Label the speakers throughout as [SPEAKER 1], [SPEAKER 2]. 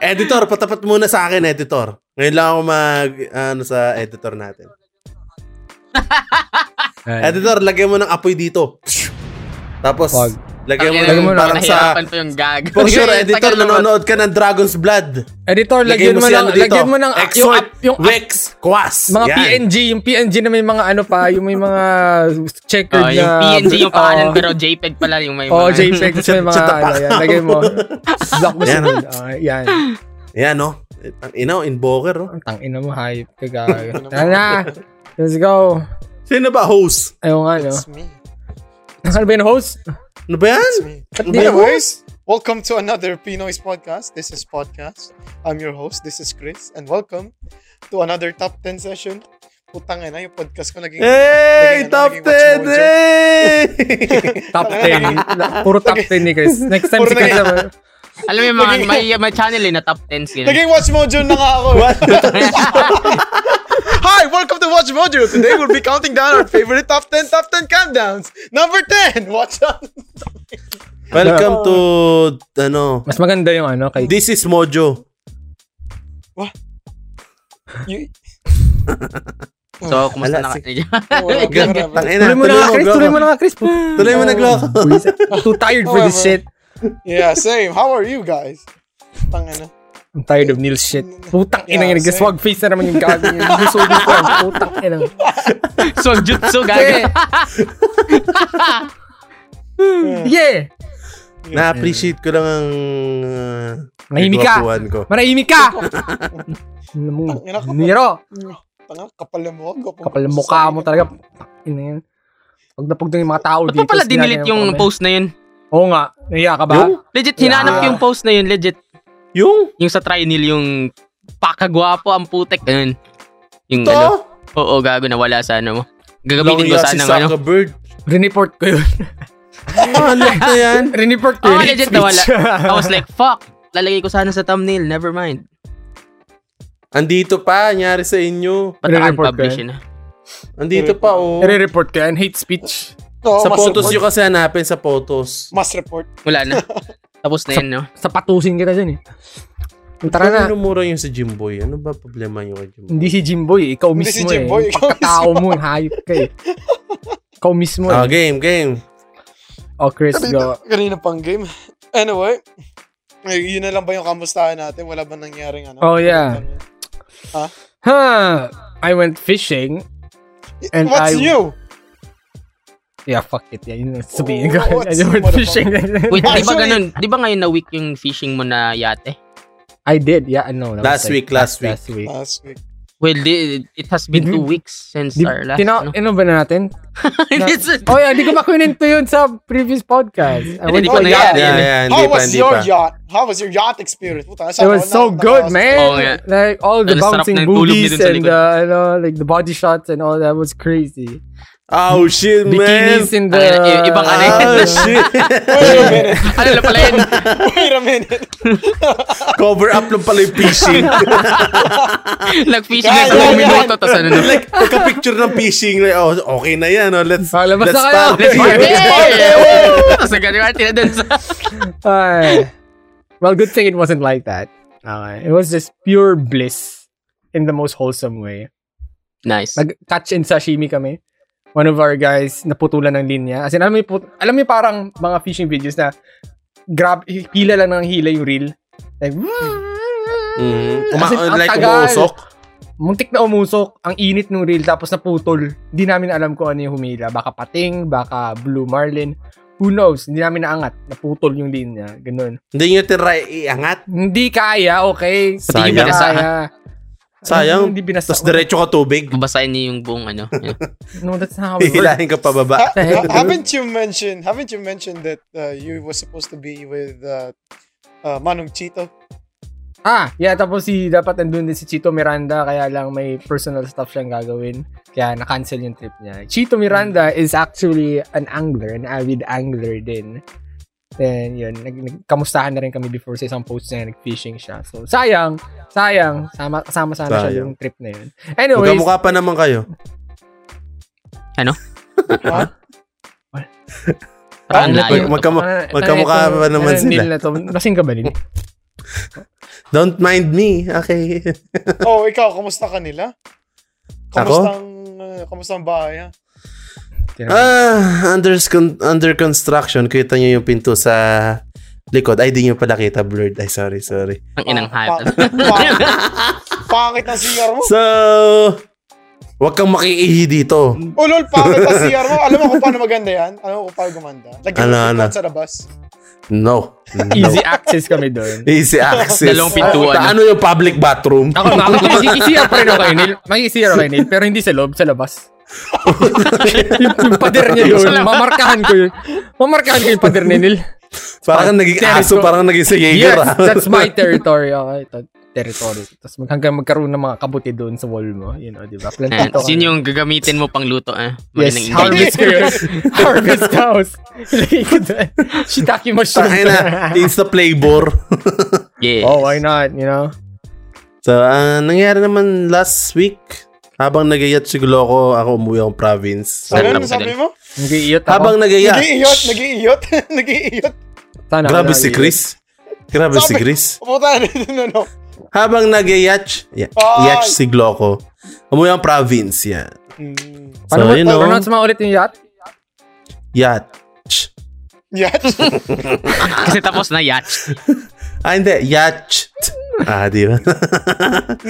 [SPEAKER 1] Editor, patapat muna sa akin, editor. Ngayon lang ako mag, ano, sa editor natin.
[SPEAKER 2] Ay.
[SPEAKER 1] Editor, lagay mo ng apoy dito. Tapos,
[SPEAKER 2] Wag.
[SPEAKER 1] lagay mo
[SPEAKER 2] Lagay
[SPEAKER 1] ng
[SPEAKER 2] mo na,
[SPEAKER 1] parang sa...
[SPEAKER 3] Nahirapan pa yung gag.
[SPEAKER 1] For sure,
[SPEAKER 3] Tagal
[SPEAKER 1] editor,
[SPEAKER 3] naman.
[SPEAKER 1] nanonood ka ng Dragon's Blood.
[SPEAKER 2] Editor, lagyan mo,
[SPEAKER 1] si
[SPEAKER 2] lang,
[SPEAKER 1] ano dito,
[SPEAKER 2] lagyan mo ng ah, yung,
[SPEAKER 1] Exhort,
[SPEAKER 2] yung
[SPEAKER 1] Wex, Quas.
[SPEAKER 2] mga
[SPEAKER 1] Yan.
[SPEAKER 2] PNG, yung PNG na may mga ano pa, yung may mga checkered
[SPEAKER 3] Oh,
[SPEAKER 2] na...
[SPEAKER 3] yung PNG yung pangalan
[SPEAKER 2] Oh.
[SPEAKER 3] pero JPEG pala yung may
[SPEAKER 2] Oo, oh,
[SPEAKER 3] mga-
[SPEAKER 2] JPEG. Tapos may mga,
[SPEAKER 1] Shut the fuck
[SPEAKER 2] ano, yan, lagay mo. Lock mo
[SPEAKER 1] Yan,
[SPEAKER 2] yan.
[SPEAKER 1] ah.
[SPEAKER 2] yan.
[SPEAKER 1] Yan, no? Ang ina, oh, invoker, no?
[SPEAKER 2] Ang tangina mo, hype. Kagago. Tara na. Let's go.
[SPEAKER 1] Sino ba host?
[SPEAKER 2] Ayaw nga, no?
[SPEAKER 4] It's me.
[SPEAKER 2] Ano ba yung host?
[SPEAKER 1] Ano ba yan?
[SPEAKER 4] It's me.
[SPEAKER 2] Ba't di
[SPEAKER 4] Hey,
[SPEAKER 2] na host?
[SPEAKER 4] guys! Welcome to another Pinoy's podcast. This is podcast. I'm your host. This is Chris, and welcome to another top 10 session. Putang ina, yung podcast ko naging
[SPEAKER 1] Hey,
[SPEAKER 4] Naging ano,
[SPEAKER 1] top eh.
[SPEAKER 4] naging
[SPEAKER 1] 10! Hey!
[SPEAKER 4] watch mojo.
[SPEAKER 2] Top 10. Puro top 10 ni Chris. Next time si
[SPEAKER 4] Puro
[SPEAKER 2] Chris ah,
[SPEAKER 4] na-
[SPEAKER 2] naman.
[SPEAKER 3] Alam mo yung mga, may, may channel eh, na top 10 sila.
[SPEAKER 4] Naging Watch Mojo na nga ako. Hi, welcome to Watch Mojo. Today we'll be counting down our favorite top 10 top 10 countdowns. Number 10, watch out.
[SPEAKER 1] Welcome to, ano,
[SPEAKER 2] Mas maganda yung ano kay...
[SPEAKER 1] This is Mojo.
[SPEAKER 4] You,
[SPEAKER 3] So, kumusta
[SPEAKER 1] Wala,
[SPEAKER 3] na
[SPEAKER 1] sige.
[SPEAKER 3] kayo?
[SPEAKER 4] wala,
[SPEAKER 3] Ganyan.
[SPEAKER 4] wala.
[SPEAKER 1] Tangina,
[SPEAKER 2] Tuloy mo na nga, Chris.
[SPEAKER 1] gloko.
[SPEAKER 2] Tuloy mo
[SPEAKER 1] Tuloy mo
[SPEAKER 2] na nga, Chris.
[SPEAKER 1] na, gloko.
[SPEAKER 2] Please, I'm Too tired for this shit.
[SPEAKER 4] yeah, same. How are you guys? Tangina.
[SPEAKER 2] I'm tired of Neil's shit. Putang ina yun. Guess wag face na naman yung gago yun. Gusto ko yung friend. Putang ina.
[SPEAKER 3] So, jutsu gaga.
[SPEAKER 2] Yeah!
[SPEAKER 1] Na-appreciate ko lang ang... Uh,
[SPEAKER 2] Nahimik ka.
[SPEAKER 1] kagwapuhan Ko.
[SPEAKER 2] Manahimik ka! Ano mo?
[SPEAKER 4] Tangina ka.
[SPEAKER 2] Nero!
[SPEAKER 4] Tangina, kapal na mo.
[SPEAKER 2] Kapal ng mukha mo talaga. Ina yan. Pag napagdang yung mga
[SPEAKER 1] Oh,
[SPEAKER 2] tao
[SPEAKER 3] Ba't
[SPEAKER 2] dito.
[SPEAKER 3] pa Ano pala
[SPEAKER 2] sinabi
[SPEAKER 3] dinilit
[SPEAKER 2] ng
[SPEAKER 3] yung
[SPEAKER 2] comment.
[SPEAKER 3] post na yun?
[SPEAKER 2] Oo nga. Naiya ka ba?
[SPEAKER 1] Yung?
[SPEAKER 3] Legit, hinanap
[SPEAKER 2] Yeah.
[SPEAKER 3] ko yung post na yun. Legit,
[SPEAKER 1] Yung?
[SPEAKER 3] yung sa trinil, yung pakagwapo ang putek. Ganun. Yung
[SPEAKER 1] To?
[SPEAKER 3] ano. Oo, gago, nawala sa ano mo. Gagamitin ko
[SPEAKER 1] Long
[SPEAKER 3] sana
[SPEAKER 1] si
[SPEAKER 3] ng ano.
[SPEAKER 1] Zuckerberg.
[SPEAKER 2] Rineport ko yun.
[SPEAKER 1] Hanap na yan.
[SPEAKER 2] Rineport ko
[SPEAKER 3] Oo,
[SPEAKER 2] yun.
[SPEAKER 3] Ah, legit,
[SPEAKER 2] Hate
[SPEAKER 3] nawala.
[SPEAKER 2] speech.
[SPEAKER 3] I was like, fuck. Lalagay ko sana sa thumbnail. Never mind.
[SPEAKER 1] Andito pa, nyari sa inyo.
[SPEAKER 3] Pataan
[SPEAKER 2] Re-report
[SPEAKER 3] publish
[SPEAKER 2] ko
[SPEAKER 3] yun. ah.
[SPEAKER 1] Andito pa, oh.
[SPEAKER 2] Rineport ko yun. Hate speech.
[SPEAKER 1] Sa photos nyo kasi hanapin sa photos.
[SPEAKER 4] Must report.
[SPEAKER 3] Wala na. Tapos na yun, no?
[SPEAKER 2] Sapatusin kita dyan eh. Tara na.
[SPEAKER 1] Ano mura yung si Jimboy? Ano ba problema nyo kay Jimboy?
[SPEAKER 2] Hindi si Jimboy. eh. Ikaw
[SPEAKER 4] Hindi
[SPEAKER 2] mismo
[SPEAKER 4] si Jimboy,
[SPEAKER 2] eh. Yung
[SPEAKER 4] ikaw
[SPEAKER 2] Pagkatao mo. Yung hayop ka eh. Ikaw mismo
[SPEAKER 1] Ah,
[SPEAKER 2] eh.
[SPEAKER 1] game, game.
[SPEAKER 2] Oh, Chris, go.
[SPEAKER 4] Kanina, kanina pang game. Anyway, ay, yun na lang ba yung kamustahan natin? Wala ba nangyaring ano?
[SPEAKER 2] Oh, yeah. Huh. I went fishing. And
[SPEAKER 4] What's
[SPEAKER 2] I-
[SPEAKER 4] new?
[SPEAKER 2] Yeah, fuck it. Yeah, yun ang sabihin ko.
[SPEAKER 4] Oh,
[SPEAKER 2] I went
[SPEAKER 4] what's-
[SPEAKER 2] fishing.
[SPEAKER 3] Wait, di ba
[SPEAKER 4] Actually-
[SPEAKER 3] ganun? Di ba ngayon na week yung fishing mo na yate?
[SPEAKER 2] I did. Yeah, I know. That
[SPEAKER 1] Last
[SPEAKER 2] was like
[SPEAKER 1] week, last week.
[SPEAKER 2] Last week.
[SPEAKER 4] Last week.
[SPEAKER 3] Well, di, it has been
[SPEAKER 2] Did we-
[SPEAKER 3] two weeks since
[SPEAKER 2] Di,
[SPEAKER 3] our last,
[SPEAKER 2] tina-
[SPEAKER 3] ano?
[SPEAKER 2] ano ba na natin?
[SPEAKER 3] It's a-
[SPEAKER 2] oh, yeah, hindi ko makuninto yun sa previous podcast. I went
[SPEAKER 3] Hindi pa
[SPEAKER 2] for
[SPEAKER 4] na
[SPEAKER 2] that.
[SPEAKER 4] yata
[SPEAKER 1] Yeah, yeah,
[SPEAKER 3] eh.
[SPEAKER 1] Ah, hindi
[SPEAKER 4] How
[SPEAKER 1] pa,
[SPEAKER 4] was
[SPEAKER 1] hindi
[SPEAKER 4] your
[SPEAKER 1] pa.
[SPEAKER 4] yacht? How was your yacht experience? Puta,
[SPEAKER 2] It was so good, man.
[SPEAKER 3] Oo nga.
[SPEAKER 2] Like all the
[SPEAKER 3] Oh, Ang sarap
[SPEAKER 2] bouncing
[SPEAKER 3] ng tulog niya
[SPEAKER 2] boobies
[SPEAKER 3] dun sa
[SPEAKER 2] and
[SPEAKER 3] likod.
[SPEAKER 2] the, ano, like the body shots and all that was crazy.
[SPEAKER 1] Oh, shit, man.
[SPEAKER 2] Bikinis in the
[SPEAKER 3] Ay, i- ibang ano yun.
[SPEAKER 1] Oh, shit.
[SPEAKER 4] Wait a minute.
[SPEAKER 3] ano na pala yun?
[SPEAKER 4] Wait a minute.
[SPEAKER 1] Cover up lang pala yung phishing.
[SPEAKER 3] Nag-fishing na
[SPEAKER 4] Yeah,
[SPEAKER 3] sa
[SPEAKER 4] yeah,
[SPEAKER 3] yeah,
[SPEAKER 4] yeah.
[SPEAKER 3] minuto, tapos ano na.
[SPEAKER 1] like, pagka-picture ng phishing, like, oh, okay na yan. Oh, let's,
[SPEAKER 2] Palabas
[SPEAKER 1] let's
[SPEAKER 2] na kayo.
[SPEAKER 1] stop.
[SPEAKER 3] Let's party!
[SPEAKER 2] Let's
[SPEAKER 3] Tapos nag-ano natin na dun sa...
[SPEAKER 2] Ay. well, good thing it wasn't like that. Okay. It was just pure bliss in the most wholesome way.
[SPEAKER 3] Nice.
[SPEAKER 2] Nag-catch and sashimi kami. One of our guys, naputulan ng linya. As in, alam mo, yung put- alam mo yung parang mga fishing videos na grab, hila lang ng hila yung reel. Like,
[SPEAKER 1] Mm, uma-
[SPEAKER 2] Hmm, As in, ang
[SPEAKER 1] like,
[SPEAKER 2] tagal.
[SPEAKER 1] umuusok.
[SPEAKER 2] muntik na umusok, ang init ng reel, tapos naputol. Hindi namin alam kung ano yung humila. Baka pating, baka blue marlin. Who knows? Hindi namin naangat. Naputol yung linya. Ganun.
[SPEAKER 1] Hindi nyo tinry iangat.
[SPEAKER 2] Hindi kaya, okay?
[SPEAKER 1] Sayang.
[SPEAKER 2] Hindi
[SPEAKER 3] Binasa.
[SPEAKER 2] kaya.
[SPEAKER 1] Sayang.
[SPEAKER 2] Hindi binasa.
[SPEAKER 1] Tapos diretso ka tubig.
[SPEAKER 3] Babasahin niyo yung buong ano. Yeah.
[SPEAKER 2] No, that's not how it works.
[SPEAKER 1] Hihilahin ka pababa.
[SPEAKER 4] Ha- ha- haven't you mentioned? Haven't you mentioned that uh, you were supposed to be with uh, uh, Manong Chito?
[SPEAKER 2] Ah, yeah, tapos si dapat nandun din si Chito Miranda kaya lang may personal stuff siyang gagawin. Kaya na-cancel yung trip niya. Chito Miranda is actually an angler, an avid angler din. Then, yun, nag, nagkamustahan na rin kami before sa isang post niya, nag-fishing siya. So, sayang, sayang, sama, kasama sana
[SPEAKER 1] Sayang.
[SPEAKER 2] siya yung trip na yun.
[SPEAKER 1] Huwag
[SPEAKER 2] Anyways,
[SPEAKER 1] mukha pa naman kayo.
[SPEAKER 3] Parang
[SPEAKER 2] Ah,
[SPEAKER 3] layo.
[SPEAKER 1] Magkamukha
[SPEAKER 2] Ah,
[SPEAKER 1] magkamukha
[SPEAKER 2] ito,
[SPEAKER 1] pa naman
[SPEAKER 2] ano,
[SPEAKER 1] sila.
[SPEAKER 2] Neil na to. Lasing ka ba, Neil?
[SPEAKER 1] Don't mind me. Okay.
[SPEAKER 4] Oh, ikaw, kumusta ka nila? Kumusta ang, uh, kumusta ang bahay? ha?
[SPEAKER 1] Ah, under, con- under construction. Kita nyo yung pinto sa likod. Ay, di nyo pala kita blurred. Ay, sorry, sorry.
[SPEAKER 3] Ang inang
[SPEAKER 4] Pa-
[SPEAKER 3] hayop.
[SPEAKER 4] pa- Pangit ang CR mo.
[SPEAKER 1] So, wag kang makiihi dito.
[SPEAKER 4] Oh lol, pangit ang CR mo. Alam mo kung paano maganda yan? Alam mo kung paano gumanda? Lagyan
[SPEAKER 1] Ano,
[SPEAKER 4] mo
[SPEAKER 1] ano?
[SPEAKER 4] ano? sa labas.
[SPEAKER 1] No. no.
[SPEAKER 2] Easy access kami doon.
[SPEAKER 1] Easy access.
[SPEAKER 3] Dalawang pintuan.
[SPEAKER 1] Ah, ano yung public bathroom?
[SPEAKER 2] Ako, makikisira pa rin ako kay Neil. Makikisira kay Neil, pero hindi sa loob, sa labas. yung, yung pader niya
[SPEAKER 3] Sa
[SPEAKER 2] yun,
[SPEAKER 3] labas.
[SPEAKER 2] mamarkahan ko yun. Mamarkahan ko yung pader ni Neil.
[SPEAKER 1] Parang naging
[SPEAKER 2] Terrace
[SPEAKER 1] aso,
[SPEAKER 2] ko.
[SPEAKER 1] parang naging sa Jaeger.
[SPEAKER 2] Yes,
[SPEAKER 1] ah.
[SPEAKER 2] that's my territory. Okay, ito, territory. Tapos mag, hanggang magkaroon ng mga kabuti doon sa wall mo. You know, di ba? Plantito
[SPEAKER 3] Tapos
[SPEAKER 2] ka.
[SPEAKER 3] yun yung gagamitin mo pang luto. Eh.
[SPEAKER 2] ano. Yes,
[SPEAKER 3] Marinang ingay.
[SPEAKER 2] harvest ko yun. harvest house. Ilagay ko doon. Shiitake mushroom.
[SPEAKER 1] Tangay na. Insta flavor.
[SPEAKER 3] Yes.
[SPEAKER 2] Oh, why not? You know?
[SPEAKER 1] so, ah, nangyari naman last week, habang nag-iat siguro ako, ako umuwi akong province. So,
[SPEAKER 3] Sarap
[SPEAKER 4] Ano yung sabi
[SPEAKER 3] ka
[SPEAKER 4] mo?
[SPEAKER 2] Nag-iiyot ako.
[SPEAKER 1] habang nag-iat,
[SPEAKER 4] Nag-iiyot, nag-iiyot, nag-iiyot.
[SPEAKER 2] Sana ako
[SPEAKER 1] grabe si
[SPEAKER 2] nag-iiyot.
[SPEAKER 1] Chris. Grabe si
[SPEAKER 4] Sabi-
[SPEAKER 1] Chris.
[SPEAKER 4] Pumunta na dito, ano?
[SPEAKER 1] Habang nag-iatch, yeah,
[SPEAKER 4] Ay!
[SPEAKER 1] iatch si Gloco. Umuwi ang province, yeah.
[SPEAKER 4] Mm.
[SPEAKER 1] So,
[SPEAKER 2] Paano mo,
[SPEAKER 1] you know,
[SPEAKER 2] pronounce mo ulit yung yacht?
[SPEAKER 1] yatch.
[SPEAKER 4] Yatch.
[SPEAKER 3] Kasi tapos na yacht.
[SPEAKER 1] Ah, hindi, yatch. Ah, di ba?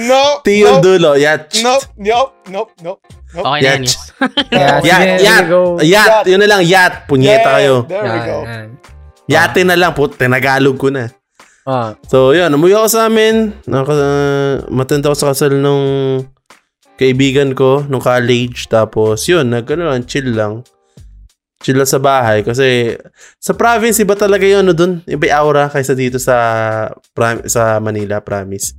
[SPEAKER 4] No,
[SPEAKER 1] T yung
[SPEAKER 4] no,
[SPEAKER 1] dulo, yatch.
[SPEAKER 4] no, no, no, no.
[SPEAKER 3] Okay na yan.
[SPEAKER 1] Yatch.
[SPEAKER 2] Yeah,
[SPEAKER 1] Yat,
[SPEAKER 2] Ah, sige,
[SPEAKER 1] yat,
[SPEAKER 2] there you go.
[SPEAKER 1] yat, yun na lang, yat, punyeta
[SPEAKER 4] Yeah,
[SPEAKER 1] kayo.
[SPEAKER 4] There we
[SPEAKER 2] Yan,
[SPEAKER 4] go.
[SPEAKER 2] yan.
[SPEAKER 1] Yate na lang, put, tinagalog ko na.
[SPEAKER 2] Ah,
[SPEAKER 1] So, yun, umuwi ako sa amin. Naka, matanda ako sa kasal nung kaibigan ko, nung college. Tapos, yun, nagkano lang, chill lang. Chill lang sa bahay. Kasi, sa province, iba talaga yun, ano dun? Iba yung aura kaysa dito sa, pram- sa Manila, promise.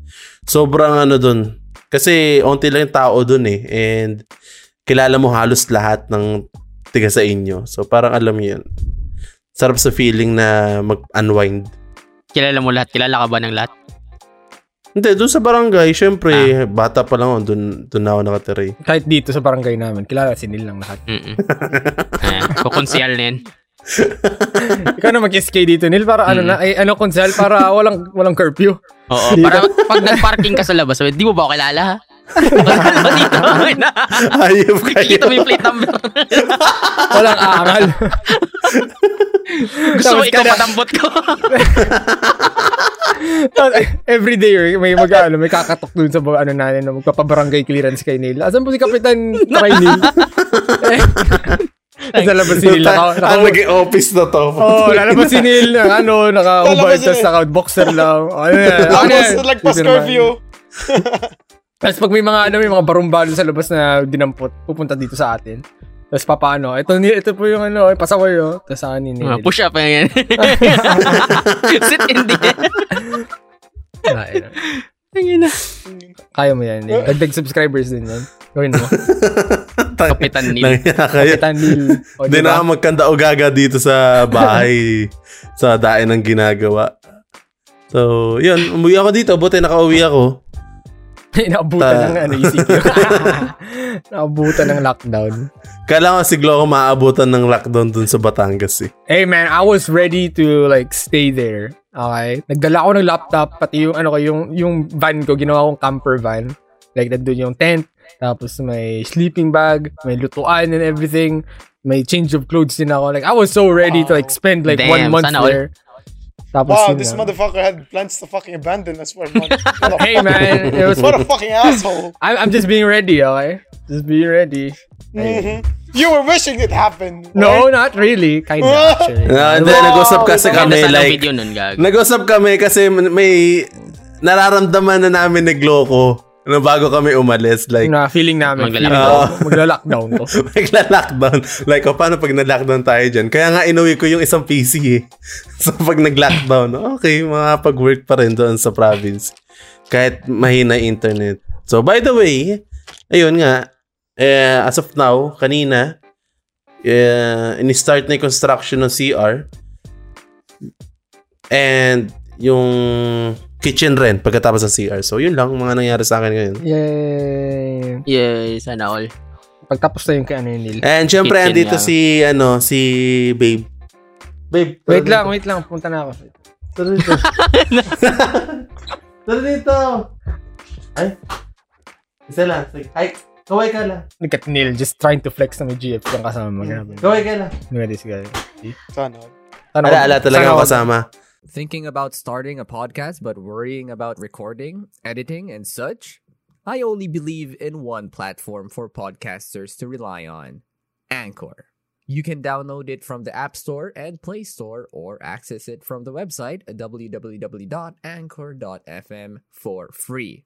[SPEAKER 1] Sobrang ano dun. Kasi, onti lang yung tao dun eh. And, kilala mo halos lahat ng tiga sa inyo. So, parang alam mo yun. Sarap sa feeling na mag-unwind.
[SPEAKER 3] Kilala mo lahat. Kilala ka ba ng lahat?
[SPEAKER 1] Hindi, doon sa barangay,
[SPEAKER 3] Ah.
[SPEAKER 1] syempre, bata pa lang ako, doon, doon na ako nakatira eh.
[SPEAKER 2] kahit dito sa barangay namin, kilala si Neil lang lahat.
[SPEAKER 3] Mm-mm. Ayan. Kukonsihal na yan.
[SPEAKER 2] Ikaw na mag-SK dito, Neil, para ano
[SPEAKER 4] Hmm.
[SPEAKER 3] Mm.
[SPEAKER 2] na, ay, ano, konsel, para walang walang curfew.
[SPEAKER 3] Oo. Para pag nag-parking ka sa labas, sabi, di mo ba ako kilala? ha?" Ano dito?
[SPEAKER 1] Ayop
[SPEAKER 3] Kita
[SPEAKER 1] kayo.
[SPEAKER 3] mo yung plate number.
[SPEAKER 2] Walang aral.
[SPEAKER 3] Gusto mo
[SPEAKER 2] Tapos
[SPEAKER 3] ikaw
[SPEAKER 2] kada-
[SPEAKER 3] patambot ko.
[SPEAKER 2] Every day, may mag ano, may kakatok dun sa mga ano natin, no, magpapabarangay clearance kay Neil. Asan po si Kapitan Try Neil? eh, nasa labas si Neil. Naka, naka,
[SPEAKER 1] Ang Ah, naging office na to.
[SPEAKER 2] oh, lalabas si Neil. ng Ano, naka-ubay,
[SPEAKER 4] Lalabas si
[SPEAKER 2] tapos
[SPEAKER 4] Neil.
[SPEAKER 2] naka boxer lang. Ano yan? ano
[SPEAKER 4] Tapos,
[SPEAKER 2] yan?
[SPEAKER 4] lagpas
[SPEAKER 2] Dito naman.
[SPEAKER 4] curfew.
[SPEAKER 2] Tapos pag may mga ano, may mga barumbalo sa labas na dinampot, pupunta dito sa atin. Tapos papaano? Ito ni ito po yung ano, eh, pasaway oh. Tapos sa akin ni Neil.
[SPEAKER 3] Mga Ah, Push up na yan. Sit in the air.
[SPEAKER 2] Ah, ayun.
[SPEAKER 3] Tangina.
[SPEAKER 2] Kaya mo yan. Neil. Dagdag subscribers din yan. Gawin mo.
[SPEAKER 3] Kapitan Neil.
[SPEAKER 1] Nangyaya kayo.
[SPEAKER 2] Kapitan Neil. O,
[SPEAKER 1] Hindi
[SPEAKER 2] di
[SPEAKER 3] diba?
[SPEAKER 2] ba?
[SPEAKER 1] na ako magkanda o gaga dito sa bahay. sa dain ng ginagawa. So, yun. Umuwi ako dito. Buti nakauwi ako.
[SPEAKER 2] Inaabutan
[SPEAKER 1] Ta-
[SPEAKER 2] ng ano, ECQ. Inaabutan ng lockdown.
[SPEAKER 1] Kailangan si Gloco maabutan ng lockdown dun sa Batangas eh.
[SPEAKER 2] Hey man, I was ready to like stay there. Okay? Nagdala ako ng laptop, pati yung ano ko, yung, yung van ko, ginawa kong camper van. Like, nandun yung tent, tapos may sleeping bag, may lutuan and everything. May change of clothes din ako. Like, I was so ready to like spend like one
[SPEAKER 3] Damn,
[SPEAKER 2] month
[SPEAKER 3] sana all-
[SPEAKER 2] there. Tapos
[SPEAKER 4] Wow,
[SPEAKER 2] yun
[SPEAKER 4] this
[SPEAKER 2] nga.
[SPEAKER 4] motherfucker had plans to fucking abandon us for a month. What a-
[SPEAKER 2] Hey man, it was...
[SPEAKER 4] What a fucking asshole.
[SPEAKER 2] I'm, I'm just being ready, okay? Just being ready.
[SPEAKER 4] Mhm. You were wishing it happened.
[SPEAKER 2] No,
[SPEAKER 4] right?
[SPEAKER 2] not really. Kind of, actually.
[SPEAKER 1] Ah, Hindi,
[SPEAKER 4] Wow,
[SPEAKER 1] nag-usap kasi
[SPEAKER 4] ito
[SPEAKER 1] kami
[SPEAKER 3] Ganda sana
[SPEAKER 1] like...
[SPEAKER 3] video nun, gag.
[SPEAKER 1] Nag-usap kami kasi may nararamdaman na namin ni Gloco na bago kami umalis. Like,
[SPEAKER 2] na feeling namin.
[SPEAKER 3] Magla-lockdown.
[SPEAKER 2] feeling ko, Magla-lockdown to.
[SPEAKER 1] Nagla-lockdown. Like, oh, paano pag na-lockdown tayo dyan? Kaya nga, inuwi ko yung isang PC eh. so, pag nag-lockdown, okay, makapag-work pa rin doon sa province. Kahit mahina yung internet. So, by the way, ayun nga, eh, as of now, kanina, eh, in-start na yung construction ng CR. And, yung kitchen rent pagkatapos ng CR. So, yun lang mga nangyari sa akin ngayon.
[SPEAKER 2] Yay.
[SPEAKER 3] Yay, sana all.
[SPEAKER 2] Pagtapos na yung kay ano yun, Neil.
[SPEAKER 1] And syempre
[SPEAKER 3] Kitchen
[SPEAKER 1] andito
[SPEAKER 3] lang.
[SPEAKER 1] si ano si Babe. Babe.
[SPEAKER 2] Wait lang, wait lang. Punta na ako.
[SPEAKER 1] Tara dito! Ay! Isa lang. Sige. Ay! Kaway ka lang.
[SPEAKER 2] Nagkatinil, just trying to flex na may GF yung kasama mo. Grabe.
[SPEAKER 1] Kaway ka lang.
[SPEAKER 2] Nuwede siguro.
[SPEAKER 4] Sana.
[SPEAKER 2] Sana
[SPEAKER 1] Ala,
[SPEAKER 2] wag-
[SPEAKER 1] ala talaga
[SPEAKER 2] sana
[SPEAKER 1] ang
[SPEAKER 2] wag-
[SPEAKER 1] kasama.
[SPEAKER 5] Thinking about starting a podcast but worrying about recording, editing, and such? I only believe in one platform for podcasters to rely on Anchor. You can download it from the App Store and Play Store or access it from the website www.anchor.fm for free.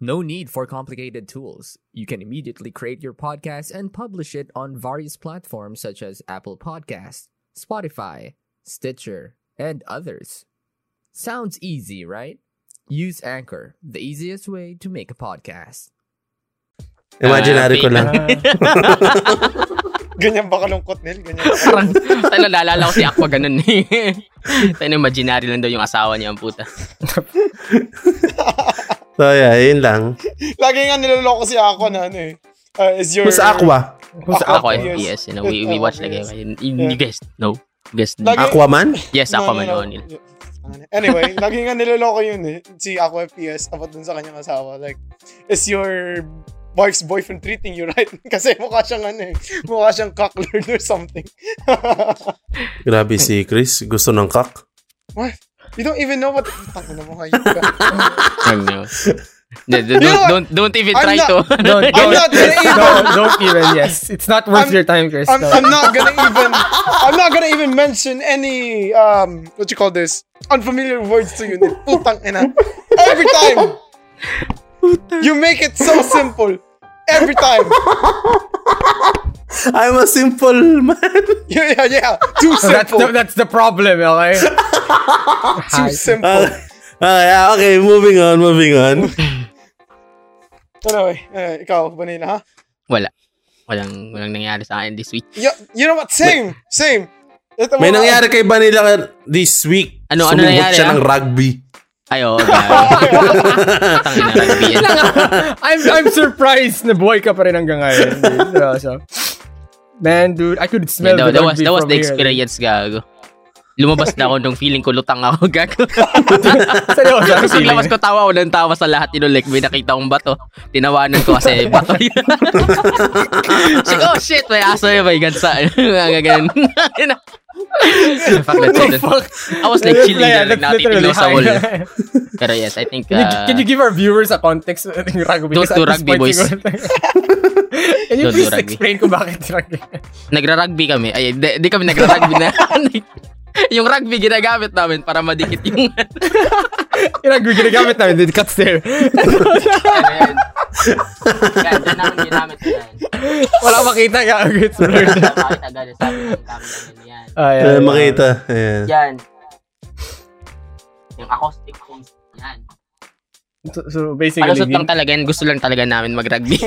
[SPEAKER 5] No need for complicated tools. You can immediately create your podcast and publish it on various platforms such as Apple Podcasts, Spotify, Stitcher, and others. Sounds easy, right? Use Anchor, the easiest way to make a podcast.
[SPEAKER 1] Imaginary ko lang.
[SPEAKER 2] Ah.
[SPEAKER 4] Ganyan ba kalungkot, Nil? Ganyan ba kalungkot?
[SPEAKER 3] Parang, tayo nalala ko si Aqua ganun eh. tayo imaginary lang daw yung asawa niya ang puta.
[SPEAKER 1] So yeah, yun lang.
[SPEAKER 4] Lagi nga niloloko si Aqua na ano eh. Uh, is your...
[SPEAKER 1] Kung sa Aqua.
[SPEAKER 2] Kung sa
[SPEAKER 3] Aqua
[SPEAKER 4] Aqua,
[SPEAKER 2] ako,
[SPEAKER 3] FPS.
[SPEAKER 4] yes.
[SPEAKER 3] You know, we, we watch like
[SPEAKER 4] Yes.
[SPEAKER 3] you, you guys know. Guys,
[SPEAKER 4] Lagi-
[SPEAKER 1] Aquaman?
[SPEAKER 3] yes,
[SPEAKER 4] No,
[SPEAKER 3] Aqua
[SPEAKER 4] no,
[SPEAKER 3] man
[SPEAKER 4] no.
[SPEAKER 3] yun.
[SPEAKER 4] Anyway, lagi nga niloloko yun eh. Si Aqua FPS about dun sa kanyang asawa. Like, is your wife's boyfriend treating you right? Kasi mukha siyang ano eh. Mukha siyang cocklord or something.
[SPEAKER 1] Grabe si Chris. Gusto ng kak.
[SPEAKER 4] you don't even know what... Tango na mukha yun.
[SPEAKER 3] Ano yun. Don't, don't, don't, don't even
[SPEAKER 4] I'm
[SPEAKER 3] try
[SPEAKER 4] not-
[SPEAKER 3] to.
[SPEAKER 2] Don't,
[SPEAKER 4] I'm
[SPEAKER 2] don't,
[SPEAKER 4] not gonna even...
[SPEAKER 2] don't, don't even, yes. It's not worth
[SPEAKER 4] I'm-
[SPEAKER 2] your time, Chris.
[SPEAKER 4] I'm,
[SPEAKER 2] No.
[SPEAKER 4] I'm not gonna even... I'm not gonna even mention any... um What you call this? Unfamiliar words to you. Nil. Putang ina. Every time! You make it so simple. Every time.
[SPEAKER 1] I'm a simple man.
[SPEAKER 4] Yeah, yeah, yeah. Too
[SPEAKER 2] that's, the,
[SPEAKER 4] simple.
[SPEAKER 2] that's the problem, okay?
[SPEAKER 4] Too
[SPEAKER 2] Hi.
[SPEAKER 4] simple.
[SPEAKER 1] okay, ah, okay, moving on, moving on.
[SPEAKER 4] Anyway, eh, ikaw, Vanilla, ha?
[SPEAKER 3] Wala. Walang, walang nangyari sa akin this week.
[SPEAKER 4] You, you know what? Same! Same! Ito
[SPEAKER 1] May
[SPEAKER 4] mga-
[SPEAKER 1] nangyari kay Vanilla ka- this week.
[SPEAKER 3] Ano- ano
[SPEAKER 1] Sumubok
[SPEAKER 3] nangyari,
[SPEAKER 1] siya
[SPEAKER 3] ah?
[SPEAKER 1] ng rugby.
[SPEAKER 3] Ayo,
[SPEAKER 2] Oh
[SPEAKER 3] okay. Tangin na rugby yan.
[SPEAKER 2] I'm I'm surprised na buhay ka pa rin hanggang ngayon. dude. Diba, so, man, dude, I could
[SPEAKER 3] Yeah,
[SPEAKER 2] smell
[SPEAKER 3] that,
[SPEAKER 2] the
[SPEAKER 3] that was,
[SPEAKER 2] rugby
[SPEAKER 3] that was
[SPEAKER 2] from
[SPEAKER 3] the
[SPEAKER 2] here.
[SPEAKER 3] experience, gago. Lumabas na ako nung feeling ko lutang ako, gago.
[SPEAKER 2] Seryoso, ang feeling.
[SPEAKER 3] Paglabas ko tawa, walang tawa sa lahat. Inulik, may nakita kong bato. Tinawanan ko kasi bato yun. Sige, oh shit, may aso yun, may gansa. Mga ganun. Fuck, that's it. I was like chilling
[SPEAKER 2] Yeah,
[SPEAKER 3] dyan, like
[SPEAKER 2] that's literally
[SPEAKER 3] natitigil
[SPEAKER 2] how-
[SPEAKER 3] sa wall. Pero yes, I think,
[SPEAKER 2] Can you, can you
[SPEAKER 3] uh,
[SPEAKER 2] give our viewers a context of yung rugby?
[SPEAKER 3] Don't
[SPEAKER 2] Kasi
[SPEAKER 3] do
[SPEAKER 2] at this
[SPEAKER 3] rugby,
[SPEAKER 2] point,
[SPEAKER 3] boys.
[SPEAKER 2] siguro- Can you
[SPEAKER 3] Don't do
[SPEAKER 2] please
[SPEAKER 3] rugby.
[SPEAKER 2] explain kung bakit rugby?
[SPEAKER 3] nagra-rugby kami. Ay, di, di kami nagra-rugby na. yung rugby ginagamit namin para madikit yung
[SPEAKER 2] Yung rugby ginagamit namin, dude, cuts there.
[SPEAKER 3] ano yan. Yan, yan namin ginamit yan.
[SPEAKER 2] Wala akong makita ka. Good sir.
[SPEAKER 3] Bakit agad, sabi ko, yung camera yun, yan.
[SPEAKER 2] Ah, yeah,
[SPEAKER 1] Ayan,
[SPEAKER 2] yeah.
[SPEAKER 1] makita. Ayan.
[SPEAKER 3] Yan. Yung acoustic homes. Yan.
[SPEAKER 2] So, so basically,
[SPEAKER 3] Palusot lang
[SPEAKER 2] din,
[SPEAKER 3] talaga yan. Gusto lang talaga namin mag-rugby.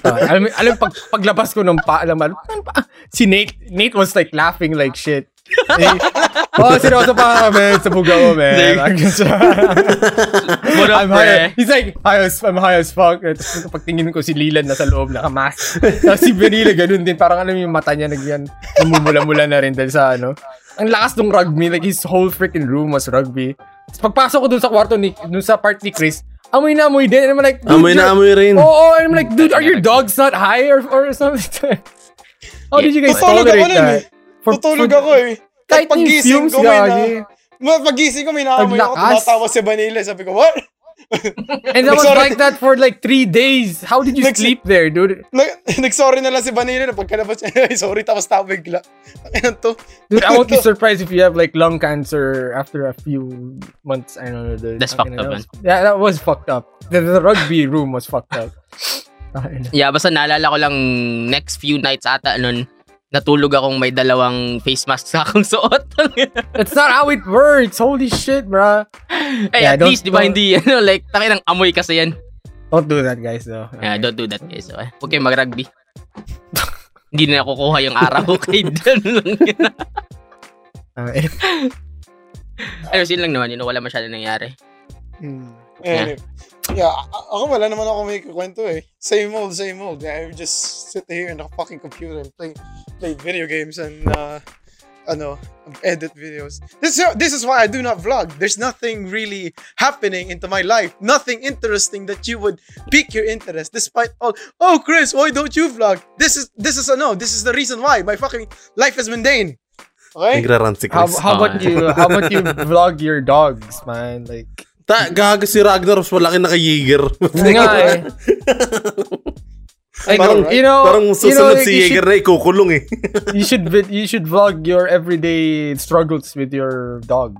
[SPEAKER 2] Ah, alam, mo- alam, mo, pag, paglabas ko ng pa, alam, alam, alam pa, si Nate, Nate was like laughing like shit. Eh, oh, seryoso pa ako, man. Sa buga ko, man.
[SPEAKER 3] What up,
[SPEAKER 2] I'm high.
[SPEAKER 3] pre?
[SPEAKER 2] He's like, high as, I'm high as fuck. Tapos pagtingin ko si Leland nasa loob, nakamask. Tapos si Benila, ganun din. Parang alam mo yung mata niya, nagyan, namumula-mula na rin dahil sa ano. Ang lakas ng rugby, like his whole freaking room was rugby. Tapos pagpasok ko dun sa kwarto ni, dun sa part ni Chris, amoy na amoy din. And I'm like, dude,
[SPEAKER 1] Amoy na
[SPEAKER 2] you're-
[SPEAKER 1] amoy rin.
[SPEAKER 2] Oh, oh, and I'm like, dude, are your dogs not high or, or something? How did you guys
[SPEAKER 4] Tutulog
[SPEAKER 2] tolerate
[SPEAKER 4] ako nun eh.
[SPEAKER 2] that? For-
[SPEAKER 4] Tutulog
[SPEAKER 2] for-
[SPEAKER 4] ako eh.
[SPEAKER 2] Kahit yung
[SPEAKER 4] Paggising
[SPEAKER 2] fumes,
[SPEAKER 4] ko may na...
[SPEAKER 2] gagi.
[SPEAKER 4] Ma- Paggising ko may naamoy ako.
[SPEAKER 2] Paglakas.
[SPEAKER 4] Tumatawa si Vanilla. Sabi ko, what?
[SPEAKER 2] And I was
[SPEAKER 4] Sorry.
[SPEAKER 2] like that for like three days. How did you
[SPEAKER 4] Next-
[SPEAKER 2] sleep there, dude?
[SPEAKER 4] Nag- Nag-sorry na lang si Vanilla na pagkalabas niya. "Ay, sorry, tapos tao bigla. Ano to?
[SPEAKER 2] Dude, I won't be surprised if you have like lung cancer after a few months. I don't know. Dude.
[SPEAKER 3] That's
[SPEAKER 2] Fucking
[SPEAKER 3] fucked up,
[SPEAKER 2] hell. Yeah, that was fucked up. The, the rugby room was fucked up. Fucking hell.
[SPEAKER 3] yeah, basta naalala ko lang next few nights ata nun, natulog akong may dalawang face mask sa akong suot.
[SPEAKER 2] That's not how it works. Holy shit, bruh.
[SPEAKER 3] Eh,
[SPEAKER 2] Yeah,
[SPEAKER 3] at
[SPEAKER 2] don't-
[SPEAKER 3] least, di ba, hindi, ano, like, takin ng amoy kasi yan.
[SPEAKER 2] Don't do that, guys, though.
[SPEAKER 3] Yeah, Ah, don't do that, guys. Okay, huwag kayong mag-rugby. hindi na kukuha yung araw. Okay, dyan lang yun.
[SPEAKER 2] Okay.
[SPEAKER 3] Ayos, yun lang naman. Yun, wala masyado nangyari.
[SPEAKER 4] Hmm. Anyway. Yeah, a- ako wala naman ako may kwento eh. Same old, same old. Yeah, I would just sit here in the fucking computer and play play video games and uh, ano, edit videos. This is, this is why I do not vlog. There's nothing really happening into my life. Nothing interesting that you would pique your interest despite all. Oh, Chris, why don't you vlog? This is this is ano, this is the reason why my fucking life is mundane.
[SPEAKER 2] eh.
[SPEAKER 4] Okay?
[SPEAKER 1] Nagrarant si
[SPEAKER 2] How,
[SPEAKER 1] Chris.
[SPEAKER 2] how about you how about you vlog your dogs, man? Like
[SPEAKER 1] Ta, gago si Ragnar, mas malaki na kay Jaeger.
[SPEAKER 2] yun nga eh. Like,
[SPEAKER 1] parang,
[SPEAKER 2] you know,
[SPEAKER 1] parang
[SPEAKER 2] you, know
[SPEAKER 1] susunod
[SPEAKER 2] like,
[SPEAKER 1] si
[SPEAKER 2] you,
[SPEAKER 1] Jaeger
[SPEAKER 2] should,
[SPEAKER 1] na ikukulong eh.
[SPEAKER 2] you should vid- you should vlog your everyday struggles with your dog.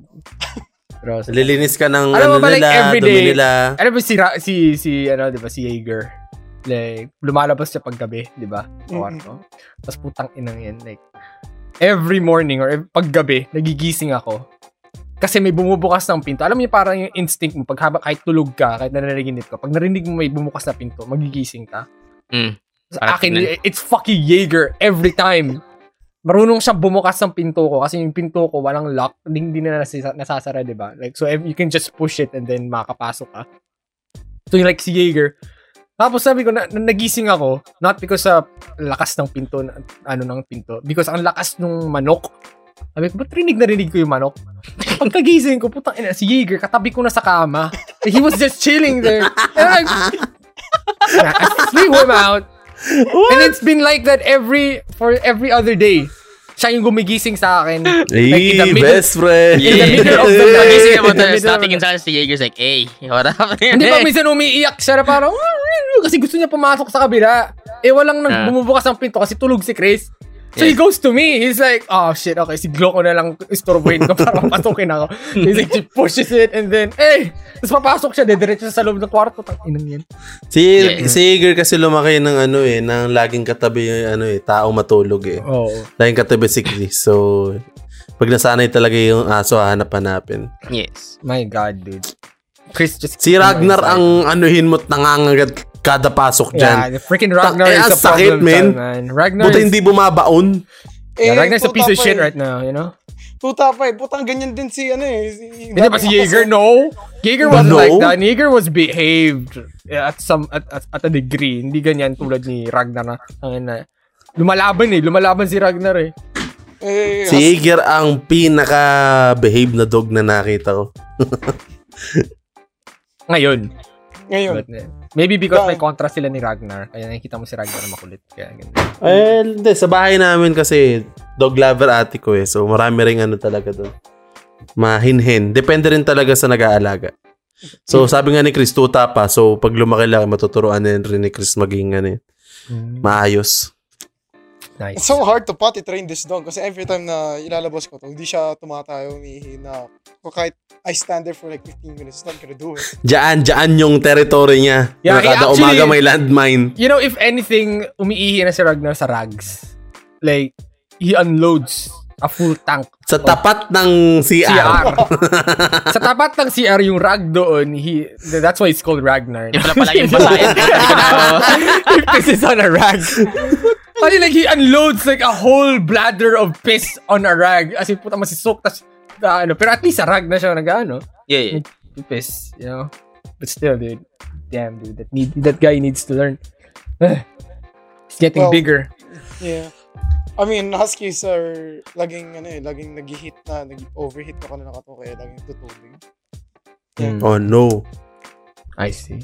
[SPEAKER 2] Pero, sa-
[SPEAKER 1] Lilinis ka ng
[SPEAKER 2] Alam mo
[SPEAKER 1] ano
[SPEAKER 2] ba, like,
[SPEAKER 1] nila,
[SPEAKER 2] everyday-
[SPEAKER 1] dumi nila.
[SPEAKER 2] Ano ba si, Ra- si, si, ano, di ba, si Jaeger? Like, lumalabas siya paggabi, di ba? O ano? Tapos putang inang yan, like, every morning or ev- paggabi, nagigising ako. Kasi may bumubukas ng pinto. Alam mo yung parang yung instinct mo, pag habang kahit tulog ka, kahit nananaginip ka, pag narinig mo may bumukas na pinto, magigising ka.
[SPEAKER 3] Mm.
[SPEAKER 2] Sa
[SPEAKER 3] Parang
[SPEAKER 2] akin,
[SPEAKER 3] tingnan.
[SPEAKER 2] it's fucking Jaeger every time. Marunong siya bumukas ng pinto ko kasi yung pinto ko walang lock, hindi, hindi na nasisa- nasasara, di ba? Like, so ev- you can just push it and then makapasok ka. So yung like si Jaeger. Tapos sabi ko, na, na- nagising ako, not because sa lakas ng pinto, na- ano ng pinto, because ang lakas nung manok. Sabi ko, ba't rinig narinig ko yung manok? Pag nagising ko, putang ina, si Jaeger, katabi ko na sa kama. And he was just chilling there. And I, I flew him out. And it's been like that every, for every other day. Siya yung gumigising sa akin. Like, in the
[SPEAKER 1] Ay,
[SPEAKER 2] middle-
[SPEAKER 1] best friend.
[SPEAKER 3] In the
[SPEAKER 2] middle of the night.
[SPEAKER 3] Pagising naman
[SPEAKER 2] In the
[SPEAKER 3] tayo,
[SPEAKER 2] middle of
[SPEAKER 3] starting
[SPEAKER 2] the-
[SPEAKER 3] sa akin, si Jaeger's like, hey, what up?
[SPEAKER 2] Hindi ba minsan umiiyak siya na parang kasi gusto niya pumasok sa kabila. Eh walang nang
[SPEAKER 3] Ah.
[SPEAKER 2] bumubukas ng pinto kasi tulog si Chris. So he
[SPEAKER 3] Yes.
[SPEAKER 2] goes to me. He's like, oh shit, okay, si Glock ko na lang istorbuhin ko para papasukin ako. He's like, he pushes it and then, eh! Tapos papasok siya, dediretso siya sa loob ng kwarto. Tang inang yan.
[SPEAKER 1] Si,
[SPEAKER 3] Yeah.
[SPEAKER 1] si Jaeger kasi lumaki ng ano eh, ng laging katabi yung ano eh, tao matulog eh.
[SPEAKER 2] Oo.
[SPEAKER 1] Laging katabi si Chris. So, pag nasanay talaga yung aso, hahanap-hanapin.
[SPEAKER 3] Yes.
[SPEAKER 2] My God, dude. Chris just...
[SPEAKER 1] Si Ragnar ang anuhin mo't nangangagat kada pasok
[SPEAKER 2] Yeah,
[SPEAKER 1] dyan.
[SPEAKER 2] the freaking
[SPEAKER 1] Tang-
[SPEAKER 2] Ragnar
[SPEAKER 1] eh,
[SPEAKER 2] is a
[SPEAKER 1] ang sakit,
[SPEAKER 2] problem
[SPEAKER 1] man.
[SPEAKER 2] child, man. Ragnar
[SPEAKER 1] Buti
[SPEAKER 2] is...
[SPEAKER 1] hindi bumabaon.
[SPEAKER 2] Yeah,
[SPEAKER 4] Eh,
[SPEAKER 2] Ragnar's a
[SPEAKER 4] puta
[SPEAKER 2] piece of
[SPEAKER 4] pa
[SPEAKER 2] shit
[SPEAKER 4] eh.
[SPEAKER 2] right now, you know?
[SPEAKER 4] Puta pa eh. Putang ganyan din si ano eh. Si,
[SPEAKER 2] Hindi ba si Jaeger? No. Jaeger wasn't
[SPEAKER 1] No.
[SPEAKER 2] like that. Jaeger was behaved at some at, at, at a degree. Hindi ganyan tulad ni Ragnar na. Ang ina. Lumalaban eh. Lumalaban si Ragnar eh.
[SPEAKER 4] Eh,
[SPEAKER 1] Si Jaeger ang pinaka-behave na dog na nakita ko.
[SPEAKER 2] Ngayon.
[SPEAKER 4] Ngayon.
[SPEAKER 2] But, eh, maybe because
[SPEAKER 4] Bakit?
[SPEAKER 2] may contrast sila ni Ragnar. Kaya nakikita mo si Ragnar makulit. Kaya ganun.
[SPEAKER 1] Eh, hindi. Sa bahay namin kasi, dog lover ate ko eh. So, marami rin ano talaga doon. Mahinhin. Depende rin talaga sa nag-aalaga.
[SPEAKER 2] Hmm.
[SPEAKER 1] So, sabi nga ni Chris, tuta pa. So, pag lumaki lang, matuturoan din rin ni Chris maging ano, eh,
[SPEAKER 2] Hmm.
[SPEAKER 1] maayos.
[SPEAKER 2] Nice.
[SPEAKER 4] It's so hard to potty train this dog kasi every time na ilalabas ko to, hindi siya tumatayo, umihina. So kahit I stand there for like 15 minutes, it's not gonna do it.
[SPEAKER 1] Diyan, diyan yung territory niya. Yeah,
[SPEAKER 2] Yeah, eh,
[SPEAKER 1] Kada
[SPEAKER 2] actually-
[SPEAKER 1] umaga may landmine.
[SPEAKER 2] You know, if anything, umiihi na si Ragnar sa rags. Like, he unloads a full tank
[SPEAKER 1] Sa tapat ng
[SPEAKER 2] CR.
[SPEAKER 1] CR.
[SPEAKER 2] sa tapat ng CR yung rag doon, he, that's why it's called Ragnar.
[SPEAKER 3] Yung pala palaging basahin.
[SPEAKER 2] If piss is on a rag. Pali like he unloads like a whole bladder of piss on a rag. As in, puta masisok. Tas, ah, ano, pero at least sa rag na siya nag-ano.
[SPEAKER 3] Yeah, yeah.
[SPEAKER 2] Piss, you know? But still, dude. Damn, dude. That, need, that guy needs to learn. It's getting
[SPEAKER 4] Well,
[SPEAKER 2] bigger.
[SPEAKER 4] Yeah. I mean, huskies are laging ano eh, laging nag-hit na, nag-overheat na kanila kato kaya laging tutubig.
[SPEAKER 2] Mm,
[SPEAKER 1] oh no.
[SPEAKER 2] I see.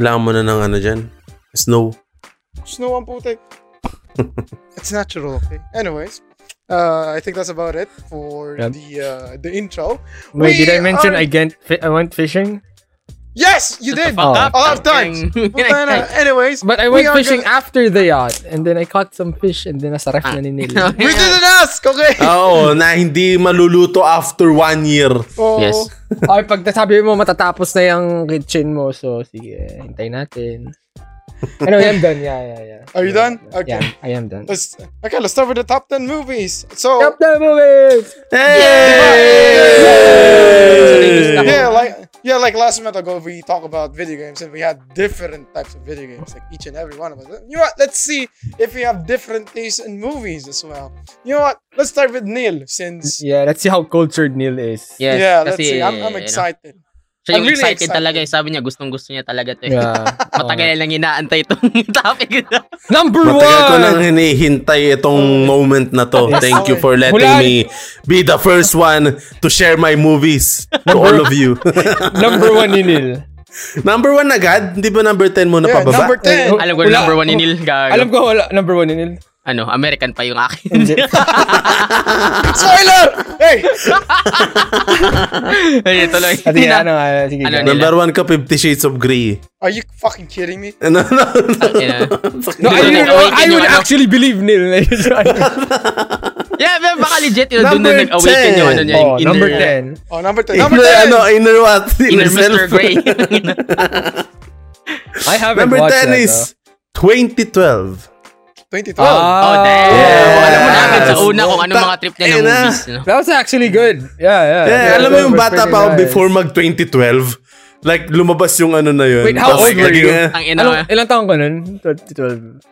[SPEAKER 1] Kailangan mo na ng ano dyan. Snow.
[SPEAKER 4] Snow ang putik. It's natural, okay? Anyways, uh, I think that's about it for
[SPEAKER 2] Yep.
[SPEAKER 4] the uh, the intro.
[SPEAKER 2] Wait,
[SPEAKER 4] We
[SPEAKER 2] did I mention
[SPEAKER 4] are-
[SPEAKER 2] I, get, fi- I went fishing?
[SPEAKER 4] Yes, you did.
[SPEAKER 2] fuck up.
[SPEAKER 4] A lot of times. Puta na. Anyways,
[SPEAKER 2] But I
[SPEAKER 4] we
[SPEAKER 2] went
[SPEAKER 4] are
[SPEAKER 2] fishing
[SPEAKER 4] gonna-
[SPEAKER 2] after the yacht. And then I caught some fish and then nasa ref na ni Neil.
[SPEAKER 4] We didn't ask, okay?
[SPEAKER 1] Oo, na hindi maluluto after one year.
[SPEAKER 3] Oh.
[SPEAKER 4] Oo.
[SPEAKER 3] Yes.
[SPEAKER 2] Ay, pag nasabi mo, matatapos na yung kitchen mo. So, sige, hintay natin. Anyway, I'm done. Yeah, yeah, yeah.
[SPEAKER 4] Are you done? Okay.
[SPEAKER 2] Yeah, I am done.
[SPEAKER 4] Let's okay. Let's start with the top ten movies. So
[SPEAKER 2] Stop the movies!
[SPEAKER 1] Hey!
[SPEAKER 4] yeah, like yeah, like last month ago, we talked about video games and we had different types of video games, like each and every one of us. You know what? Let's see if we have different tastes in movies as well. You know what? Let's start with Neil since
[SPEAKER 2] Yeah, let's see how cultured Neil is.
[SPEAKER 3] Yes,
[SPEAKER 4] yeah.
[SPEAKER 3] kasi,
[SPEAKER 4] let's see. I'm, I'm
[SPEAKER 3] you know,
[SPEAKER 4] excited.
[SPEAKER 3] Siya yung
[SPEAKER 4] I'm really
[SPEAKER 3] excited,
[SPEAKER 4] excited.
[SPEAKER 3] talaga. eh. Sabi niya, gustong-gusto niya talaga to. eh.
[SPEAKER 2] Yeah.
[SPEAKER 3] Matagal lang inaantay itong topic.
[SPEAKER 2] Number
[SPEAKER 1] Matagal ko nang
[SPEAKER 2] one!
[SPEAKER 1] hinihintay itong moment na to.
[SPEAKER 4] Yes.
[SPEAKER 1] Thank you for letting
[SPEAKER 2] Wala-
[SPEAKER 1] me be the first one to share my movies to all of you.
[SPEAKER 2] number one ni Neil.
[SPEAKER 1] number one agad? Hindi ba number 10 muna
[SPEAKER 4] Yeah,
[SPEAKER 1] pababa?
[SPEAKER 4] number 10.
[SPEAKER 3] Alam ko na
[SPEAKER 2] Wala.
[SPEAKER 3] number one ni Neil. Gago.
[SPEAKER 2] Alam ko wala, number one ni Neil.
[SPEAKER 3] Ano, American pa yung akin.
[SPEAKER 1] oh.
[SPEAKER 4] Spoiler! Hey!
[SPEAKER 3] Ay, tuloy.
[SPEAKER 2] At
[SPEAKER 3] Hindi
[SPEAKER 2] yun,
[SPEAKER 3] na.
[SPEAKER 2] ano, ah, sige.
[SPEAKER 3] Ano,
[SPEAKER 2] go.
[SPEAKER 3] Neil?
[SPEAKER 1] Number one ka, Fifty Shades of Grey.
[SPEAKER 4] Are you fucking kidding me?
[SPEAKER 1] Ano, ano, ano?
[SPEAKER 3] Ina.
[SPEAKER 2] No, I,
[SPEAKER 3] Hindi
[SPEAKER 2] would-
[SPEAKER 3] ko awaken
[SPEAKER 2] I would
[SPEAKER 3] yung ano.
[SPEAKER 2] actually believe Neil.
[SPEAKER 3] Yeah, pero baka legit yun. Doon na
[SPEAKER 1] Number
[SPEAKER 3] nag-awaken
[SPEAKER 1] 10.
[SPEAKER 3] yung ano niya. yung
[SPEAKER 2] oh,
[SPEAKER 3] inner-
[SPEAKER 2] number 10.
[SPEAKER 4] Oh, number 10. Number
[SPEAKER 1] Inner, ano,
[SPEAKER 4] 10.
[SPEAKER 1] inner what?
[SPEAKER 3] Inner
[SPEAKER 1] self.
[SPEAKER 3] Mr. Grey.
[SPEAKER 2] I haven't
[SPEAKER 1] Number
[SPEAKER 2] watched
[SPEAKER 1] 10
[SPEAKER 2] that,
[SPEAKER 1] is 2012.
[SPEAKER 4] 2012.
[SPEAKER 2] though.
[SPEAKER 3] oh, damn.
[SPEAKER 1] Yes.
[SPEAKER 3] Alam mo na agad sa una kung anong
[SPEAKER 1] Ta-
[SPEAKER 3] mga trip niya ng
[SPEAKER 1] ina.
[SPEAKER 3] movies. No?
[SPEAKER 2] That was actually good. Yeah, yeah.
[SPEAKER 1] Yeah,
[SPEAKER 2] That-
[SPEAKER 1] alam mo
[SPEAKER 2] that
[SPEAKER 1] yung
[SPEAKER 2] was
[SPEAKER 1] bata
[SPEAKER 2] pretty
[SPEAKER 1] pa ako
[SPEAKER 2] nice.
[SPEAKER 1] before mag-2012. Like, lumabas yung ano na yun.
[SPEAKER 2] Wait, how
[SPEAKER 1] Tapos
[SPEAKER 2] old were
[SPEAKER 1] naging,
[SPEAKER 2] you?
[SPEAKER 1] eh,
[SPEAKER 3] Ang ina.
[SPEAKER 2] Ano, ilang taong ka nun? 12.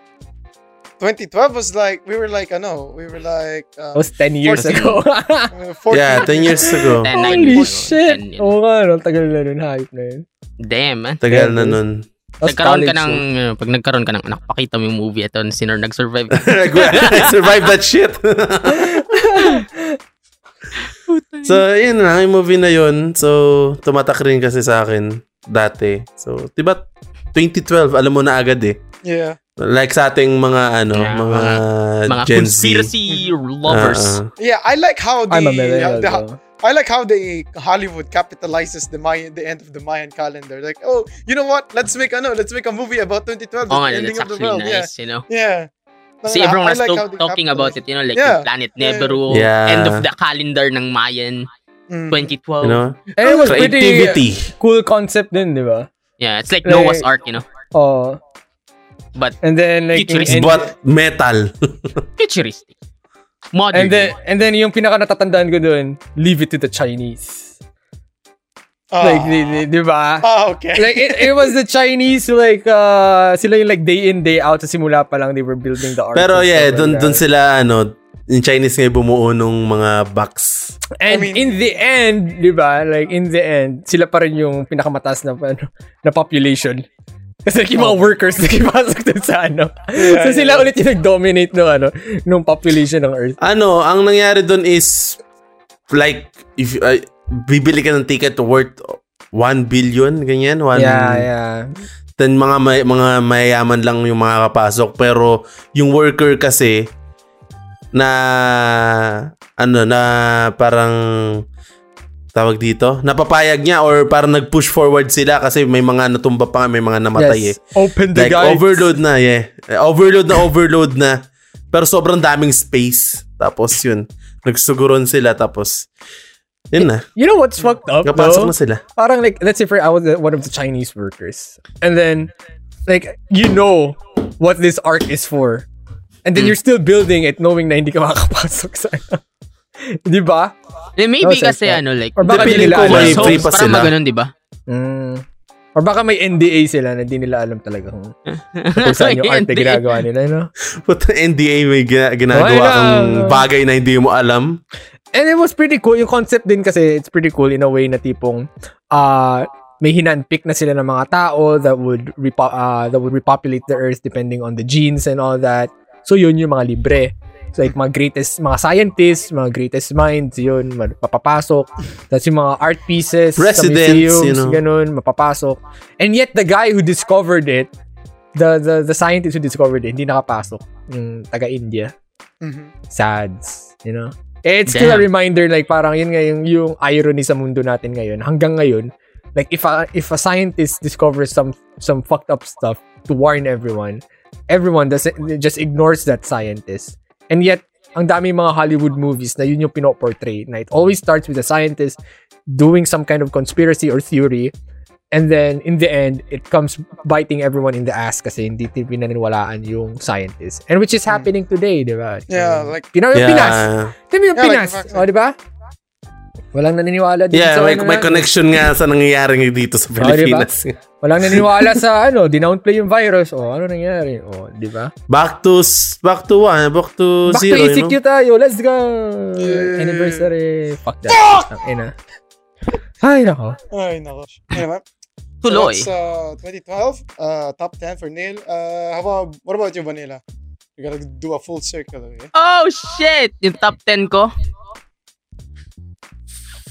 [SPEAKER 4] 2012 was like, we were like, I know, we were like,
[SPEAKER 2] That
[SPEAKER 4] uh,
[SPEAKER 2] was 10 years
[SPEAKER 3] Fourteen.
[SPEAKER 2] ago.
[SPEAKER 4] uh, 14.
[SPEAKER 1] Yeah, 10 years ago.
[SPEAKER 3] Ten, nine
[SPEAKER 2] Holy
[SPEAKER 3] years old.
[SPEAKER 2] shit.
[SPEAKER 3] Ten years old.
[SPEAKER 2] Oo nga, no, tagal na nun. Hype na yun.
[SPEAKER 3] Damn, man.
[SPEAKER 1] Tagal na nun.
[SPEAKER 2] That was
[SPEAKER 3] Nagkaroon ka
[SPEAKER 2] college,
[SPEAKER 3] ng,
[SPEAKER 2] eh.
[SPEAKER 3] uh, pag nagkaroon ka ng anak, pakita mo yung movie ito, sinor nag-survive.
[SPEAKER 1] I survived that shit. so, yun na. Yung movie na yun. So, tumatak rin kasi sa akin dati. So, diba 2012, alam mo na agad eh.
[SPEAKER 4] Yeah.
[SPEAKER 1] Like sa ating mga ano,
[SPEAKER 3] Yeah,
[SPEAKER 1] mga,
[SPEAKER 3] Mga
[SPEAKER 1] Gen Z.
[SPEAKER 3] conspiracy lovers.
[SPEAKER 1] Ah, ah.
[SPEAKER 4] Yeah, I like how the,
[SPEAKER 2] I'm a millennial.
[SPEAKER 4] the-
[SPEAKER 2] though.
[SPEAKER 4] I like how they Hollywood capitalizes the Mayan, the end of the Mayan calendar. Like, oh, you know what? Let's make a no, let's make a movie about
[SPEAKER 3] Oo
[SPEAKER 4] 2012, the
[SPEAKER 3] nga, Oh, that's
[SPEAKER 4] ending of the
[SPEAKER 3] actually
[SPEAKER 4] world.
[SPEAKER 3] nice, you know.
[SPEAKER 4] Yeah, yeah.
[SPEAKER 3] Si
[SPEAKER 4] I-
[SPEAKER 3] everyone
[SPEAKER 4] I
[SPEAKER 3] was to-
[SPEAKER 4] how they
[SPEAKER 3] talking about it, you know, like
[SPEAKER 4] Yeah.
[SPEAKER 3] the planet Neberu,
[SPEAKER 1] Yeah.
[SPEAKER 3] end of the calendar ng Mayan,
[SPEAKER 4] capitalize. Mm.
[SPEAKER 3] 2012.
[SPEAKER 1] You know?
[SPEAKER 2] And Eh,
[SPEAKER 3] Oh.
[SPEAKER 2] it was pretty
[SPEAKER 1] Creativity.
[SPEAKER 2] cool concept din, di ba?
[SPEAKER 3] Yeah, it's like
[SPEAKER 2] Like-
[SPEAKER 3] Noah's Ark, you know,
[SPEAKER 2] Oh.
[SPEAKER 3] but
[SPEAKER 2] And then like yung
[SPEAKER 3] Futuristic.
[SPEAKER 2] end-
[SPEAKER 1] But metal.
[SPEAKER 3] futuristic. Modern.
[SPEAKER 2] And then and then yung pinaka natatandaan ko doon, leave it to the Chinese.
[SPEAKER 4] Ah.
[SPEAKER 2] Like di, di, di ba?
[SPEAKER 4] Ah, okay.
[SPEAKER 2] like it, it was the Chinese like uh sila yung like day in day out sa simula pa lang they were building the art.
[SPEAKER 1] Pero
[SPEAKER 2] and
[SPEAKER 1] yeah,
[SPEAKER 2] stuff like
[SPEAKER 1] dun,
[SPEAKER 2] that.
[SPEAKER 1] dun sila ano, in Chinese nga bumuo nung mga box.
[SPEAKER 2] And
[SPEAKER 4] I mean-
[SPEAKER 2] in the end, 'di ba? Like in the end, sila pa rin yung pinakamataas na ano, na population. Kasi like, yung
[SPEAKER 1] Oh.
[SPEAKER 2] mga workers na kipasok dun sa ano. so
[SPEAKER 4] yeah,
[SPEAKER 2] sila ulit yung nag-dominate no ano, nung population ng Earth.
[SPEAKER 1] Ano, ang nangyari dun is like if uh, bibili ka ng ticket worth 1 billion ganyan, 1
[SPEAKER 2] Yeah, yeah.
[SPEAKER 1] Then mga may, mga mayayaman lang yung makakapasok pero yung worker kasi na ano na parang tawag dito napapayag niya or parang nag-push forward sila kasi may mga natumba pa nga, may mga namatay eh.
[SPEAKER 2] yes. Open the
[SPEAKER 1] Like
[SPEAKER 2] guys.
[SPEAKER 1] overload na, yeah. Eh, Overload na overload na. Pero sobrang daming space. Tapos yun, nagsuguron sila tapos yun na,
[SPEAKER 2] You know what's fucked up?
[SPEAKER 1] napasok
[SPEAKER 2] though?
[SPEAKER 1] na sila.
[SPEAKER 2] parang like let's say for I was the- one of the Chinese workers, and then like you know what this arc is for, and then you're still building it knowing na hindi ka makakapasok sa di ba?
[SPEAKER 3] Eh, maybe
[SPEAKER 2] No sense
[SPEAKER 3] kasi
[SPEAKER 2] na.
[SPEAKER 3] ano, like,
[SPEAKER 2] Or baka
[SPEAKER 1] Hindi, piling
[SPEAKER 2] hindi nila
[SPEAKER 1] ko may
[SPEAKER 2] alam.
[SPEAKER 1] free pa
[SPEAKER 3] parang
[SPEAKER 1] sila.
[SPEAKER 3] maganon, di ba?
[SPEAKER 2] Mm. Or baka may NDA sila na hindi nila alam talaga kung kung saan yung arte
[SPEAKER 3] Hindi.
[SPEAKER 2] ginagawa nila, no?
[SPEAKER 1] Puta, NDA may gina-
[SPEAKER 2] Wala.
[SPEAKER 1] ginagawa kang bagay na hindi mo alam.
[SPEAKER 2] And it was pretty cool. Yung concept din kasi, it's pretty cool in a way na tipong uh, may hinanpick na sila ng mga tao that would repo- uh, that would repopulate the earth depending on the genes and all that. So yun yung mga libre. So like mga greatest, mga scientists, mga greatest minds, yun, ma- mapapasok. Tapos yung mga art pieces,
[SPEAKER 1] Residents,
[SPEAKER 2] sa museums,
[SPEAKER 1] you know.
[SPEAKER 2] ganun, mapapasok. And yet the guy who discovered it, the the, the scientist who discovered it, hindi nakapasok. Yung taga-India
[SPEAKER 4] Mhm.
[SPEAKER 2] sads, you know? Eh, it's still a
[SPEAKER 3] Damn.
[SPEAKER 2] reminder, like, parang yun nga yung, yung irony sa mundo natin ngayon. Hanggang ngayon, like, if a, if a scientist discovers some some fucked up stuff to warn everyone, everyone does just ignores that scientist. And yet, ang dami mga Hollywood movies na yun yung pinoportray. Na it always starts with a scientist doing some kind of conspiracy or theory. And then, in the end, it comes biting everyone in the ass kasi hindi ti- pinaniniwalaan yung scientist. And which is happening today, di ba?
[SPEAKER 4] Hmm. Yeah, like-
[SPEAKER 2] Pinoy
[SPEAKER 1] Yeah.
[SPEAKER 2] Pinas! Tingnan mo yung
[SPEAKER 4] Yeah,
[SPEAKER 2] Pinas.
[SPEAKER 4] like, uh,
[SPEAKER 2] o, di ba? Walang naniniwala dito
[SPEAKER 1] Yeah,
[SPEAKER 2] sa
[SPEAKER 1] may,
[SPEAKER 2] ano
[SPEAKER 1] may
[SPEAKER 2] na-
[SPEAKER 1] connection nga sa nangyayari ngayon dito sa
[SPEAKER 2] diba?
[SPEAKER 1] Pilipinas.
[SPEAKER 2] Walang naniniwala sa ano, dinownplay yung virus. O, ano nangyari? O, di ba?
[SPEAKER 1] Back to, s- back to one, back to
[SPEAKER 2] Back
[SPEAKER 1] zero,
[SPEAKER 2] to ECQ
[SPEAKER 1] you know?
[SPEAKER 2] tayo. Let's go!
[SPEAKER 4] Yeah.
[SPEAKER 2] Anniversary. Fuck that. Fuck! Ang ina. Ay, nako.
[SPEAKER 4] Ay, nako. Anyway,
[SPEAKER 3] Tuloy.
[SPEAKER 4] that's uh, 2012. Uh, top 10 for Neil. Uh, how about, what about you, Vanilla? You gotta do a full circle, okay?
[SPEAKER 3] Oh, shit! Yung top 10 ko.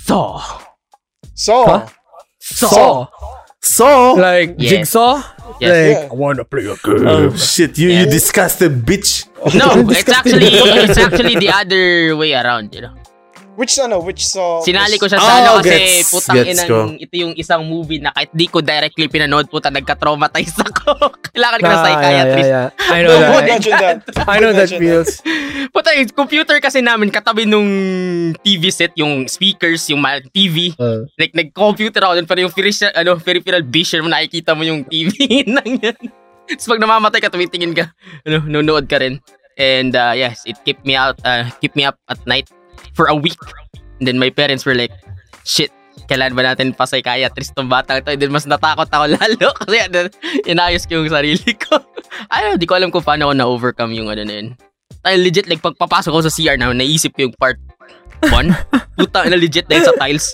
[SPEAKER 3] So.
[SPEAKER 4] So,
[SPEAKER 2] Huh?
[SPEAKER 3] So.
[SPEAKER 2] Saw.
[SPEAKER 1] So,
[SPEAKER 2] Like,
[SPEAKER 3] Yes.
[SPEAKER 2] jigsaw?
[SPEAKER 3] Yes.
[SPEAKER 2] Like,
[SPEAKER 4] Yeah.
[SPEAKER 2] I wanna play a game.
[SPEAKER 1] oh shit, you you
[SPEAKER 3] Yeah.
[SPEAKER 1] disgusted bitch.
[SPEAKER 3] No, it's
[SPEAKER 2] Disgusting.
[SPEAKER 3] actually it's actually the other way around, you know.
[SPEAKER 4] which ano, which saw?
[SPEAKER 3] Sinali ko
[SPEAKER 4] was-
[SPEAKER 3] siya sa
[SPEAKER 1] Oh,
[SPEAKER 3] ano kasi
[SPEAKER 1] gets-
[SPEAKER 3] putang
[SPEAKER 1] gets
[SPEAKER 3] inang
[SPEAKER 1] ko.
[SPEAKER 3] ito yung isang movie na kahit di ko directly pinanood puta nagka-traumatize ako. Kailangan ko ng
[SPEAKER 2] Ah,
[SPEAKER 3] psychiatrist.
[SPEAKER 2] yeah, yeah, yeah. I know
[SPEAKER 4] No, would
[SPEAKER 3] eh.
[SPEAKER 2] that.
[SPEAKER 4] mention that.
[SPEAKER 2] I know
[SPEAKER 4] Would
[SPEAKER 2] that
[SPEAKER 4] mention
[SPEAKER 2] feels.
[SPEAKER 3] Puta, yung computer kasi namin katabi nung TV set, yung speakers, yung ma- TV.
[SPEAKER 2] Uh,
[SPEAKER 3] Like, nag-computer ako dun, pero yung peripheral, ano, peripheral vision mo, nakikita mo yung TV. nang yan. Tapos pag namamatay ka, tumitingin ka, ano, nunood ka rin. And uh, yes, it kept me out, uh, kept me up at night for a week. And then my parents were like, shit, kailan ba natin pa psychiatrist tong batang to? And then mas natakot ako lalo kasi ano, inayos ko yung sarili ko. Ay, di ko alam kung paano ako na-overcome yung ano na yun. Ay, legit, like pagpapasok ko sa CR na, naisip ko yung part 1. Puta, na legit dahil sa tiles.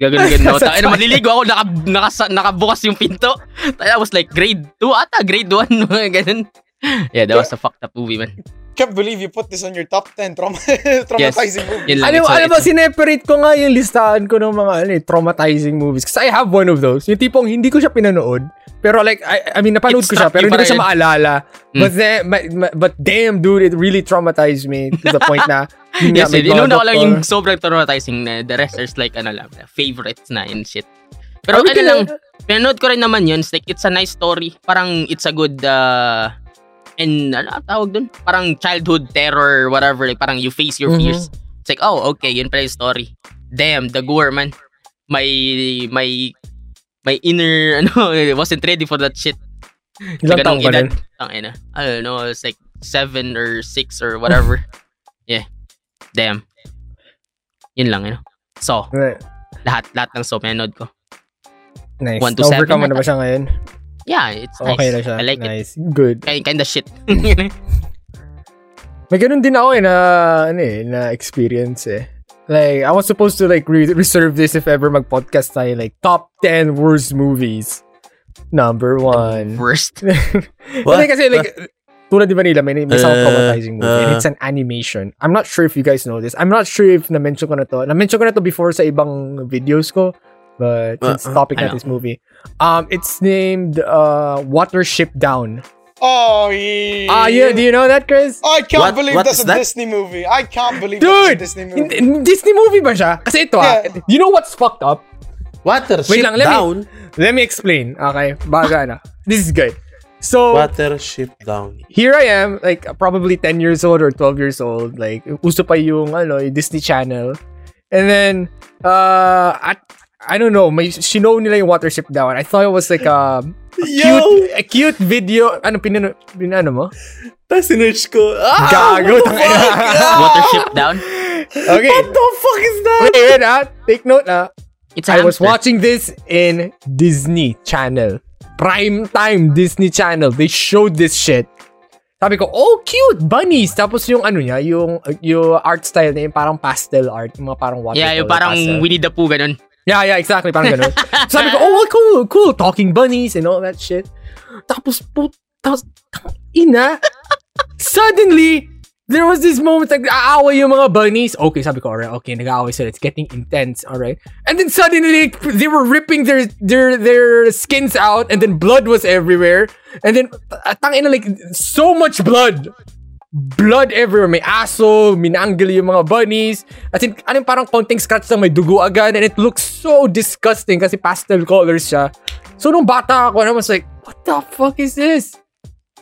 [SPEAKER 3] Gaganon ganun ako.
[SPEAKER 2] Sa
[SPEAKER 3] Tayo na maliligo ako, naka, nakasa, nakabukas yung pinto. Tayo, I was like, grade 2 ata, grade 1, mga ganun. Yeah, that was a fucked up movie, man.
[SPEAKER 4] Can't believe you put this on your top 10 trauma- traumatizing movie.
[SPEAKER 3] Yun lang,
[SPEAKER 2] alam,
[SPEAKER 3] it's a-
[SPEAKER 2] alam mo,
[SPEAKER 3] it's a-
[SPEAKER 2] sineperate ko nga yung listahan ko ng mga ano, eh, traumatizing movies. Kasi I have one of those. Yung tipong hindi ko siya pinanood. Pero like, I, I mean, napanood
[SPEAKER 3] It
[SPEAKER 2] ko siya,
[SPEAKER 3] struck
[SPEAKER 2] pero
[SPEAKER 3] you
[SPEAKER 2] hindi ko siya
[SPEAKER 3] parang yun.
[SPEAKER 2] maalala.
[SPEAKER 3] Mm.
[SPEAKER 2] But, then, ma- ma- but damn, dude, it really traumatized me to the point na yun nga,
[SPEAKER 3] Yes,
[SPEAKER 2] may
[SPEAKER 3] yun. Inuna ko lang
[SPEAKER 2] doctor.
[SPEAKER 3] yung sobrang traumatizing na the rest is like, ano lang, favorites na and shit. Pero
[SPEAKER 2] Are we
[SPEAKER 3] ano
[SPEAKER 2] gonna-
[SPEAKER 3] lang, pinanood ko rin naman yun. It's like, it's a nice story. Parang, it's a good, uh, and ano ang tawag dun? Parang childhood terror, whatever. Like, parang you face your
[SPEAKER 2] Mhm.
[SPEAKER 3] fears. It's like, oh, okay, yun pala yung story. Damn, the gore, man. My, my, my inner, ano, wasn't ready for that shit.
[SPEAKER 2] Ilang
[SPEAKER 3] Ganong
[SPEAKER 2] taong ka
[SPEAKER 3] edad.
[SPEAKER 2] nun?
[SPEAKER 3] Tangina. I don't know, it's like seven or six or whatever. yeah. Damn. Yun lang, you know. So,
[SPEAKER 2] Right.
[SPEAKER 3] lahat, lahat ng so, pinanood ko.
[SPEAKER 2] Nice.
[SPEAKER 3] One to seven
[SPEAKER 2] Overcome mo
[SPEAKER 3] na
[SPEAKER 2] na ba siya ngayon?
[SPEAKER 3] Yeah, it's nice.
[SPEAKER 2] Okay na siya.
[SPEAKER 3] I like it.
[SPEAKER 2] nice. Good.
[SPEAKER 3] Kind, kind of shit.
[SPEAKER 2] May ganun din ako eh na, ano eh, na experience eh. Like, I was supposed to like re- reserve this if ever mag-podcast tayo like top 10 worst movies. Number one.
[SPEAKER 3] Worst.
[SPEAKER 2] Hindi kasi like, tulad di ba nila, may, may sound traumatizing movie
[SPEAKER 1] Uh,
[SPEAKER 2] and
[SPEAKER 1] uh.
[SPEAKER 2] it's an animation. I'm not sure if you guys know this. I'm not sure if na-mention ko na to. Na-mention ko na to before sa ibang videos ko. But
[SPEAKER 1] Uh,
[SPEAKER 2] since
[SPEAKER 1] uh,
[SPEAKER 2] topic na
[SPEAKER 3] ano?
[SPEAKER 2] this movie. Um, it's named uh, Watership Down.
[SPEAKER 4] Oh, yeah.
[SPEAKER 2] Ah, yeah, do you know that, Chris?
[SPEAKER 4] I can't
[SPEAKER 1] What-
[SPEAKER 4] believe
[SPEAKER 1] what
[SPEAKER 4] that's
[SPEAKER 1] is
[SPEAKER 4] a
[SPEAKER 1] that?
[SPEAKER 4] Disney movie. I can't believe
[SPEAKER 2] Dude!
[SPEAKER 4] that's a Disney movie.
[SPEAKER 2] Hindi- Disney movie ba siya? Kasi ito ah,
[SPEAKER 4] Yeah.
[SPEAKER 2] you know what's fucked up?
[SPEAKER 1] Watership
[SPEAKER 2] Wait lang, let me-
[SPEAKER 1] down.
[SPEAKER 2] Let me explain. Okay, baga na. This is good. So,
[SPEAKER 1] Watership down.
[SPEAKER 2] here I am, like probably 10 years old or 12 years old. Like, uso pa yung, ano, yung Disney Channel. And then, uh, at, I don't know, may sinow nila yung Watership Down. I thought it was like a, a cute, a cute video. Ano, pinano, pinano mo?
[SPEAKER 1] Tapos sinerch ko. Ah,
[SPEAKER 2] Gago,
[SPEAKER 1] what the
[SPEAKER 2] tangina.
[SPEAKER 1] fuck? Ah!
[SPEAKER 3] Watership down.
[SPEAKER 2] Okay.
[SPEAKER 1] What the fuck is that?
[SPEAKER 2] Wait, wait, ah. Take note, ah.
[SPEAKER 3] It's a
[SPEAKER 2] I was
[SPEAKER 3] hamster.
[SPEAKER 2] watching this in Disney Channel. Prime time Disney Channel. They showed this shit. Sabi ko, oh, cute, bunnies. Tapos yung ano niya, yung, yung art style niya, yung parang pastel art, yung mga parang watercolor.
[SPEAKER 3] Yeah, yung parang
[SPEAKER 2] pastel.
[SPEAKER 3] Winnie the Pooh, ganun.
[SPEAKER 2] Yeah, yeah, exactly. Parang ganun. Sabi ko, oh, well, cool, cool. Talking bunnies and all that shit. Tapos, put, tapos, tang ina. Suddenly, there was this moment like, aaway yung mga bunnies. Okay, sabi ko, alright, okay, nag-aaway sila. It's getting intense, alright. And then suddenly, they were ripping their their their skins out and then blood was everywhere. And then, ah, tang ina, like, so much blood blood everywhere. May aso, minanggal yung mga bunnies. As in, anong parang konting scratch lang may dugo agad. And it looks so disgusting kasi pastel colors siya. So, nung bata ako, I was like, what the fuck is this?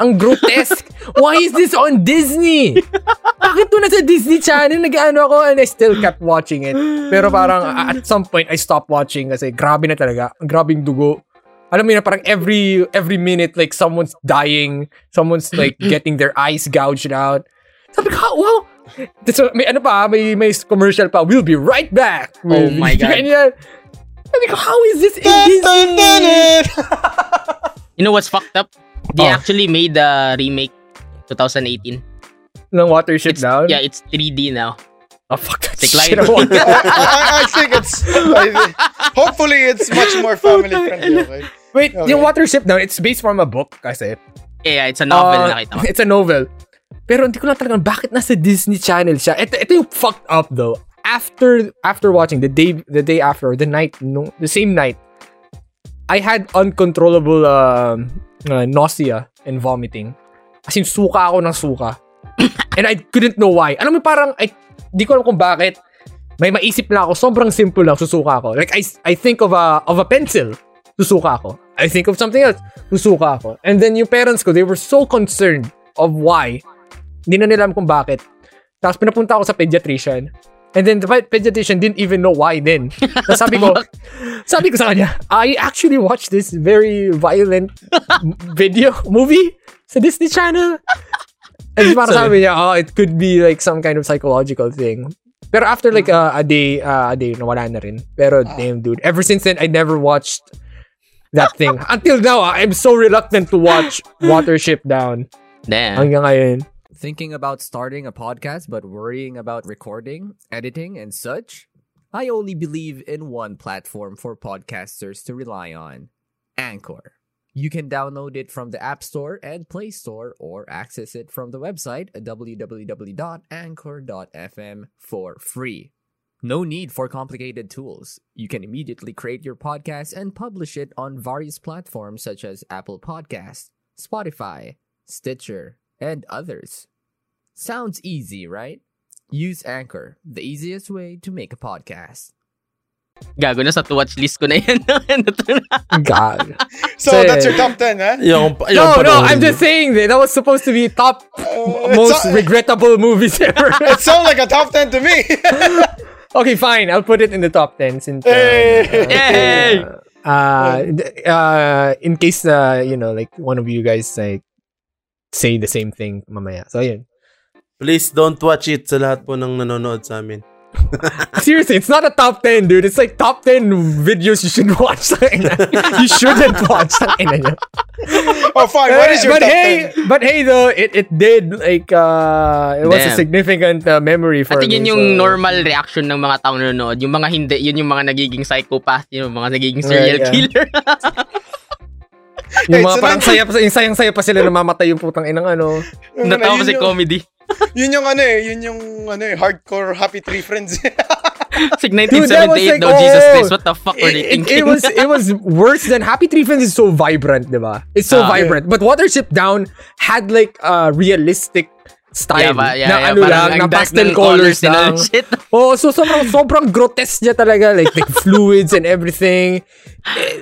[SPEAKER 2] Ang grotesque. Why is this on Disney? Bakit to nasa Disney Channel? Nag-ano ako and I still kept watching it. Pero parang uh, at some point, I stopped watching kasi grabe na talaga. Ang grabing dugo. Alam mo yun, na parang every every minute, like someone's dying. Someone's like
[SPEAKER 3] Mm.
[SPEAKER 2] getting their eyes gouged out. Sabi ko, "Ah, wow. So, may ano pa, may, may commercial pa. We'll be right back.
[SPEAKER 3] Oh my God.
[SPEAKER 2] Ganyan. Sabi ko, how is this in
[SPEAKER 4] Dun, dun, dun,
[SPEAKER 2] Disney?
[SPEAKER 4] dun.
[SPEAKER 3] You know what's fucked up? They
[SPEAKER 2] Oh.
[SPEAKER 3] actually made a remake 2018.
[SPEAKER 2] Ng Watership
[SPEAKER 3] It's,
[SPEAKER 2] Down?
[SPEAKER 3] Yeah, it's 3D now.
[SPEAKER 2] Oh, fuck that
[SPEAKER 3] Decline.
[SPEAKER 2] shit. I want that.
[SPEAKER 4] I, I think it's. I thi- hopefully, it's much more family friendly. Right?
[SPEAKER 2] Wait,
[SPEAKER 4] Okay.
[SPEAKER 2] yung Water Ship Down, it's based from a book kasi.
[SPEAKER 3] Yeah, it's a novel
[SPEAKER 2] Uh,
[SPEAKER 3] na nakita ko.
[SPEAKER 2] It's a novel. Pero hindi ko lang talaga bakit nasa Disney Channel siya. Ito, ito yung fucked up though. After after watching the day the day after or the night no, the same night, I had uncontrollable um, uh, nausea and vomiting. As in, suka ako ng suka. and I couldn't know why. Alam mo, parang, I, di ko alam kung bakit. May maisip na ako, sobrang simple lang, susuka ako. Like, I, I think of a, of a pencil, susuka ako. I think of something else, susuka ako. And then yung parents ko, they were so concerned of why. Hindi na nila alam kung bakit. Tapos pinapunta ako sa pediatrician. And then the pe- pediatrician didn't even know why then. Tapos sabi ko, sabi ko sa kanya, I actually watched this very violent m- video, movie sa Disney Channel. And parang sabi niya, oh, it could be like some kind of psychological thing. Pero after like uh, a day, uh, a day, nawala na rin. Pero damn dude, ever since then, I never watched that thing. Until now, ah, I'm so reluctant to watch Watership Down.
[SPEAKER 3] Damn.
[SPEAKER 2] Hanggang ngayon.
[SPEAKER 5] Thinking about starting a podcast but worrying about recording, editing, and such? I only believe in one platform for podcasters to rely on Anchor. You can download it from the App Store and Play Store or access it from the website www.anchor.fm for free. No need for complicated tools. You can immediately create your podcast and publish it on various platforms such as Apple Podcasts, Spotify, Stitcher, and others. Sounds easy, right? Use Anchor, the easiest way to make a podcast.
[SPEAKER 3] Gago na sa to-watch list ko na yan.
[SPEAKER 2] God.
[SPEAKER 4] So
[SPEAKER 2] Say-
[SPEAKER 4] that's your top ten, eh? huh?
[SPEAKER 1] Yung, yung
[SPEAKER 2] no, no,
[SPEAKER 1] panoorin
[SPEAKER 2] I'm
[SPEAKER 1] mo.
[SPEAKER 2] just saying that that was supposed to be top
[SPEAKER 4] Uh,
[SPEAKER 2] most
[SPEAKER 4] so-
[SPEAKER 2] regrettable movies ever.
[SPEAKER 4] It sounds like a top ten to me.
[SPEAKER 2] okay, fine. I'll put it in the top 10 since uh,
[SPEAKER 4] Hey.
[SPEAKER 3] Yay!
[SPEAKER 2] uh, d- uh, in case uh, you know, like one of you guys like say the same thing mamaya. So yun.
[SPEAKER 1] Please don't watch it sa lahat po ng nanonood sa amin.
[SPEAKER 2] Seriously, it's not a top 10, dude. It's like top 10 videos you should watch. you shouldn't watch.
[SPEAKER 4] oh, fine. What is your
[SPEAKER 2] but
[SPEAKER 4] top
[SPEAKER 2] hey,
[SPEAKER 4] 10?
[SPEAKER 2] but hey though, it, it did like uh it was a
[SPEAKER 3] Damn.
[SPEAKER 2] significant uh, memory
[SPEAKER 3] I
[SPEAKER 2] for
[SPEAKER 3] think
[SPEAKER 2] me.
[SPEAKER 3] yun yung
[SPEAKER 2] so-
[SPEAKER 3] normal reaction ng mga taong nanonood. Yung mga hindi, yun yung mga nagiging psychopath, yun yung mga nagiging serial
[SPEAKER 2] Right, yeah.
[SPEAKER 3] killer.
[SPEAKER 2] Yung
[SPEAKER 4] Wait,
[SPEAKER 2] mga
[SPEAKER 4] so
[SPEAKER 2] parang
[SPEAKER 4] nandun-
[SPEAKER 2] saya pa, yung sayang-saya pa sila na mamatay yung putang inang ano.
[SPEAKER 3] Natawa ko
[SPEAKER 4] Yun
[SPEAKER 3] sa
[SPEAKER 4] yung-
[SPEAKER 3] comedy.
[SPEAKER 4] Yun yung ano eh, yun yung ano eh, hardcore happy three friends.
[SPEAKER 3] It's like
[SPEAKER 2] Dude, that was
[SPEAKER 3] 1978
[SPEAKER 2] like,
[SPEAKER 3] daw, Jesus
[SPEAKER 2] oh,
[SPEAKER 3] Christ. What the fuck were they
[SPEAKER 2] It, it,
[SPEAKER 3] thinking?
[SPEAKER 2] it was it was worse than Happy Tree Friends is so vibrant, di ba? It's so
[SPEAKER 3] Ah.
[SPEAKER 2] vibrant. But Watership Down had like a realistic style
[SPEAKER 3] Yeah, ba, yeah,
[SPEAKER 2] na
[SPEAKER 3] yeah,
[SPEAKER 2] ano
[SPEAKER 3] parang
[SPEAKER 2] lang,
[SPEAKER 3] ang
[SPEAKER 2] na
[SPEAKER 3] dark
[SPEAKER 2] pastel
[SPEAKER 3] ng
[SPEAKER 2] colors
[SPEAKER 3] nila
[SPEAKER 2] lang.
[SPEAKER 3] and Shit.
[SPEAKER 2] Oh, so sobrang sobrang grotesque niya talaga like, like fluids and everything.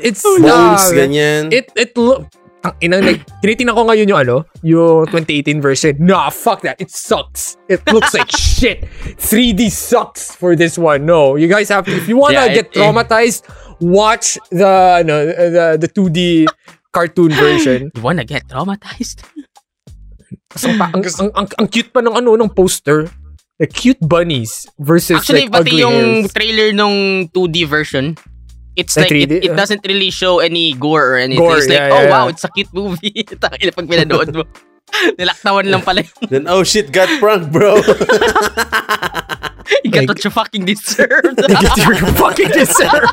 [SPEAKER 2] It's
[SPEAKER 1] Bones,
[SPEAKER 2] uh,
[SPEAKER 1] ganyan.
[SPEAKER 2] It it look ang inang like tinitingnan ko ngayon yung ano, yung 2018 version. Nah, fuck that. It sucks. It looks like shit. 3D sucks for this one. No, you guys have to if you want to
[SPEAKER 3] Yeah,
[SPEAKER 2] get
[SPEAKER 3] it- it-
[SPEAKER 2] traumatized, watch the no, the the 2D cartoon version.
[SPEAKER 3] You wanna get traumatized?
[SPEAKER 2] So, pa, ang, ang, ang, ang cute pa ng ano ng poster. The cute bunnies versus
[SPEAKER 3] Actually,
[SPEAKER 2] like, ugly
[SPEAKER 3] pati yung
[SPEAKER 2] hairs.
[SPEAKER 3] trailer nung 2D version, it's
[SPEAKER 2] Na
[SPEAKER 3] like, it,
[SPEAKER 2] 3D,
[SPEAKER 3] it
[SPEAKER 2] ah.
[SPEAKER 3] doesn't really show any gore or anything.
[SPEAKER 2] Gore,
[SPEAKER 3] it's like,
[SPEAKER 2] yeah,
[SPEAKER 3] oh
[SPEAKER 2] yeah,
[SPEAKER 3] wow,
[SPEAKER 2] yeah.
[SPEAKER 3] it's a cute movie. Tangina, pag pinanood mo. Nilaktawan lang pala.
[SPEAKER 1] Then, oh shit, got prank, bro.
[SPEAKER 3] You got
[SPEAKER 2] Like-
[SPEAKER 3] what you fucking deserved.
[SPEAKER 2] Get your fucking deserve.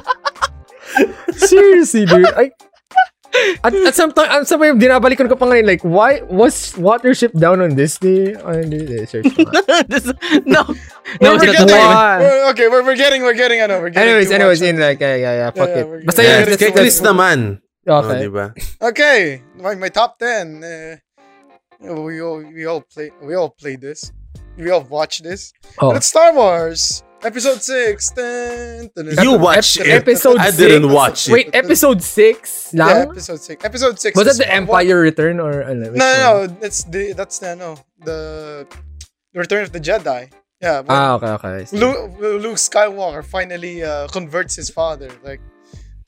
[SPEAKER 2] Seriously, dude. I, at, at some time, at some time, dinabalikan ko pa ngayon, like, why was Watership down on this day? On this day, search ko nga.
[SPEAKER 3] This- no. No, it's not
[SPEAKER 4] We're
[SPEAKER 3] the
[SPEAKER 4] forgetting-
[SPEAKER 3] time.
[SPEAKER 2] time.
[SPEAKER 4] we're- okay, we're, we're getting, we're getting, ano, we're getting
[SPEAKER 2] Anyways,
[SPEAKER 4] too
[SPEAKER 2] anyways,
[SPEAKER 4] much.
[SPEAKER 2] yun, like, yeah, yeah, yeah, fuck
[SPEAKER 4] Yeah,
[SPEAKER 2] it.
[SPEAKER 4] we're-
[SPEAKER 2] Basta
[SPEAKER 4] yeah,
[SPEAKER 2] yun,
[SPEAKER 1] yeah,
[SPEAKER 4] it's
[SPEAKER 2] let's
[SPEAKER 4] okay.
[SPEAKER 2] get
[SPEAKER 1] Chris, Chris naman. Oh,
[SPEAKER 2] Okay.
[SPEAKER 1] diba?
[SPEAKER 4] Okay, my, my top ten. Uh, we all we all play we all play this. We all watch this.
[SPEAKER 2] Oh.
[SPEAKER 4] But it's Star Wars Episode Six. Dun, dun, dun,
[SPEAKER 1] You
[SPEAKER 4] dun.
[SPEAKER 1] watch
[SPEAKER 4] Ep-
[SPEAKER 1] it.
[SPEAKER 2] Episode
[SPEAKER 1] I
[SPEAKER 2] 6.
[SPEAKER 1] didn't watch it.
[SPEAKER 2] Wait, episode 6
[SPEAKER 4] Yeah,
[SPEAKER 2] lang?
[SPEAKER 4] episode Six. Episode Six.
[SPEAKER 2] was
[SPEAKER 4] is
[SPEAKER 2] that the
[SPEAKER 4] Star
[SPEAKER 2] Empire Return or uh, ano?
[SPEAKER 4] Wars. No, no, no. That's the that's the no the the Return of the Jedi. Yeah. when
[SPEAKER 2] Ah, okay, okay. I see.
[SPEAKER 4] Luke, Luke Skywalker finally uh, converts his father. Like,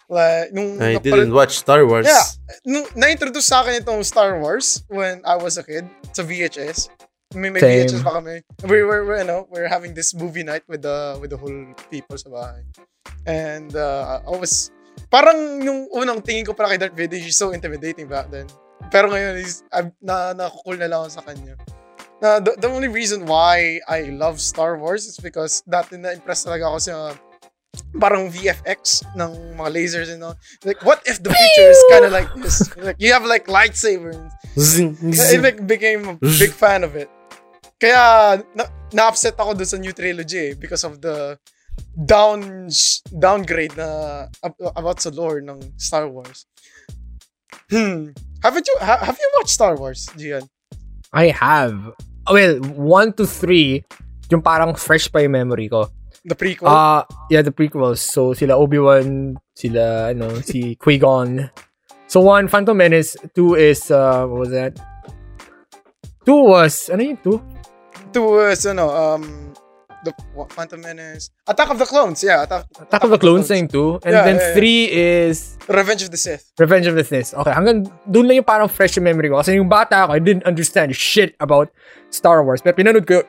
[SPEAKER 4] like nung
[SPEAKER 1] I
[SPEAKER 4] napal-
[SPEAKER 1] didn't watch Star Wars.
[SPEAKER 4] Yeah. nung na-introduce sa akin itong Star Wars when I was a kid sa VHS. May, may
[SPEAKER 2] Same.
[SPEAKER 4] VHS pa kami. We were, we, ano, we're having this movie night with the with the whole people sa bahay. And uh, I was parang nung unang tingin ko para kay Darth Vader, he's so intimidating back then. Pero ngayon, he's, I'm, na, nakukool na lang ako sa kanya. na the, the only reason why I love Star Wars is because dati na-impress talaga ako sa parang VFX ng mga lasers and all. Like, what if the future is kind of like this? Like, you have like lightsaber. and-
[SPEAKER 1] Zing,
[SPEAKER 4] It
[SPEAKER 1] zing.
[SPEAKER 4] like, became a big fan of it. Kaya, na- na-upset ako dun sa new trilogy eh, because of the down downgrade na ab- about sa lore ng Star Wars. Hmm. Haven't you ha- have you watched Star Wars, Gian?
[SPEAKER 2] I have. oh, Well, 1 to 3, yung parang fresh pa yung memory ko.
[SPEAKER 4] The prequel?
[SPEAKER 2] Ah, yeah, the prequels. So sila Obi-Wan, sila ano, si Qui-Gon. So one Phantom Menace, two is uh what was that? Two was ano yung two?
[SPEAKER 4] to uh, so no um the what, Phantom Menace, Attack of the Clones, yeah, Attack,
[SPEAKER 2] Attack of the Clones eh. na yung two. And
[SPEAKER 4] Yeah,
[SPEAKER 2] then
[SPEAKER 4] yeah, yeah.
[SPEAKER 2] three is
[SPEAKER 4] Revenge of the Sith.
[SPEAKER 2] Revenge of the Sith. Okay, hanggang doon lang yung parang fresh yung memory ko. Kasi yung bata ako, I didn't understand shit about Star Wars. Pero pinanood ko yung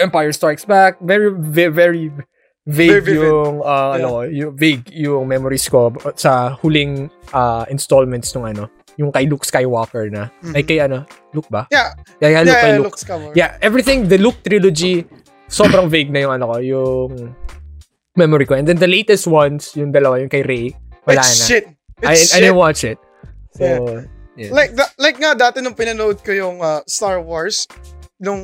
[SPEAKER 2] Empire Strikes Back. Very, very, very vague
[SPEAKER 4] Very vivid.
[SPEAKER 2] yung, uh,
[SPEAKER 4] Yeah.
[SPEAKER 2] ano, yung, vague yung memories ko sa huling uh, installments nung ano, yung kay Luke Skywalker na. Ay, kay ano, Luke ba?
[SPEAKER 4] Yeah,
[SPEAKER 2] Yeah, yeah,
[SPEAKER 4] Mm-hmm. yeah,
[SPEAKER 2] Luke, kay
[SPEAKER 4] yeah,
[SPEAKER 2] Luke.
[SPEAKER 4] Luke Skywalker.
[SPEAKER 2] Yeah, everything, the Luke trilogy, sobrang vague na yung ano ko, yung memory ko. And then the latest ones, yung dalawa, yung kay Rey, wala na.
[SPEAKER 4] it's shit. It's
[SPEAKER 2] I,
[SPEAKER 4] shit.
[SPEAKER 2] I didn't watch it. So,
[SPEAKER 4] Yeah.
[SPEAKER 2] yeah.
[SPEAKER 4] like da- like nga dati nung pinanood ko yung uh, Star Wars nung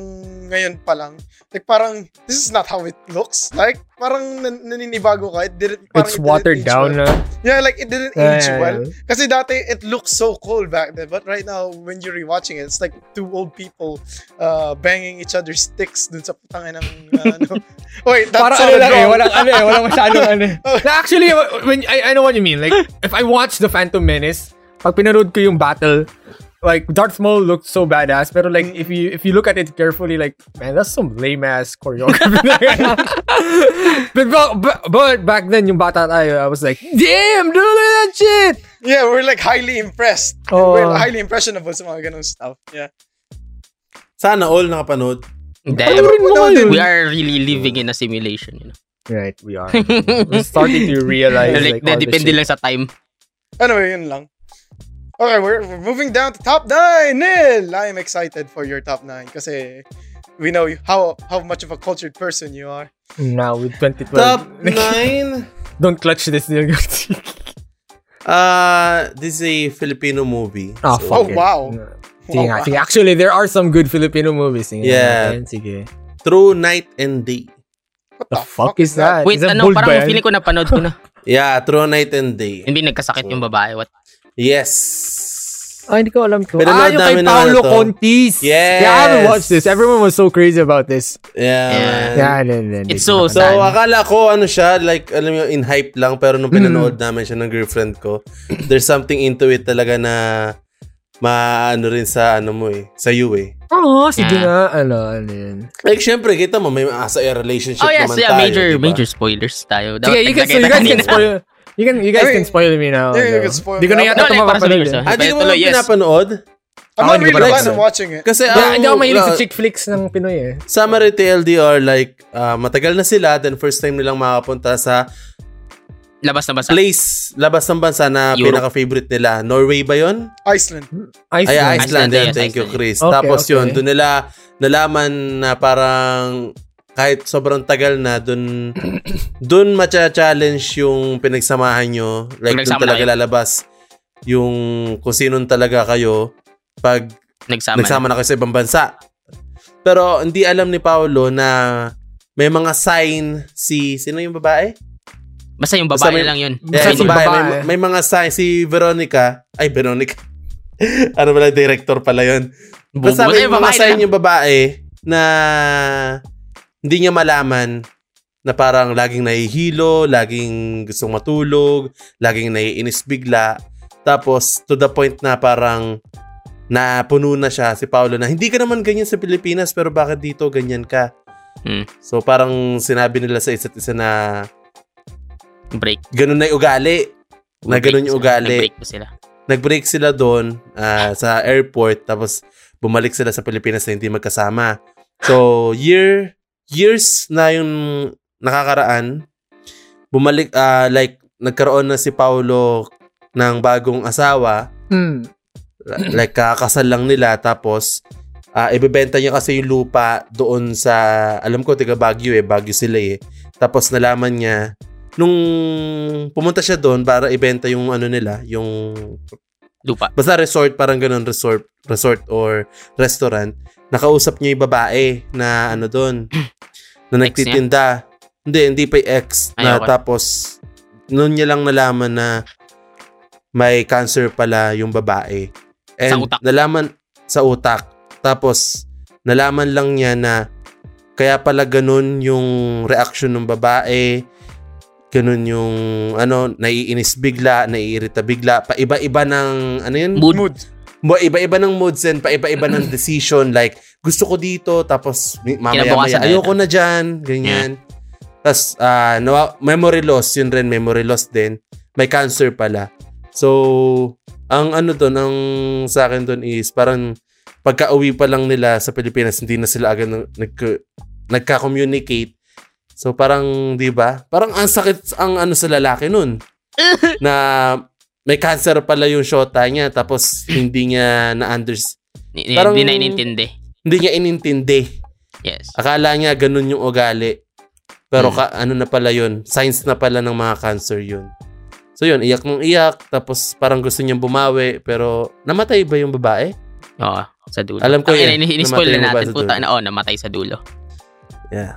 [SPEAKER 4] ngayon pa lang like parang this is not how it looks like parang nan- naninibago ka it didn't parang
[SPEAKER 2] it's
[SPEAKER 4] it didn't
[SPEAKER 2] watered
[SPEAKER 4] age
[SPEAKER 2] down
[SPEAKER 4] well.
[SPEAKER 2] na.
[SPEAKER 4] yeah like it didn't
[SPEAKER 2] Yeah,
[SPEAKER 4] age
[SPEAKER 2] yeah,
[SPEAKER 4] well
[SPEAKER 2] yeah.
[SPEAKER 4] kasi dati it looked so cool back then but right now when you're rewatching it it's like two old people uh, banging each other's sticks dun sa putangin ng ano wait that's
[SPEAKER 2] Parang ano
[SPEAKER 4] sounded
[SPEAKER 2] lang eh,
[SPEAKER 4] wrong.
[SPEAKER 2] walang ano eh, walang masyadong ano. eh. Na actually, when, I, I know what you mean. Like, if I watch The Phantom Menace, pag pinanood ko yung battle, like Darth Maul looked so badass, pero like if you if you look at it carefully, like man, that's some lame ass choreography. but, ba- ba- but back then, yung bata tayo, I was like, damn, dude, look at that shit.
[SPEAKER 4] yeah we're like highly impressed
[SPEAKER 2] Oh.
[SPEAKER 4] we're highly impressionable sa mga ganung stuff yeah
[SPEAKER 1] Sana all nakapanood.
[SPEAKER 3] Damn.
[SPEAKER 2] Panoorin mo ngayon.
[SPEAKER 3] We are really living in a simulation, you know.
[SPEAKER 2] Right, we are. We're starting to realize like,
[SPEAKER 3] like,
[SPEAKER 2] all the
[SPEAKER 3] depende
[SPEAKER 2] shit.
[SPEAKER 3] lang sa time.
[SPEAKER 4] Anyway, yun lang. Okay, we're, we're moving down to top 9. Nil, I am excited for your top 9 kasi we know you- how how much of a cultured person you are.
[SPEAKER 2] Now with 2012.
[SPEAKER 1] Top 9.
[SPEAKER 2] Don't clutch this.
[SPEAKER 1] Uh, this is a Filipino movie.
[SPEAKER 2] Ah,
[SPEAKER 1] So,
[SPEAKER 2] fuck
[SPEAKER 4] Oh,
[SPEAKER 2] it.
[SPEAKER 4] wow.
[SPEAKER 2] Sige
[SPEAKER 4] Wow,
[SPEAKER 2] nga,
[SPEAKER 4] wow.
[SPEAKER 2] sige. Actually, there are some good Filipino movies. Sige nga
[SPEAKER 1] Yeah.
[SPEAKER 2] natin, sige.
[SPEAKER 1] Through Night and Day.
[SPEAKER 4] What
[SPEAKER 2] The fuck is that? Is
[SPEAKER 3] Wait,
[SPEAKER 2] that
[SPEAKER 3] ano?
[SPEAKER 2] bold ba yan?
[SPEAKER 3] Parang feeling ko napanood ko na.
[SPEAKER 1] Yeah, Through Night and Day.
[SPEAKER 3] Hindi, nagkasakit yung babae. What?
[SPEAKER 1] Yes.
[SPEAKER 2] Ah, hindi ko alam to.
[SPEAKER 1] Pinanood
[SPEAKER 2] Ah, yung kay
[SPEAKER 1] namin naman
[SPEAKER 2] Paolo
[SPEAKER 1] ito.
[SPEAKER 2] Contis.
[SPEAKER 1] Yes.
[SPEAKER 2] Yeah, I haven't watched this. Everyone was so crazy about this.
[SPEAKER 1] Yeah.
[SPEAKER 3] Yeah.
[SPEAKER 1] man.
[SPEAKER 2] Yeah, then, then,
[SPEAKER 3] It's so
[SPEAKER 1] So,
[SPEAKER 3] sad.
[SPEAKER 1] akala ko ano siya, like, alam mo, in hype lang, pero nung
[SPEAKER 2] Mm.
[SPEAKER 1] pinanood namin siya ng girlfriend ko, there's something into it talaga na maano rin sa ano mo eh, sa you eh.
[SPEAKER 2] Oo, sige
[SPEAKER 3] Yeah.
[SPEAKER 2] nga. ah, Ano, ano yun.
[SPEAKER 1] Like, syempre, kita mo, may asa a relationship
[SPEAKER 3] Oh yes,
[SPEAKER 1] naman
[SPEAKER 3] yeah,
[SPEAKER 1] tayo.
[SPEAKER 3] major
[SPEAKER 1] diba?
[SPEAKER 3] major spoilers tayo.
[SPEAKER 2] Sige, you can, so you guys can spoil. You can, you guys
[SPEAKER 4] Okay.
[SPEAKER 2] can spoil me now.
[SPEAKER 4] Yeah, you
[SPEAKER 2] ano.
[SPEAKER 4] can spoil
[SPEAKER 2] Di ko na
[SPEAKER 4] me.
[SPEAKER 2] yata
[SPEAKER 3] No,
[SPEAKER 2] ito
[SPEAKER 3] like, para sa
[SPEAKER 2] mapapanood.
[SPEAKER 3] viewers,
[SPEAKER 2] eh.
[SPEAKER 3] ah.
[SPEAKER 1] Ah, di
[SPEAKER 3] Pero
[SPEAKER 1] ko mo
[SPEAKER 3] tuloy, yes.
[SPEAKER 1] pinapanood?
[SPEAKER 4] I'm
[SPEAKER 2] Ako,
[SPEAKER 4] not
[SPEAKER 2] hindi ko
[SPEAKER 4] really
[SPEAKER 2] pa
[SPEAKER 4] fond of
[SPEAKER 2] napanood.
[SPEAKER 4] watching it.
[SPEAKER 1] Kasi
[SPEAKER 2] Hindi
[SPEAKER 1] ang-
[SPEAKER 2] hindi ako mahilig sa
[SPEAKER 1] uh,
[SPEAKER 2] chick flicks ng Pinoy eh.
[SPEAKER 1] Summary to LDR, like, ah, matagal na sila, then first time nilang makapunta sa
[SPEAKER 3] Labas na basa.
[SPEAKER 1] place, labas ng bansa na
[SPEAKER 3] Europe.
[SPEAKER 1] pinaka-favorite nila. Norway ba yon?
[SPEAKER 4] Iceland.
[SPEAKER 1] Ay, Iceland.
[SPEAKER 2] Iceland.
[SPEAKER 3] Iceland,
[SPEAKER 1] yan.
[SPEAKER 3] yes,
[SPEAKER 1] Thank you,
[SPEAKER 3] Iceland.
[SPEAKER 1] Chris.
[SPEAKER 2] Okay,
[SPEAKER 1] Tapos
[SPEAKER 2] okay.
[SPEAKER 1] yun, doon nila nalaman na parang kahit sobrang tagal na, doon doon matcha-challenge yung pinagsamahan nyo. Like, doon
[SPEAKER 3] Pinagsama
[SPEAKER 1] talaga
[SPEAKER 3] kayo.
[SPEAKER 1] lalabas yung kung sinong talaga kayo pag
[SPEAKER 3] Nagsama.
[SPEAKER 1] nagsama na kayo sa ibang bansa. Pero hindi alam ni Paolo na may mga sign si... Sino yung babae?
[SPEAKER 3] Basta yung
[SPEAKER 1] Basta may-
[SPEAKER 3] babae lang yun.
[SPEAKER 1] Yeah,
[SPEAKER 2] Basta
[SPEAKER 1] yung
[SPEAKER 2] si
[SPEAKER 1] babae,
[SPEAKER 2] babae.
[SPEAKER 1] May, may mga sign. Si Veronica. Ay, Veronica. ano pala, director pala yun. Basta
[SPEAKER 3] Basta
[SPEAKER 1] may
[SPEAKER 3] yung
[SPEAKER 1] mga
[SPEAKER 3] babae
[SPEAKER 1] sign
[SPEAKER 3] lang.
[SPEAKER 1] yung babae na hindi niya malaman na parang laging nahihilo, laging gustong matulog, laging naiinis bigla. Tapos to the point na parang napuno na siya si Paolo na hindi ka naman ganyan sa Pilipinas pero bakit dito ganyan ka?
[SPEAKER 3] Hmm.
[SPEAKER 1] So parang sinabi nila sa isa't isa na
[SPEAKER 3] Break.
[SPEAKER 1] ganun na yung ugali. Na ganun yung ugali.
[SPEAKER 3] Break po sila.
[SPEAKER 1] Nag-break sila doon ah, sa airport tapos bumalik sila sa Pilipinas na hindi magkasama. So, year years na yung nakakaraan, bumalik ah, like nagkaroon na si Paolo ng bagong asawa,
[SPEAKER 2] Mm.
[SPEAKER 1] like kakasal lang nila tapos Ah, ibebenta niya kasi yung lupa doon sa alam ko taga Baguio eh, Baguio sila eh. Tapos nalaman niya nung pumunta siya doon para ibenta yung ano nila, yung
[SPEAKER 3] Lupa.
[SPEAKER 1] basta resort parang ganun resort resort or restaurant nakausap niya yung babae na ano doon na
[SPEAKER 3] Ex niya?
[SPEAKER 1] nagtitinda hindi hindi pa yung ex
[SPEAKER 3] Ay,
[SPEAKER 1] na
[SPEAKER 3] okay.
[SPEAKER 1] tapos noon niya lang nalaman na may cancer pala yung babae and
[SPEAKER 3] Sa utak.
[SPEAKER 1] nalaman sa utak tapos nalaman lang niya na kaya pala ganun yung reaction ng babae ganun yung ano naiinis bigla naiirita bigla paiba-iba ng ano yun
[SPEAKER 3] Mood.
[SPEAKER 4] Mood.
[SPEAKER 1] Mo iba-iba ng moods and paiba-iba ng decision. Like, gusto ko dito, tapos mi- mamaya-maya,
[SPEAKER 3] Kinabukasan na
[SPEAKER 1] ayoko na dyan, ganyan. Tapos, ah, nawa- memory loss, yun rin, memory loss din. May cancer pala. So, ang ano doon, ang sa akin doon is, parang pagka-uwi pa lang nila sa Pilipinas, hindi na sila agad nag- nag- nagka-communicate. So, parang, di ba? Parang ang sakit ang ano sa lalaki nun. na may cancer pala yung shota niya tapos hindi niya na-under
[SPEAKER 3] Ni- ni-
[SPEAKER 1] Parang-
[SPEAKER 3] Hindi na inintindi.
[SPEAKER 1] hindi niya inintindi.
[SPEAKER 3] Yes.
[SPEAKER 1] Akala niya ganun yung ugali. Pero
[SPEAKER 3] Hmm.
[SPEAKER 1] ka, ano na pala yun? Signs na pala ng mga cancer yun. So yun, iyak ng iyak tapos parang gusto niyang bumawi pero namatay ba yung babae?
[SPEAKER 3] Oo. Sa dulo.
[SPEAKER 1] Alam ko
[SPEAKER 3] Ang
[SPEAKER 1] yun.
[SPEAKER 3] ina, ini- Ini-spoil
[SPEAKER 1] Namatay
[SPEAKER 3] na
[SPEAKER 1] mo ba
[SPEAKER 3] natin.
[SPEAKER 1] sa
[SPEAKER 3] Puta
[SPEAKER 1] dulo?
[SPEAKER 3] na. Oh, namatay sa dulo.
[SPEAKER 1] Yeah.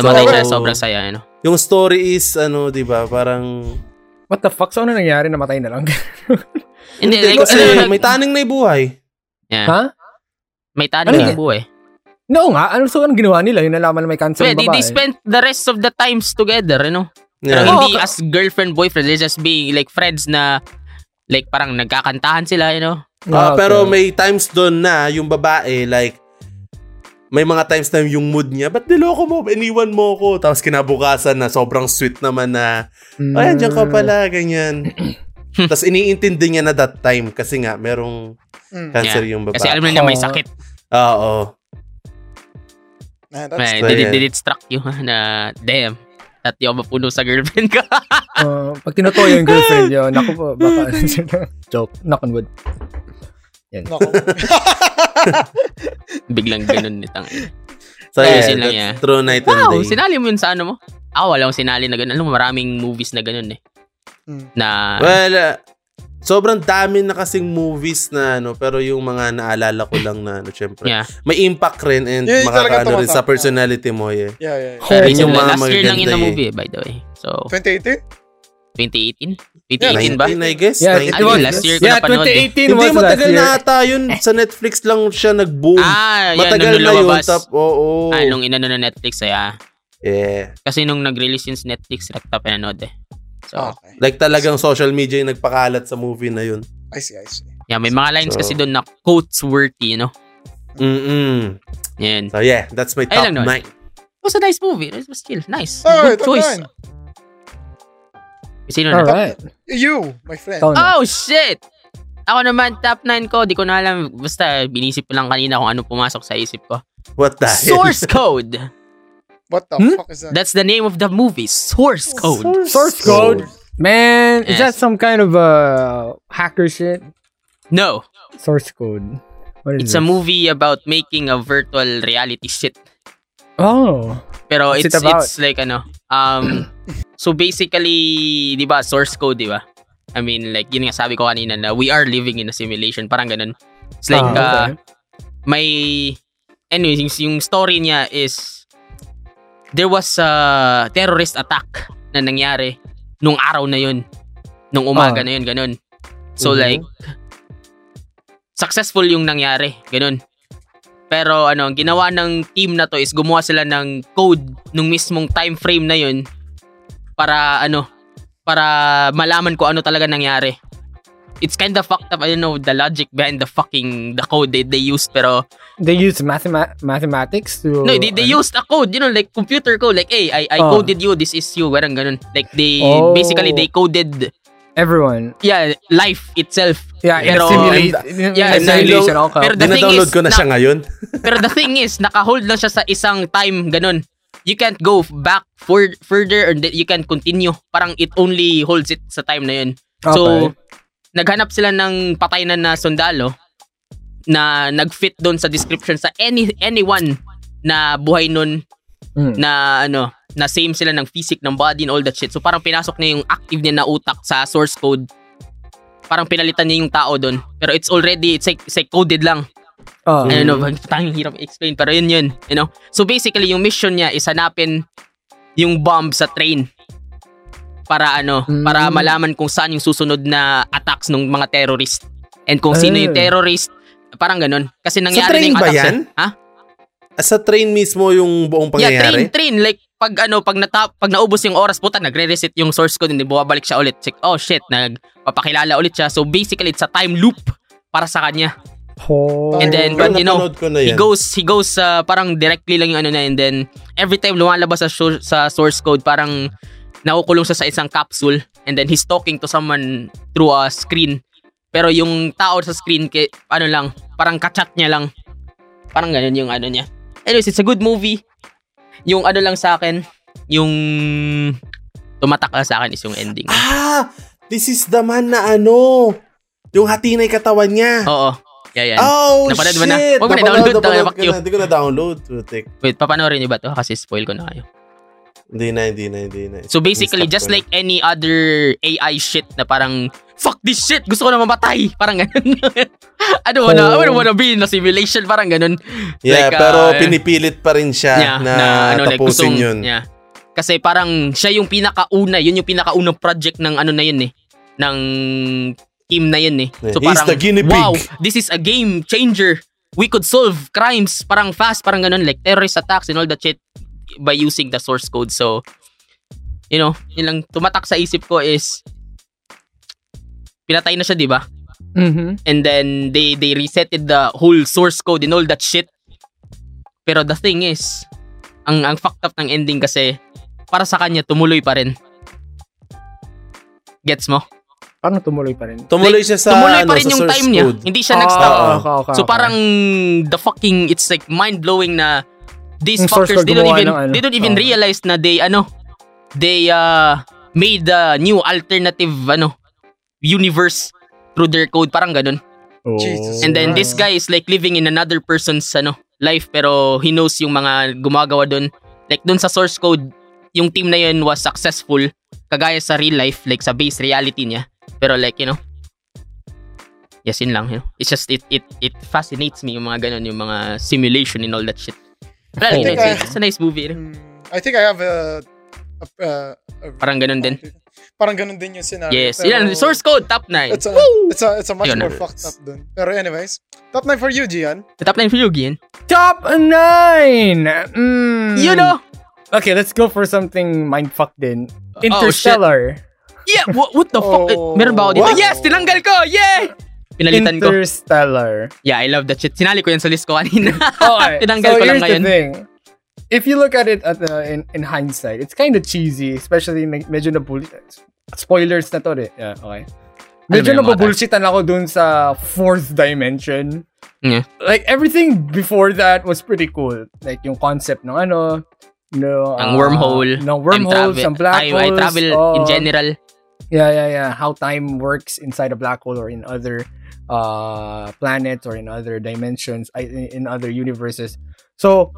[SPEAKER 3] Namatay
[SPEAKER 1] So-
[SPEAKER 3] siya. Sobrang saya. Ano?
[SPEAKER 1] Yung story is ano, 'di ba? Parang
[SPEAKER 2] What the fuck? So, ano nangyari? Namatay na lang.
[SPEAKER 3] Hindi,
[SPEAKER 1] Hindi,
[SPEAKER 3] like, ano,
[SPEAKER 1] kasi
[SPEAKER 3] nag-
[SPEAKER 1] may taning na buhay.
[SPEAKER 3] Yeah.
[SPEAKER 2] ha?
[SPEAKER 3] May
[SPEAKER 2] Ano
[SPEAKER 3] tanong
[SPEAKER 2] yun?
[SPEAKER 3] na eh. buhay.
[SPEAKER 2] No nga. Ano, so, anong ginawa nila? Yung nalaman na may cancer
[SPEAKER 3] Well,
[SPEAKER 2] ng
[SPEAKER 3] they,
[SPEAKER 2] babae.
[SPEAKER 3] they spent the rest of the times together, you know?
[SPEAKER 1] eh.
[SPEAKER 3] Pero
[SPEAKER 1] Yeah.
[SPEAKER 2] Oh,
[SPEAKER 3] hindi
[SPEAKER 2] ka-
[SPEAKER 3] as girlfriend, boyfriend. They're just being like friends na like parang nagkakantahan sila, you know?
[SPEAKER 1] Ah,
[SPEAKER 2] Ah,
[SPEAKER 1] Pero
[SPEAKER 2] okay.
[SPEAKER 1] may times doon na yung babae, like, may mga times na yung mood niya, ba't niloko mo? Iniwan mo ko. Tapos kinabukasan na sobrang sweet naman na,
[SPEAKER 2] Mm.
[SPEAKER 1] ay, andyan
[SPEAKER 3] Hmm.
[SPEAKER 1] ka pala, ganyan. Tapos iniintindi niya na that time kasi nga, merong
[SPEAKER 4] Mm.
[SPEAKER 1] cancer yung babae.
[SPEAKER 3] Kasi alam na niya
[SPEAKER 1] Oh,
[SPEAKER 3] may
[SPEAKER 2] Oo.
[SPEAKER 3] sakit.
[SPEAKER 1] Oo.
[SPEAKER 4] Nah, that's,
[SPEAKER 3] May,
[SPEAKER 1] so,
[SPEAKER 3] did, it-
[SPEAKER 1] yeah.
[SPEAKER 3] did it struck you na damn. At yung mapuno sa girlfriend ko.
[SPEAKER 2] Ah, pag tinutoy yung girlfriend yun, naku po, baka. ano Joke. Knock on wood.
[SPEAKER 4] Nako.
[SPEAKER 3] Biglang ganun nitang.
[SPEAKER 1] So,
[SPEAKER 3] Ayun
[SPEAKER 1] yeah,
[SPEAKER 3] sila
[SPEAKER 1] that's
[SPEAKER 3] niya.
[SPEAKER 1] true night and
[SPEAKER 3] Wow,
[SPEAKER 1] day.
[SPEAKER 3] sinali mo yun sa ano mo? Ah, wala akong sinali na ganun. Alam mo, maraming movies na ganun eh.
[SPEAKER 4] Mm.
[SPEAKER 3] Na,
[SPEAKER 1] Hmm. Well, uh, sobrang dami na kasing movies na ano, pero yung mga naalala ko lang na ano, syempre.
[SPEAKER 3] Yeah.
[SPEAKER 1] May impact rin and
[SPEAKER 4] Yun yung talaga
[SPEAKER 1] makakaano rin sa
[SPEAKER 4] tumatak.
[SPEAKER 1] personality mo, yeah.
[SPEAKER 4] yeah, yeah, yeah.
[SPEAKER 3] Pero
[SPEAKER 1] Yun yung mga
[SPEAKER 3] last year lang
[SPEAKER 1] magaganda
[SPEAKER 3] yun na
[SPEAKER 1] eh.
[SPEAKER 3] movie, eh, by the way. So,
[SPEAKER 4] 2018?
[SPEAKER 3] 2018?
[SPEAKER 4] Yeah,
[SPEAKER 3] 2018 ba?
[SPEAKER 1] 19, I guess.
[SPEAKER 2] Yeah,
[SPEAKER 1] 19.
[SPEAKER 2] it was-
[SPEAKER 3] Ayun, last year ko
[SPEAKER 2] Yeah,
[SPEAKER 3] napanood eh.
[SPEAKER 2] 2018
[SPEAKER 1] Hindi,
[SPEAKER 2] was last
[SPEAKER 1] matagal
[SPEAKER 2] year.
[SPEAKER 1] na ata yun. Sa Netflix lang siya nag-boom.
[SPEAKER 3] Ah, yan,
[SPEAKER 1] matagal
[SPEAKER 3] nung
[SPEAKER 1] na yun.
[SPEAKER 3] lumabas.
[SPEAKER 1] Tap, oo.
[SPEAKER 3] Ah, nung inano na Netflix ay ah.
[SPEAKER 1] yeah.
[SPEAKER 3] Kasi nung nag-release yun sa Netflix, rekta pinanood eh. So,
[SPEAKER 4] Oh, Okay.
[SPEAKER 1] Like talagang social media yung nagpakalat sa movie na yun.
[SPEAKER 4] I see, I see.
[SPEAKER 3] yeah, may mga lines
[SPEAKER 1] So-
[SPEAKER 3] kasi doon na quotes worthy, you know?
[SPEAKER 1] Mm-mm.
[SPEAKER 3] Yan.
[SPEAKER 1] So yeah, that's my
[SPEAKER 3] Ay,
[SPEAKER 1] top
[SPEAKER 3] lang nun.
[SPEAKER 1] 9.
[SPEAKER 3] It was a nice movie. It was still nice.
[SPEAKER 4] Alright,
[SPEAKER 3] Good choice.
[SPEAKER 4] top
[SPEAKER 3] Sino na?
[SPEAKER 2] Alright.
[SPEAKER 4] You, my friend.
[SPEAKER 2] Ikaw na.
[SPEAKER 1] Ah,
[SPEAKER 3] Oh, shit! Ako naman, top 9 ko. Di ko na alam. Basta, binisip ko lang kanina kung ano pumasok sa isip ko.
[SPEAKER 1] What the hell?
[SPEAKER 3] Source Code!
[SPEAKER 4] What the
[SPEAKER 2] Hmm?
[SPEAKER 4] fuck is that?
[SPEAKER 3] That's the name of the movie. Source Code.
[SPEAKER 2] Source code. Man, is that
[SPEAKER 3] Yes.
[SPEAKER 2] some kind of uh, hacker shit?
[SPEAKER 3] No.
[SPEAKER 2] Source code. What is
[SPEAKER 3] It's a
[SPEAKER 2] this?
[SPEAKER 3] movie about making a virtual reality shit.
[SPEAKER 2] Oh.
[SPEAKER 3] Pero
[SPEAKER 2] What's
[SPEAKER 3] it's
[SPEAKER 2] it about?
[SPEAKER 3] it's like ano. Um so basically, 'di ba, source code, 'di ba? I mean, like yun nga sabi ko kanina na we are living in a simulation, parang ganun. It's like uh,
[SPEAKER 2] Ah, okay.
[SPEAKER 3] may anyway, yung, yung story niya is there was a terrorist attack na nangyari nung araw na yun. Nung umaga
[SPEAKER 2] Ah.
[SPEAKER 3] na yun, ganun. So
[SPEAKER 1] Mhm.
[SPEAKER 3] like successful yung nangyari, ganun. Pero ano, ang ginawa ng team na to is gumawa sila ng code nung mismong time frame na yun para ano, para malaman ko ano talaga nangyari. It's kind of fucked up. I don't know the logic behind the fucking the code they, they used pero
[SPEAKER 2] They used mathema- mathematics to...
[SPEAKER 3] no, they, they used a code, you know, like computer code. Like, hey, I, I
[SPEAKER 2] Ah.
[SPEAKER 3] coded you, this is you, parang ganun. Like, they,
[SPEAKER 2] Oh.
[SPEAKER 3] basically, they coded,
[SPEAKER 2] Everyone.
[SPEAKER 3] yeah, life itself.
[SPEAKER 2] Yeah, in a
[SPEAKER 3] Pero-
[SPEAKER 2] simulation. In a
[SPEAKER 3] Yeah,
[SPEAKER 2] simulation. Okay.
[SPEAKER 3] pero the thing
[SPEAKER 1] Dinadownload
[SPEAKER 3] is,
[SPEAKER 1] ko na
[SPEAKER 3] na-
[SPEAKER 1] siya ngayon.
[SPEAKER 3] Pero the thing is, nakahold lang siya sa isang time, ganun. You can't go back for, further or that you can't continue. Parang it only holds it sa time na yun.
[SPEAKER 2] Okay.
[SPEAKER 3] So, naghanap sila ng patay na na sundalo. na nag-fit doon sa description sa any anyone na buhay nun
[SPEAKER 2] Mm.
[SPEAKER 3] na ano na same sila ng physique ng body and all that shit. So parang pinasok niya yung active niya na utak sa source code. Parang pinalitan niya yung tao doon. Pero it's already it's like, it's like coded lang.
[SPEAKER 2] Oh.
[SPEAKER 3] I don't know, tanging hirap i-explain pero yun yun, you know. So basically yung mission niya is hanapin yung bomb sa train para ano,
[SPEAKER 2] Mm.
[SPEAKER 3] para
[SPEAKER 1] Hmm.
[SPEAKER 3] malaman kung saan yung susunod na attacks ng mga terrorist and kung sino
[SPEAKER 2] Ah.
[SPEAKER 3] yung terrorist, parang ganun. Kasi nangyari
[SPEAKER 1] Eh. train
[SPEAKER 3] na yung
[SPEAKER 1] ba
[SPEAKER 3] attacks.
[SPEAKER 1] yan?
[SPEAKER 3] eh. Ha?
[SPEAKER 1] Ah, Sa train mismo yung buong
[SPEAKER 3] Yeah, train,
[SPEAKER 1] pangyayari?
[SPEAKER 3] train. Like, pag ano, pag, nata- pag naubos yung oras, puta, nagre-reset yung source code, hindi bumabalik siya ulit. Check, oh shit, nagpapakilala ulit siya. So basically, it's a time loop para sa kanya.
[SPEAKER 2] Oh.
[SPEAKER 3] And then,
[SPEAKER 1] Pero
[SPEAKER 3] but you know,
[SPEAKER 1] napanood ko na
[SPEAKER 3] he
[SPEAKER 1] yan.
[SPEAKER 3] goes, he goes, uh, parang directly lang yung ano na, and then, every time lumalabas sa, sur- sa source code, parang nakukulong siya sa isang capsule, and then he's talking to someone through a screen. Pero yung tao sa screen, ke, ano lang, parang kachat niya lang. Parang ganun yung ano niya. Anyways, it's a good movie. Yung ano lang sa akin, yung tumatak lang sa akin is yung ending.
[SPEAKER 1] Ah! This is the man na ano! Yung hati na yung katawan niya.
[SPEAKER 3] Oo. Yeah, yeah.
[SPEAKER 1] Oh,
[SPEAKER 3] Oh, Napanood
[SPEAKER 1] shit!
[SPEAKER 3] mo na? Huwag mo na
[SPEAKER 1] Napanood,
[SPEAKER 3] download,
[SPEAKER 1] napanood
[SPEAKER 3] tangina,
[SPEAKER 1] ko
[SPEAKER 3] fuck
[SPEAKER 1] na. Hindi ko na-download. Putik.
[SPEAKER 3] Wait, papanoorin niyo ba to? Kasi spoil ko na kayo.
[SPEAKER 1] Hindi na, hindi na, hindi na.
[SPEAKER 3] So basically,
[SPEAKER 1] Stop
[SPEAKER 3] just
[SPEAKER 1] ko na.
[SPEAKER 3] like any other AI shit na parang, fuck this shit, gusto ko na mamatay. Parang ganun. I don't wanna, I don't wanna be in a simulation. Parang ganun.
[SPEAKER 1] Yeah,
[SPEAKER 3] like,
[SPEAKER 1] pero
[SPEAKER 3] uh,
[SPEAKER 1] pinipilit pa rin siya
[SPEAKER 3] Yeah, ano,
[SPEAKER 1] na, tapusin
[SPEAKER 3] like, gustong-
[SPEAKER 1] yun.
[SPEAKER 3] Yeah. Kasi parang siya yung pinakauna, yun yung pinakaunang project ng ano na yun eh, ng team na yun eh.
[SPEAKER 1] Yeah,
[SPEAKER 3] So
[SPEAKER 1] he's
[SPEAKER 3] parang,
[SPEAKER 1] the guinea pig.
[SPEAKER 3] wow, this is a game changer. We could solve crimes parang fast, parang ganun, like terrorist attacks and all that shit by using the source code. So, you know, yun lang tumatak sa isip ko is, pinatay na siya, di ba?
[SPEAKER 2] Mm-hmm.
[SPEAKER 3] and then they they resetted the whole source code and all that shit. Pero the thing is, ang ang fucked up ng ending kasi para sa kanya tumuloy pa rin. Gets mo?
[SPEAKER 2] Paano tumuloy pa rin? Ah,
[SPEAKER 1] Tumuloy
[SPEAKER 3] Like,
[SPEAKER 1] siya sa,
[SPEAKER 3] tumuloy
[SPEAKER 1] ano,
[SPEAKER 3] pa rin
[SPEAKER 1] sa
[SPEAKER 3] yung
[SPEAKER 1] source
[SPEAKER 3] time niya.
[SPEAKER 1] code. Ah,
[SPEAKER 3] Hindi siya nag-stop.
[SPEAKER 1] Oo.
[SPEAKER 2] okay, okay,
[SPEAKER 3] So
[SPEAKER 2] okay.
[SPEAKER 3] parang the fucking it's like mind blowing na these
[SPEAKER 2] Yung source
[SPEAKER 3] fuckers
[SPEAKER 2] code
[SPEAKER 3] they don't
[SPEAKER 2] gumawa
[SPEAKER 3] even
[SPEAKER 2] ng ano.
[SPEAKER 3] they don't even
[SPEAKER 2] Oo.
[SPEAKER 3] realize na they ano they uh made a new alternative ano universe through their code parang ganun.
[SPEAKER 2] Oh.
[SPEAKER 4] Jesus
[SPEAKER 3] And then this guy is like living in another person's ano, life pero he knows yung mga gumagawa doon. Like doon sa source code, yung team na yun was successful kagaya sa real life like sa base reality niya. Pero like, you know, yes, yun lang. You know? It's just, it, it, it fascinates me yung mga ganun, yung mga simulation and all that shit. But like,
[SPEAKER 4] I think
[SPEAKER 3] it's,
[SPEAKER 4] I-
[SPEAKER 3] it's a nice movie. eh. rin.
[SPEAKER 4] Mm, I think I have a... a, a- a-
[SPEAKER 3] Parang ganun din.
[SPEAKER 4] Parang ganun din yung scenario.
[SPEAKER 3] Yes,
[SPEAKER 4] pero-
[SPEAKER 3] yun lang, source code, top 9.
[SPEAKER 4] It's a, it's a, it's a much
[SPEAKER 3] Ayun na.
[SPEAKER 4] more fucked up dun. Pero anyways, top 9 for you, Gian.
[SPEAKER 3] Top 9 for Yugi, yun.
[SPEAKER 2] Top 9! Mm.
[SPEAKER 4] Hmm.
[SPEAKER 3] You know? Oh,
[SPEAKER 2] Okay, let's go for something mindfuck din.
[SPEAKER 3] shit.
[SPEAKER 2] Interstellar.
[SPEAKER 3] Yeah, what, what the fuck? Eh,
[SPEAKER 4] Oh.
[SPEAKER 3] Meron ba ako dito?
[SPEAKER 1] What?
[SPEAKER 3] Yes, tinanggal ko! Yay! Pinalitan ko.
[SPEAKER 2] Interstellar.
[SPEAKER 3] Yeah, I love that shit. Sinali ko yan sa list ko kanina.
[SPEAKER 2] Okay.
[SPEAKER 3] Tinanggal
[SPEAKER 2] so
[SPEAKER 3] ko lang
[SPEAKER 2] here's
[SPEAKER 3] ngayon.
[SPEAKER 2] the thing. If you look at it at the, in, in hindsight, it's kind of cheesy, especially me- medyo na bull- spoilers na to eh. Yeah, okay. Medyo
[SPEAKER 3] Alam mo yung mga
[SPEAKER 2] nababullshitan ako dun sa fourth dimension.
[SPEAKER 3] Yeah.
[SPEAKER 2] Like, everything before that was pretty cool. Like, yung concept ng ano, no, uh,
[SPEAKER 3] Ang wormhole,
[SPEAKER 2] ng
[SPEAKER 3] Time
[SPEAKER 2] wormholes,
[SPEAKER 3] travel-
[SPEAKER 2] ang black
[SPEAKER 3] time,
[SPEAKER 2] holes. oh.
[SPEAKER 3] I travel in
[SPEAKER 2] oo.
[SPEAKER 3] general.
[SPEAKER 2] Yeah, yeah, yeah. How time works inside a black hole or in other uh planets or in other dimensions, I- in in other universes. So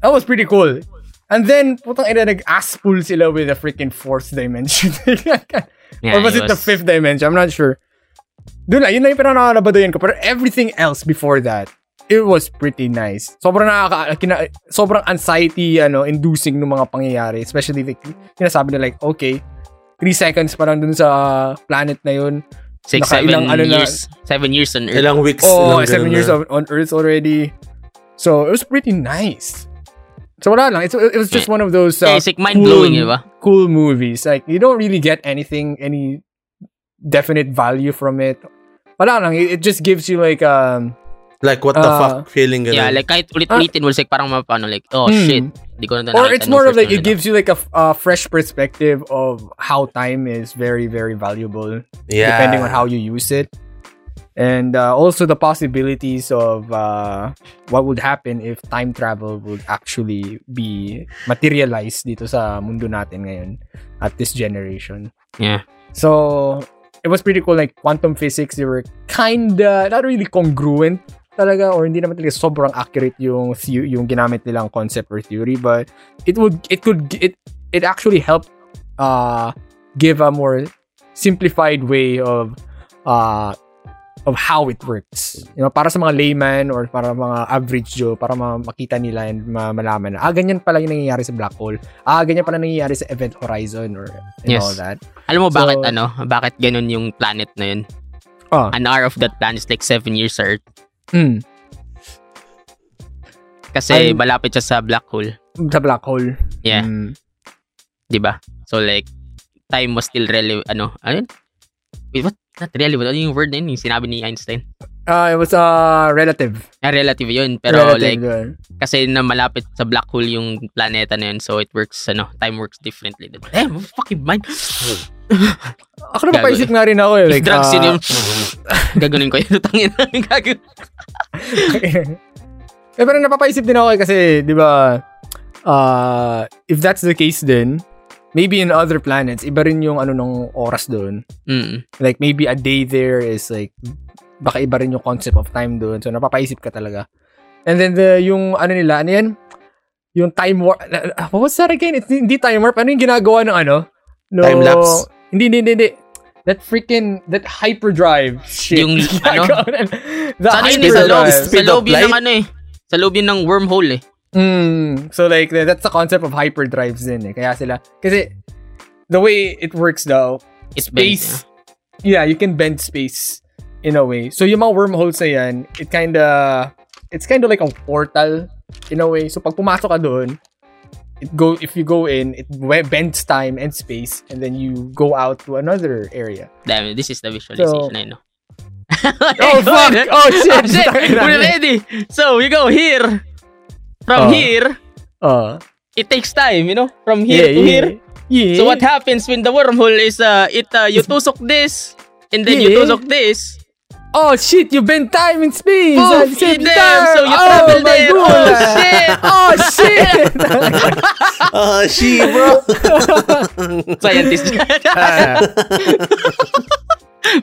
[SPEAKER 2] that was pretty cool. And then putang ina nag-aspool sila with the freaking fourth dimension.
[SPEAKER 3] Yeah,
[SPEAKER 2] or was it the fifth dimension? I'm not sure. Doon na, yun na yung pinanakalabaduyan ko. Pero everything else before that, it was pretty nice. Sobrang nakaka, kina, sobrang anxiety, ano, inducing ng mga pangyayari. Especially, like, sinasabi na like, okay, three seconds pa lang dun sa planet na yun.
[SPEAKER 3] Six,
[SPEAKER 2] Nakailang
[SPEAKER 3] seven
[SPEAKER 2] ano na-
[SPEAKER 3] years. Seven years on Earth.
[SPEAKER 1] Ilang weeks.
[SPEAKER 2] Oh,
[SPEAKER 1] ilang
[SPEAKER 2] seven
[SPEAKER 1] ganun
[SPEAKER 2] years
[SPEAKER 1] na.
[SPEAKER 2] on, on Earth already. So, it was pretty nice. So, wala lang. It's, it was just one of those uh,
[SPEAKER 3] Eh, it's like mind-blowing,
[SPEAKER 2] cool-
[SPEAKER 3] di ba?
[SPEAKER 2] cool movies. Like, you don't really get anything, any definite value from it. Wala lang. It, it just gives you like, um,
[SPEAKER 1] Like, what the
[SPEAKER 2] Ah.
[SPEAKER 1] fuck feeling ganun.
[SPEAKER 3] Yeah, like kahit ulit-ulitin, was like parang mapano, like, oh
[SPEAKER 2] Hmm.
[SPEAKER 3] shit, hindi ko na
[SPEAKER 2] or
[SPEAKER 3] nakita
[SPEAKER 2] it's
[SPEAKER 3] ng
[SPEAKER 2] more of
[SPEAKER 3] first
[SPEAKER 2] like, it
[SPEAKER 3] one na
[SPEAKER 2] gives you like a, f- a fresh perspective of how time is very, very valuable
[SPEAKER 1] Yeah.
[SPEAKER 2] depending on how you use it. And uh, also the possibilities of uh, what would happen if time travel would actually be materialized dito sa mundo natin ngayon at this generation.
[SPEAKER 3] Yeah.
[SPEAKER 2] So, it was pretty cool. Like quantum physics, they were kinda not really congruent talaga or hindi naman talaga sobrang accurate yung the- yung ginamit nilang concept or theory but it would it could it it actually helped uh give a more simplified way of uh of how it works. You know, para sa mga layman or para mga average Joe, para ma- makita nila and ma- malaman na, ah, ganyan pala yung nangyayari sa black hole. Ah, ganyan pala nangyayari sa event horizon or and
[SPEAKER 3] Yes.
[SPEAKER 2] all that.
[SPEAKER 3] Alam mo
[SPEAKER 2] So-
[SPEAKER 3] bakit ano? Bakit ganun yung planet na yun?
[SPEAKER 2] Ah.
[SPEAKER 3] An hour of that planet is like seven years sa Earth.
[SPEAKER 2] Mm,
[SPEAKER 3] Kasi
[SPEAKER 2] Ay-
[SPEAKER 3] malapit siya sa black hole.
[SPEAKER 2] sa black hole.
[SPEAKER 3] Yeah.
[SPEAKER 2] Mm.
[SPEAKER 3] Di ba? So like, time was still relevant. Ano? Ano yun? Wait, what? Not relevant. Ano yung word na yun? Yung sinabi ni Einstein.
[SPEAKER 2] Ah, it was uh, relative.
[SPEAKER 3] Ah, relative yun. Pero
[SPEAKER 2] relative,
[SPEAKER 3] like,
[SPEAKER 2] yeah.
[SPEAKER 3] kasi na malapit sa black hole yung planeta na yun. So it works, ano, time works differently. Damn, fucking mind.
[SPEAKER 2] Ako na
[SPEAKER 3] Gago
[SPEAKER 2] papaisip nga rin ako eh.
[SPEAKER 3] If
[SPEAKER 2] Like,
[SPEAKER 3] drugs
[SPEAKER 2] ah,
[SPEAKER 3] yun yun. Gaganin ko yun. Tangin na. Gaganin.
[SPEAKER 2] eh, pero napapaisip din ako eh kasi, di ba, uh, if that's the case then maybe in other planets, iba rin yung ano nung oras doon.
[SPEAKER 3] Mm.
[SPEAKER 2] Like, maybe a day there is like, baka iba rin yung concept of time doon. So, napapaisip ka talaga. And then, the, yung ano nila, ano yan? Yung time warp. ah, What was that again? It's hindi time warp. Ano yung ginagawa ng ano? No,
[SPEAKER 1] Time lapse.
[SPEAKER 2] Hindi, hindi, hindi, hindi. That freaking, that hyperdrive shit.
[SPEAKER 3] Yung ano?
[SPEAKER 2] The
[SPEAKER 3] Sa ano yun eh, sa loob,
[SPEAKER 2] hyperdrive.
[SPEAKER 3] sa
[SPEAKER 1] Speed
[SPEAKER 3] loob
[SPEAKER 1] of
[SPEAKER 3] yun ng
[SPEAKER 1] light?
[SPEAKER 3] ano eh. Sa loob yun ng wormhole eh.
[SPEAKER 2] Mm, so like tha- that's the concept of hyperdrives din eh. Kaya sila kasi the way it works daw,
[SPEAKER 3] It's
[SPEAKER 2] space yeah, you can bend space in a way. So yung mga wormholes na yan, it kinda it's kinda like a portal in a way. So pag pumasok ka doon, it go if you go in, it we- bends time and space and then you go out to another area.
[SPEAKER 3] Damn, this is the visualization
[SPEAKER 2] So-
[SPEAKER 3] I know.
[SPEAKER 2] Oh fuck. Oh
[SPEAKER 3] Oh,
[SPEAKER 2] shit.
[SPEAKER 3] shit! We're ready! So, we go here. From
[SPEAKER 2] Oh.
[SPEAKER 3] here, Ah.
[SPEAKER 2] Uh,
[SPEAKER 3] it takes time, you know? From
[SPEAKER 2] yeah,
[SPEAKER 3] here to
[SPEAKER 2] yeah.
[SPEAKER 3] here.
[SPEAKER 2] Yeah.
[SPEAKER 3] So, what happens when the wormhole is, uh, it, uh, you tusok this, and then you
[SPEAKER 2] Yeah.
[SPEAKER 3] tusok this.
[SPEAKER 2] Oh shit, you bend time and space
[SPEAKER 3] Poof,
[SPEAKER 2] at the same
[SPEAKER 3] you there,
[SPEAKER 2] time.
[SPEAKER 3] so you
[SPEAKER 2] oh,
[SPEAKER 3] travel
[SPEAKER 2] my
[SPEAKER 3] there.
[SPEAKER 2] God.
[SPEAKER 3] Oh, shit.
[SPEAKER 2] oh shit.
[SPEAKER 1] Ah, she, bro.
[SPEAKER 3] Scientist.
[SPEAKER 2] uh,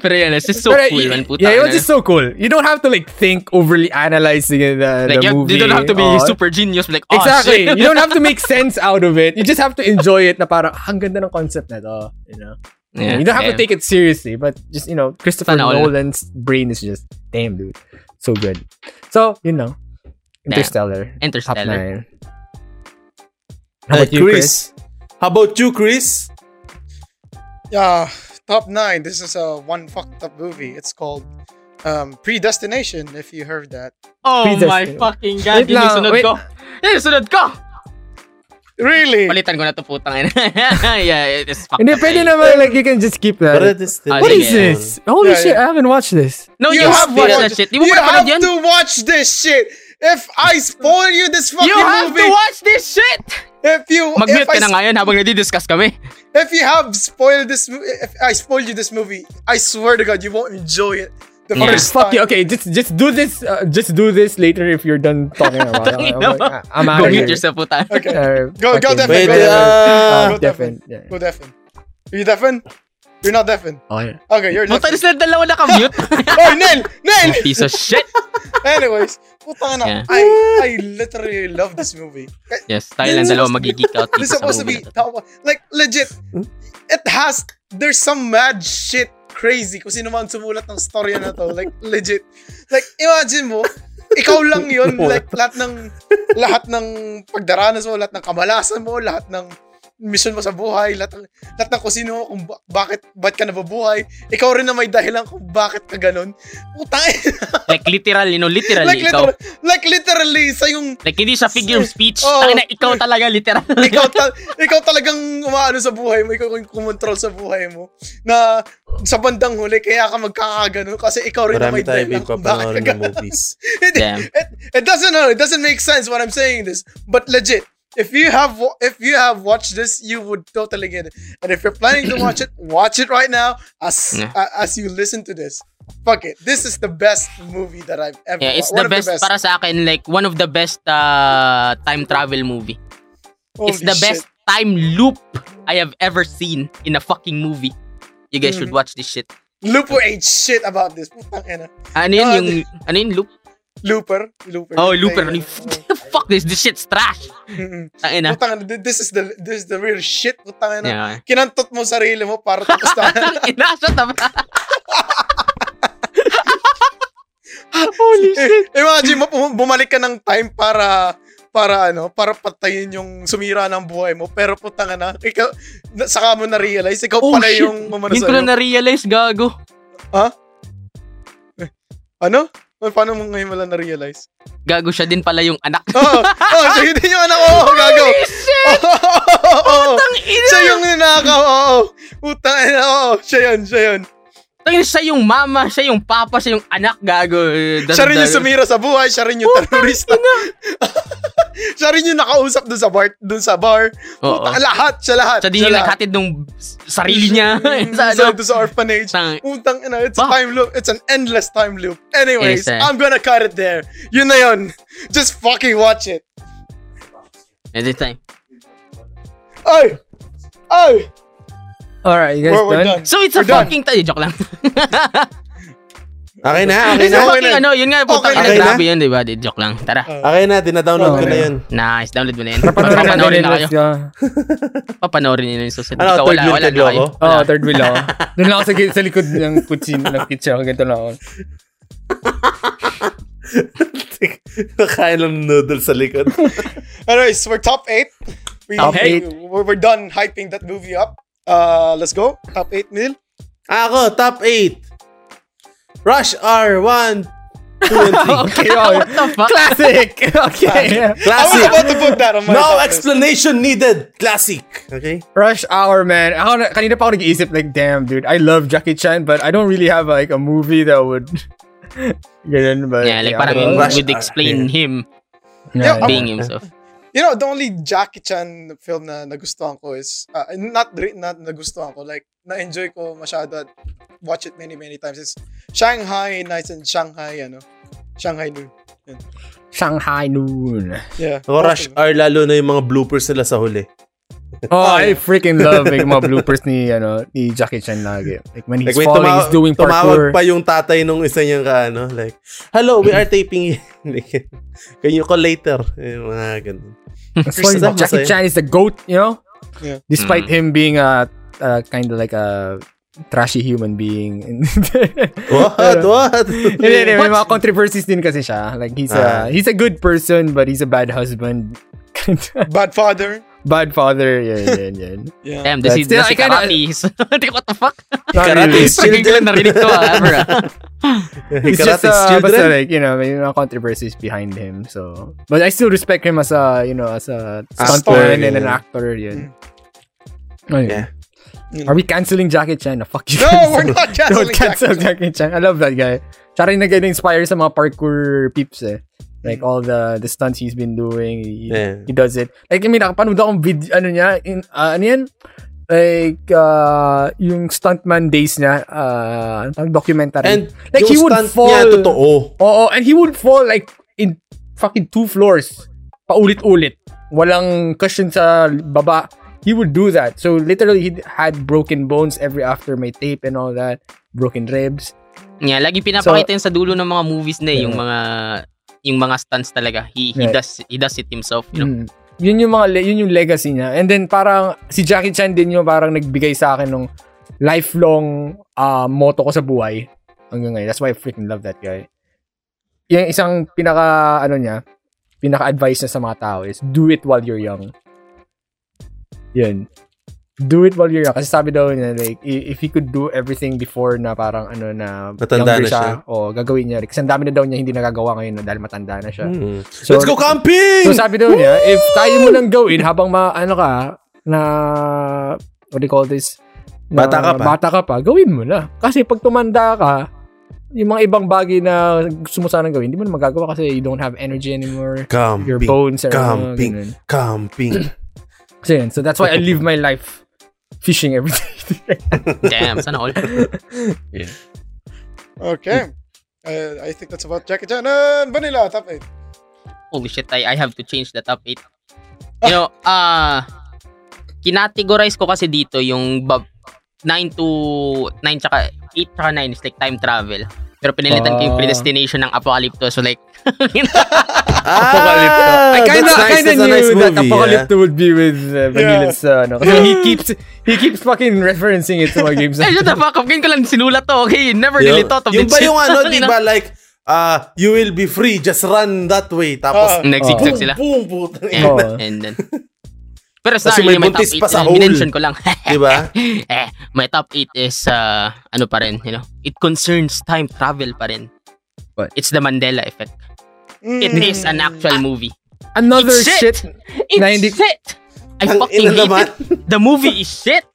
[SPEAKER 3] Pero yan, it's just so
[SPEAKER 2] But, uh,
[SPEAKER 3] cool, man. Puta
[SPEAKER 2] yeah, it
[SPEAKER 3] ka
[SPEAKER 2] was
[SPEAKER 3] na.
[SPEAKER 2] just so cool. You don't have to like think overly analyze the, the,
[SPEAKER 3] like,
[SPEAKER 2] the
[SPEAKER 3] you,
[SPEAKER 2] movie.
[SPEAKER 3] you don't have to be
[SPEAKER 2] or-
[SPEAKER 3] super genius. Like, oh,
[SPEAKER 2] Exactly.
[SPEAKER 3] shit.
[SPEAKER 2] you don't have to make sense out of it. You just have to enjoy it na parang, "Ah, ang ganda ng concept na to. You know?
[SPEAKER 3] Yeah,
[SPEAKER 2] you don't have
[SPEAKER 3] yeah.
[SPEAKER 2] to take it seriously, but just, you know, Christopher
[SPEAKER 3] Sana all.
[SPEAKER 2] Nolan's brain is just, damn, dude. So good. So, you know, Interstellar. Top
[SPEAKER 3] Interstellar.
[SPEAKER 2] nine.
[SPEAKER 1] How about you, Chris? How about you, Chris?
[SPEAKER 4] Yeah, top nine. This is a one fucked up movie. It's called um, Predestination. If you heard that,
[SPEAKER 3] Oh
[SPEAKER 2] Pizzas
[SPEAKER 3] my
[SPEAKER 2] kayo.
[SPEAKER 3] fucking god,
[SPEAKER 2] Wait
[SPEAKER 3] yun yung
[SPEAKER 2] lang,
[SPEAKER 3] sunod
[SPEAKER 2] wait.
[SPEAKER 3] ko. Yun yung sunod ko!
[SPEAKER 4] really?
[SPEAKER 3] Palitan ko na to putang ina. yeah, it is fucked
[SPEAKER 2] Hindi,
[SPEAKER 3] up,
[SPEAKER 2] pwede
[SPEAKER 3] eh.
[SPEAKER 2] naman, like, you can just keep that.
[SPEAKER 1] What is this?
[SPEAKER 3] Ah,
[SPEAKER 2] What
[SPEAKER 3] Sige.
[SPEAKER 2] is this? Holy
[SPEAKER 4] Yeah,
[SPEAKER 2] shit, I
[SPEAKER 4] yeah.
[SPEAKER 2] haven't watched this.
[SPEAKER 3] No, you,
[SPEAKER 4] You
[SPEAKER 3] have
[SPEAKER 4] have
[SPEAKER 3] watched
[SPEAKER 4] to
[SPEAKER 3] that shit. Di mo
[SPEAKER 4] you
[SPEAKER 3] pa napanood
[SPEAKER 4] have
[SPEAKER 3] yun?
[SPEAKER 4] to watch this shit. If I spoil you this fucking
[SPEAKER 3] You have to
[SPEAKER 4] movie,
[SPEAKER 3] watch this shit!
[SPEAKER 4] if you
[SPEAKER 3] Mag-mute
[SPEAKER 4] if
[SPEAKER 3] ka
[SPEAKER 4] I
[SPEAKER 3] na ngayon habang nadi-discuss kami.
[SPEAKER 4] if you have spoiled this, mo- if I spoil you this movie, I swear to God, you won't enjoy it. The
[SPEAKER 3] Yeah.
[SPEAKER 4] first
[SPEAKER 2] Fuck you.
[SPEAKER 4] time.
[SPEAKER 2] Okay, just just do this. Uh, just do this later if you're done talking about it. I'm, like, ah, I'm out
[SPEAKER 3] Go
[SPEAKER 2] of here.
[SPEAKER 3] mute yourself, puta.
[SPEAKER 4] Okay.
[SPEAKER 2] Uh,
[SPEAKER 4] Go- go
[SPEAKER 2] fucking-
[SPEAKER 4] Devin,
[SPEAKER 1] Wait,
[SPEAKER 4] go Devin.
[SPEAKER 1] ah.
[SPEAKER 2] Go
[SPEAKER 4] Go Devin.
[SPEAKER 2] Devin. Yeah.
[SPEAKER 4] Go deafen. Are you deafen? You're not deafen.
[SPEAKER 2] Okay.
[SPEAKER 4] Okay, you're
[SPEAKER 3] Puta na
[SPEAKER 4] deafen.
[SPEAKER 3] sila dalawa naka-mute.
[SPEAKER 4] Oh, Nel! Nel!
[SPEAKER 3] Piece of shit.
[SPEAKER 4] Anyways, putang
[SPEAKER 3] Yeah.
[SPEAKER 4] na. I, I literally love this movie.
[SPEAKER 3] Yes, tayo lang dalawa magigik out dito
[SPEAKER 4] This is
[SPEAKER 3] sa
[SPEAKER 4] supposed to
[SPEAKER 3] movie
[SPEAKER 4] be
[SPEAKER 3] na to.
[SPEAKER 4] top- like legit. It has there's some mad shit crazy kung sino man sumulat ng storya na to. Like legit. Like imagine mo, ikaw lang 'yon like lahat ng lahat ng pagdaranas mo, lahat ng kamalasan mo, lahat ng mission mo sa buhay, lahat, ng- lahat ng kung sino, kung ba- bakit, ba't ka nababuhay, ikaw rin na may dahilan kung bakit ka ganun. Putang
[SPEAKER 3] Like literal, you know, literally
[SPEAKER 4] like,
[SPEAKER 3] ikaw.
[SPEAKER 4] literal, like literally sa yung
[SPEAKER 3] Like hindi sa figure of speech.
[SPEAKER 4] Oh.
[SPEAKER 3] Tangina, ikaw talaga literal.
[SPEAKER 4] ikaw, ta- ikaw talagang umaano sa buhay mo, ikaw yung kumontrol sa buhay mo, na sa bandang huli, kaya ka magkakagano kasi ikaw rin na
[SPEAKER 1] Marami
[SPEAKER 4] may
[SPEAKER 1] tayo big
[SPEAKER 4] dahilan kung bakit
[SPEAKER 1] papanoorin
[SPEAKER 4] ka
[SPEAKER 1] na
[SPEAKER 4] ganun.
[SPEAKER 1] movies.
[SPEAKER 4] it,
[SPEAKER 3] Damn.
[SPEAKER 4] it, it doesn't know, it doesn't make sense what I'm saying this, but legit, if you have wa- if you have watched this, you would totally get it. And if you're planning to watch it, watch it right now as
[SPEAKER 3] Yeah.
[SPEAKER 4] a- as you listen to this. Fuck it. This is the best movie that I've ever
[SPEAKER 3] Yeah, it's
[SPEAKER 4] wa-
[SPEAKER 3] the
[SPEAKER 4] one of
[SPEAKER 3] best, para sa akin, like one of the best uh, time travel movie. it's
[SPEAKER 4] Holy
[SPEAKER 3] the best
[SPEAKER 4] shit. Hmm.
[SPEAKER 3] time loop I have ever seen in a fucking movie. You guys should watch this shit.
[SPEAKER 4] Lupo ain't shit about this. Putang ina.
[SPEAKER 3] Ano yun?
[SPEAKER 4] Ah,
[SPEAKER 3] Yung, ano yun? Loop?
[SPEAKER 4] Looper. Looper.
[SPEAKER 3] Oh, looper.
[SPEAKER 4] Tayo.
[SPEAKER 3] Fuck this. This shit's trash.
[SPEAKER 4] Mm-mm.
[SPEAKER 3] Ang ina.
[SPEAKER 4] Putang ina. This is the this is the real shit. Putang ina.
[SPEAKER 3] Yeah.
[SPEAKER 4] Kinantot mo sarili mo para tapos na.
[SPEAKER 3] Ang ina. Shut up. Holy shit.
[SPEAKER 4] Imagine mo, pum- bumalik ka ng time para para ano, para patayin yung sumira ng buhay mo. Pero putang ina, ikaw, na- saka mo na-realize, ikaw
[SPEAKER 3] Oh,
[SPEAKER 4] pala
[SPEAKER 3] shit.
[SPEAKER 4] yung mamano
[SPEAKER 3] Hindi ko na na-realize, gago.
[SPEAKER 4] Ano? Pa- Paano mo ngayon wala na-realize?
[SPEAKER 3] Gago siya din pala yung anak.
[SPEAKER 4] Oo, oh, sige din yung anak ko, oh, gago.
[SPEAKER 3] Holy shit!
[SPEAKER 4] Oo, oo, oo.
[SPEAKER 3] Ina!
[SPEAKER 4] oh, Siya yung ninakaw, oo. Utang ina, oo. Siya yun, siya yun.
[SPEAKER 3] Tangina, siya yung mama, siya yung papa, siya yung anak, gago. Eh,
[SPEAKER 4] Siya rin yung
[SPEAKER 3] dar-
[SPEAKER 4] sumira sa buhay, siya
[SPEAKER 3] Oh,
[SPEAKER 4] rin yung terorista. siya rin yung nakausap dun sa bar, dun sa bar.
[SPEAKER 3] Oo.
[SPEAKER 4] Putang, lahat, siya lahat.
[SPEAKER 3] Siya din yung
[SPEAKER 4] lahat.
[SPEAKER 3] naghatid nung s- sarili niya.
[SPEAKER 4] Mm,
[SPEAKER 3] sa
[SPEAKER 4] sa,
[SPEAKER 3] ano.
[SPEAKER 4] dun sa orphanage.
[SPEAKER 3] Tang-
[SPEAKER 4] Putang ina, it's a
[SPEAKER 3] Fuck.
[SPEAKER 4] time loop. It's an endless time loop. Anyways,
[SPEAKER 3] Yes, eh.
[SPEAKER 4] I'm gonna cut it there. Yun na yun. Just fucking watch it.
[SPEAKER 3] At the time.
[SPEAKER 4] Ay! Ay!
[SPEAKER 2] Alright, you guys
[SPEAKER 4] We're, we're
[SPEAKER 2] done?
[SPEAKER 4] done.
[SPEAKER 3] So it's a
[SPEAKER 4] We're done.
[SPEAKER 3] fucking tayo. Joke lang.
[SPEAKER 1] Okay na, okay na.
[SPEAKER 3] it's a
[SPEAKER 4] Okay
[SPEAKER 3] fucking
[SPEAKER 4] na.
[SPEAKER 3] ano, yun nga. Putang
[SPEAKER 1] na.
[SPEAKER 3] ina,
[SPEAKER 4] Okay
[SPEAKER 1] Oh.
[SPEAKER 3] grabe yun, di ba? Di- Joke lang. Tara.
[SPEAKER 1] Okay na, dinadownload ko na yun.
[SPEAKER 3] Nice, download mo na yun.
[SPEAKER 2] Napanood na
[SPEAKER 3] Papanoorin
[SPEAKER 2] natin,
[SPEAKER 3] na kayo.
[SPEAKER 2] let's go.
[SPEAKER 3] Papanoorin nyo na yung susunod.
[SPEAKER 1] Ano,
[SPEAKER 3] Ikaw,
[SPEAKER 1] third
[SPEAKER 3] wala,
[SPEAKER 1] wheel
[SPEAKER 3] wala na
[SPEAKER 1] taglo
[SPEAKER 3] kayo.
[SPEAKER 1] ako?
[SPEAKER 2] Oo, oh, third wheel ako. Doon lang ako sa, gi- sa likod ng kutsin, ng kitchen ako, ganito lang ako.
[SPEAKER 1] Nakain ng noodle sa likod.
[SPEAKER 4] Anyways, we're top eight. We,
[SPEAKER 2] Top eight.
[SPEAKER 4] we- We're, we're done hyping that movie up. Uh, let's go. Top eight, Neil.
[SPEAKER 1] Ako, top 8. Rush R, 1, 2, and 3.
[SPEAKER 2] Okay, okay.
[SPEAKER 3] What the fuck?
[SPEAKER 2] Classic! Okay.
[SPEAKER 4] I was
[SPEAKER 1] Classic.
[SPEAKER 4] about to put that on my
[SPEAKER 1] No
[SPEAKER 4] top list.
[SPEAKER 1] explanation needed. Classic. Okay?
[SPEAKER 2] Rush Hour, man. Ako, na- kanina pa ako nag-iisip, like, damn, dude, I love Jackie Chan, but I don't really have, like, a movie that would... Ganun ba?
[SPEAKER 3] Yeah, like parang
[SPEAKER 1] Rush
[SPEAKER 3] would
[SPEAKER 1] hour.
[SPEAKER 3] explain him
[SPEAKER 4] Yeah,
[SPEAKER 3] being himself.
[SPEAKER 4] You know, the only Jackie Chan film na nagustuhan ko is, uh, not re- not nagustuhan ko, like, na-enjoy ko masyado at watch it many, many times. It's Shanghai Nights and Shanghai, ano, Shanghai Noon.
[SPEAKER 2] Shanghai Noon.
[SPEAKER 4] Yeah.
[SPEAKER 1] Ako, Rush R, lalo na yung mga bloopers nila sa huli.
[SPEAKER 2] Oh, I freaking love like, mga bloopers ni, ano, ni Jackie Chan lagi. Like, when he's
[SPEAKER 1] Like, wait,
[SPEAKER 2] falling,
[SPEAKER 1] tuma-
[SPEAKER 2] he's doing
[SPEAKER 1] tumawag
[SPEAKER 2] parkour.
[SPEAKER 1] pa yung tatay nung isa niyang kaano. Like, hello, we are taping you. Like, Can you call later? Yung mga ganun.
[SPEAKER 2] That's why
[SPEAKER 1] Masaya. Hmm.
[SPEAKER 2] Jackie Chan is the GOAT, you know?
[SPEAKER 4] Yeah.
[SPEAKER 2] Despite
[SPEAKER 3] Mm.
[SPEAKER 2] him being a, a kind of like a trashy human being.
[SPEAKER 1] What? What?
[SPEAKER 2] Hindi, hindi. May mga controversies din kasi siya. Like, he's
[SPEAKER 1] Ah.
[SPEAKER 2] a, he's a good person, but he's a bad husband.
[SPEAKER 4] Bad Father.
[SPEAKER 2] bad father. Yan, yan, yan.
[SPEAKER 4] Yeah.
[SPEAKER 3] Damn, this
[SPEAKER 2] But
[SPEAKER 3] is
[SPEAKER 2] still, I
[SPEAKER 3] this is
[SPEAKER 2] kinda-
[SPEAKER 3] karate. Hindi ko, what the fuck?
[SPEAKER 2] Not
[SPEAKER 1] Karate
[SPEAKER 2] really.
[SPEAKER 1] is
[SPEAKER 3] Parang ko lang narinig to, ah, bro.
[SPEAKER 2] It's just,
[SPEAKER 1] Karate's
[SPEAKER 2] uh,
[SPEAKER 1] children.
[SPEAKER 2] basta like, you know, may mga controversies behind him. So, but I still respect him as a, you know, as a stuntman and an
[SPEAKER 1] yeah.
[SPEAKER 2] actor. Yun. Ayun.
[SPEAKER 1] Yeah.
[SPEAKER 2] Are we canceling Jackie Chan? No, fuck you. guys.
[SPEAKER 4] Mm. No, we're not canceling
[SPEAKER 2] Don't cancel
[SPEAKER 4] Jackie Chan.
[SPEAKER 2] Jackie Chan. I love that guy. Siya rin nag-inspire sa mga parkour peeps eh. Like
[SPEAKER 4] Mm.
[SPEAKER 2] all the the stunts he's been doing, he,
[SPEAKER 1] Yeah.
[SPEAKER 2] he does it. Like, I mean, nakapanood akong video, ano niya, in, ah, ano yan? Like, uh, yung stuntman days niya, uh, ano tawag, documentary.
[SPEAKER 1] And
[SPEAKER 2] like,
[SPEAKER 1] yung
[SPEAKER 2] he would
[SPEAKER 1] stunt
[SPEAKER 2] fall.
[SPEAKER 1] niya, totoo.
[SPEAKER 2] Oo, and he would fall like in fucking two floors. Paulit-ulit. Walang cushion sa baba. He would do that. So literally, he had broken bones every after may tape and all that. Broken ribs.
[SPEAKER 3] Yeah, lagi pinapakita yun sa dulo ng mga movies na eh, yung mga yung mga stunts talaga. He he
[SPEAKER 2] Yeah.
[SPEAKER 3] does he does it himself, you know.
[SPEAKER 2] Mm. Yun yung mga le- yun yung legacy niya. And then parang si Jackie Chan din yung parang nagbigay sa akin ng lifelong ah, motto ko sa buhay hanggang ngayon. That's why I freaking love that guy. Yung isang pinaka ano niya, pinaka-advice niya sa mga tao is do it while you're young. Yun. Do it while you're young. Kasi sabi daw niya, like, i- if he could do everything before na parang ano na
[SPEAKER 1] Matanda
[SPEAKER 2] younger
[SPEAKER 1] na siya.
[SPEAKER 2] O, gagawin niya. Kasi ang dami na daw niya hindi nagagawa ngayon dahil matanda na siya.
[SPEAKER 1] Mm.
[SPEAKER 2] So,
[SPEAKER 1] Let's go camping!
[SPEAKER 2] So sabi daw niya, if kaya mo nang gawin habang ma, ano ka, na, what do you call this? Na,
[SPEAKER 1] Bata ka pa.
[SPEAKER 2] Bata ka pa, gawin mo na. Kasi pag tumanda ka, yung mga ibang bagay na gusto mo sanang gawin, hindi mo na magagawa kasi you don't have energy anymore.
[SPEAKER 1] camping.
[SPEAKER 2] Your bones are
[SPEAKER 1] camping.
[SPEAKER 2] Ano, ganun.
[SPEAKER 1] Camping.
[SPEAKER 2] so, yun. so that's why I live my life fishing every day.
[SPEAKER 1] Mm.
[SPEAKER 3] Damn, sana all.
[SPEAKER 4] Okay. Uh, I think that's about Jackie Chan and Vanilla, top eight.
[SPEAKER 3] Holy shit, I I have to change the top 8. You know, ah kinategorize ko kasi dito yung bab- 9 to 9 tsaka 8 tsaka 9 is like time travel. Pero pinilitan ko yung
[SPEAKER 2] Ah.
[SPEAKER 3] predestination ng Apocalypto. So like,
[SPEAKER 1] Ah,
[SPEAKER 2] I
[SPEAKER 1] that's
[SPEAKER 2] kinda, I
[SPEAKER 1] nice.
[SPEAKER 2] kinda
[SPEAKER 1] That's a
[SPEAKER 2] knew
[SPEAKER 1] nice
[SPEAKER 2] that
[SPEAKER 1] movie.
[SPEAKER 2] Apocalypto would be with uh, Vanilla
[SPEAKER 4] Yeah.
[SPEAKER 2] Sun. No? Kasi he keeps, he keeps fucking referencing it to mga games.
[SPEAKER 3] eh, shut the fuck up. Ngayon ko lang sinulat to. Okay, never
[SPEAKER 1] yeah.
[SPEAKER 3] really thought of
[SPEAKER 1] Yung
[SPEAKER 3] this
[SPEAKER 1] ba yung
[SPEAKER 3] shit.
[SPEAKER 1] ano, di ba like, ah, you will be free, just run that way. Tapos,
[SPEAKER 4] Ah.
[SPEAKER 3] Nag-zigzag
[SPEAKER 1] boom,
[SPEAKER 3] sila.
[SPEAKER 1] boom, putang
[SPEAKER 3] And,
[SPEAKER 1] ina.
[SPEAKER 2] Oo.
[SPEAKER 3] and then, pero sa
[SPEAKER 1] Kasi
[SPEAKER 3] akin,
[SPEAKER 1] may
[SPEAKER 3] yung
[SPEAKER 1] buntis pa
[SPEAKER 3] top eight,
[SPEAKER 1] sa
[SPEAKER 3] eh,
[SPEAKER 1] hole. Diba?
[SPEAKER 3] Minention ko lang.
[SPEAKER 1] Di ba?
[SPEAKER 3] eh, my top 8 is, uh, ano pa rin, you know, it concerns time travel pa rin.
[SPEAKER 2] What?
[SPEAKER 3] It's the Mandela effect. It
[SPEAKER 4] Mm.
[SPEAKER 3] is an actual movie.
[SPEAKER 2] Another
[SPEAKER 3] It's shit.
[SPEAKER 2] shit.
[SPEAKER 3] It's
[SPEAKER 2] 90
[SPEAKER 3] shit! I
[SPEAKER 1] Ang
[SPEAKER 3] fucking
[SPEAKER 1] ina naman.
[SPEAKER 3] hate it. The movie is shit.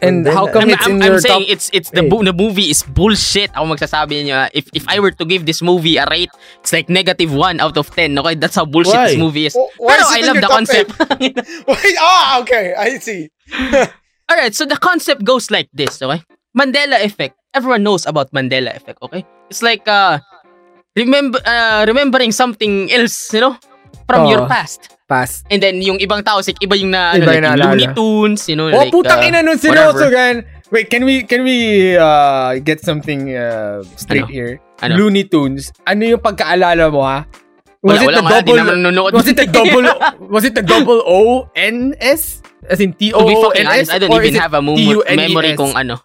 [SPEAKER 2] And how
[SPEAKER 1] Mandela.
[SPEAKER 2] come
[SPEAKER 3] I'm,
[SPEAKER 2] it's in
[SPEAKER 3] I'm,
[SPEAKER 2] your
[SPEAKER 3] I'm saying
[SPEAKER 2] top?
[SPEAKER 3] it's it's the, bu- the movie is bullshit. Ako magsasabi niyo, if if I were to give this movie a rate, it's like negative 1 out of 10. Okay, that's how bullshit
[SPEAKER 1] Why?
[SPEAKER 3] this movie is.
[SPEAKER 4] Wh- why
[SPEAKER 3] Pero
[SPEAKER 4] is it
[SPEAKER 3] I
[SPEAKER 4] in
[SPEAKER 3] love
[SPEAKER 4] your
[SPEAKER 3] the
[SPEAKER 4] top
[SPEAKER 3] concept.
[SPEAKER 4] Wait, ah, okay, I see.
[SPEAKER 3] All right, so the concept goes like this, okay? Mandela effect. Everyone knows about Mandela effect, okay? It's like uh remember uh, remembering something else, you know, from
[SPEAKER 2] Oo.
[SPEAKER 3] your past.
[SPEAKER 2] Pass.
[SPEAKER 3] And then yung ibang tao, like iba yung na
[SPEAKER 2] Oh. Iba
[SPEAKER 3] ano, like
[SPEAKER 2] yung
[SPEAKER 3] yung
[SPEAKER 2] naalala.
[SPEAKER 3] Looney Tunes, you know,
[SPEAKER 2] Oh,
[SPEAKER 3] like
[SPEAKER 2] putang
[SPEAKER 3] uh,
[SPEAKER 2] ina nun
[SPEAKER 3] whatever.
[SPEAKER 2] sinusugan. Wait, can we can we uh, get something uh, straight
[SPEAKER 3] Ano?
[SPEAKER 2] here?
[SPEAKER 3] Ano?
[SPEAKER 2] Looney Tunes. Ano yung pagkaalala mo ha?
[SPEAKER 3] Wala,
[SPEAKER 2] Was it
[SPEAKER 3] wala
[SPEAKER 2] the
[SPEAKER 3] nga, di
[SPEAKER 2] double
[SPEAKER 3] naman nanonood.
[SPEAKER 2] Was it the double Was it the double O N S? As in T O
[SPEAKER 3] To be
[SPEAKER 2] O N
[SPEAKER 3] fucking
[SPEAKER 2] S?
[SPEAKER 3] honest, I don't
[SPEAKER 2] or
[SPEAKER 3] even
[SPEAKER 2] is it
[SPEAKER 3] have a mo-
[SPEAKER 2] T-U-N-E-S?
[SPEAKER 3] memory kung ano.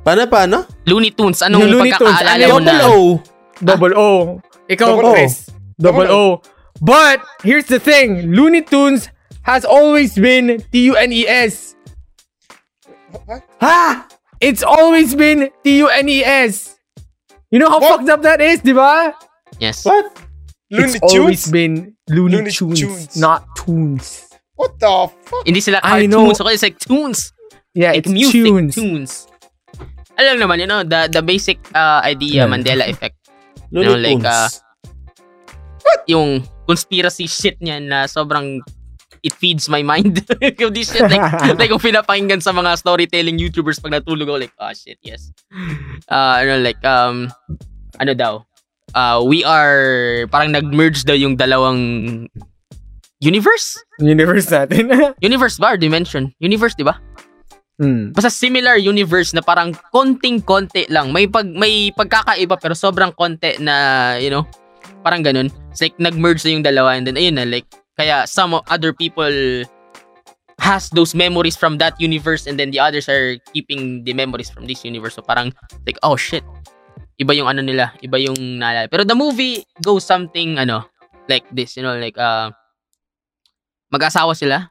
[SPEAKER 1] Paano, paano?
[SPEAKER 3] Looney Tunes, anong
[SPEAKER 2] Yung Looney Tunes,
[SPEAKER 3] pagkakaalala
[SPEAKER 2] ano
[SPEAKER 3] mo
[SPEAKER 2] yung
[SPEAKER 3] na?
[SPEAKER 1] Hello.
[SPEAKER 2] Double O. Ikaw,
[SPEAKER 4] Double O.
[SPEAKER 2] Chris. Double O. But, here's the thing. Looney Tunes has always been E T-U-N-E-S.
[SPEAKER 4] What?
[SPEAKER 2] Ha! It's always been T-U-N-E-S. E You know how
[SPEAKER 4] What?
[SPEAKER 2] fucked up that is, di ba?
[SPEAKER 3] Yes.
[SPEAKER 1] What?
[SPEAKER 2] it's
[SPEAKER 4] Looney
[SPEAKER 2] always
[SPEAKER 4] Tunes?
[SPEAKER 2] been Looney,
[SPEAKER 4] Looney
[SPEAKER 2] Tunes,
[SPEAKER 4] Tunes.
[SPEAKER 2] not Tunes.
[SPEAKER 4] What the fuck?
[SPEAKER 3] Hindi sila
[SPEAKER 2] I
[SPEAKER 3] cartoons.
[SPEAKER 2] know.
[SPEAKER 3] Okay, it's like tunes.
[SPEAKER 2] Yeah,
[SPEAKER 3] Like
[SPEAKER 2] it's
[SPEAKER 3] music, tunes.
[SPEAKER 2] tunes.
[SPEAKER 3] Alam naman, you know, the the basic uh, idea,
[SPEAKER 2] Yeah.
[SPEAKER 3] Mandela effect.
[SPEAKER 1] Looney
[SPEAKER 3] No, like,
[SPEAKER 1] Tunes.
[SPEAKER 3] ah, Yung conspiracy shit niya na sobrang it feeds my mind. Yung this shit, like, like kung pinapakinggan sa mga storytelling YouTubers pag natulog ako, like, oh shit, yes. Uh, ano, like, um, ano daw, uh, we are, parang nag-merge daw yung dalawang universe?
[SPEAKER 2] Universe natin.
[SPEAKER 3] Universe ba or dimension? Universe, di ba?
[SPEAKER 2] Hmm.
[SPEAKER 3] basta similar universe na parang konting-konti lang. May pag may pagkakaiba pero sobrang konti na, you know, parang ganun. It's like nag-merge na yung dalawa and then ayun na like kaya some o- other people has those memories from that universe and then the others are keeping the memories from this universe. So parang like oh shit. Iba yung ano nila, iba yung naalala. Pero the movie goes something ano like this, you know, like uh mag-asawa sila.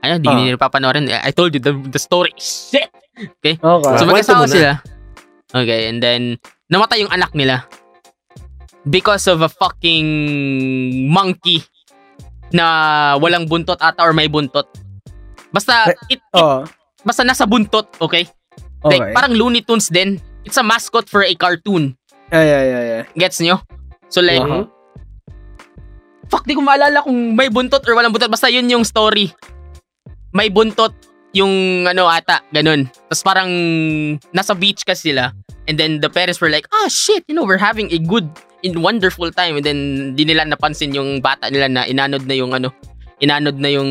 [SPEAKER 3] Ano,
[SPEAKER 2] Ah.
[SPEAKER 3] di nila papanoorin. I I told you the, the story is shit.
[SPEAKER 2] Okay.
[SPEAKER 3] So
[SPEAKER 1] Ah, kwento mo
[SPEAKER 3] mag-asawa
[SPEAKER 1] na.
[SPEAKER 3] sila. Okay, and then namatay yung anak nila because of a fucking monkey na walang buntot ata or may buntot. Basta
[SPEAKER 1] Eh.
[SPEAKER 3] it, it-
[SPEAKER 2] oh,
[SPEAKER 3] basta nasa buntot, okay?
[SPEAKER 2] okay.
[SPEAKER 3] Like parang Looney Tunes din. It's a mascot for a cartoon.
[SPEAKER 2] yeah, yeah, yeah, yeah.
[SPEAKER 3] Gets nyo? So like
[SPEAKER 2] Uh-huh.
[SPEAKER 3] fuck, di ko maalala kung may buntot or walang buntot. Basta yun yung story. May buntot yung ano ata, ganun. Tapos parang nasa beach kasi sila. And then the parents were like, ah shit, you know, we're having a good and wonderful time. And then di nila napansin yung bata nila na inanod na yung ano, inanod na yung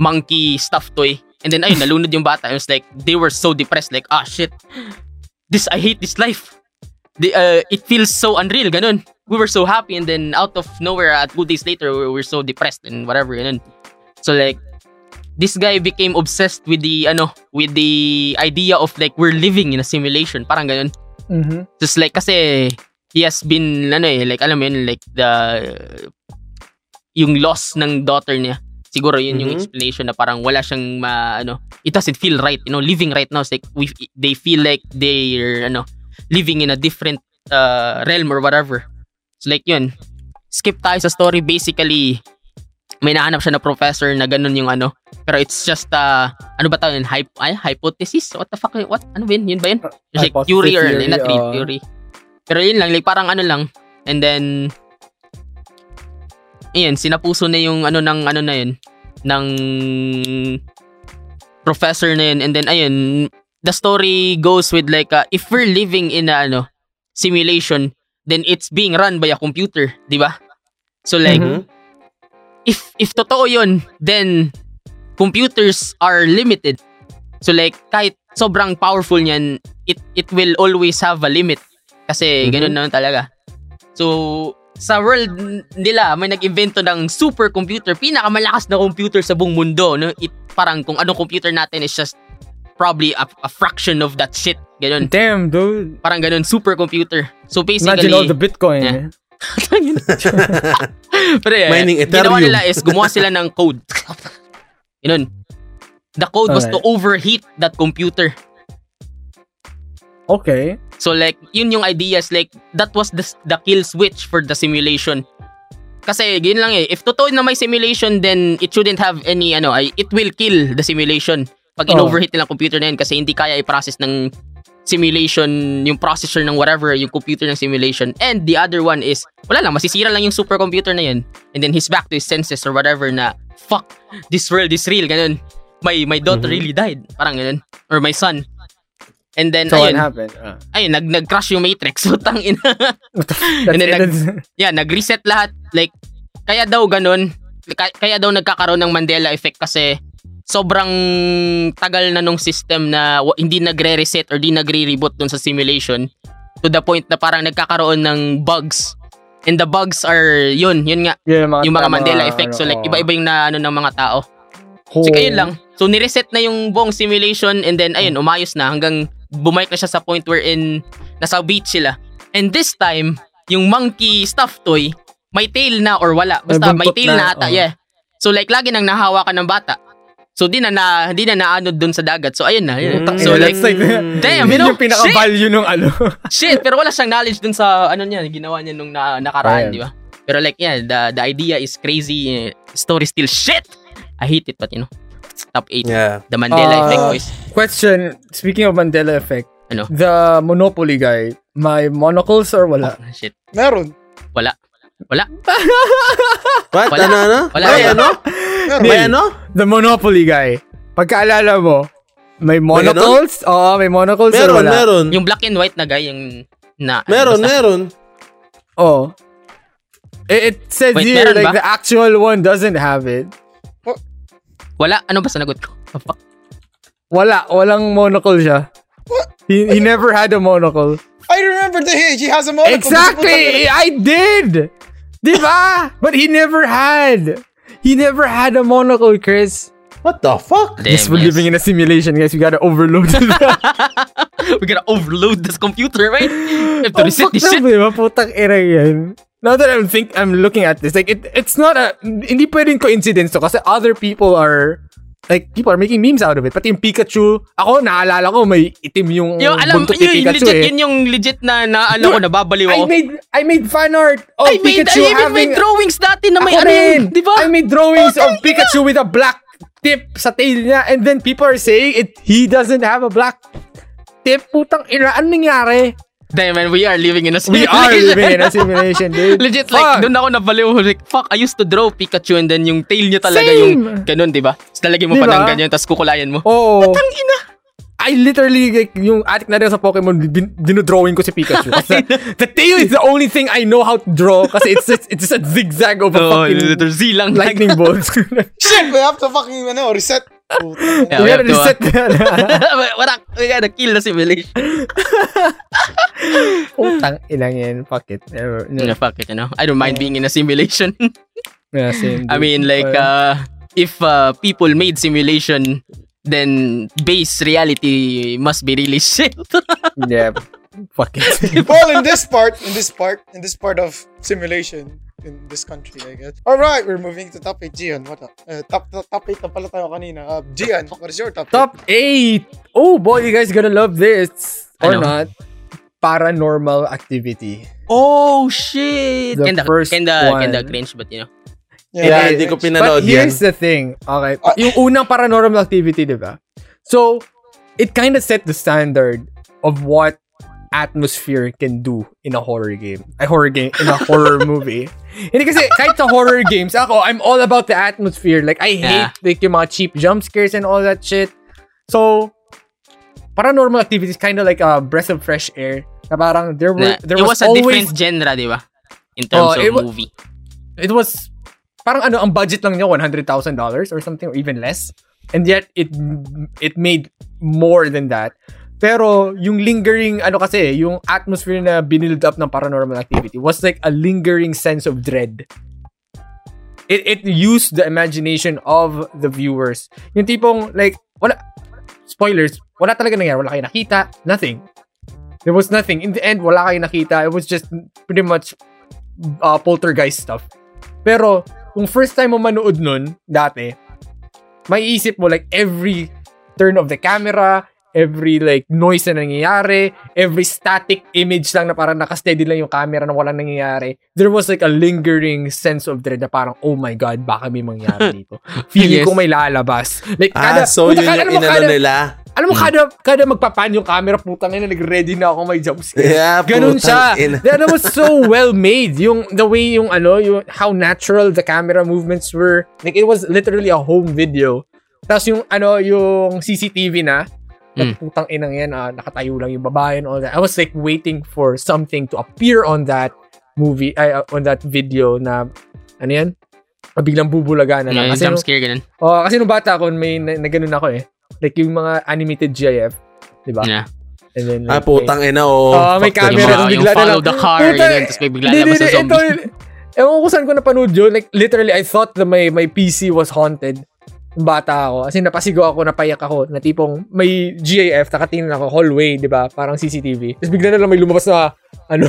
[SPEAKER 3] monkey stuffed toy. And then ayun, nalunod yung bata. It was like, they were so depressed. Like, ah shit, this, I hate this life. The, uh, it feels so unreal, ganun we were so happy and then out of nowhere uh, two days later we were so depressed and whatever and so like this guy became obsessed with the ano with the idea of like we're living in a simulation parang ganun
[SPEAKER 2] Mm-hmm.
[SPEAKER 3] just like kasi he has been ano eh like alam mo yun like the yung loss ng daughter niya siguro yun yung
[SPEAKER 1] Mhm.
[SPEAKER 3] explanation na parang wala siyang ma, ano it doesn't feel right you know living right now is like we they feel like they're ano living in a different uh, realm or whatever so like yun skip tayo sa story basically may nahanap siya na professor na ganun yung ano pero it's just uh, ano ba tawag yun Hyp- ay, hypothesis what the fuck what ano ba yun yun ba yun It's like
[SPEAKER 2] Hypothesis
[SPEAKER 3] theory or
[SPEAKER 2] theory,
[SPEAKER 3] not really
[SPEAKER 2] oo.
[SPEAKER 3] theory. Pero yun lang, like parang ano lang. And then, ayan, sinapuso na yung ano ng ano na yun, ng professor na yun. And then, ayun, the story goes with like, uh, if we're living in a ano, simulation, then it's being run by a computer, di ba? So like,
[SPEAKER 1] Mhm.
[SPEAKER 3] if if totoo 'yun, then computers are limited. So like, kahit sobrang powerful niyan, it it will always have a limit. Kasi ganun naman talaga. So, sa world n- nila, may nag-invento ng supercomputer, pinakamalakas na computer sa buong mundo. No? It, parang kung anong computer natin is just probably a, a fraction of that shit. Ganun.
[SPEAKER 2] Damn, dude.
[SPEAKER 3] Parang ganun, supercomputer. So basically,
[SPEAKER 2] Imagine all the Bitcoin.
[SPEAKER 3] Yeah.
[SPEAKER 2] eh.
[SPEAKER 3] Pero yeah,
[SPEAKER 1] Mining Ethereum.
[SPEAKER 3] ginawa nila is gumawa sila ng code. Ganun. The code was to
[SPEAKER 2] Alright.
[SPEAKER 3] overheat that computer.
[SPEAKER 2] Okay.
[SPEAKER 3] So like, yun yung ideas like that was the the kill switch for the simulation. Kasi yun lang eh, if totoo na may simulation then it shouldn't have any ano, ay it will kill the simulation
[SPEAKER 2] Oh.
[SPEAKER 3] pag in-overheat nila ang computer na yun kasi hindi kaya i-process ng simulation yung processor ng whatever yung computer ng simulation and the other one is wala lang masisira lang yung supercomputer na yun and then he's back to his senses or whatever na fuck this world is real ganun my my daughter
[SPEAKER 2] Mm-hmm.
[SPEAKER 3] really died parang ganun or my son and then
[SPEAKER 2] So what
[SPEAKER 3] ayun
[SPEAKER 2] happened? Ah.
[SPEAKER 3] ayun, nag nag-crash yung Matrix. Utang ina.
[SPEAKER 2] What the f-
[SPEAKER 3] And
[SPEAKER 2] That's
[SPEAKER 3] then,
[SPEAKER 2] it.
[SPEAKER 3] yeah, nag-reset lahat. Like kaya daw ganun. Kaya, kaya daw nagkakaroon ng Mandela effect kasi sobrang tagal na nung system na wa- hindi nagre-reset or di nagre-reboot dun sa simulation to the point na parang nagkakaroon ng bugs. And the bugs are yun, yun nga,
[SPEAKER 2] Yeah,
[SPEAKER 3] yung mga Mandela effect. So like iba-iba yung na ano ng mga tao.
[SPEAKER 2] Oh.
[SPEAKER 3] So kayo lang. So nireset na yung buong simulation and then ayun, umayos na hanggang bumalik na siya sa point wherein nasa beach sila. And this time, yung monkey stuffed toy, may tail na or wala.
[SPEAKER 2] May
[SPEAKER 3] Basta may
[SPEAKER 2] buntot
[SPEAKER 3] tail na,
[SPEAKER 2] na,
[SPEAKER 3] ata,
[SPEAKER 2] oh.
[SPEAKER 3] yeah. So like lagi nang nahawakan ng bata. So di na, na di na naanod dun sa dagat. So ayun na. Yun.
[SPEAKER 2] Mm.
[SPEAKER 3] So
[SPEAKER 2] Yeah,
[SPEAKER 3] like
[SPEAKER 2] that's like-
[SPEAKER 3] damn, you know,
[SPEAKER 2] yung pinaka-value nung ano.
[SPEAKER 3] shit, pero wala siyang knowledge dun sa ano niya, ginawa niya nung na, nakaraan,
[SPEAKER 2] Ayan.
[SPEAKER 3] di ba? Pero like yeah, the the idea is crazy. eh, Story still shit. I hate it but you know. Top 8.
[SPEAKER 1] Yeah.
[SPEAKER 3] The Mandela
[SPEAKER 2] Ah.
[SPEAKER 3] effect, boys.
[SPEAKER 2] Question, speaking of Mandela effect,
[SPEAKER 3] Ano?
[SPEAKER 2] the Monopoly guy, may monocles or wala?
[SPEAKER 3] Ah, Shit.
[SPEAKER 4] Meron.
[SPEAKER 3] Wala. Wala.
[SPEAKER 1] What?
[SPEAKER 3] Wala.
[SPEAKER 1] Ano, ano?
[SPEAKER 3] Wala.
[SPEAKER 1] May
[SPEAKER 3] Wala.
[SPEAKER 1] ano?
[SPEAKER 4] Meron.
[SPEAKER 1] May ano?
[SPEAKER 2] The Monopoly guy. Pagkaalala mo, may monocles? Oo, may monocles or
[SPEAKER 1] Meron,
[SPEAKER 2] wala?
[SPEAKER 1] meron.
[SPEAKER 3] Yung black and white na guy, yung na... ano,
[SPEAKER 1] Meron,
[SPEAKER 3] basta-
[SPEAKER 1] meron.
[SPEAKER 2] Oo. Oh. It, it says
[SPEAKER 3] Wait,
[SPEAKER 2] here,
[SPEAKER 3] meron
[SPEAKER 2] like,
[SPEAKER 3] ba?
[SPEAKER 2] the actual one doesn't have it.
[SPEAKER 3] Wala. Ano ba sanagot ko? Oh, fuck.
[SPEAKER 2] Wala, walang monocle siya. He, he never had a monocle.
[SPEAKER 4] I remember that he, he has a monocle.
[SPEAKER 2] Exactly! I did! Di ba? But he never had. He never had a monocle, Chris.
[SPEAKER 1] What the fuck?
[SPEAKER 3] Damn,
[SPEAKER 2] Yes, we're
[SPEAKER 3] guys.
[SPEAKER 2] living in a simulation, guys. We gotta overload this.
[SPEAKER 3] We're gonna overload this computer, right? We have to
[SPEAKER 2] Ang
[SPEAKER 3] reset this
[SPEAKER 2] fucked
[SPEAKER 3] shit.
[SPEAKER 2] up, eh. Maputang ina yan. Now that I'm think I'm looking at this, like it, it's not a hindi pwedeng coincidence to kasi other people are like people are making memes out of it. Pati yung Pikachu, ako naalala ko may itim yung
[SPEAKER 3] Yung, alam,
[SPEAKER 2] buntot ni
[SPEAKER 3] yun, yung
[SPEAKER 2] Pikachu
[SPEAKER 3] legit,
[SPEAKER 2] eh.
[SPEAKER 3] yun yung legit na, na ano ko, nababaliw
[SPEAKER 2] I
[SPEAKER 3] ako.
[SPEAKER 2] made I made fan art of
[SPEAKER 3] I made,
[SPEAKER 2] Pikachu
[SPEAKER 3] I even
[SPEAKER 2] having
[SPEAKER 3] made drawings dati na may
[SPEAKER 2] Ako
[SPEAKER 3] ano
[SPEAKER 2] rin.
[SPEAKER 3] yun, di ba? Oh,
[SPEAKER 2] I made drawings of Pikachu with a black tip sa tail niya and then people are saying it he doesn't have a black tip. Putang ina, ano nangyari?
[SPEAKER 3] Damn, man, we are living in a
[SPEAKER 2] We
[SPEAKER 3] simulation.
[SPEAKER 2] are living in a simulation, dude.
[SPEAKER 3] Legit, like,
[SPEAKER 2] Fuck.
[SPEAKER 3] doon ako nabaliw. Like, fuck, I used to draw Pikachu and then yung tail niya talaga
[SPEAKER 2] Same.
[SPEAKER 3] yung ganun, di ba? Tapos lalagyan
[SPEAKER 2] Di
[SPEAKER 3] mo pa ng
[SPEAKER 2] ba? Oh.
[SPEAKER 3] ganyan, tapos kukulayan mo.
[SPEAKER 2] Oo.
[SPEAKER 3] Ang ina!
[SPEAKER 2] I literally, like, yung addict na rin sa Pokemon, din- dinodrawing ko si Pikachu. Kasi the tail is the only thing I know how to draw kasi it's just, it's just a zigzag of a
[SPEAKER 3] Oh,
[SPEAKER 2] fucking
[SPEAKER 3] letter Z lang.
[SPEAKER 2] lightning bolt.
[SPEAKER 4] Shit, we have to fucking, ano, reset. Puta.
[SPEAKER 3] Yeah,
[SPEAKER 2] we
[SPEAKER 3] we have
[SPEAKER 2] gotta
[SPEAKER 3] to, ah.
[SPEAKER 2] reset that.
[SPEAKER 3] Wala, we gotta kill the simulation.
[SPEAKER 2] Putang ilang yan. Fuck it. Never,
[SPEAKER 3] Yeah,
[SPEAKER 2] never.
[SPEAKER 3] fuck it, you know. I don't mind being in a simulation.
[SPEAKER 2] Yeah, same,
[SPEAKER 3] I
[SPEAKER 2] dude.
[SPEAKER 3] mean, like,
[SPEAKER 2] Uh,
[SPEAKER 3] uh, if uh, people made simulation, then base reality must be really shit.
[SPEAKER 2] yeah. Fuck it.
[SPEAKER 4] Well, in this part, in this part, in this part of simulation in this country, I guess. All right, we're moving to top 8. Gian, what up? Uh, top, top, top 8 na pala tayo kanina. Uh, Gian, what is your top eight?
[SPEAKER 2] Top 8. Oh boy, you guys gonna love this. Or
[SPEAKER 3] Ano?
[SPEAKER 2] not. Paranormal activity.
[SPEAKER 3] oh, shit!
[SPEAKER 2] The
[SPEAKER 3] Kinda,
[SPEAKER 2] first
[SPEAKER 3] kinda,
[SPEAKER 2] one.
[SPEAKER 3] kinda cringe, but you know.
[SPEAKER 1] Yeah, hindi ko pinanood
[SPEAKER 2] But
[SPEAKER 1] yan.
[SPEAKER 2] here's the thing. Okay. Yung unang paranormal activity, di ba? So, it kind of set the standard of what atmosphere can do in a horror game. A horror game, in a horror movie. Hindi kasi kahit sa horror games, ako, I'm all about the atmosphere. Like, I hate
[SPEAKER 3] Yeah.
[SPEAKER 2] like yung mga cheap jump scares and all that shit. So, paranormal activity is kind of like a breath of fresh air. Na parang there were,
[SPEAKER 3] Na-
[SPEAKER 2] there
[SPEAKER 3] it
[SPEAKER 2] was,
[SPEAKER 3] was, a
[SPEAKER 2] always,
[SPEAKER 3] different genre, di ba? In
[SPEAKER 2] Oh,
[SPEAKER 3] terms of
[SPEAKER 2] it wa-
[SPEAKER 3] movie.
[SPEAKER 2] it was, parang ano, ang budget lang niya, $100,000 or something, or even less. And yet it it made more than that. Pero yung lingering ano kasi, yung atmosphere na binild up ng paranormal activity was like a lingering sense of dread. It it used the imagination of the viewers. Yung tipong like wala spoilers, wala talaga nangyari, wala kayo nakita, nothing. There was nothing. In the end, wala kayo nakita. It was just pretty much uh, poltergeist stuff. Pero, kung first time mo manood nun, dati, maiisip mo like every turn of the camera, every like noise na nangyayari, every static image lang na parang nakasteady lang yung camera na walang nangyayari. There was like a lingering sense of dread na parang, oh my God, baka may mangyari dito. Feeling
[SPEAKER 3] Yes.
[SPEAKER 2] ko may lalabas. Like,
[SPEAKER 1] Ah,
[SPEAKER 2] kada,
[SPEAKER 1] so
[SPEAKER 2] puta,
[SPEAKER 1] yun yung
[SPEAKER 2] kada- alam mo,
[SPEAKER 1] inano
[SPEAKER 2] kada-
[SPEAKER 1] nila.
[SPEAKER 2] alam mo,
[SPEAKER 1] Hmm.
[SPEAKER 2] kada, kada magpapan yung camera, putang ina, nag-ready na ako may jump scare.
[SPEAKER 1] Yeah,
[SPEAKER 2] Ganun siya.
[SPEAKER 1] putang ina.
[SPEAKER 2] That was so well made. Yung, the way yung, ano, yung, how natural the camera movements were. Like, it was literally a home video. Tapos yung, ano, yung CCTV na,
[SPEAKER 1] Hmm.
[SPEAKER 3] Mm.
[SPEAKER 2] mm. putang inang yan, ah, nakatayo lang yung babae and all that. I was like waiting for something to appear on that movie, ay, uh, on that video na, ano yan? Ah, Biglang bubulaga
[SPEAKER 1] Mm,
[SPEAKER 2] na lang.
[SPEAKER 3] Yung
[SPEAKER 2] Kasi
[SPEAKER 3] jump
[SPEAKER 2] nung-
[SPEAKER 3] scare, ganun.
[SPEAKER 2] Oh, kasi nung bata ako, may na, na ganun ako eh. Like yung mga animated GIF, 'di ba?
[SPEAKER 3] Yeah.
[SPEAKER 2] And then
[SPEAKER 1] Ah,
[SPEAKER 2] like,
[SPEAKER 1] putang ina, oo.
[SPEAKER 2] Oh, may
[SPEAKER 1] Fuck
[SPEAKER 2] camera.
[SPEAKER 3] Yung,
[SPEAKER 2] meron,
[SPEAKER 3] mga,
[SPEAKER 1] naman.
[SPEAKER 2] bigla
[SPEAKER 3] yung
[SPEAKER 2] na lang.
[SPEAKER 3] follow the car,
[SPEAKER 2] Puta,
[SPEAKER 3] ganun. Tapos may bigla
[SPEAKER 2] Hindi,
[SPEAKER 3] labas
[SPEAKER 2] hindi,
[SPEAKER 3] sa
[SPEAKER 2] ito.
[SPEAKER 3] zombie.
[SPEAKER 2] Ewan ko saan ko napanood yun. Like, literally, I thought that my, my PC was haunted. Nung Bata ako. Kasi napasigo ako, napayak ako. Na tipong may GIF, nakatingin ako, hallway, di ba? Parang CCTV. Tapos bigla na lang may lumabas na, ano,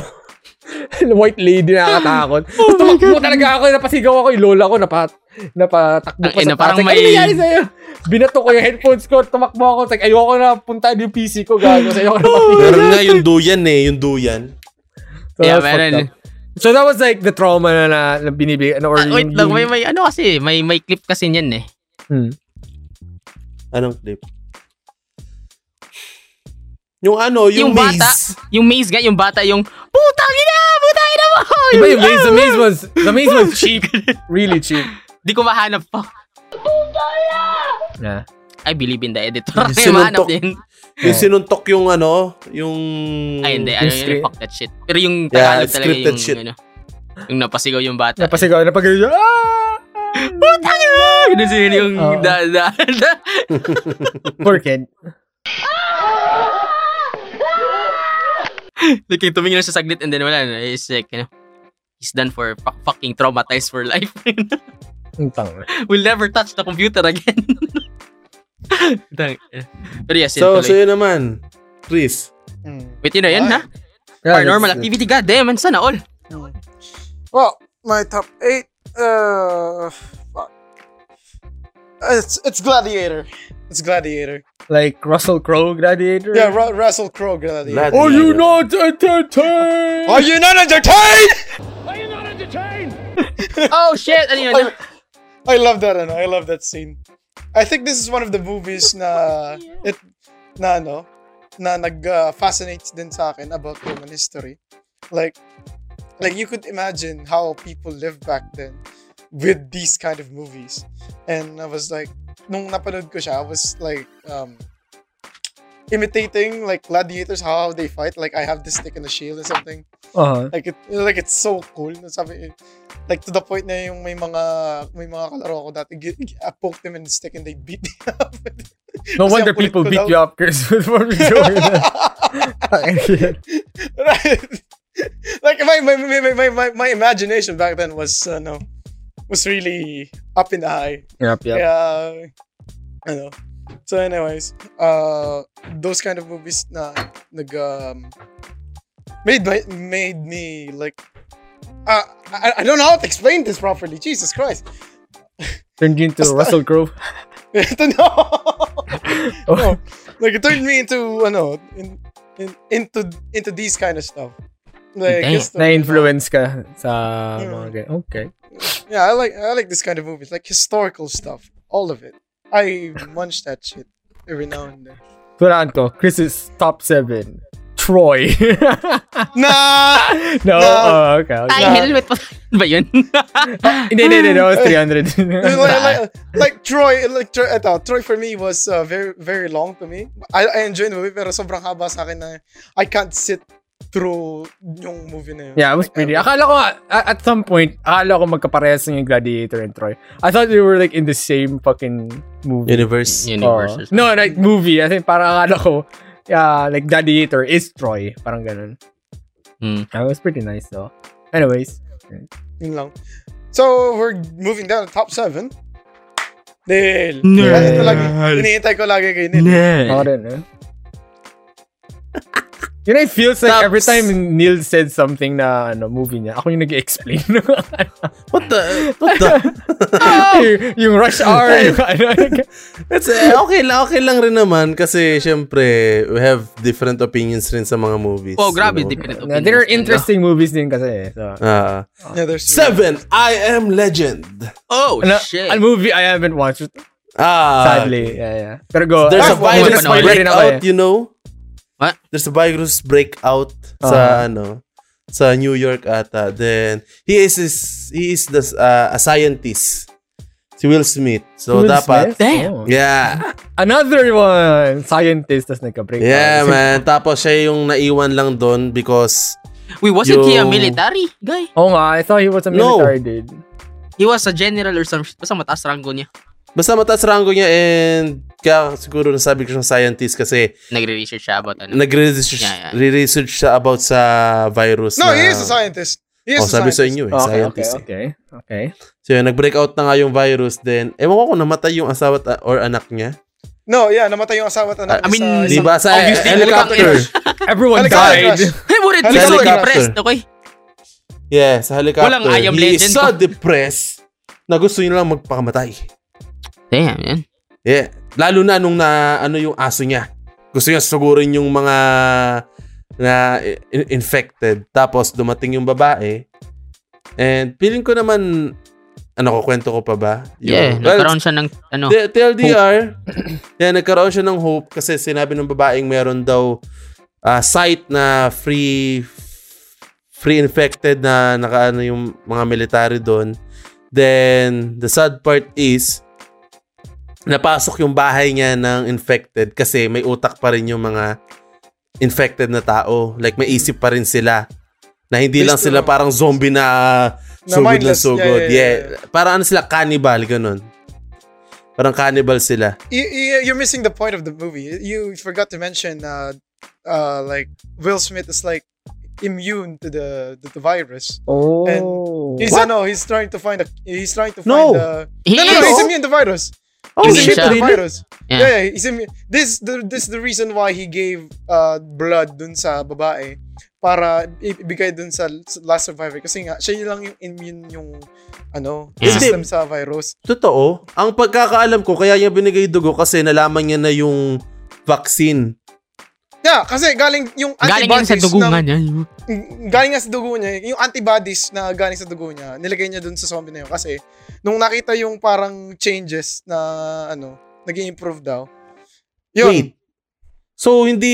[SPEAKER 2] white lady na nakatakot. Tapos tumakbo talaga ako, napasigaw ako, yung lola ko, napat, napatakbo
[SPEAKER 3] Ang
[SPEAKER 2] ko
[SPEAKER 3] ina,
[SPEAKER 2] sa
[SPEAKER 3] parang
[SPEAKER 2] parang may...
[SPEAKER 3] may-
[SPEAKER 2] Ano nangyari sa'yo? Binato ko yung headphones ko, tumakbo ako. Like, ayoko na puntahan yung PC ko, gago. Ayoko na mapigilan.
[SPEAKER 1] Meron nga yung duyan eh, yung duyan.
[SPEAKER 2] So, that was
[SPEAKER 3] Yeah,
[SPEAKER 2] fucked
[SPEAKER 3] meron.
[SPEAKER 2] up. So that was like the trauma na, na, na binibigay. Or
[SPEAKER 3] Ah, wait
[SPEAKER 2] yung-
[SPEAKER 3] lang,
[SPEAKER 2] yung-
[SPEAKER 3] may, may ano kasi, may, may clip kasi niyan eh.
[SPEAKER 2] Hmm.
[SPEAKER 1] Anong clip? Yung ano, yung,
[SPEAKER 3] Yung,
[SPEAKER 1] maze.
[SPEAKER 3] bata, yung maze nga, yung bata, yung, putang ina, putang ina mo!
[SPEAKER 2] Iba yung maze. The maze was, the maze was cheap. really cheap.
[SPEAKER 3] Di ko mahanap pa.
[SPEAKER 2] Yeah.
[SPEAKER 3] I believe in the editor. Ay,
[SPEAKER 1] Sinuntok.
[SPEAKER 3] mahanap din.
[SPEAKER 1] Yung sinuntok yung ano, yung...
[SPEAKER 3] Ay,
[SPEAKER 2] Yung
[SPEAKER 3] hindi. Ano
[SPEAKER 2] script.
[SPEAKER 3] yun, fuck that shit. Pero yung
[SPEAKER 1] Yeah,
[SPEAKER 3] Tagalog talaga
[SPEAKER 1] scripted
[SPEAKER 3] yung,
[SPEAKER 1] shit.
[SPEAKER 3] ano, yung napasigaw yung bata.
[SPEAKER 2] Napasigaw na pag ah!
[SPEAKER 3] Putang ina! Ganun sila yung
[SPEAKER 2] Oo.
[SPEAKER 3] da, da, da.
[SPEAKER 2] Poor kid.
[SPEAKER 3] Like, yung tumingin lang siya saglit and then wala na. It's like, you know, he's done for fuck- fucking traumatized for life.
[SPEAKER 2] Ang tanga.
[SPEAKER 3] Will never touch the computer again. Tang- Pero yes,
[SPEAKER 1] So, so
[SPEAKER 3] so,
[SPEAKER 1] yun naman. Chris.
[SPEAKER 4] Mm.
[SPEAKER 3] Wait, yun na yan, ha?
[SPEAKER 2] Yeah,
[SPEAKER 3] Paranormal
[SPEAKER 2] that's-
[SPEAKER 3] activity, goddamn, man, sana all.
[SPEAKER 4] Well, my top eight. Uh, fuck. It's it's Gladiator. It's Gladiator.
[SPEAKER 2] Like Russell Crowe Gladiator.
[SPEAKER 4] Yeah, Ru- Russell Crowe Gladiator.
[SPEAKER 1] Glad-
[SPEAKER 2] Are you not entertained?
[SPEAKER 4] Are you not entertained?
[SPEAKER 3] Oh, shit! Ano yun?
[SPEAKER 4] I, I love that. Ano, I love that scene. I think this is one of the movies na it na ano na nag uh, fascinates din sa akin about human history. Like like you could imagine how people lived back then with these kind of movies. And I was like nung napanood ko siya, I was like um imitating like gladiators how they fight like I have this stick and a shield and something.
[SPEAKER 2] Uh-huh.
[SPEAKER 4] Like, it, like it's so cool. Sabi, like to the point na yung may mga may mga kalaro ko dati, gi- gi- I poked them in the stick and they beat me up.
[SPEAKER 2] No
[SPEAKER 4] Kasi
[SPEAKER 2] wonder
[SPEAKER 4] ang kulit
[SPEAKER 2] people
[SPEAKER 4] ko
[SPEAKER 2] beat
[SPEAKER 4] daw.
[SPEAKER 2] you up, Chris. for doing that.
[SPEAKER 4] right? Like my my, my my my my my imagination back then was uh, no was really up in the high.
[SPEAKER 2] Yup, yup.
[SPEAKER 4] Yeah. I know. So anyways, uh those kind of movies na nag um, made my, made me like uh, I, I don't know how to explain this properly. Jesus Christ.
[SPEAKER 2] Turned you into Russell Crowe. Oh,
[SPEAKER 4] Ito na. no. Oh. Like it turned me into ano in, in, into into these kind of stuff. Like
[SPEAKER 3] Damn.
[SPEAKER 4] history,
[SPEAKER 2] Na-influence ka sa
[SPEAKER 4] Yeah.
[SPEAKER 2] mga ganyan. Okay.
[SPEAKER 4] Yeah, I like I like this kind of movies, like historical stuff, all of it. I munch that shit every now and then.
[SPEAKER 2] Tulaan ko, Chris is top 7. Troy.
[SPEAKER 4] Nah.
[SPEAKER 2] no?
[SPEAKER 4] No.
[SPEAKER 2] Oh, okay. okay.
[SPEAKER 3] Ay, helmet pa. ba yun?
[SPEAKER 2] Hindi, hindi, hindi. That was 300.
[SPEAKER 4] like, like, like Troy, like Troy, eto, Troy for me was uh, very very long to me. I, I enjoyed the movie pero sobrang haba sa akin na I can't sit through yung movie na yun.
[SPEAKER 2] Yeah, it was pretty. Akala ko, a- at some point, akala ko magkaparehas lang yung Gladiator and Troy. I thought they were like in the same fucking movie.
[SPEAKER 1] Universe.
[SPEAKER 2] Oo.
[SPEAKER 3] Universe.
[SPEAKER 2] No, like movie. I think parang akala ko, yeah, like Gladiator is Troy. Parang ganun.
[SPEAKER 3] Hmm.
[SPEAKER 2] That was pretty nice though. Anyways.
[SPEAKER 4] Yun lang. So, we're moving down to top 7. Neil.
[SPEAKER 3] Nel.
[SPEAKER 4] Kasi ito lagi, iniintay ko lagi kay Neil.
[SPEAKER 2] Ako rin, eh. You know, it feels like
[SPEAKER 1] Tapos-
[SPEAKER 2] every time Neil said something na ano, movie niya, ako yung nag-explain.
[SPEAKER 1] What the? What the?
[SPEAKER 3] Oh!
[SPEAKER 2] yung, yung rush hour, yung ano. yung-
[SPEAKER 1] It's, eh, okay lang, okay lang rin naman kasi syempre, we have different opinions rin sa mga movies.
[SPEAKER 3] Oh, grabe.
[SPEAKER 1] you know?
[SPEAKER 3] Different
[SPEAKER 2] Na,
[SPEAKER 3] opinions.
[SPEAKER 2] there are interesting movies din kasi. eh. So,
[SPEAKER 1] Ah.
[SPEAKER 4] Yeah, there's
[SPEAKER 1] seven, I Am Legend.
[SPEAKER 3] Oh,
[SPEAKER 2] ano,
[SPEAKER 3] shit.
[SPEAKER 2] A movie I haven't watched,
[SPEAKER 1] Ah.
[SPEAKER 2] sadly. yeah, yeah. Pero go.
[SPEAKER 1] There's a
[SPEAKER 2] Ah,
[SPEAKER 1] virus
[SPEAKER 3] wala pa
[SPEAKER 2] spoiler din ako eh.
[SPEAKER 1] breakout, you know?
[SPEAKER 3] What?
[SPEAKER 1] There's a virus breakout
[SPEAKER 2] Ah.
[SPEAKER 1] sa ano, sa New York ata. Then he is his, he is the uh, a scientist. Si Will Smith. So
[SPEAKER 2] Will
[SPEAKER 1] dapat
[SPEAKER 2] Smith?
[SPEAKER 3] Damn.
[SPEAKER 2] Oh.
[SPEAKER 1] Yeah.
[SPEAKER 2] Another one. Scientist, tas nagka-break.
[SPEAKER 1] Yeah,
[SPEAKER 2] out.
[SPEAKER 1] man. Tapos siya yung naiwan lang doon because
[SPEAKER 3] Wait, wasn't he a
[SPEAKER 1] Yung-
[SPEAKER 3] military guy?
[SPEAKER 2] Oo nga, Oh I thought he was a
[SPEAKER 1] No.
[SPEAKER 2] military dude.
[SPEAKER 3] He was a general or some shit. Basta mataas ranggo niya.
[SPEAKER 1] basta mataas rango niya and kaya siguro nasabi ko siyang scientist kasi
[SPEAKER 3] Nagre-research siya about ano.
[SPEAKER 1] nagre-research
[SPEAKER 3] Yeah, yeah.
[SPEAKER 1] re-research siya about sa virus na,
[SPEAKER 4] No, he is a scientist. He is
[SPEAKER 1] Oh,
[SPEAKER 4] a
[SPEAKER 1] sabi
[SPEAKER 4] scientist.
[SPEAKER 1] sa inyo eh,
[SPEAKER 2] Okay, okay,
[SPEAKER 1] scientist. eh.
[SPEAKER 2] okay. okay.
[SPEAKER 1] So yun, nag-breakout na nga yung virus then ewan ko kung namatay yung asawa at- or anak niya.
[SPEAKER 4] No, yeah, namatay yung asawa at anak.
[SPEAKER 3] I mean,
[SPEAKER 4] sa
[SPEAKER 1] Di
[SPEAKER 4] isang-
[SPEAKER 1] ba sa
[SPEAKER 3] Obviously,
[SPEAKER 1] helicopter?
[SPEAKER 2] Everyone
[SPEAKER 4] Helicopter
[SPEAKER 2] died.
[SPEAKER 4] crash.
[SPEAKER 3] Hey, wouldn't be
[SPEAKER 4] Helicopter.
[SPEAKER 3] so impressed, okay?
[SPEAKER 1] Yeah, sa helicopter.
[SPEAKER 3] Walang I am
[SPEAKER 1] He is
[SPEAKER 3] legend
[SPEAKER 1] so
[SPEAKER 3] ko.
[SPEAKER 1] depressed na gusto niya lang magpakamatay.
[SPEAKER 3] Damn, man.
[SPEAKER 1] Yeah. Lalo na nung na ano yung aso niya. Gusto niya sugurin yung mga na i- i- infected. Tapos dumating yung babae. And feeling ko naman ano ko kwento ko pa ba? Yung-
[SPEAKER 3] Yeah,
[SPEAKER 1] well,
[SPEAKER 3] nagkaroon siya ng ano.
[SPEAKER 1] T- TLDR, yeah, nagkaroon siya ng hope kasi sinabi ng babaeng meron daw ah, site na free free infected na nakaano yung mga military doon. Then, the sad part is, napasok yung bahay niya ng infected kasi may utak pa rin yung mga infected na tao. Like, may isip pa rin sila. Na hindi lang
[SPEAKER 4] Based
[SPEAKER 1] sila
[SPEAKER 4] on-
[SPEAKER 1] parang zombie na
[SPEAKER 4] Na
[SPEAKER 1] sugod na
[SPEAKER 4] mindless.
[SPEAKER 1] sugod.
[SPEAKER 4] Yeah,
[SPEAKER 1] Yeah,
[SPEAKER 4] yeah,
[SPEAKER 1] Parang ano sila, cannibal, ganun. Parang cannibal sila.
[SPEAKER 4] you, you- you're missing the point of the movie. You forgot to mention, uh, uh, like Will Smith is like immune to the the, the virus.
[SPEAKER 2] Oh.
[SPEAKER 4] He's
[SPEAKER 1] What?
[SPEAKER 4] no, he's trying to find a he's trying to
[SPEAKER 1] No.
[SPEAKER 4] find a
[SPEAKER 3] He
[SPEAKER 4] no, no, no,
[SPEAKER 3] is.
[SPEAKER 4] he's immune to virus.
[SPEAKER 1] Oh,
[SPEAKER 3] Immune
[SPEAKER 4] He's
[SPEAKER 1] shit,
[SPEAKER 3] siya.
[SPEAKER 4] immune to the
[SPEAKER 1] really?
[SPEAKER 4] virus.
[SPEAKER 3] Yeah.
[SPEAKER 4] Yeah, yeah, he's immune. This the this is the reason why he gave uh blood dun sa babae para i- ibigay dun sa sa last survivor kasi nga siya yun lang yung immune yung ano
[SPEAKER 3] Yeah.
[SPEAKER 4] system sa virus.
[SPEAKER 1] Totoo. Ang pagkakaalam ko, kaya niya binigay dugo kasi nalaman niya na yung vaccine.
[SPEAKER 4] Yeah, kasi galing yung
[SPEAKER 3] Galing yan
[SPEAKER 4] antibodies
[SPEAKER 3] sa dugungan
[SPEAKER 4] ng-
[SPEAKER 3] niya.
[SPEAKER 4] Mm, galing nga sa dugo niya, yung antibodies na galing sa dugo niya, nilagay niya dun sa zombie na yun. Kasi, nung nakita yung parang changes na, ano, nag improve daw. Yun.
[SPEAKER 1] Wait. So, hindi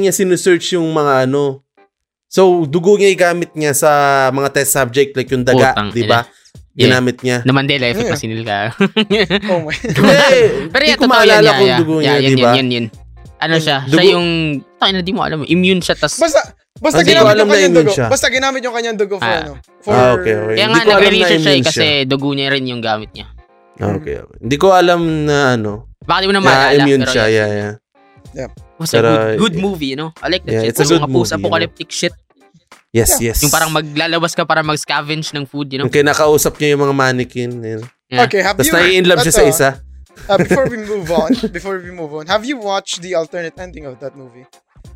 [SPEAKER 1] niya sinesearch yung mga ano. So, dugo niya igamit niya sa mga test subject like yung daga,
[SPEAKER 3] Putang
[SPEAKER 1] di ba?
[SPEAKER 3] Yeah.
[SPEAKER 1] Ginamit niya.
[SPEAKER 3] Na Mandela effect
[SPEAKER 4] Yeah.
[SPEAKER 3] kasi nila.
[SPEAKER 4] Oh my.
[SPEAKER 1] Eh,
[SPEAKER 3] Pero
[SPEAKER 1] di
[SPEAKER 3] yeah,
[SPEAKER 1] ko
[SPEAKER 3] totoo yan.
[SPEAKER 1] maalala
[SPEAKER 3] Yeah,
[SPEAKER 1] kung
[SPEAKER 3] yeah.
[SPEAKER 1] dugo niya,
[SPEAKER 3] yeah, yan,
[SPEAKER 1] di ba?
[SPEAKER 3] yan, yan, yan. Ano siya?
[SPEAKER 1] Dugo-
[SPEAKER 3] Siya yung... Tayo na, di mo alam. Immune siya, tas...
[SPEAKER 4] Basta, basta
[SPEAKER 1] Hindi ko
[SPEAKER 4] ginamit
[SPEAKER 1] alam
[SPEAKER 4] yung
[SPEAKER 1] na
[SPEAKER 4] kanyang
[SPEAKER 1] yun
[SPEAKER 4] dugo.
[SPEAKER 1] siya.
[SPEAKER 4] Basta ginamit yung kanyang dugo for,
[SPEAKER 3] Ah.
[SPEAKER 4] ano, for...
[SPEAKER 1] Ah, okay, okay.
[SPEAKER 3] Kaya
[SPEAKER 1] Hindi
[SPEAKER 3] nga,
[SPEAKER 1] ko alam na
[SPEAKER 3] nag-research siya eh,
[SPEAKER 1] immune
[SPEAKER 3] kasi dugo niya rin yung gamit niya.
[SPEAKER 1] Ah, Okay, okay. Hindi ko alam na ano.
[SPEAKER 3] Baka di mo na
[SPEAKER 1] Na
[SPEAKER 3] maalala.
[SPEAKER 1] immune
[SPEAKER 3] pero
[SPEAKER 1] siya,
[SPEAKER 3] yeah.
[SPEAKER 1] yeah, yeah.
[SPEAKER 3] It was a
[SPEAKER 1] Pero,
[SPEAKER 3] good, good
[SPEAKER 1] yeah.
[SPEAKER 3] movie, you know? I like that
[SPEAKER 1] Yeah,
[SPEAKER 3] shit.
[SPEAKER 1] it's a
[SPEAKER 3] Yung
[SPEAKER 1] good
[SPEAKER 3] mga post
[SPEAKER 1] movie,
[SPEAKER 3] apocalyptic shit.
[SPEAKER 1] Yes, yes.
[SPEAKER 3] Yung parang maglalabas ka para mag-scavenge ng food, you know?
[SPEAKER 1] Yung kinakausap niya yung mga mannequin. Yun.
[SPEAKER 3] Yeah.
[SPEAKER 4] Okay, have
[SPEAKER 1] Tapos
[SPEAKER 4] you...
[SPEAKER 1] nai-inlove siya sa
[SPEAKER 4] Eto,
[SPEAKER 1] isa.
[SPEAKER 4] ah, before we move on, before we move on, have you watched the alternate ending of that movie?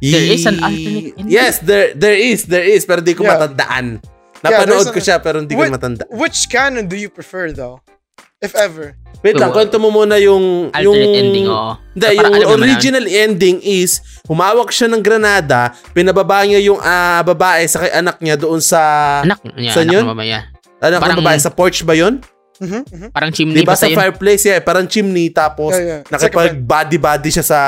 [SPEAKER 3] There
[SPEAKER 1] Ye-
[SPEAKER 3] is an alternate ending?
[SPEAKER 1] Yes, there there is, there is. Pero di ko
[SPEAKER 4] Yeah.
[SPEAKER 1] matandaan. Napanood
[SPEAKER 4] there's
[SPEAKER 1] ko
[SPEAKER 4] an-
[SPEAKER 1] siya pero hindi ko
[SPEAKER 4] Wait,
[SPEAKER 1] matandaan.
[SPEAKER 4] Which canon do you prefer, though? If ever.
[SPEAKER 1] Wait lang,
[SPEAKER 3] So,
[SPEAKER 1] kwento mo muna yung...
[SPEAKER 3] Alternate
[SPEAKER 1] yung,
[SPEAKER 3] ending, oo.
[SPEAKER 1] Hindi,
[SPEAKER 3] So, parang
[SPEAKER 1] yung
[SPEAKER 3] alam mo na yun.
[SPEAKER 1] original ending is, humawak siya ng granada, pinababa niya yung ah, babae sa kay anak niya doon sa...
[SPEAKER 3] Anak, yeah,
[SPEAKER 1] Saan
[SPEAKER 3] anak
[SPEAKER 1] yun?
[SPEAKER 3] ng babae, yeah.
[SPEAKER 1] anak
[SPEAKER 3] parang-
[SPEAKER 1] ng babae, sa porch ba yun? Mm-hmm.
[SPEAKER 4] Mhm, mhm.
[SPEAKER 3] Parang
[SPEAKER 1] Di
[SPEAKER 3] chimney
[SPEAKER 1] ba sa
[SPEAKER 3] basta yun.
[SPEAKER 1] fireplace, yeah, parang chimney, tapos
[SPEAKER 4] Yeah, yeah.
[SPEAKER 1] nakipag body-body siya sa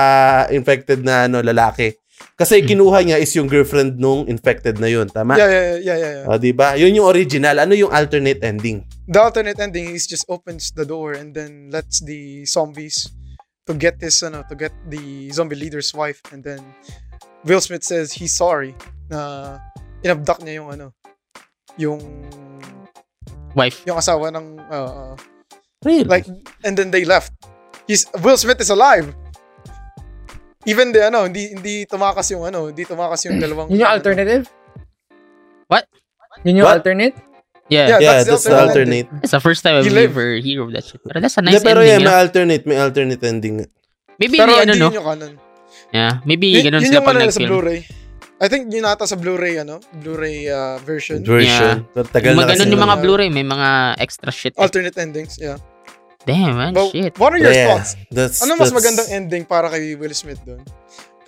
[SPEAKER 1] infected na ano, lalaki.
[SPEAKER 3] Mm.
[SPEAKER 1] Kasi kinuha niya is yung girlfriend nung infected na yun, tama?
[SPEAKER 4] Yeah, yeah, yeah, yeah, yeah.
[SPEAKER 1] O, di ba? Yun yung original. Ano yung alternate ending?
[SPEAKER 4] the alternate ending is just opens the door and then lets the zombies to get this ano, to get the zombie leader's wife and then Will Smith says he's sorry na inabduct niya yung ano, yung
[SPEAKER 3] Wife.
[SPEAKER 4] yung asawa ng uh,
[SPEAKER 1] Really?
[SPEAKER 4] like and then they left. He's Will Smith is alive. Even the ano, hindi hindi tumakas yung ano, hindi tumakas yung dalawang
[SPEAKER 2] Yun yung alternative?
[SPEAKER 3] What?
[SPEAKER 2] Yun yung
[SPEAKER 1] What?
[SPEAKER 2] alternate?
[SPEAKER 3] Yeah.
[SPEAKER 1] yeah,
[SPEAKER 4] Yeah.
[SPEAKER 1] that's,
[SPEAKER 4] that's the
[SPEAKER 1] the alternate.
[SPEAKER 3] It's the first time I've
[SPEAKER 4] You live.
[SPEAKER 3] ever hear of that shit. Pero that's a
[SPEAKER 1] Hindi,
[SPEAKER 3] nice
[SPEAKER 1] pero yeah,
[SPEAKER 3] ending.
[SPEAKER 1] may
[SPEAKER 3] no?
[SPEAKER 1] alternate, may alternate ending. nga.
[SPEAKER 3] Maybe,
[SPEAKER 4] Pero
[SPEAKER 3] ano,
[SPEAKER 4] hindi
[SPEAKER 3] no?
[SPEAKER 4] yun yung canon.
[SPEAKER 3] Yeah. Maybe
[SPEAKER 4] Yun-
[SPEAKER 3] ganun
[SPEAKER 4] yun
[SPEAKER 3] sila
[SPEAKER 4] yung
[SPEAKER 3] pag
[SPEAKER 4] ano sa
[SPEAKER 3] nag-film.
[SPEAKER 4] Blu-ray. I think yun ata sa Blu-ray ano, Bluray uh, version.
[SPEAKER 1] Version. Tagal
[SPEAKER 3] Yung
[SPEAKER 1] na
[SPEAKER 3] mga
[SPEAKER 1] kasi.
[SPEAKER 3] ganun yung
[SPEAKER 1] nun.
[SPEAKER 3] mga
[SPEAKER 4] na-
[SPEAKER 3] Blu-ray. May mga extra shit. eh.
[SPEAKER 4] Alternate endings, yeah.
[SPEAKER 3] Damn, man.
[SPEAKER 4] But
[SPEAKER 3] Oh, Shit.
[SPEAKER 4] what are your
[SPEAKER 1] Yeah,
[SPEAKER 4] thoughts?
[SPEAKER 1] That's,
[SPEAKER 4] Ano mas
[SPEAKER 1] that's-
[SPEAKER 4] magandang ending para kay Will Smith doon?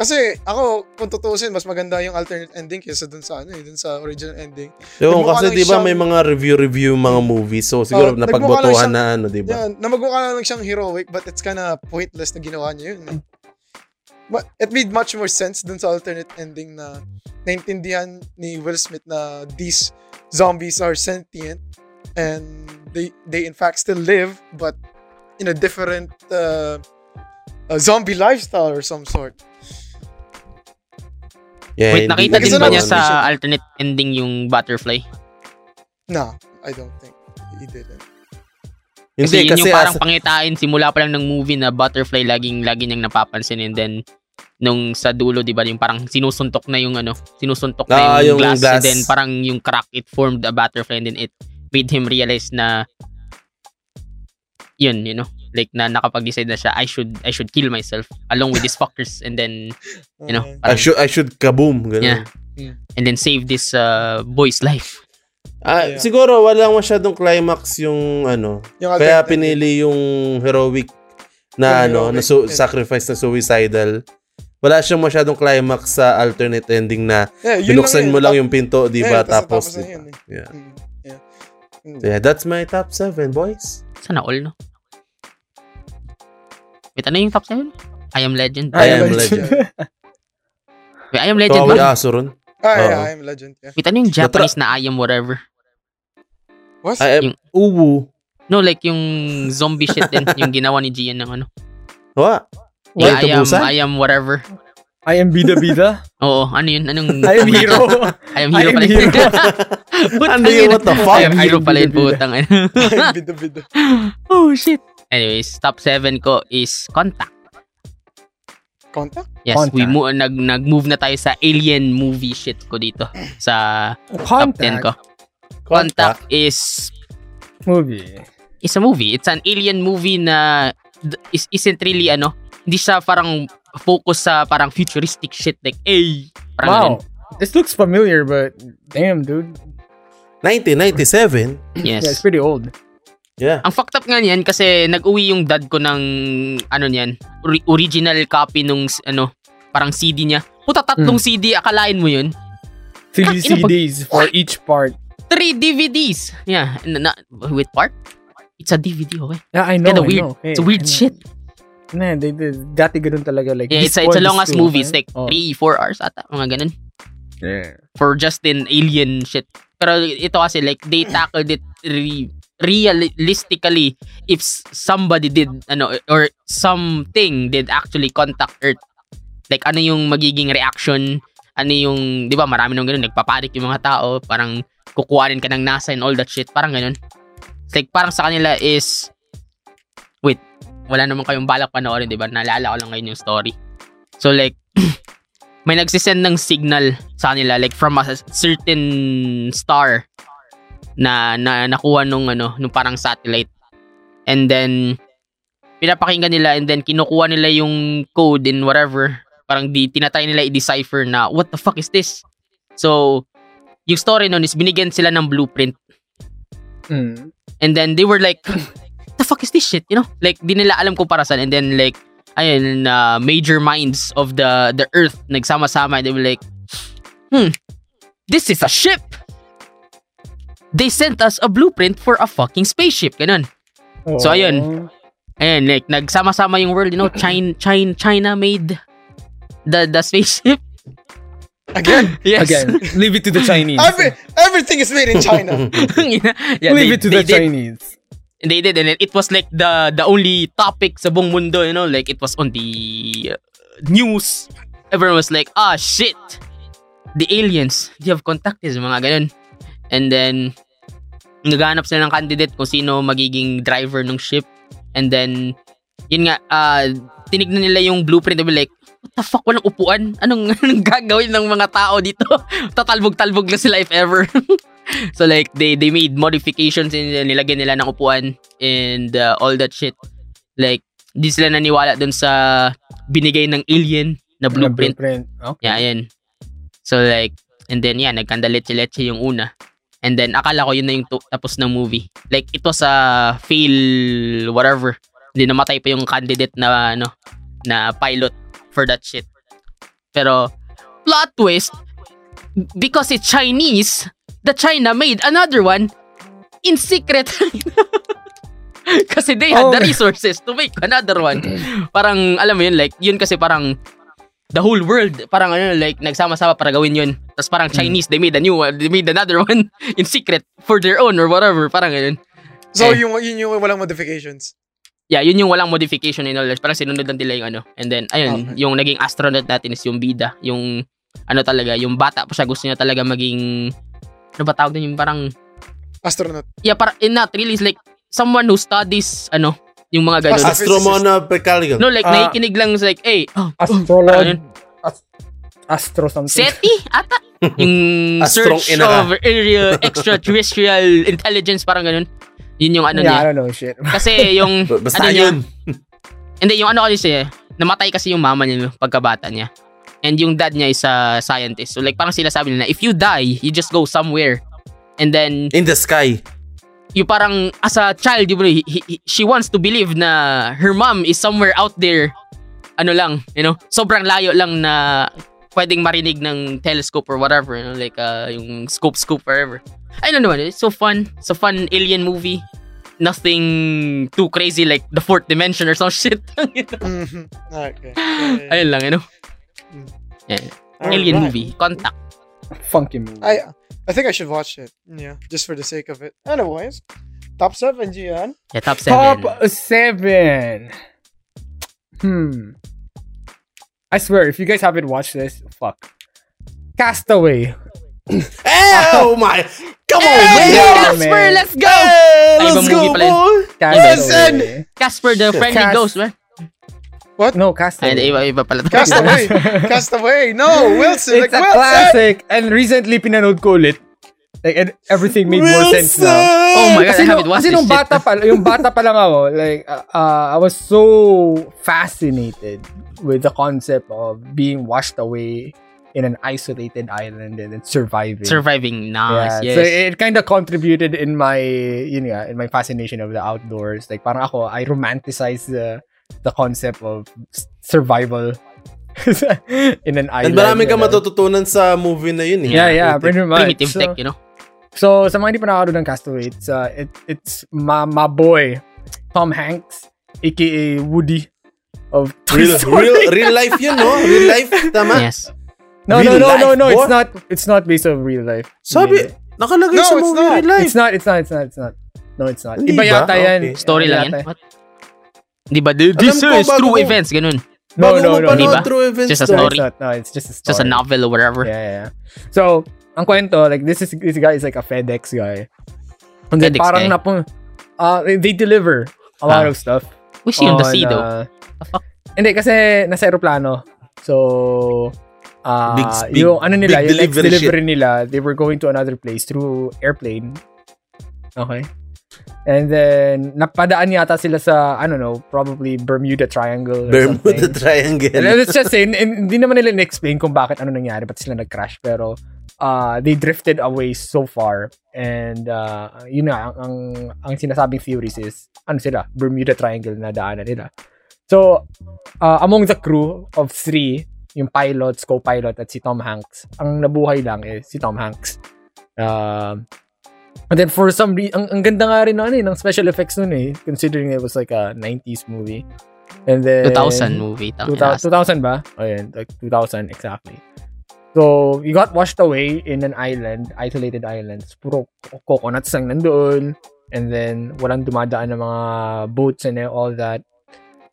[SPEAKER 4] Kasi ako, kung tutuusin, mas maganda yung alternate ending kaysa doon sa ano, eh, dun sa original ending.
[SPEAKER 1] Yung
[SPEAKER 4] Nagmukha
[SPEAKER 1] kasi
[SPEAKER 4] lang
[SPEAKER 1] di ba
[SPEAKER 4] siyang-
[SPEAKER 1] may mga review-review yung mga movies. So siguro
[SPEAKER 4] Oh, nagmukha lang
[SPEAKER 1] napagbotohan
[SPEAKER 4] siyang-
[SPEAKER 1] na ano, di ba?
[SPEAKER 4] Yan, namagmukha na lang siyang heroic but it's kinda pointless na ginawa niya yun. eh. Ma- It made much more sense dun sa alternate ending na naintindihan ni Will Smith na these zombies are sentient and they they in fact still live but in a different uh, uh, zombie lifestyle or some sort.
[SPEAKER 1] Yeah,
[SPEAKER 3] Wait,
[SPEAKER 1] hindi-
[SPEAKER 3] nakita
[SPEAKER 1] hindi
[SPEAKER 3] din
[SPEAKER 1] naman
[SPEAKER 3] ba niya
[SPEAKER 1] ano.
[SPEAKER 3] sa alternate ending yung butterfly?
[SPEAKER 4] No, I don't think he didn't.
[SPEAKER 1] Hindi,
[SPEAKER 3] Kasi, yun
[SPEAKER 1] kasi
[SPEAKER 3] yung parang
[SPEAKER 1] as-
[SPEAKER 3] pangitain simula pa lang ng movie na butterfly laging lagi niyang napapansin and then nung sa dulo 'di ba yung parang sinusuntok na yung ano, sinusuntok
[SPEAKER 1] Ah,
[SPEAKER 3] na yung,
[SPEAKER 1] yung
[SPEAKER 3] glass, and
[SPEAKER 1] glass.
[SPEAKER 3] then parang yung crack it formed a butterfly and then it made him realize na yun, you know, like na nakapag-decide na siya I should I should kill myself along with these fuckers and then you know,
[SPEAKER 1] I
[SPEAKER 4] Uh,
[SPEAKER 3] parang-
[SPEAKER 1] should, I should kaboom. Ganun.
[SPEAKER 3] Yeah. and then save this uh, boy's life.
[SPEAKER 1] Ah,
[SPEAKER 4] Yeah.
[SPEAKER 1] Siguro walang masyadong climax yung ano.
[SPEAKER 4] yung
[SPEAKER 1] Kaya
[SPEAKER 4] alternate
[SPEAKER 1] pinili yung heroic na
[SPEAKER 4] Yung
[SPEAKER 1] ano,
[SPEAKER 4] heroic
[SPEAKER 1] na su-
[SPEAKER 4] ending.
[SPEAKER 1] sacrifice na suicidal. Wala siyang masyadong climax sa alternate ending na
[SPEAKER 4] ending. Yeah, yun
[SPEAKER 1] binuksan
[SPEAKER 4] yun.
[SPEAKER 1] mo lang yung pinto, di
[SPEAKER 4] Yeah,
[SPEAKER 1] ba?
[SPEAKER 4] tas
[SPEAKER 1] tapos,
[SPEAKER 4] natapos na
[SPEAKER 1] di ba?
[SPEAKER 4] yun eh.
[SPEAKER 1] Yeah.
[SPEAKER 4] Mm, yeah. Mm.
[SPEAKER 1] So, yeah, that's my top 7, boys.
[SPEAKER 3] Sana all no. Wait, ano yung top 7? I am legend.
[SPEAKER 1] I am
[SPEAKER 4] Legend.
[SPEAKER 1] legend.
[SPEAKER 3] Wait, I am legend.
[SPEAKER 1] Kawawi
[SPEAKER 3] ba?
[SPEAKER 1] aso ron.
[SPEAKER 4] Ah, yeah,
[SPEAKER 1] Oo.
[SPEAKER 4] I am legend. Yeah.
[SPEAKER 3] Wait, ano yung Japanese na I am whatever?
[SPEAKER 4] What?
[SPEAKER 1] I am
[SPEAKER 3] Yung-
[SPEAKER 1] eh, Uwu.
[SPEAKER 3] No, like yung zombie shit din, yung ginawa ni Gian ng ano.
[SPEAKER 1] Wa.
[SPEAKER 3] Yung
[SPEAKER 1] Wait,
[SPEAKER 3] I am,
[SPEAKER 1] tubusan?
[SPEAKER 3] I am whatever.
[SPEAKER 2] I am bida bida.
[SPEAKER 3] Oo, ano yun? Anong
[SPEAKER 2] I am hero.
[SPEAKER 3] I am hero
[SPEAKER 2] I am
[SPEAKER 3] pala.
[SPEAKER 2] hero.
[SPEAKER 3] Putang
[SPEAKER 1] Ano yun?
[SPEAKER 3] ina.
[SPEAKER 1] What the
[SPEAKER 3] I
[SPEAKER 1] fuck?
[SPEAKER 3] am hero pala yun,
[SPEAKER 2] Bida, bida.
[SPEAKER 3] putang ina.
[SPEAKER 4] bido, bido.
[SPEAKER 3] Oh, shit. Anyways, top 7 ko is Contact.
[SPEAKER 4] Contact?
[SPEAKER 3] Yes,
[SPEAKER 2] Contact.
[SPEAKER 3] we mo, nag, nag-move na tayo sa alien movie shit ko dito. Sa top 10 ko.
[SPEAKER 2] Contact
[SPEAKER 3] Contact is
[SPEAKER 2] movie.
[SPEAKER 3] it's a movie. It's an alien movie na d- is, isn't really ano, hindi siya parang focus sa parang futuristic shit like, ay, parang
[SPEAKER 2] Wow. This looks familiar, but damn, dude.
[SPEAKER 1] 1997.
[SPEAKER 3] ganun. Yes.
[SPEAKER 2] Yeah, it's pretty old.
[SPEAKER 1] Yeah.
[SPEAKER 3] Ang fucked up nga niyan kasi nag-uwi yung dad ko ng ano niyan, ori- original copy nung s- ano, parang CD niya. Puta tatlong
[SPEAKER 2] Hmm.
[SPEAKER 3] CD, akalain mo yun?
[SPEAKER 2] Three
[SPEAKER 3] Tangina, pag-
[SPEAKER 2] CDs for each part.
[SPEAKER 3] Three DVDs! Yeah, na, na, wait, part? It's a DVD, okay?
[SPEAKER 2] Yeah, I know.
[SPEAKER 3] Kinda
[SPEAKER 2] I
[SPEAKER 3] weird.
[SPEAKER 2] know. Hey,
[SPEAKER 3] It's a
[SPEAKER 2] I
[SPEAKER 3] weird
[SPEAKER 2] know.
[SPEAKER 3] shit.
[SPEAKER 2] Man, they did. Dati ganun talaga. Like,
[SPEAKER 3] Yeah,
[SPEAKER 2] this
[SPEAKER 3] it's a, it's a
[SPEAKER 2] one,
[SPEAKER 3] long
[SPEAKER 2] this Oh.
[SPEAKER 3] ass
[SPEAKER 2] two,
[SPEAKER 3] movie. It's
[SPEAKER 2] right?
[SPEAKER 3] like 3, 4 hours ata, mga ganun.
[SPEAKER 2] Yeah.
[SPEAKER 3] for just an alien shit. Pero ito kasi like they tackled it re- realistically if s- somebody did ano or something did actually contact Earth. Like ano yung magiging reaction? Ano yung 'di ba marami nung ganun nagpapanik yung mga tao, parang kukuhanin ka ng NASA and all that shit, parang ganun. It's like parang sa kanila is wait, wala naman kayong balak panoorin, 'di ba? Naalala ko lang ngayon yung story. So like may nagsisend ng signal sa kanila like from a certain star na, na nakuha nung ano nung parang satellite and then pinapakinggan nila and then kinukuha nila yung code and whatever parang di tinatry nila i-decipher na what the fuck is this so yung story nun is binigyan sila ng blueprint
[SPEAKER 2] Mm.
[SPEAKER 3] And then they were like, the fuck is this shit? You know? Like, di nila alam kung para saan. And then like, ayun, uh, major minds of the the earth nagsama-sama. And they were like, hmm, this is a ship! They sent us a blueprint for a fucking spaceship. Ganun. So,
[SPEAKER 2] Oh.
[SPEAKER 3] ayun. Ayan, like, nagsama-sama yung world, you know, China, China, China made the the spaceship.
[SPEAKER 4] Again?
[SPEAKER 3] Yes.
[SPEAKER 2] Again, leave it to the Chinese.
[SPEAKER 4] Every, everything is made in China.
[SPEAKER 3] Yeah,
[SPEAKER 2] leave
[SPEAKER 3] they-
[SPEAKER 2] it to
[SPEAKER 3] they
[SPEAKER 2] the
[SPEAKER 3] did-
[SPEAKER 2] Chinese.
[SPEAKER 3] And they did and it was like the the only topic sa buong mundo you know like it was on the uh, news everyone was like, ah, shit! The aliens, they have contacted, mga ganun. And then, naghanap sila ng candidate kung sino magiging driver ng ship. And then, yun nga, ah, tinignan nila yung blueprint and like, what the fuck, walang upuan? Anong, anong gagawin ng mga tao dito? Tatalbog-talbog na sila if ever. so like, they they made modifications and then nilagyan nila ng upuan and uh, all that shit. Like, di sila naniwala dun sa binigay ng alien na blueprint.
[SPEAKER 2] Blueprint. Okay.
[SPEAKER 3] Yeah, ayan. So like, and then yeah, nagkandalitsi-letsi yung una. And then akala ko yun na yung tu- tapos ng movie. Like it was a fail whatever. Hindi namatay pa yung candidate na ano na pilot for that shit. Pero plot twist because it's Chinese, the China made another one in secret. kasi they had the
[SPEAKER 2] Oh.
[SPEAKER 3] resources to make another one. parang alam mo yun like yun kasi parang the whole world parang ano like nagsama-sama para gawin yun. Tapos parang Chinese they made a new one, they made another one in secret for their own or whatever, parang ganun.
[SPEAKER 4] So,
[SPEAKER 3] Eh.
[SPEAKER 4] yung, yun yung walang modifications.
[SPEAKER 3] Yeah, yun yung walang modification in all that. Parang sinunod lang nila yung ano. And then, ayun,
[SPEAKER 4] Okay.
[SPEAKER 3] yung naging astronaut natin is yung bida. Yung, ano talaga, yung bata pa siya. Gusto niya talaga maging, ano ba tawag doon? Yung parang,
[SPEAKER 4] Astronaut.
[SPEAKER 3] yeah, parang, eh, not really. It's like, someone who studies, ano, yung
[SPEAKER 1] Ah,
[SPEAKER 3] mga ganun.
[SPEAKER 4] Astro-
[SPEAKER 1] Astromona Pecaligal.
[SPEAKER 3] no, like,
[SPEAKER 2] Ah.
[SPEAKER 3] nakikinig lang. It's like, hey, oh,
[SPEAKER 2] Astrolog.
[SPEAKER 3] Ayun.
[SPEAKER 2] Ast- astro something.
[SPEAKER 3] SETI ata yung
[SPEAKER 1] Astrong
[SPEAKER 3] search
[SPEAKER 1] ina ka.
[SPEAKER 3] of area extraterrestrial intelligence parang ganun yun yung ano
[SPEAKER 2] yeah, I
[SPEAKER 3] niya
[SPEAKER 2] don't know shit.
[SPEAKER 3] kasi yung
[SPEAKER 1] B- Basta
[SPEAKER 3] ano niya?
[SPEAKER 1] yun.
[SPEAKER 3] hindi yung ano kasi namatay kasi yung mama niya no, pagkabata niya and yung dad niya is a scientist so like parang sila sabi nila if you die you just go somewhere and then
[SPEAKER 1] In the sky.
[SPEAKER 3] yung parang as a child you know, he- he- he- she wants to believe na her mom is somewhere out there ano lang you know sobrang layo lang na pwedeng marinig ng telescope or whatever you know like uh, yung scope scope wherever I don't know it's so fun it's a fun alien movie nothing too crazy like the fourth dimension or some shit
[SPEAKER 4] Mhm. okay.
[SPEAKER 3] ayun lang you know
[SPEAKER 4] Alright.
[SPEAKER 3] alien movie contact
[SPEAKER 2] Funky movie.
[SPEAKER 4] I I think I should watch it. Yeah, just for the sake of it. Anyways, top seven, Gian.
[SPEAKER 3] yeah, top 7
[SPEAKER 2] Top seven. Hmm. I swear, if you guys haven't watched this, fuck. Castaway.
[SPEAKER 1] Oh my! Come on, man!
[SPEAKER 3] Casper
[SPEAKER 2] Oh, man.
[SPEAKER 3] let's go Ay,
[SPEAKER 1] Let's
[SPEAKER 3] ibang
[SPEAKER 1] go,
[SPEAKER 3] movie pala yun.
[SPEAKER 1] boy!
[SPEAKER 2] Castaway.
[SPEAKER 3] Casper the friendly
[SPEAKER 2] Cas-
[SPEAKER 3] ghost man
[SPEAKER 2] No,
[SPEAKER 3] ay
[SPEAKER 2] Castaway.
[SPEAKER 3] iba iba pala
[SPEAKER 4] Castaway, Castaway. No, Wilson.
[SPEAKER 2] it's a
[SPEAKER 4] like, Wilson!
[SPEAKER 2] classic. And recently, pinanood ko ulit. Like, and everything made more sense now.
[SPEAKER 3] oh my god
[SPEAKER 2] Kasi,
[SPEAKER 3] I
[SPEAKER 2] nung,
[SPEAKER 3] haven't watched
[SPEAKER 2] kasi
[SPEAKER 3] this
[SPEAKER 2] nung
[SPEAKER 3] shit.
[SPEAKER 2] bata pa, yung bata pa lang ako, like, uh, uh, I was so fascinated with the concept of being washed away in an isolated island and then surviving.
[SPEAKER 3] surviving nice
[SPEAKER 2] Yeah, So
[SPEAKER 3] Ah, yes
[SPEAKER 2] eh, it kind of contributed in my yun nga, in my fascination of the outdoors. Like parang ako I romanticize the the concept of s- survival in an
[SPEAKER 1] At
[SPEAKER 2] island.
[SPEAKER 1] marami kang
[SPEAKER 2] you know.
[SPEAKER 1] matututunan sa movie na yun. eh.
[SPEAKER 2] Yeah, yeah, pretty much.
[SPEAKER 3] primitive
[SPEAKER 2] So-
[SPEAKER 3] tech you know
[SPEAKER 2] So, sa mga hindi pa nakakaroon ng Castaway, it's, uh, it, it's my, my boy, Tom Hanks, aka Woody of Toy
[SPEAKER 1] Real,
[SPEAKER 2] Story.
[SPEAKER 1] real, real life yun, no? Real life, tama?
[SPEAKER 3] yes
[SPEAKER 2] no, no,
[SPEAKER 1] real
[SPEAKER 2] no,
[SPEAKER 1] life,
[SPEAKER 2] no, no,
[SPEAKER 1] boy.
[SPEAKER 2] it's not, it's not based on real life.
[SPEAKER 1] Sabi,
[SPEAKER 2] Mm.
[SPEAKER 1] nakalagay
[SPEAKER 4] No,
[SPEAKER 1] sa
[SPEAKER 4] it's
[SPEAKER 1] movie
[SPEAKER 4] not.
[SPEAKER 1] real life.
[SPEAKER 2] It's not, it's not, it's not, it's not. No, it's not.
[SPEAKER 1] Hindi
[SPEAKER 2] Iba
[SPEAKER 1] ba?
[SPEAKER 2] yata yan.
[SPEAKER 1] Okay.
[SPEAKER 3] story
[SPEAKER 2] Iba
[SPEAKER 3] lang yan
[SPEAKER 2] yata.
[SPEAKER 3] what di ba di- this
[SPEAKER 1] ko,
[SPEAKER 3] is
[SPEAKER 1] bago
[SPEAKER 3] true
[SPEAKER 1] ko.
[SPEAKER 3] events ganun
[SPEAKER 2] No,
[SPEAKER 1] Bago
[SPEAKER 2] no,
[SPEAKER 1] mo
[SPEAKER 2] no,
[SPEAKER 1] panood
[SPEAKER 2] no.
[SPEAKER 3] Diba?
[SPEAKER 1] through events
[SPEAKER 3] Just a
[SPEAKER 1] to.
[SPEAKER 2] No,
[SPEAKER 3] story.
[SPEAKER 2] it's not. No, it's just a story.
[SPEAKER 3] just a novel or whatever
[SPEAKER 2] Yeah, yeah, yeah. So, ang kwento, like, this is this guy is like a FedEx guy. And then
[SPEAKER 3] FedEx
[SPEAKER 2] parang
[SPEAKER 3] guy?
[SPEAKER 2] napun... Uh, they they deliver a lot
[SPEAKER 3] Ah.
[SPEAKER 2] of stuff.
[SPEAKER 3] wish yun the sea
[SPEAKER 2] on,
[SPEAKER 3] though
[SPEAKER 2] uh, Hindi, kasi nasa aeroplano. So, ah
[SPEAKER 1] Big- big-
[SPEAKER 2] yung ano nila,
[SPEAKER 1] big
[SPEAKER 2] yung next
[SPEAKER 1] delivery
[SPEAKER 2] delivery nila, they were going to another place through airplane. Okay. And then, napadaan yata sila sa, I don't know, probably Bermuda Triangle or
[SPEAKER 1] Bermuda
[SPEAKER 2] something. And
[SPEAKER 1] Triangle.
[SPEAKER 2] let's just say, n- n- hindi naman nila in-explain kung bakit ano nangyari, ba't sila nag-crash, pero uh, they drifted away so far. And uh, yun na, ang, ang, ang sinasabing theories is, ano sila, Bermuda Triangle na daanan nila. So, uh, among the crew of three, yung pilots, co-pilot, at si Tom Hanks, ang nabuhay lang is si Tom Hanks. Um, and then for some reason, ang, ang ganda nga rin ng, ano, eh, ng special effects nun eh, considering it was like a 90s movie. And then,
[SPEAKER 3] 2000 movie tang
[SPEAKER 2] 2000, 2000 ba? O yun, like 2000 exactly. So, you got washed away in an island, isolated islands. Puro co- coconuts lang nandoon. And then, walang dumadaan ng mga boats and all that.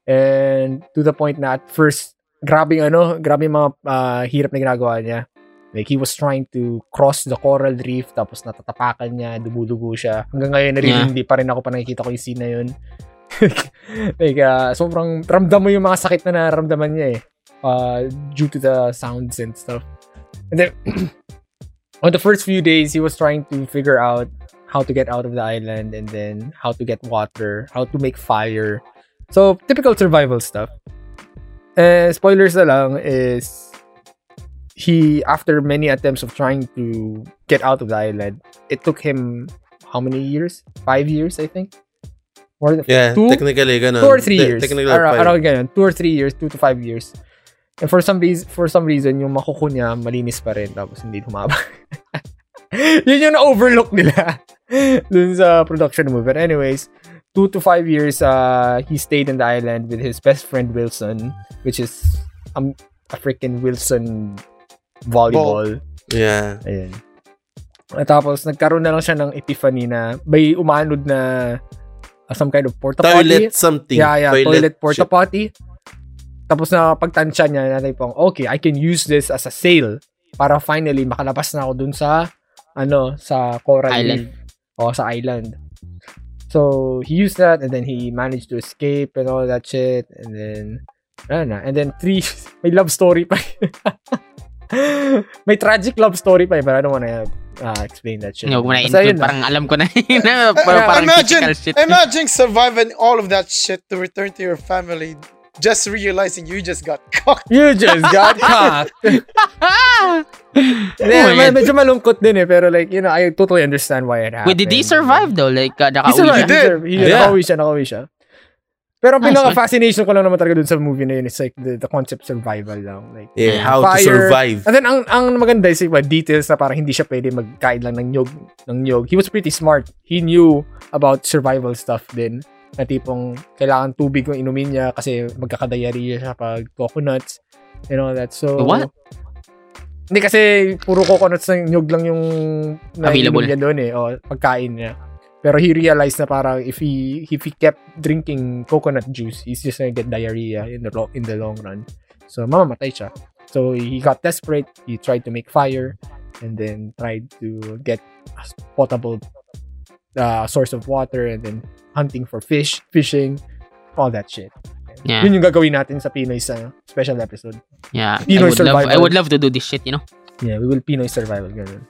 [SPEAKER 2] And to the point na at first, grabe yung ano, grabe yung mga ah, hirap na ginagawa niya. Like, he was trying to cross the coral reef, tapos natatapakan niya, dumudugo siya. Hanggang ngayon, naririnig pa rin ako pa nakikita ko yung scene na yun. like, ah, sobrang, ramdam mo yung mga sakit na nararamdaman niya eh. Ah, due to the sounds and stuff. And then, on the first few days, he was trying to figure out how to get out of the island and then how to get water, how to make fire. So, typical survival stuff. Eh, spoilers na lang is he after many attempts of trying to get out of the island, it took him how many years? 5 years, I think. More than
[SPEAKER 1] Yeah,
[SPEAKER 2] Two-
[SPEAKER 1] technically, ganun.
[SPEAKER 2] two or three
[SPEAKER 1] Te-
[SPEAKER 2] years.
[SPEAKER 1] Technically,
[SPEAKER 2] Ara-
[SPEAKER 1] five.
[SPEAKER 2] around ganun. Two or three years, two to five years. And for some reason, for some reason, yung makuko niya, malinis pa rin, tapos hindi humaba. Yun yung na-overlook nila dun sa production movie. But anyways, two to five years, uh, he stayed on the island with his best friend Wilson, which is um, a freaking Wilson volleyball.
[SPEAKER 1] Yeah.
[SPEAKER 2] Ayan. At tapos, nagkaroon na lang siya ng epiphany na may umanod na uh, some kind of porta potty.
[SPEAKER 1] Toilet something.
[SPEAKER 2] Yeah, yeah. Toilet, porta
[SPEAKER 1] shit.
[SPEAKER 2] potty. Tapos na pagtansya niya, nanay pong, okay, I can use this as a sail para finally makalabas na ako dun sa, ano, sa coral
[SPEAKER 3] Island.
[SPEAKER 2] reef. O, sa island. So, he used that and then he managed to escape and all that shit. And then, ano na. And then, three, may love story pa. may tragic love story pa eh, but I don't wanna uh, explain that shit.
[SPEAKER 3] Huwag mo na
[SPEAKER 2] Basta yun
[SPEAKER 3] include.
[SPEAKER 2] na.
[SPEAKER 3] Parang alam ko na. na parang, parang
[SPEAKER 4] imagine,
[SPEAKER 3] typical shit.
[SPEAKER 4] imagine surviving all of that shit to return to your family, just realizing you just got cocked.
[SPEAKER 2] You just got cocked.
[SPEAKER 3] Oh my
[SPEAKER 2] Hindi,
[SPEAKER 3] God.
[SPEAKER 2] medyo malungkot din eh. Pero like, you know, I totally understand why it happened. Ah,
[SPEAKER 3] Wait, did he survive though? Like, uh,
[SPEAKER 2] He
[SPEAKER 3] nakauwi
[SPEAKER 2] survived. He
[SPEAKER 3] siya?
[SPEAKER 4] did.
[SPEAKER 2] survived. He,
[SPEAKER 1] Yeah.
[SPEAKER 2] Nakauwi siya, nakauwi siya. Pero ang
[SPEAKER 3] Nice,
[SPEAKER 2] pinaka-fascination ko lang naman talaga dun sa movie na yun is like the, the concept survival lang. Like,
[SPEAKER 1] Yeah, how to
[SPEAKER 2] Fire.
[SPEAKER 1] survive.
[SPEAKER 2] And then ang ang maganda is iba details na parang hindi siya pwede magkain lang ng nyog ng nyog. He was pretty smart. He knew about survival stuff din. Na tipong kailangan tubig yung inumin niya kasi magkaka-diarrhea siya pag coconuts and all that. So
[SPEAKER 3] What?
[SPEAKER 2] Hindi kasi puro coconuts ng nyog lang yung naiinom
[SPEAKER 3] Available.
[SPEAKER 2] niya doon eh. O pagkain niya. Pero he realized na parang if he if he kept drinking coconut juice, he's just gonna get diarrhea in the lo- in the long run. So mamamatay siya. So he got desperate. He tried to make fire, and then tried to get a potable uh, source of water, and then hunting for fish, fishing, all that shit.
[SPEAKER 3] Yeah.
[SPEAKER 2] Yun yung gagawin natin sa Pinoy sa special episode.
[SPEAKER 3] Yeah. I
[SPEAKER 2] Pinoy
[SPEAKER 3] would, love,
[SPEAKER 2] survival.
[SPEAKER 3] I would love to do this shit, you know?
[SPEAKER 2] Yeah, we will Pinoy survival. Ganun.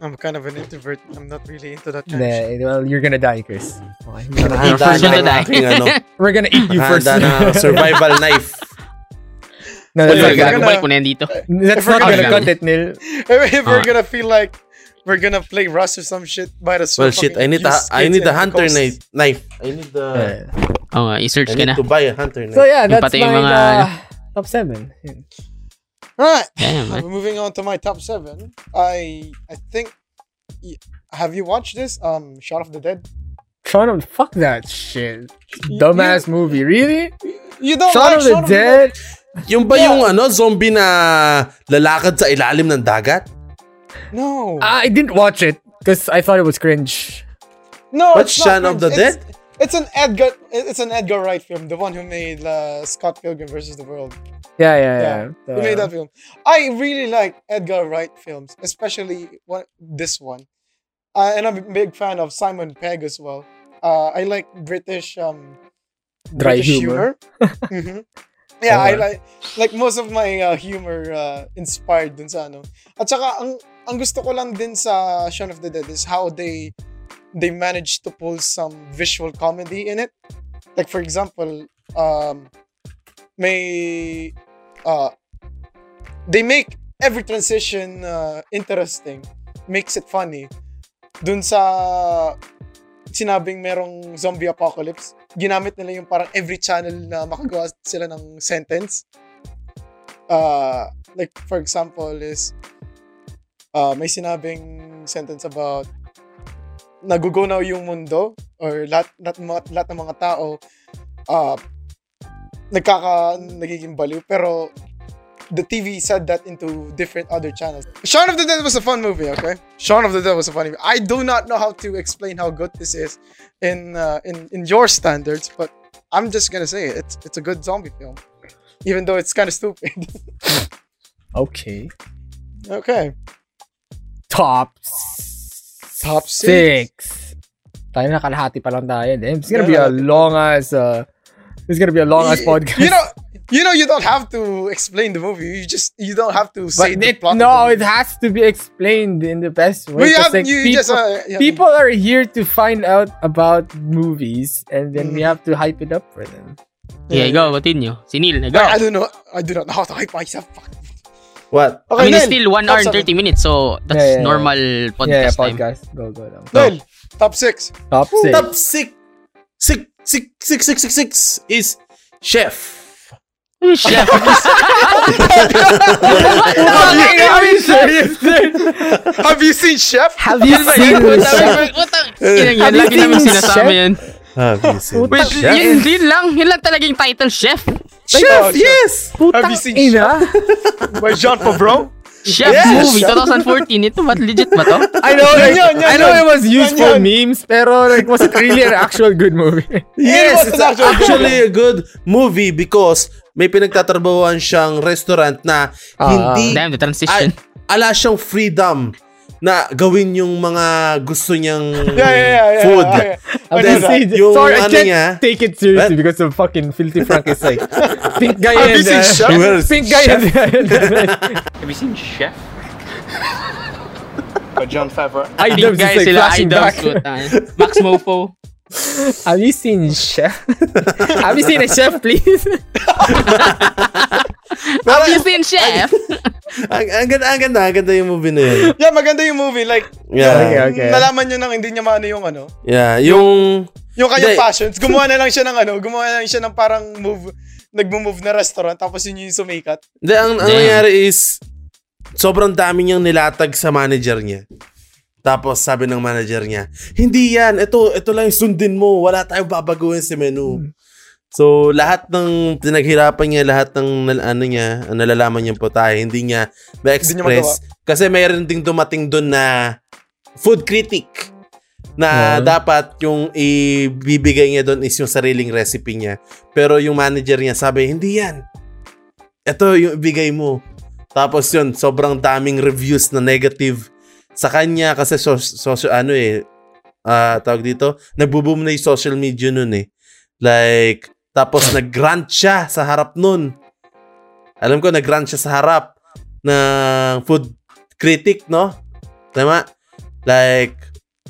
[SPEAKER 4] I'm kind of an introvert. I'm not really into that kind of shit.
[SPEAKER 2] Hindi, well, you're gonna die, Chris. Okay.
[SPEAKER 1] Nakahanda
[SPEAKER 3] First one to
[SPEAKER 1] na ang
[SPEAKER 3] die.
[SPEAKER 1] aking ano.
[SPEAKER 2] We're gonna eat you first.
[SPEAKER 1] Nakahanda na ang survival knife.
[SPEAKER 2] no,
[SPEAKER 4] Well,
[SPEAKER 2] that's, not
[SPEAKER 4] we're
[SPEAKER 3] Wait,
[SPEAKER 4] gonna-
[SPEAKER 2] gonna,
[SPEAKER 3] gago, balik mo na yan dito.
[SPEAKER 2] that's
[SPEAKER 4] we're
[SPEAKER 2] not
[SPEAKER 3] gonna-
[SPEAKER 2] gonna cut it, Nil.
[SPEAKER 4] If
[SPEAKER 1] Uh,
[SPEAKER 4] we're
[SPEAKER 3] Ah.
[SPEAKER 4] gonna feel like we're gonna play Rust or some shit by the
[SPEAKER 1] Well, shit, I need a, I need a hunter knife. knife. I need the...
[SPEAKER 3] Oo nga, i-search
[SPEAKER 1] I
[SPEAKER 3] Oh, ka
[SPEAKER 1] need
[SPEAKER 3] na.
[SPEAKER 1] to buy a hunter
[SPEAKER 2] Uh, So
[SPEAKER 1] knife.
[SPEAKER 2] yeah,
[SPEAKER 3] Yung
[SPEAKER 2] that's
[SPEAKER 3] pati yung
[SPEAKER 2] my
[SPEAKER 3] mga,
[SPEAKER 2] uh,
[SPEAKER 3] ano.
[SPEAKER 2] top 7. Yun.
[SPEAKER 4] Alright,
[SPEAKER 3] Damn, man.
[SPEAKER 4] moving on to my top seven. I I think. y- Have you watched this? Um, Shot of the Dead.
[SPEAKER 2] Shaun of fuck that shit.
[SPEAKER 4] You-
[SPEAKER 2] Dumbass movie, really?
[SPEAKER 4] You, you don't
[SPEAKER 2] Shaun of
[SPEAKER 4] like
[SPEAKER 2] the Dead?
[SPEAKER 1] Yung ba
[SPEAKER 4] Yeah.
[SPEAKER 1] yung ano, zombie na lalakad sa ilalim ng dagat?
[SPEAKER 4] No.
[SPEAKER 1] Uh,
[SPEAKER 2] I didn't watch it because I thought it was cringe.
[SPEAKER 4] No,
[SPEAKER 1] What's
[SPEAKER 4] it's
[SPEAKER 1] Shaun
[SPEAKER 4] not
[SPEAKER 1] of
[SPEAKER 4] him.
[SPEAKER 1] the
[SPEAKER 4] It's- It's an Edgar. It's an Edgar Wright film, the one who made uh, Scott Pilgrim versus the World.
[SPEAKER 2] Yeah, yeah, yeah.
[SPEAKER 4] He made
[SPEAKER 2] Uh,
[SPEAKER 4] that film. I really like Edgar Wright films, especially one, this one. Uh, and I'm a big fan of Simon Pegg as well. Uh, I like British um,
[SPEAKER 2] Dry
[SPEAKER 4] British
[SPEAKER 2] humor.
[SPEAKER 4] Mhm. Yeah, I
[SPEAKER 2] Okay.
[SPEAKER 4] like like most of my uh, humor uh, inspired dun sa ano. At saka ang ang gusto ko lang din sa Shaun of the Dead is how they they managed to pull some visual comedy in it. Like for example, um may uh they make every transition uh, interesting, makes it funny. Dun sa sinabing merong zombie apocalypse, ginamit nila yung parang every channel na makagawa sila ng sentence. Uh, like, for example, is uh, may sinabing sentence about nagugunaw yung mundo or lahat, lahat, ng mga- lahat ng mga tao uh, nagkaka, nagiging baliw. Pero the TV said that into different other channels. Shaun of the Dead was a fun movie, okay? Shaun of the Dead was a fun movie. I do not know how to explain how good this is in uh, in in your standards, but I'm just gonna say it. It's it's a good zombie film. even though it's kind of stupid.
[SPEAKER 2] Okay.
[SPEAKER 4] okay.
[SPEAKER 2] Top
[SPEAKER 4] Top six.
[SPEAKER 2] six. Tayo na kalahati pa lang tayo. Damn, it's gonna be a long ass uh, it's gonna be a long ass
[SPEAKER 4] Y-
[SPEAKER 2] podcast.
[SPEAKER 4] You know, you know, you don't have to explain the movie. You just you don't have to say
[SPEAKER 2] But
[SPEAKER 4] the
[SPEAKER 2] it-
[SPEAKER 4] plot. of
[SPEAKER 2] no,
[SPEAKER 4] the
[SPEAKER 2] it has to be explained in the best way.
[SPEAKER 4] movie. we
[SPEAKER 2] 'cause,
[SPEAKER 4] have
[SPEAKER 2] like,
[SPEAKER 4] you
[SPEAKER 2] people,
[SPEAKER 4] just uh, yeah.
[SPEAKER 2] people are here to find out about movies, and then we
[SPEAKER 4] Mm-hmm.
[SPEAKER 2] have to hype it up for them.
[SPEAKER 3] Yeah, go, continue. Si Neil, na go.
[SPEAKER 4] Like, I don't know. I do not know how to hype myself. Fuck.
[SPEAKER 1] What?
[SPEAKER 4] Okay,
[SPEAKER 3] I mean, it's
[SPEAKER 4] Nel,
[SPEAKER 3] still 1
[SPEAKER 4] top
[SPEAKER 3] hour and
[SPEAKER 4] seven.
[SPEAKER 3] 30 minutes, so that's
[SPEAKER 2] Yeah, yeah, yeah.
[SPEAKER 3] normal podcast
[SPEAKER 2] yeah, yeah,
[SPEAKER 3] time.
[SPEAKER 2] podcast. Go, go, go.
[SPEAKER 4] Nel, top six.
[SPEAKER 2] Top six.
[SPEAKER 1] Top six, six, six, six, six, six, six is Chef.
[SPEAKER 3] Chef,
[SPEAKER 2] Are you serious, dude?
[SPEAKER 4] Have you seen Chef?
[SPEAKER 2] Have you seen this?
[SPEAKER 3] yun, yun,
[SPEAKER 2] Have you
[SPEAKER 3] lagi
[SPEAKER 2] seen
[SPEAKER 3] namin
[SPEAKER 2] Chef?
[SPEAKER 3] sinasabi yun.
[SPEAKER 1] Have you seen
[SPEAKER 3] Wait,
[SPEAKER 1] Chef?
[SPEAKER 3] yun, yun lang, yun lang talaga yung title, Chef.
[SPEAKER 4] Oh, Chef.
[SPEAKER 1] yes!
[SPEAKER 4] Have you seen
[SPEAKER 2] Ina?
[SPEAKER 4] by John Favreau?
[SPEAKER 3] Chef
[SPEAKER 1] Yes,
[SPEAKER 3] movie,
[SPEAKER 1] Chef.
[SPEAKER 3] 2014. Ito, ba't legit ba to?
[SPEAKER 2] I know, like,
[SPEAKER 4] Yan, yan, yan,
[SPEAKER 2] I know
[SPEAKER 4] yan.
[SPEAKER 2] it was used for
[SPEAKER 4] Yan,
[SPEAKER 2] memes, pero like, was it really an actual good movie?
[SPEAKER 1] Yes,
[SPEAKER 4] It was
[SPEAKER 1] it's
[SPEAKER 4] actually good.
[SPEAKER 1] actually a good movie because may pinagtatrabahuan siyang restaurant na
[SPEAKER 4] Ah,
[SPEAKER 1] hindi
[SPEAKER 3] Damn,
[SPEAKER 1] ay,
[SPEAKER 3] the transition.
[SPEAKER 1] ala siyang freedom na gawin yung mga gusto niyang
[SPEAKER 4] Yeah, yeah, yeah, yeah,
[SPEAKER 1] food.
[SPEAKER 4] yeah, yeah. I
[SPEAKER 1] Then,
[SPEAKER 4] know that.
[SPEAKER 2] See,
[SPEAKER 1] yung
[SPEAKER 2] sorry, I
[SPEAKER 1] ano
[SPEAKER 2] can't
[SPEAKER 4] eh?
[SPEAKER 1] niya,
[SPEAKER 2] take it seriously
[SPEAKER 1] What?
[SPEAKER 2] because of fucking Filthy Frank is like pink guy
[SPEAKER 4] Have you
[SPEAKER 2] and
[SPEAKER 4] seen
[SPEAKER 2] uh,
[SPEAKER 4] Chef?
[SPEAKER 1] Where is
[SPEAKER 2] pink guy and
[SPEAKER 6] Have you seen Chef? By John Favreau.
[SPEAKER 2] I
[SPEAKER 3] Big
[SPEAKER 2] idols
[SPEAKER 3] guy
[SPEAKER 2] is like
[SPEAKER 3] sila,
[SPEAKER 2] flashing
[SPEAKER 3] idols.
[SPEAKER 2] back.
[SPEAKER 3] putang. Max Mofo.
[SPEAKER 2] Have you seen chef? Have you seen a chef, please?
[SPEAKER 3] Have you seen Chef?
[SPEAKER 1] ang, ang, ganda, ang ganda, ang ganda yung movie na yun.
[SPEAKER 4] Yeah, maganda yung movie. Like,
[SPEAKER 1] Yeah.
[SPEAKER 2] Okay, okay.
[SPEAKER 4] nalaman niya nang hindi niya maano yung ano.
[SPEAKER 1] Yeah, yung
[SPEAKER 4] Yung kanyang
[SPEAKER 1] Hindi.
[SPEAKER 4] passions. Gumawa na lang siya ng ano. Gumawa na lang siya ng parang move. Nagmo-move na restaurant. Tapos yun yung sumikat.
[SPEAKER 1] Hindi, ang, ang
[SPEAKER 3] Damn.
[SPEAKER 1] nangyari is, sobrang dami niyang nilatag sa manager niya. Tapos sabi ng manager niya, hindi yan, ito, ito lang yung sundin mo, wala tayong babaguhin sa menu. So, lahat ng pinaghirapan niya, lahat ng nal- ano niya, ang nalalaman niyang putahe, hindi niya
[SPEAKER 4] Hindi niya
[SPEAKER 1] ma-express. Kasi mayroon ding dumating doon na food critic na dapat yung ibibigay niya doon is yung sariling recipe niya. Pero yung manager niya sabi, hindi yan. Ito yung ibigay mo. Tapos yun, sobrang daming reviews na negative sa kanya kasi so, so- ano eh, ah, tawag dito, nagbo-boom na yung social media nun eh. Like, tapos nag-grant siya sa harap nun. Alam ko, nag-grant siya sa harap ng food critic, no? Tama? Like,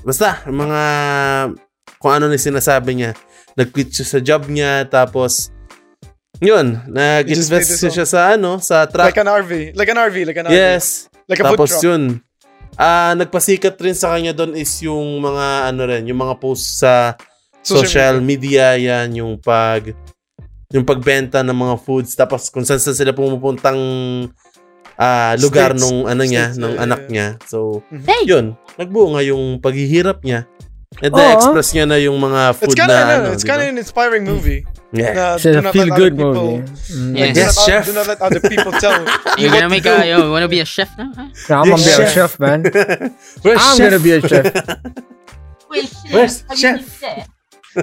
[SPEAKER 1] basta, mga, kung ano na sinasabi niya. Nag-quit siya sa job niya, tapos, yun,
[SPEAKER 4] just made
[SPEAKER 1] nag-invest
[SPEAKER 4] this
[SPEAKER 1] siya sa ano, sa
[SPEAKER 4] Like
[SPEAKER 1] truck.
[SPEAKER 4] an RV. Like an RV. Like an RV.
[SPEAKER 1] yes.
[SPEAKER 4] Like a
[SPEAKER 1] Tapos
[SPEAKER 4] food truck.
[SPEAKER 1] yun, ah nagpasikat rin sa kanya doon is yung mga ano rin, yung mga post sa social,
[SPEAKER 4] Social
[SPEAKER 1] media. yan, yung pag yung pagbenta ng mga foods tapos kung saan saan sila pumupuntang ah lugar
[SPEAKER 4] States.
[SPEAKER 1] nung ano niya,
[SPEAKER 4] States,
[SPEAKER 1] nung
[SPEAKER 4] yeah,
[SPEAKER 1] anak
[SPEAKER 4] yeah.
[SPEAKER 1] niya. So,
[SPEAKER 4] Mhm.
[SPEAKER 3] Hey!
[SPEAKER 1] yun, nagbuo nga yung paghihirap niya. And then,
[SPEAKER 2] Oo.
[SPEAKER 1] express niya na yung mga food
[SPEAKER 4] It's kind
[SPEAKER 1] na
[SPEAKER 4] of
[SPEAKER 1] ano,
[SPEAKER 4] it's
[SPEAKER 1] di ba?
[SPEAKER 4] kind of an inspiring movie.
[SPEAKER 1] Yeah.
[SPEAKER 4] na
[SPEAKER 2] It's a
[SPEAKER 4] do not
[SPEAKER 2] feel
[SPEAKER 4] let
[SPEAKER 2] good
[SPEAKER 4] other
[SPEAKER 2] movie.
[SPEAKER 4] people-
[SPEAKER 2] Mm.
[SPEAKER 3] Yeah.
[SPEAKER 4] Do
[SPEAKER 1] Yes,
[SPEAKER 4] not-
[SPEAKER 1] chef.
[SPEAKER 4] Do not let other people tell you
[SPEAKER 3] You're
[SPEAKER 4] what
[SPEAKER 3] gonna make
[SPEAKER 4] to
[SPEAKER 3] a,
[SPEAKER 4] do.
[SPEAKER 3] you wanna be a chef now? huh?
[SPEAKER 2] No, I'm gonna be a
[SPEAKER 1] Yes,
[SPEAKER 2] chef, man.
[SPEAKER 1] Where's
[SPEAKER 2] I'm
[SPEAKER 1] chef?
[SPEAKER 2] gonna be a chef.
[SPEAKER 1] Where's chef?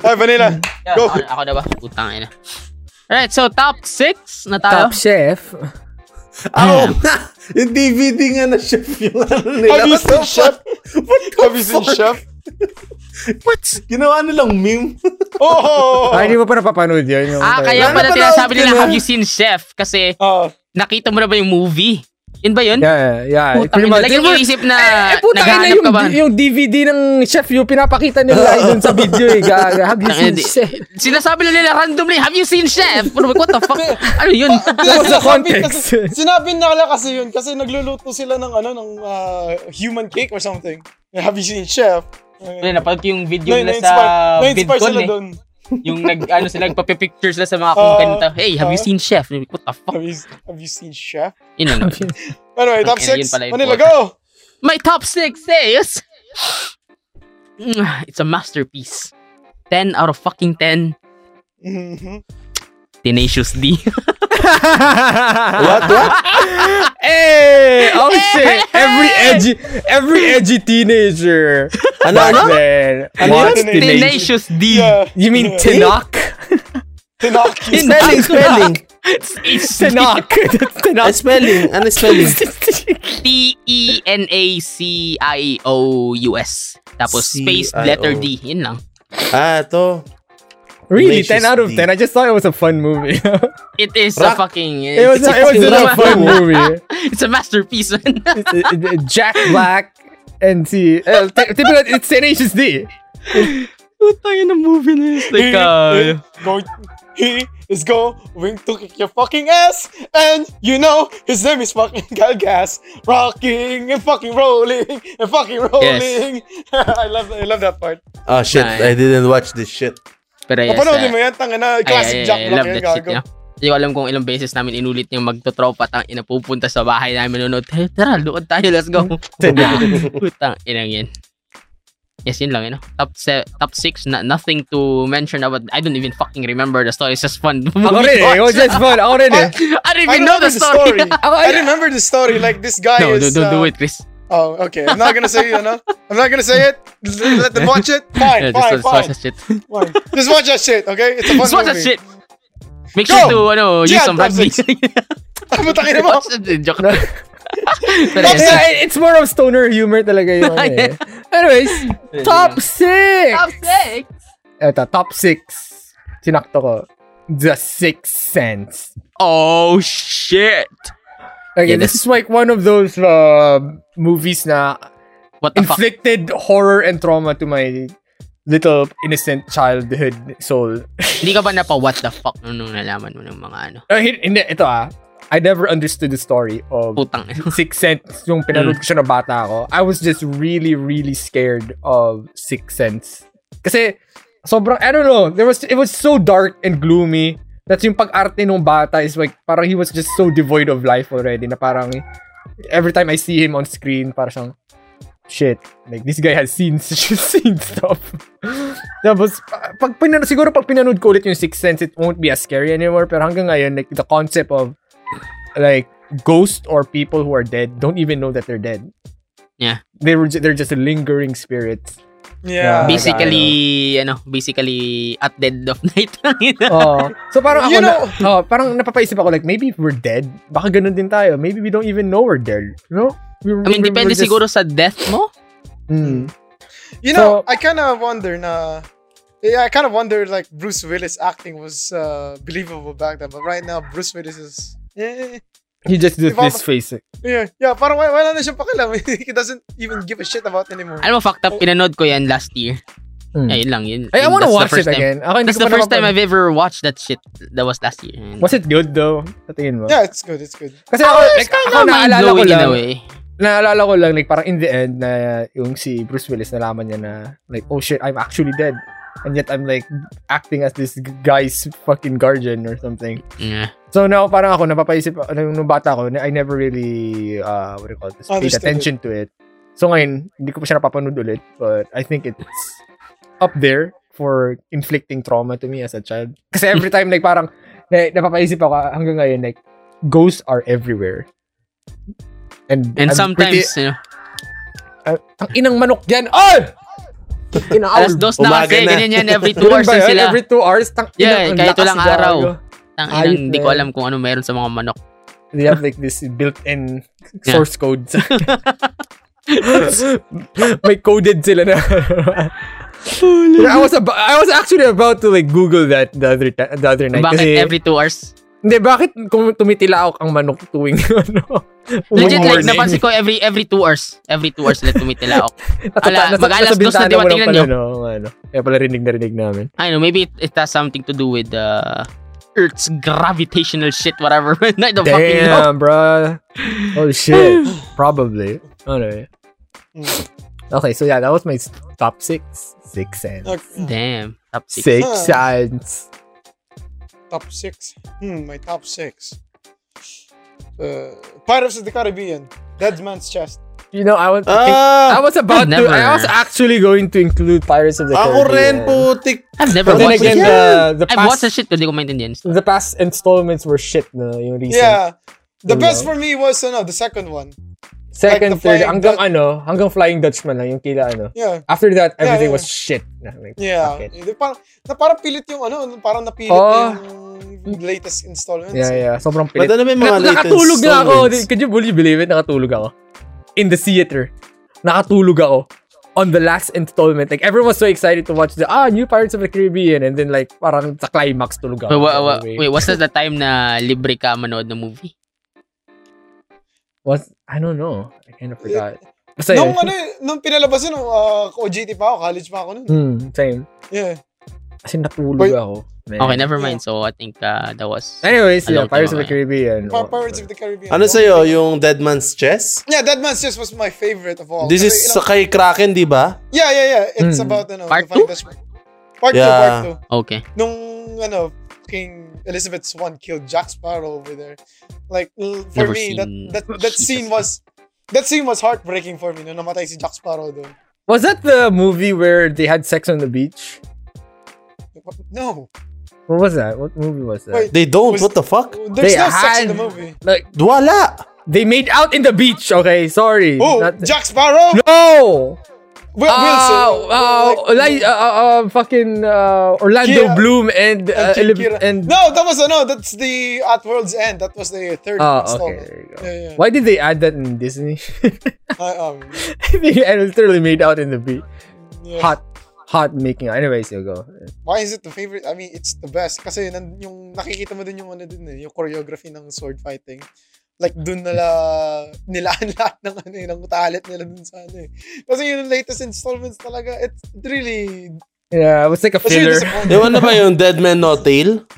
[SPEAKER 4] Ay, Vanilla.
[SPEAKER 3] Yeah,
[SPEAKER 4] Go.
[SPEAKER 3] Ako, ako na ba? Putang ina. Alright, so top 6 na tayo.
[SPEAKER 2] Top chef.
[SPEAKER 1] Ah, Oo nga! Yung DVD nga na chef yung ano nila.
[SPEAKER 4] Have you
[SPEAKER 1] What the
[SPEAKER 4] seen Chef?
[SPEAKER 1] fuck? What the
[SPEAKER 4] Have you seen
[SPEAKER 1] fuck?
[SPEAKER 4] Chef?
[SPEAKER 1] What? Ginawa nilang meme.
[SPEAKER 4] Oh!
[SPEAKER 2] Ay, di mo pa napapanood yun. Yung
[SPEAKER 3] Ah, kaya
[SPEAKER 1] Lalo
[SPEAKER 3] pala
[SPEAKER 1] pala
[SPEAKER 3] sinasabi
[SPEAKER 1] out ka
[SPEAKER 3] nila,
[SPEAKER 1] na.
[SPEAKER 3] have you seen Chef? Kasi
[SPEAKER 4] Oh.
[SPEAKER 3] nakita mo na ba yung movie? Yun ba yun?
[SPEAKER 2] Yeah, yeah. Pretty
[SPEAKER 3] Putang ina,
[SPEAKER 2] much. Di
[SPEAKER 3] lagi
[SPEAKER 2] mo-
[SPEAKER 3] yung isip na
[SPEAKER 2] Eh, puta ka na
[SPEAKER 3] naghahanap
[SPEAKER 2] yung,
[SPEAKER 3] ka ba?
[SPEAKER 2] yung DVD ng chef yung pinapakita nyo live dun sa video eh. Gaga, have you seen
[SPEAKER 3] Tangina, di-
[SPEAKER 2] chef?
[SPEAKER 3] Sinasabi na nila randomly, have you seen Chef? Pero like, what the fuck? ano yun?
[SPEAKER 4] That
[SPEAKER 2] was the context.
[SPEAKER 4] sinabi na lang kasi yun kasi nagluluto sila ng ano ng ah, human cake or something. Have you seen Chef?
[SPEAKER 3] Ayun, Ano, napanood ko yung video
[SPEAKER 4] Na-
[SPEAKER 3] nila sa
[SPEAKER 4] na-inspire- na-inspire
[SPEAKER 3] VidCon
[SPEAKER 4] sila
[SPEAKER 3] eh.
[SPEAKER 4] doon.
[SPEAKER 3] Yung nag, ano sila, nagpapipicture sila sa mga
[SPEAKER 2] Oh.
[SPEAKER 3] kumakanta. Hey, have you
[SPEAKER 4] ah.
[SPEAKER 3] seen Chef? Like, What the fuck?
[SPEAKER 4] Have you, have you seen Chef?
[SPEAKER 3] Yun yun.
[SPEAKER 4] Anyway, top
[SPEAKER 3] Ang ina, yun
[SPEAKER 4] 6.
[SPEAKER 3] pala yung
[SPEAKER 4] Manila,
[SPEAKER 3] quota.
[SPEAKER 4] go!
[SPEAKER 3] My top 6 is... It's a masterpiece. 10 out of fucking 10.
[SPEAKER 4] Mhm.
[SPEAKER 3] Tenacious D.
[SPEAKER 1] What? What?
[SPEAKER 2] hey! Oh shit! Every edgy, every edgy teenager.
[SPEAKER 1] Ano,
[SPEAKER 2] back
[SPEAKER 1] ano?
[SPEAKER 2] Then,
[SPEAKER 1] Ano
[SPEAKER 2] wants
[SPEAKER 4] yun?
[SPEAKER 2] teenage-
[SPEAKER 3] Tenacious D.
[SPEAKER 4] Yeah.
[SPEAKER 2] You mean Tinoch?
[SPEAKER 4] Tinaki.
[SPEAKER 1] Spelling, spelling.
[SPEAKER 3] It's
[SPEAKER 2] Tinak.
[SPEAKER 1] Ah, spelling. Ano spelling?
[SPEAKER 3] E T-E-N-A-C-I-O-U-S. Tapos space
[SPEAKER 1] C-I-O.
[SPEAKER 3] letter D. Yun lang.
[SPEAKER 1] Ah, to.
[SPEAKER 2] Really,
[SPEAKER 1] Tenacious
[SPEAKER 2] 10 out of
[SPEAKER 1] D.
[SPEAKER 2] 10. I just thought it was a fun movie. it
[SPEAKER 3] It is a
[SPEAKER 1] Rock-
[SPEAKER 3] fucking...
[SPEAKER 2] was,
[SPEAKER 3] it's,
[SPEAKER 2] a, it was
[SPEAKER 1] fucking
[SPEAKER 2] a
[SPEAKER 1] rough
[SPEAKER 2] fun movie.
[SPEAKER 3] it's a masterpiece. man.
[SPEAKER 2] It's, uh, Jack Black and si... Uh, t- typical, it's Tenacious D.
[SPEAKER 3] Putang ina movie na yun. Like, uh,
[SPEAKER 4] Go, he is going to kick your fucking ass, and you know his name is fucking Gal Gas, rocking and fucking rolling and fucking rolling. I love, I love that part.
[SPEAKER 1] Oh, shit. I didn't watch this shit.
[SPEAKER 3] But yes, uh,
[SPEAKER 4] Papanoodin mo yan, tanga na,
[SPEAKER 3] I, I,
[SPEAKER 4] classic Jack
[SPEAKER 3] I
[SPEAKER 4] Black
[SPEAKER 3] love
[SPEAKER 4] yan,
[SPEAKER 3] that shit
[SPEAKER 4] gago.
[SPEAKER 3] niya. Hindi ko alam kung ilang beses namin inulit yung magtotropa tang ina pupunta sa bahay namin nunod. Hey, tara, luod tayo, let's go. Putang inang yan. Yes, yun lang, you know. Top se- top 6, na- nothing to mention about. I don't even fucking remember the story. It's just fun.
[SPEAKER 2] Ako rin eh. It was just fun. Ako rin eh.
[SPEAKER 3] I don't
[SPEAKER 4] I
[SPEAKER 3] even know
[SPEAKER 4] remember
[SPEAKER 3] the story. Oh,
[SPEAKER 2] Ako,
[SPEAKER 4] I remember the story. Like this guy
[SPEAKER 3] no,
[SPEAKER 4] is.
[SPEAKER 3] don't, don't do
[SPEAKER 4] uh,
[SPEAKER 3] it, Chris.
[SPEAKER 4] Oh, okay. I'm not gonna say you know. I'm not gonna say it. Just Let them watch it.
[SPEAKER 3] Yeah,
[SPEAKER 4] Fine, fine,
[SPEAKER 3] just, just watch
[SPEAKER 4] fine,
[SPEAKER 3] that shit.
[SPEAKER 4] fine. Just watch that shit, okay? It's a fun
[SPEAKER 3] Just watch that
[SPEAKER 4] movie.
[SPEAKER 3] shit. Make
[SPEAKER 4] Go!
[SPEAKER 3] sure to, ano, use
[SPEAKER 4] Yeah,
[SPEAKER 3] some
[SPEAKER 4] top
[SPEAKER 3] rugby.
[SPEAKER 4] six. Putangin mo.
[SPEAKER 3] Watch that shit. Joke. Pero
[SPEAKER 2] It's,
[SPEAKER 3] yes,
[SPEAKER 2] uh, it's more of stoner humor talaga yung ano eh. Anyways, top 6! Top 6! Eto, top 6. Sinakto ko. The Sixth Sense.
[SPEAKER 3] Oh, shit.
[SPEAKER 2] Okay,
[SPEAKER 3] Yeah,
[SPEAKER 2] this
[SPEAKER 3] that's-
[SPEAKER 2] is like one of those uh, movies na
[SPEAKER 3] What the fuck?
[SPEAKER 2] inflicted horror and trauma to my little innocent childhood soul.
[SPEAKER 3] Hindi ka ba napa what the fuck nung, nung nalaman mo ng mga ano?
[SPEAKER 2] Uh, hin- hindi, ito ah. I never understood the story of
[SPEAKER 3] Putang ina.
[SPEAKER 2] Six Sense yung pinanood ko siya na bata ako. I was just really, really scared of Six Sense. Kasi, sobrang, I don't know, there was, it was so dark and gloomy. That's yung pag-arte nung bata is like, parang he was just so devoid of life already na parang, every time I see him on screen, parang siyang, shit, like, this guy has seen, seen stuff. Tapos, pa- pag pinanood, siguro pag pinanood ko ulit yung Sixth Sense, it won't be as scary anymore. Pero hanggang ngayon, like, the concept of, like, ghosts or people who are dead don't even know that they're dead.
[SPEAKER 3] Yeah.
[SPEAKER 2] They were ju- they're just lingering spirits.
[SPEAKER 4] Yeah.
[SPEAKER 2] Busy.
[SPEAKER 3] Basically, ano, basically at dead of night.
[SPEAKER 2] Oh. so parang ako
[SPEAKER 4] You
[SPEAKER 2] na, oh, parang napapaisip ako like maybe if we're dead, baka ganun din tayo. Maybe we don't even know we're dead. You know? We, Mm.
[SPEAKER 3] I mean, depende siguro sa death mo.
[SPEAKER 4] You know,
[SPEAKER 2] So-
[SPEAKER 4] I kind of wonder na. Yeah, I kind of wonder like Bruce Willis acting was uh, believable back then, but right now Bruce Willis is. Yeah,
[SPEAKER 2] He just did
[SPEAKER 4] Diba-
[SPEAKER 2] this face. eh.
[SPEAKER 4] yeah, yeah. Parang wala, wala na siyang pakialam. he doesn't even give a shit about anymore.
[SPEAKER 3] Alam mo, fucked up, pinanood ko yan last year.
[SPEAKER 2] Mm.
[SPEAKER 3] Ayun lang, yun.
[SPEAKER 2] Ay, I
[SPEAKER 3] Yun,
[SPEAKER 2] wanna
[SPEAKER 3] that's the
[SPEAKER 2] watch
[SPEAKER 3] first
[SPEAKER 2] it
[SPEAKER 3] time.
[SPEAKER 2] again. Ako, hindi
[SPEAKER 3] That's
[SPEAKER 2] ko
[SPEAKER 3] the
[SPEAKER 2] pa
[SPEAKER 3] first time
[SPEAKER 2] napapa-
[SPEAKER 3] I've ever watched that shit. That was last year. And-
[SPEAKER 2] Was it good though? Sa tingin mo?
[SPEAKER 4] Yeah, it's good. It's good.
[SPEAKER 2] Kasi ako, like, ako
[SPEAKER 3] Oh, Kinda
[SPEAKER 2] naalala ko
[SPEAKER 3] mind-blowing in a
[SPEAKER 2] lang,
[SPEAKER 3] way.
[SPEAKER 2] naalala ko lang, like, parang in the end, na yung si Bruce Willis, nalaman niya na, like, oh shit, I'm actually dead. And yet, I'm like, acting as this guy's fucking guardian or something.
[SPEAKER 3] Yeah.
[SPEAKER 2] So now parang ako napapaisip ano, nung bata ko, I never really uh what do you call this? Paid
[SPEAKER 4] Understood
[SPEAKER 2] attention to it. So ngayon, hindi ko pa siya napapanood ulit, but I think it's up there for inflicting trauma to me as a child. Kasi every time like parang na, napapaisip ako hanggang ngayon like ghosts are everywhere. And
[SPEAKER 3] And
[SPEAKER 2] I'm pretty-
[SPEAKER 3] sometimes, you know,
[SPEAKER 2] ang inang manok yan. Oh!
[SPEAKER 3] alas dos na
[SPEAKER 1] Umaga
[SPEAKER 3] kasi,
[SPEAKER 1] na.
[SPEAKER 3] ganyan yan, every two
[SPEAKER 2] Ganun
[SPEAKER 3] hours
[SPEAKER 2] ba
[SPEAKER 3] na
[SPEAKER 2] yun?
[SPEAKER 3] sila.
[SPEAKER 2] Every two hours, tang
[SPEAKER 3] Yeah,
[SPEAKER 2] ang
[SPEAKER 3] kahit
[SPEAKER 2] lakas
[SPEAKER 3] walang
[SPEAKER 2] gago.
[SPEAKER 3] araw. Tang ina,
[SPEAKER 2] Ayos
[SPEAKER 3] hindi
[SPEAKER 2] na
[SPEAKER 3] ko
[SPEAKER 2] yun.
[SPEAKER 3] alam kung ano meron sa mga manok.
[SPEAKER 2] They have like this built-in
[SPEAKER 3] Yeah.
[SPEAKER 2] source code. May coded sila na. I was ab- I was actually about to like Google that the other ti- the other night.
[SPEAKER 3] Bakit
[SPEAKER 2] kasi,
[SPEAKER 3] every two hours?
[SPEAKER 2] Hindi, bakit kung tumitila ako ang manok tuwing ano?
[SPEAKER 3] Legit, like,
[SPEAKER 2] morning?
[SPEAKER 3] napansin ko every every two hours. Every two hours ulit tumitila ako.
[SPEAKER 2] Nasa-
[SPEAKER 3] ala,
[SPEAKER 2] nasa-
[SPEAKER 3] mag-alas
[SPEAKER 2] nasa
[SPEAKER 3] dos na,
[SPEAKER 2] bintana
[SPEAKER 3] di ba
[SPEAKER 2] mo lang
[SPEAKER 3] tingnan
[SPEAKER 2] pala,
[SPEAKER 3] nyo?
[SPEAKER 2] No, ano. Kaya pala rinig na rinig namin.
[SPEAKER 3] I don't know, maybe it, it has something to do with uh, Earth's gravitational shit, whatever. I don't fucking know.
[SPEAKER 2] Damn, bruh. Oh shit. Probably. Alright.
[SPEAKER 4] Mm.
[SPEAKER 2] Okay, so yeah, that was my s- top six. Six sense.
[SPEAKER 4] Okay.
[SPEAKER 3] Damn. Top six.
[SPEAKER 2] Six
[SPEAKER 4] Huh.
[SPEAKER 2] sense.
[SPEAKER 4] Top six. Hmm, my top six. Uh, Pirates of the Caribbean. Dead Man's Chest.
[SPEAKER 2] You know, I was
[SPEAKER 4] Uh,
[SPEAKER 2] I
[SPEAKER 1] Ah!
[SPEAKER 2] was about
[SPEAKER 3] Never.
[SPEAKER 2] to. I was actually going to include Pirates of the
[SPEAKER 1] Ako
[SPEAKER 2] Caribbean.
[SPEAKER 1] rin, putik.
[SPEAKER 3] I've never
[SPEAKER 2] But then
[SPEAKER 3] watched
[SPEAKER 2] again,
[SPEAKER 3] this.
[SPEAKER 2] the, the
[SPEAKER 3] I've watched the
[SPEAKER 2] past
[SPEAKER 3] shit, hindi ko maintindihan.
[SPEAKER 2] the past installments were shit. No, yung recent.
[SPEAKER 4] Yeah.
[SPEAKER 2] Yun
[SPEAKER 4] The best
[SPEAKER 2] lang.
[SPEAKER 4] for me was uh, no, the second one.
[SPEAKER 2] Second,
[SPEAKER 4] Like the
[SPEAKER 2] third,
[SPEAKER 4] Flying
[SPEAKER 2] hanggang
[SPEAKER 4] Dut-
[SPEAKER 2] ano, hanggang Flying Dutchman lang, yung kila ano.
[SPEAKER 4] Yeah.
[SPEAKER 2] After that,
[SPEAKER 4] Yeah,
[SPEAKER 2] everything
[SPEAKER 4] yeah.
[SPEAKER 2] was shit. Na, like,
[SPEAKER 4] Yeah.
[SPEAKER 2] fuck it.
[SPEAKER 4] Hindi, parang, na parang pilit yung ano, parang napilit
[SPEAKER 2] Oh.
[SPEAKER 4] yung latest installments.
[SPEAKER 2] Yeah, yeah. Sobrang
[SPEAKER 1] Ba't
[SPEAKER 2] pilit.
[SPEAKER 1] ano may mga
[SPEAKER 2] Nak-
[SPEAKER 1] latest
[SPEAKER 2] nakatulog na ako.
[SPEAKER 1] songs?
[SPEAKER 2] Could you, will you believe it? Nakatulog ako. In the theater. Nakatulog ako. On the last installment. Like, everyone was so excited to watch the, ah, new Pirates of the Caribbean. And then, like, parang sa climax tulog ako.
[SPEAKER 3] Wait, wa- wa-
[SPEAKER 2] Anyway.
[SPEAKER 3] wait, what's that the time na libre ka manood ng movie?
[SPEAKER 2] What? I don't know. I kind of forgot. Basta
[SPEAKER 4] Nung
[SPEAKER 2] yun.
[SPEAKER 4] ano, eh, nung pinalabas yun, uh, OJT pa ako, college pa ako nun.
[SPEAKER 2] Hmm, same.
[SPEAKER 4] Yeah.
[SPEAKER 2] Kasi natulog
[SPEAKER 4] Wait.
[SPEAKER 2] ako. Man.
[SPEAKER 3] Okay, never mind. So, I think uh, that was...
[SPEAKER 2] Anyways, yeah,
[SPEAKER 3] Alone
[SPEAKER 2] Pirates of
[SPEAKER 3] time
[SPEAKER 2] the
[SPEAKER 3] ako
[SPEAKER 2] Caribbean.
[SPEAKER 4] Pa- Pirates of the Caribbean.
[SPEAKER 1] Ano sa'yo, yung Dead Man's Chess?
[SPEAKER 4] Yeah, Dead Man's Chest was my favorite of all.
[SPEAKER 1] This
[SPEAKER 4] Kasi
[SPEAKER 1] is sa
[SPEAKER 4] ilang-
[SPEAKER 1] kay Kraken, di ba?
[SPEAKER 4] Yeah, yeah, yeah. It's
[SPEAKER 2] Mm.
[SPEAKER 4] about, ano,
[SPEAKER 3] Part
[SPEAKER 4] the Flying Dutchman. Part 2,
[SPEAKER 1] Yeah.
[SPEAKER 4] part 2.
[SPEAKER 3] Okay.
[SPEAKER 4] Nung, ano, King Elizabeth Swan killed Jack Sparrow over there. Like, l- for
[SPEAKER 3] Never
[SPEAKER 4] me,
[SPEAKER 3] seen-
[SPEAKER 4] that, that, that
[SPEAKER 3] Jesus.
[SPEAKER 4] scene was, that scene was heartbreaking for me, no, namatay si Jack Sparrow doon.
[SPEAKER 2] Was that the movie where they had sex on the beach?
[SPEAKER 4] No.
[SPEAKER 2] What was that? What movie was that?
[SPEAKER 4] Wait,
[SPEAKER 1] They don't,
[SPEAKER 4] Was-
[SPEAKER 1] what the fuck?
[SPEAKER 4] There's
[SPEAKER 2] They
[SPEAKER 4] no sex in
[SPEAKER 2] had-
[SPEAKER 4] the movie.
[SPEAKER 2] Like
[SPEAKER 1] Wala!
[SPEAKER 2] they made out in the beach. Okay, sorry.
[SPEAKER 4] Oh,
[SPEAKER 2] Not-
[SPEAKER 4] Jack Sparrow?
[SPEAKER 2] no.
[SPEAKER 4] Wi- Wilson.
[SPEAKER 2] Oh, oh, like, uh, uh, uh, fucking uh, Orlando
[SPEAKER 4] Kira-
[SPEAKER 2] Bloom and uh,
[SPEAKER 4] and King
[SPEAKER 2] Ele-
[SPEAKER 4] Kira.
[SPEAKER 2] and
[SPEAKER 4] No, that was no. That's the At World's End. That was the third
[SPEAKER 2] oh, okay,
[SPEAKER 4] installment.
[SPEAKER 2] there you go.
[SPEAKER 4] Yeah, yeah.
[SPEAKER 2] Why did they add that in Disney?
[SPEAKER 4] I, um,
[SPEAKER 2] they literally made out in the beach.
[SPEAKER 4] yeah.
[SPEAKER 2] Hot, hot making. out. Anyways, you go.
[SPEAKER 4] Why is it the favorite? I mean, it's the best kasi nan, yung nakikita mo din yung ano din eh, yung choreography ng sword fighting. Like dun nila nilaan lahat ng ano eh, ng talent nila dun sa ano eh. Kasi yung latest installments talaga, it's really
[SPEAKER 2] Yeah, it was like a
[SPEAKER 4] it's
[SPEAKER 2] filler.
[SPEAKER 4] really disappointing.
[SPEAKER 1] Yung ano ba yung Dead Man No Tail?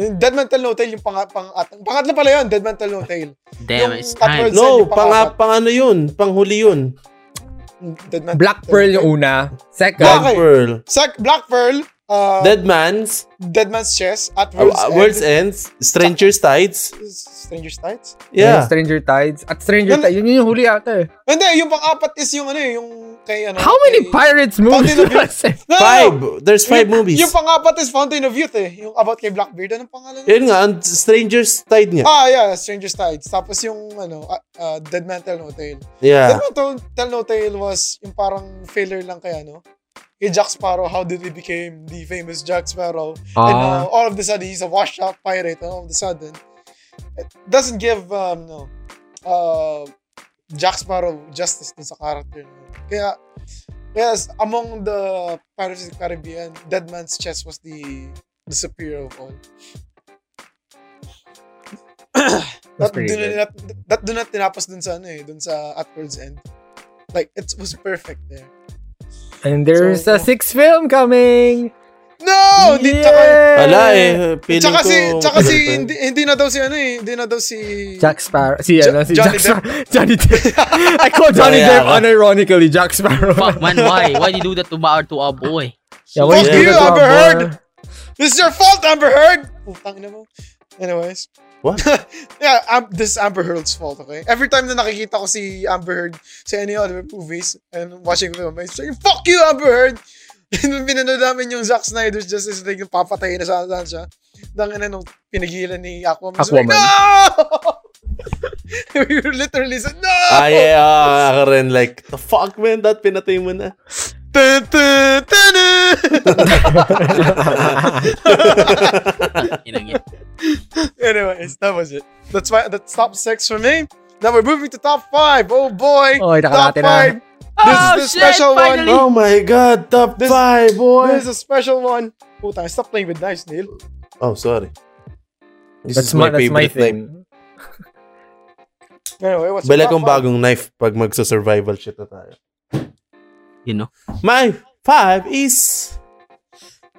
[SPEAKER 4] Yung Dead Man Tell No Tale yung pang pang at, pangatlo pala yun, Dead Man Tell No Tale.
[SPEAKER 3] Damn,
[SPEAKER 4] Yung
[SPEAKER 3] it's
[SPEAKER 4] Upward
[SPEAKER 3] time.
[SPEAKER 4] Side
[SPEAKER 1] No,
[SPEAKER 4] yung
[SPEAKER 1] pang,
[SPEAKER 4] pangapat.
[SPEAKER 1] pang ano yun, pang huli yun.
[SPEAKER 4] Dead Man
[SPEAKER 2] Black
[SPEAKER 4] Tell No
[SPEAKER 2] Pearl
[SPEAKER 4] Tale.
[SPEAKER 2] yung una.
[SPEAKER 1] Black
[SPEAKER 2] Second,
[SPEAKER 4] Bakit?
[SPEAKER 1] Pearl.
[SPEAKER 4] Sac- Black Pearl, uh,
[SPEAKER 1] Dead
[SPEAKER 4] Dead,
[SPEAKER 1] Man's,
[SPEAKER 4] Man's Chest, At
[SPEAKER 1] uh,
[SPEAKER 4] World's
[SPEAKER 1] uh,
[SPEAKER 4] End.
[SPEAKER 1] World's Ends, Stranger's Tides.
[SPEAKER 4] Stranger Tides?
[SPEAKER 1] Yeah.
[SPEAKER 2] yeah. Stranger Tides. At Stranger
[SPEAKER 4] Yun-
[SPEAKER 2] Tides, yun yung huli ata eh.
[SPEAKER 4] Hindi, yung pang-apat is yung ano eh, yung kay ano.
[SPEAKER 2] How many
[SPEAKER 4] kay-
[SPEAKER 2] pirates movies
[SPEAKER 4] Fountain of
[SPEAKER 2] was it?
[SPEAKER 4] No, no, no.
[SPEAKER 1] Five. There's five
[SPEAKER 4] Yung-
[SPEAKER 1] movies.
[SPEAKER 4] Yung pang-apat is Fountain of Youth eh. Yung about kay Blackbeard. Anong pangalan?
[SPEAKER 1] Yun nga, ang Stranger's Tide nga.
[SPEAKER 4] Ah, yeah, Stranger Tides. Tapos yung ano, ah, ah, Dead Man Tell No Tale. Dead
[SPEAKER 1] Yeah.
[SPEAKER 4] Man Tell, Tell No Tale was yung parang failure lang kay ano. Kay Jack Sparrow, how did we became the famous Jack Sparrow? And
[SPEAKER 2] Ah,
[SPEAKER 4] uh, all of a sudden, he's a washed up pirate. And all of a sudden, it doesn't give, um, no, uh, Jack Sparrow justice dun sa character. niya. Kaya, yes, among the Pirates of the Caribbean, Dead Man's Chest was the, the superior of all. that,
[SPEAKER 2] pretty
[SPEAKER 4] dun,
[SPEAKER 2] good.
[SPEAKER 4] that, that dun na tinapos dun sa ano eh, dun sa At World's End. Like, it was perfect there.
[SPEAKER 2] and there's
[SPEAKER 4] so-
[SPEAKER 2] a sixth film coming.
[SPEAKER 4] No! Hindi, tsaka,
[SPEAKER 1] Wala eh. Feeling
[SPEAKER 4] Tsaka si,
[SPEAKER 1] ko-
[SPEAKER 4] tsaka si, hindi, hindi na daw si ano eh, hindi na daw si...
[SPEAKER 2] Jack Sparrow. Si, ano, si
[SPEAKER 4] Johnny
[SPEAKER 2] Jack Sparrow. Johnny Depp. I call Johnny
[SPEAKER 1] Sorry,
[SPEAKER 2] Depp
[SPEAKER 1] ah.
[SPEAKER 2] unironically Jack Sparrow.
[SPEAKER 3] Fuck, man, why? Why did you do that to our, to our boy?
[SPEAKER 2] Yeah, what
[SPEAKER 1] Fuck
[SPEAKER 2] do
[SPEAKER 1] you,
[SPEAKER 2] to our
[SPEAKER 4] Amber
[SPEAKER 2] boy?
[SPEAKER 4] Heard! This is your fault, Amber Heard! Putang ina mo. Anyways.
[SPEAKER 1] What?
[SPEAKER 4] yeah, Am- this is Amber Heard's fault, okay? Every time na nakikita ko si Amber Heard sa any other movies and watching film, I'm saying, fuck you, Amber Heard! Nung pinanood namin yung Zack Snyder's Justice League, yung papatay na sa saan siya. Nang ina nung pinigilan ni Aquaman. Sabi,
[SPEAKER 2] Aquaman.
[SPEAKER 4] no! we literally said, no!
[SPEAKER 1] Ah, yeah. ah, ako rin, like, the fuck, man, that pinatay mo na.
[SPEAKER 4] Dun, dun, dun, dun.
[SPEAKER 3] Inang yan.
[SPEAKER 4] Anyways, that was it. That's why that's top six for me. Now we're moving to top five. Oh boy,
[SPEAKER 2] Oy,
[SPEAKER 4] top
[SPEAKER 2] nakalate na.
[SPEAKER 4] five.
[SPEAKER 2] ah.
[SPEAKER 4] This is the special one.
[SPEAKER 1] Oh my God, top
[SPEAKER 4] This-
[SPEAKER 1] 5, boy.
[SPEAKER 4] This is a special one. Puta, stop playing with knives, Neil.
[SPEAKER 1] Oh, sorry. This
[SPEAKER 2] That's my, that's my
[SPEAKER 1] favorite knife.
[SPEAKER 2] thing.
[SPEAKER 4] Anyway, what's your
[SPEAKER 1] Bala
[SPEAKER 4] top
[SPEAKER 1] kong
[SPEAKER 4] five?
[SPEAKER 1] bagong knife pag magsa-survival shit na tayo.
[SPEAKER 3] You know?
[SPEAKER 1] My five is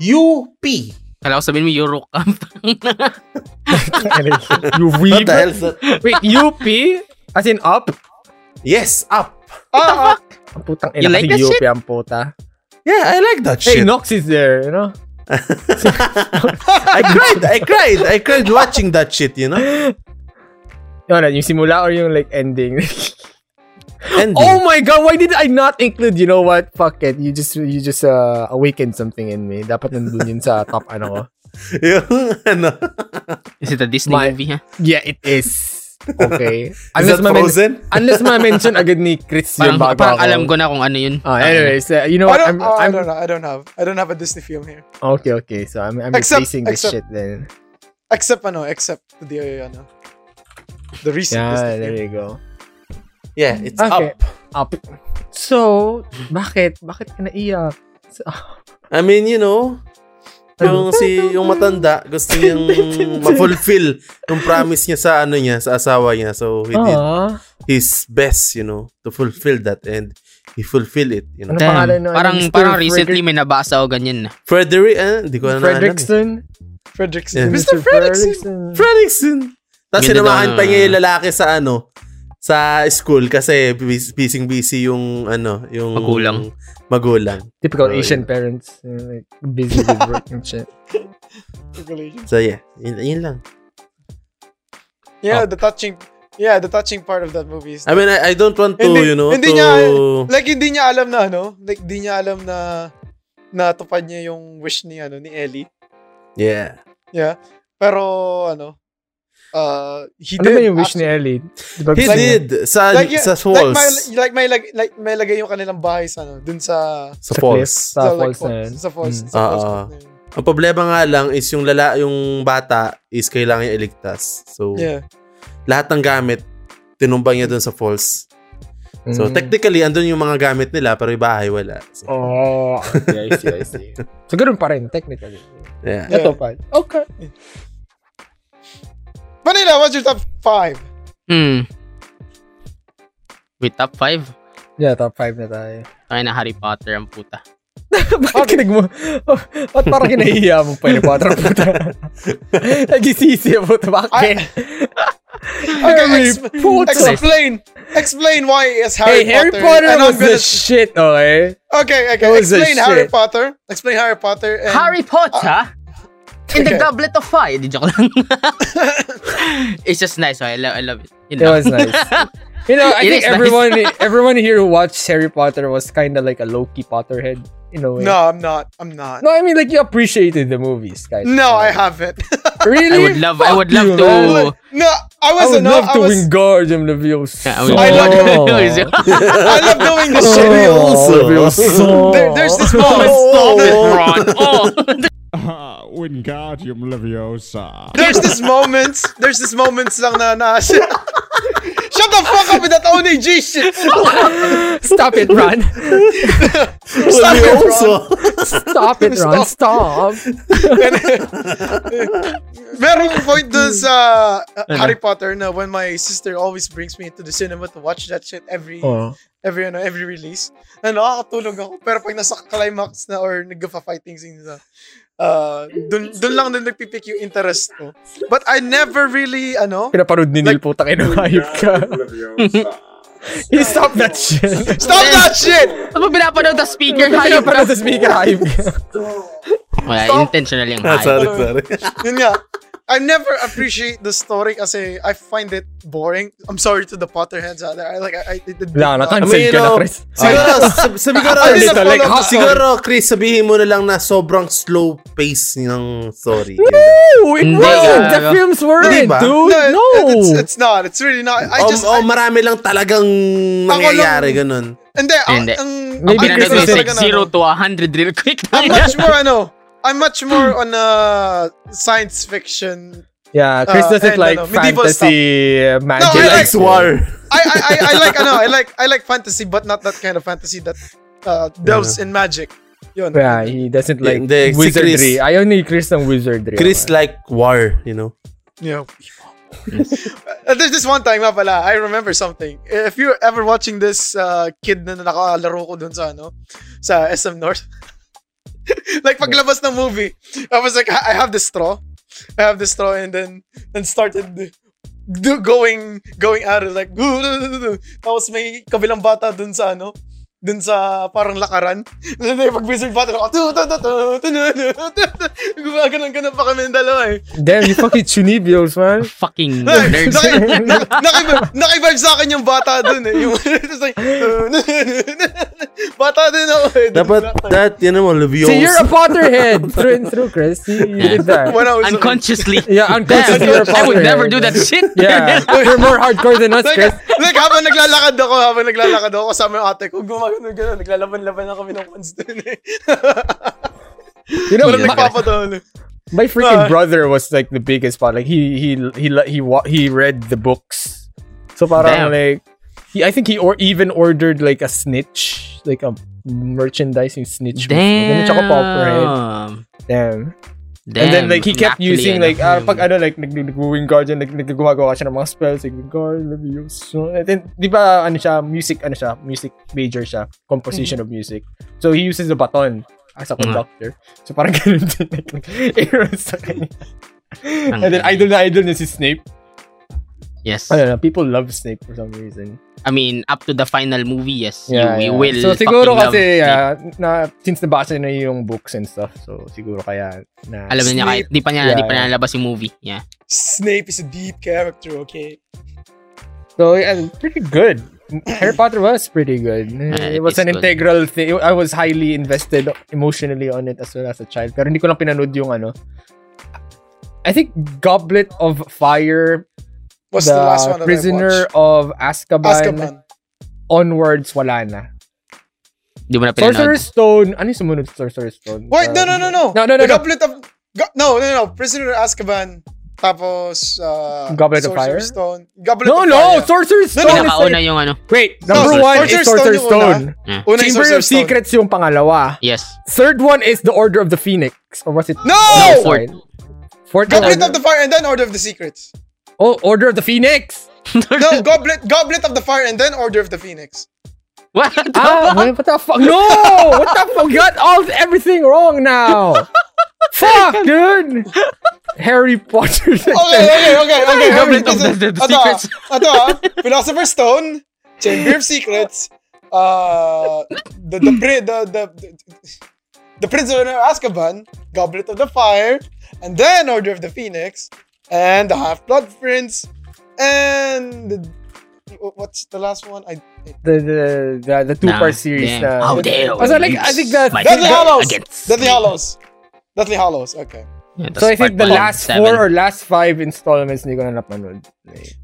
[SPEAKER 1] UP.
[SPEAKER 3] Kala ko sabihin mo, Eurocamp.
[SPEAKER 2] you
[SPEAKER 1] What
[SPEAKER 2] weep.
[SPEAKER 1] the hell's that?
[SPEAKER 2] Wait, UP? As in up?
[SPEAKER 1] Yes, up.
[SPEAKER 4] Ah, ah,
[SPEAKER 2] Ang putang
[SPEAKER 3] You
[SPEAKER 2] ina
[SPEAKER 3] like
[SPEAKER 2] like
[SPEAKER 3] that
[SPEAKER 2] si UP ang puta.
[SPEAKER 1] Yeah, I like that
[SPEAKER 2] Hey,
[SPEAKER 1] shit.
[SPEAKER 2] Nox is there, you know?
[SPEAKER 1] I cried, I cried, I cried watching that shit, you know?
[SPEAKER 2] Yung, ano, yung simula or yung like ending?
[SPEAKER 1] Ending.
[SPEAKER 2] oh my god, why did I not include, you know what? Fuck it. You just, you just uh, awakened something in me. Dapat nandun yun sa top ano ko.
[SPEAKER 1] Yung ano.
[SPEAKER 3] Is it a Disney
[SPEAKER 2] My-
[SPEAKER 3] movie, ha?
[SPEAKER 2] Yeah, it is. Okay.
[SPEAKER 1] Is
[SPEAKER 2] unless
[SPEAKER 1] that
[SPEAKER 2] ma-men-
[SPEAKER 1] frozen?
[SPEAKER 2] unless ma-mention agad ni Chris
[SPEAKER 3] Parang,
[SPEAKER 2] yung bago
[SPEAKER 3] parang
[SPEAKER 2] ako.
[SPEAKER 3] alam ko na kung ano yun.
[SPEAKER 2] Oh, anyways, uh, you know
[SPEAKER 4] I
[SPEAKER 2] what?
[SPEAKER 4] don't,
[SPEAKER 2] I'm,
[SPEAKER 4] oh,
[SPEAKER 1] Ah,
[SPEAKER 4] I
[SPEAKER 2] I'm,
[SPEAKER 4] don't know. I don't have. I don't have a Disney film here.
[SPEAKER 2] okay, okay. So I'm, I'm
[SPEAKER 4] Except-
[SPEAKER 2] replacing this
[SPEAKER 4] except-
[SPEAKER 2] shit then.
[SPEAKER 4] Except ano, except the uh, ano, the recent
[SPEAKER 2] Yeah,
[SPEAKER 4] Disney
[SPEAKER 2] there
[SPEAKER 4] film.
[SPEAKER 2] you go.
[SPEAKER 1] Yeah, it's
[SPEAKER 2] Okay.
[SPEAKER 1] up.
[SPEAKER 2] Up. So, bakit? Bakit ka naiyak? So,
[SPEAKER 1] I mean, you know, yung si yung matanda gusto niyang ma-fulfill yung promise niya sa ano niya, sa asawa niya. So he did
[SPEAKER 2] ah,
[SPEAKER 1] his best, you know, to fulfill that and he fulfill it, you know.
[SPEAKER 2] Ano pangalan nun?
[SPEAKER 3] Parang,
[SPEAKER 2] Mr.
[SPEAKER 3] parang
[SPEAKER 2] Frederick-
[SPEAKER 3] recently may nabasa o ganyan.
[SPEAKER 1] Frederick, eh, hindi ko na Frederickson. Yeah.
[SPEAKER 2] Fredrickson?
[SPEAKER 4] Fredrickson. Mr. Fredrickson.
[SPEAKER 1] Fredrickson. Tapos
[SPEAKER 3] Ganda
[SPEAKER 1] sinamahan
[SPEAKER 3] daw
[SPEAKER 1] pa
[SPEAKER 3] na-
[SPEAKER 1] niya yung lalaki sa ano, sa school kasi busy busy yung ano, yung
[SPEAKER 3] Magulang.
[SPEAKER 1] Magulang.
[SPEAKER 2] Typical
[SPEAKER 1] Oh,
[SPEAKER 2] Asian parents. you know, like, busy with work and shit.
[SPEAKER 4] Congratulations.
[SPEAKER 1] So yeah, yun, yun lang.
[SPEAKER 4] Yeah,
[SPEAKER 2] Oh.
[SPEAKER 4] the touching. Yeah, the touching part of that movie is
[SPEAKER 1] I mean, I, I don't want to,
[SPEAKER 4] Hindi-
[SPEAKER 1] you know,
[SPEAKER 4] hindi
[SPEAKER 1] to...
[SPEAKER 4] niya, eh, like hindi niya alam na ano, like hindi niya alam na natupad niya yung wish ni ano ni Ellie.
[SPEAKER 1] yeah.
[SPEAKER 4] Yeah. Pero ano, uh he
[SPEAKER 2] Ano
[SPEAKER 4] did.
[SPEAKER 2] ba yung wish ni
[SPEAKER 4] actually.
[SPEAKER 2] Ellie? Di ba
[SPEAKER 1] He
[SPEAKER 2] gusto niya?
[SPEAKER 1] did sa
[SPEAKER 4] Like, yeah,
[SPEAKER 1] sa
[SPEAKER 4] Like
[SPEAKER 1] falls.
[SPEAKER 4] may like may lag, like may lagay yung kanilang bahay sa ano, dun sa
[SPEAKER 1] sa
[SPEAKER 2] Sa
[SPEAKER 1] falls.
[SPEAKER 2] cliff, sa
[SPEAKER 4] like,
[SPEAKER 2] falls na yun.
[SPEAKER 4] Sa falls.
[SPEAKER 2] Mm.
[SPEAKER 4] Sa
[SPEAKER 1] Ah,
[SPEAKER 4] falls.
[SPEAKER 1] ah.
[SPEAKER 4] na yun.
[SPEAKER 1] Ang problema nga lang is yung lala yung bata is kailangan niya iligtas. So
[SPEAKER 4] Yeah.
[SPEAKER 1] lahat ng gamit tinumbang niya doon sa falls. So
[SPEAKER 2] Mm.
[SPEAKER 1] technically andun yung mga gamit nila pero yung bahay wala. So,
[SPEAKER 2] Oh, okay, I see, I see. so, ganun pa rin, technically.
[SPEAKER 1] yeah.
[SPEAKER 4] Yeah.
[SPEAKER 2] Ito pa. Okay.
[SPEAKER 4] Manila, what's your top five?
[SPEAKER 3] Hmm. Wait, top 5?
[SPEAKER 2] Yeah, top 5 na tayo.
[SPEAKER 3] Ay na Harry Potter ang puta.
[SPEAKER 2] Bakit kinig mo? Ba't parang kinahiya mo pa yung water puta? Nagisisi mo ito. Bakit?
[SPEAKER 4] Okay,
[SPEAKER 2] Harry
[SPEAKER 4] ex-
[SPEAKER 2] Potter.
[SPEAKER 4] explain. Explain why is Harry
[SPEAKER 2] hey, Harry Potter
[SPEAKER 4] Potter and I'm
[SPEAKER 2] was the
[SPEAKER 4] gonna-
[SPEAKER 2] shit, okay?
[SPEAKER 4] Okay, okay.
[SPEAKER 2] was the
[SPEAKER 4] Explain Harry
[SPEAKER 2] shit.
[SPEAKER 4] Potter. Explain Harry Potter. And
[SPEAKER 3] Harry
[SPEAKER 2] Ah.
[SPEAKER 3] Potter? in the
[SPEAKER 4] Okay.
[SPEAKER 3] goblet of fire. Di joke lang. It's just nice. I love, I love it. Yun
[SPEAKER 2] It
[SPEAKER 3] lang.
[SPEAKER 2] was nice. You know, I
[SPEAKER 3] It
[SPEAKER 2] think
[SPEAKER 3] is nice.
[SPEAKER 2] everyone everyone here who watched Harry Potter was kind of like a low-key Potterhead in a way.
[SPEAKER 4] No, I'm not. I'm not.
[SPEAKER 2] No, I mean like you appreciated the movies, guys.
[SPEAKER 4] No, I haven't.
[SPEAKER 2] Really?
[SPEAKER 3] I would love- I
[SPEAKER 2] Fuck
[SPEAKER 3] would love
[SPEAKER 2] you,
[SPEAKER 3] to-
[SPEAKER 2] man.
[SPEAKER 3] Oh.
[SPEAKER 4] no, I
[SPEAKER 2] I
[SPEAKER 4] was
[SPEAKER 2] would
[SPEAKER 4] no,
[SPEAKER 2] love
[SPEAKER 4] I
[SPEAKER 2] to
[SPEAKER 4] was.
[SPEAKER 2] Wingardium Leviosa.
[SPEAKER 3] Yeah, I would-
[SPEAKER 4] I love- I love doing this shit.
[SPEAKER 2] Leviosa.
[SPEAKER 4] There, there's this moment.
[SPEAKER 1] Stop it,
[SPEAKER 3] Ron. Oh.
[SPEAKER 7] Ah, Wingardium Leviosa.
[SPEAKER 4] There's this moments. There's this moments lang na na. Shut the fuck up with that only G shit.
[SPEAKER 2] Stop it, Ron.
[SPEAKER 4] Stop it, Ron.
[SPEAKER 2] Stop it, Ron. Stop.
[SPEAKER 4] Merong point dun sa uh, Harry Potter na when my sister always brings me into the cinema to watch that shit every every ano every release. Na nakakatulog ako pero pag nasa climax na or nagfa-fighting scenes na uh, dun, dun lang din nagpipick yung interest ko. But I never really ano
[SPEAKER 2] Pinaparod ni Neil putang ina hayop ka. He stop that shit.
[SPEAKER 4] Stop that shit!
[SPEAKER 3] Ano ba pinapanood na speaker? Hayop ka.
[SPEAKER 2] Pinaparod sa speaker hayop ka.
[SPEAKER 3] Wala, intentional yung
[SPEAKER 1] Ah,
[SPEAKER 3] hayop.
[SPEAKER 1] sorry, sorry.
[SPEAKER 4] Yun nga. I never appreciate the story kasi I find it boring. I'm sorry to the Potterheads out there. I like I, I it, it,
[SPEAKER 2] Wala na,
[SPEAKER 1] I
[SPEAKER 2] cancel
[SPEAKER 1] mean, you
[SPEAKER 2] ka na,
[SPEAKER 1] know,
[SPEAKER 2] Chris.
[SPEAKER 1] siguro,
[SPEAKER 4] Ah.
[SPEAKER 1] sab- siguro,
[SPEAKER 4] I didn't
[SPEAKER 1] siguro,
[SPEAKER 4] follow the story.
[SPEAKER 1] siguro, Chris, sabihin mo na lang na sobrang slow pace ng story.
[SPEAKER 2] No, it
[SPEAKER 3] Hindi,
[SPEAKER 2] wasn't.
[SPEAKER 3] ah,
[SPEAKER 2] Oh, The
[SPEAKER 3] ano.
[SPEAKER 2] films weren't,
[SPEAKER 1] ba?
[SPEAKER 2] dude.
[SPEAKER 4] it-
[SPEAKER 2] No. Um,
[SPEAKER 4] it's, it's not. It's really not.
[SPEAKER 1] o,
[SPEAKER 4] I just
[SPEAKER 1] o, Oh, marami lang talagang nangyayari, ganun.
[SPEAKER 4] and um, then
[SPEAKER 3] Hindi.
[SPEAKER 4] ang,
[SPEAKER 2] Maybe
[SPEAKER 4] ang-
[SPEAKER 3] Pinanood
[SPEAKER 2] Because it's
[SPEAKER 3] ko sa
[SPEAKER 4] talaga na,
[SPEAKER 3] 0 to 100 real quick.
[SPEAKER 4] I'm much more ano. I'm much more on uh, science fiction.
[SPEAKER 2] Yeah, Chris
[SPEAKER 4] Uh,
[SPEAKER 2] doesn't
[SPEAKER 4] and
[SPEAKER 2] like
[SPEAKER 4] ano, medieval
[SPEAKER 2] fantasy uh, magic.
[SPEAKER 4] No, I like-
[SPEAKER 1] war.
[SPEAKER 4] I I, I, I like ano. I like I like fantasy, but not that kind of fantasy that uh, delves in magic. Yun.
[SPEAKER 2] Yeah, he doesn't like
[SPEAKER 1] Hindi, si
[SPEAKER 2] wizardry.
[SPEAKER 1] Chris-
[SPEAKER 2] Ayaw ni Chris ng wizardry.
[SPEAKER 1] Chris like war, you know.
[SPEAKER 4] Yeah. Uh, There's this one time nga pala, I remember something. If you're ever watching this uh, kid na nakalaro ko dun sa ano, sa SM North. like paglabas ng movie, I was like, I I have this straw. I have this straw and then then started do, going going out like tapos may kabilang bata dun sa ano dun sa parang lakaran. Then pag wizard bata ako, gumagano'n ganun pa kami ng dalawa eh.
[SPEAKER 2] Damn, you fucking chunibios, man.
[SPEAKER 3] Fucking
[SPEAKER 4] Like,
[SPEAKER 3] nerds.
[SPEAKER 4] naki- naki- naki- Nakivibe sa akin yung bata dun eh. Yung, it's like, Bata din ako eh. Dun
[SPEAKER 1] Dapat
[SPEAKER 4] bata.
[SPEAKER 1] that, yan mo, Leviosa.
[SPEAKER 2] See, you're a Potterhead through and through, Chris. You, you did that.
[SPEAKER 4] When I was
[SPEAKER 3] Unconsciously.
[SPEAKER 2] Yeah,
[SPEAKER 3] Damn,
[SPEAKER 2] unconsciously you're a
[SPEAKER 3] I would
[SPEAKER 2] Potterhead.
[SPEAKER 3] never do that shit.
[SPEAKER 2] Yeah, you're more hardcore than us,
[SPEAKER 4] Like,
[SPEAKER 2] Chris.
[SPEAKER 4] like, habang naglalakad ako, habang naglalakad ako, kasama yung ate ko, gumagano gano'n, naglalaban-laban na kami ng cons dun eh.
[SPEAKER 2] You know,
[SPEAKER 4] Walang
[SPEAKER 2] my,
[SPEAKER 4] nagpapatawa
[SPEAKER 2] my freaking
[SPEAKER 4] Ah.
[SPEAKER 2] brother was like the biggest part. Like he he he he he, wa- he read the books. So
[SPEAKER 3] Damn.
[SPEAKER 2] parang like he, I think he or even ordered like a snitch, like a merchandising snitch.
[SPEAKER 3] Damn.
[SPEAKER 2] Ganun siya ka Potterhead. Damn. And then like he kept
[SPEAKER 3] Actually,
[SPEAKER 2] using
[SPEAKER 3] ano,
[SPEAKER 2] like ah,
[SPEAKER 3] yun.
[SPEAKER 2] pag ano like nag nag-wing guard yan, nag naggumawa siya ng mga spells like guard love you so and then di ba ano siya music ano siya music major siya composition of music so he uses the baton as a
[SPEAKER 3] Hmm.
[SPEAKER 2] conductor so parang ganun din like, nag-arrow sa kanya and then idol na idol na si Snape
[SPEAKER 3] Yes.
[SPEAKER 2] I don't know people love Snape for some reason
[SPEAKER 3] I mean, up to the final movie, yes. you, you
[SPEAKER 2] yeah.
[SPEAKER 3] will
[SPEAKER 2] so siguro
[SPEAKER 3] fucking love
[SPEAKER 2] kasi
[SPEAKER 3] Snape.
[SPEAKER 2] yeah, na since nabasa na yung books and stuff so siguro kaya na
[SPEAKER 3] Alam na niya kahit di pa niya
[SPEAKER 2] Yeah,
[SPEAKER 3] di pa
[SPEAKER 2] yeah.
[SPEAKER 3] niya nalabas yung movie. Yeah.
[SPEAKER 4] Snape is a deep character, okay?
[SPEAKER 2] So yeah, pretty good. Harry Potter was pretty good.
[SPEAKER 3] Yeah,
[SPEAKER 2] it was an
[SPEAKER 3] it's good.
[SPEAKER 2] integral thing. I was highly invested emotionally on it as well as a child. Pero hindi ko lang pinanood yung ano. I think Goblet of Fire,
[SPEAKER 4] What's
[SPEAKER 2] the,
[SPEAKER 4] the, last one that
[SPEAKER 2] Prisoner
[SPEAKER 4] I watched?
[SPEAKER 2] of Azkaban,
[SPEAKER 4] Azkaban.
[SPEAKER 2] onwards, wala na.
[SPEAKER 3] Di mo na pinanood.
[SPEAKER 2] Sorcerer's Stone, ano yung sumunod sa Sorcerer's Stone? Um,
[SPEAKER 4] Wait, no, no, no, no.
[SPEAKER 2] No, no, no, no.
[SPEAKER 4] The Goblet of... Go- no, no, no. Prisoner of Azkaban. Tapos, uh,
[SPEAKER 2] Goblet of Fire?
[SPEAKER 4] Sorcerer's Stone. Goblet
[SPEAKER 2] No,
[SPEAKER 4] of
[SPEAKER 2] no,
[SPEAKER 4] Fire.
[SPEAKER 2] Sorcerer's
[SPEAKER 4] No, no,
[SPEAKER 2] Stone. is
[SPEAKER 3] Pinakauna yung ano.
[SPEAKER 2] Wait, number
[SPEAKER 4] No,
[SPEAKER 2] one is
[SPEAKER 4] Sorcerer's
[SPEAKER 2] Sorcerer's
[SPEAKER 4] Stone yung
[SPEAKER 2] Stone.
[SPEAKER 4] Una yung
[SPEAKER 2] Chamber of
[SPEAKER 4] Sorcerer's Stone.
[SPEAKER 2] Secrets yung pangalawa.
[SPEAKER 3] Yes.
[SPEAKER 2] Third one is The Order of the Phoenix. Or was it?
[SPEAKER 4] No!
[SPEAKER 2] Oh,
[SPEAKER 3] No,
[SPEAKER 2] sorry. Fourth
[SPEAKER 4] Goblet
[SPEAKER 2] one.
[SPEAKER 4] of the Fire and then Order of the Secrets.
[SPEAKER 2] Oh, Order of the Phoenix.
[SPEAKER 4] No, Goblet Goblet of the Fire and then Order of the Phoenix.
[SPEAKER 3] What?
[SPEAKER 2] Ah, what the fuck? No, what the fuck? You Got all everything wrong now. fuck, dude. Harry Potter.
[SPEAKER 4] Okay, okay, okay, okay.
[SPEAKER 3] Goblet
[SPEAKER 4] okay.
[SPEAKER 3] of the- the- the
[SPEAKER 4] Ito,
[SPEAKER 3] Secrets.
[SPEAKER 4] Ito, ah. Philosopher's Stone, Chamber of Secrets, uh, the, the, pri- the, the, the, the Prisoner of Azkaban, Goblet of the Fire, and then Order of the Phoenix, and the Half-Blood Prince, and the, what's the last one? I,
[SPEAKER 2] The the the, the two part series.
[SPEAKER 3] Damn. How
[SPEAKER 2] I
[SPEAKER 3] dare
[SPEAKER 2] was
[SPEAKER 3] you
[SPEAKER 2] like, I think that.
[SPEAKER 3] use my
[SPEAKER 4] Deathly Hallows!
[SPEAKER 3] Against-
[SPEAKER 4] Deathly Hallows! Deathly Hallows, okay.
[SPEAKER 3] Yeah,
[SPEAKER 2] So I
[SPEAKER 3] that's
[SPEAKER 2] think the
[SPEAKER 3] part one,
[SPEAKER 2] last
[SPEAKER 3] seven.
[SPEAKER 2] four or last five installments hindi ko na napanood.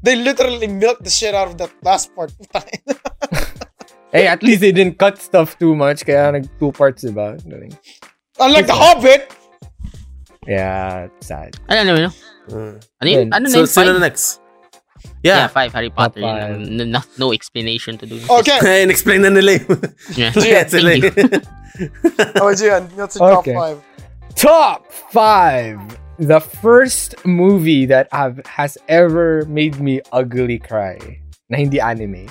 [SPEAKER 4] They literally milked the shit out of that last part.
[SPEAKER 2] Hey, at least they didn't cut stuff too much kaya nag two parts diba? Galing.
[SPEAKER 4] Unlike the Hobbit,
[SPEAKER 2] Yeah, sad.
[SPEAKER 3] Ano naman, no?
[SPEAKER 1] Mm.
[SPEAKER 3] Ano yun?
[SPEAKER 2] Yun.
[SPEAKER 3] Ano na
[SPEAKER 1] So,
[SPEAKER 3] yun? Five?
[SPEAKER 1] sino na next? Yeah.
[SPEAKER 3] Yeah, five Harry Potter.
[SPEAKER 2] Five. Oh,
[SPEAKER 3] Yun, lang. no, no- no explanation to do.
[SPEAKER 4] okay.
[SPEAKER 1] Ayun, explain na nila yun.
[SPEAKER 3] Yeah.
[SPEAKER 1] Kaya sila
[SPEAKER 3] Thank you.
[SPEAKER 1] yun.
[SPEAKER 4] Oh, Gian, that's a top
[SPEAKER 2] Okay.
[SPEAKER 4] five.
[SPEAKER 2] Top five. The first movie that I've, has ever made me ugly cry. Na hindi anime.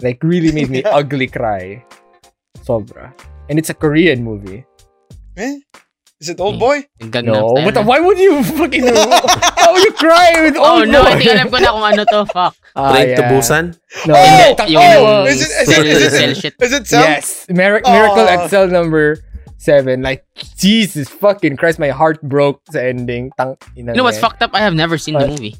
[SPEAKER 2] Like, really made me
[SPEAKER 4] Yeah.
[SPEAKER 2] ugly cry. Sobra. And it's a Korean movie.
[SPEAKER 4] Eh? Is it old boy?
[SPEAKER 3] Gangnam
[SPEAKER 2] No.
[SPEAKER 3] Style.
[SPEAKER 2] But why would you fucking. how would you cry with
[SPEAKER 3] Oh
[SPEAKER 2] old
[SPEAKER 3] no,
[SPEAKER 2] boy?
[SPEAKER 3] I think alam ko na kung ano to. Fuck.
[SPEAKER 2] Ah,
[SPEAKER 1] Train to
[SPEAKER 2] yeah.
[SPEAKER 1] Busan.
[SPEAKER 2] No,
[SPEAKER 4] Oh!
[SPEAKER 2] hindi.
[SPEAKER 4] Tang-
[SPEAKER 3] Yung
[SPEAKER 4] oh, is it- is it-
[SPEAKER 3] cell-
[SPEAKER 4] is it-
[SPEAKER 3] cell shit.
[SPEAKER 4] Is it Sam?
[SPEAKER 2] Yes, Mir- Miracle
[SPEAKER 4] Aw.
[SPEAKER 2] at Cell number seven. Like, Jesus fucking Christ, my heart broke sa ending. Tang ina
[SPEAKER 3] You know what's
[SPEAKER 2] niya.
[SPEAKER 3] fucked up? I have never seen the
[SPEAKER 2] What?
[SPEAKER 3] movie.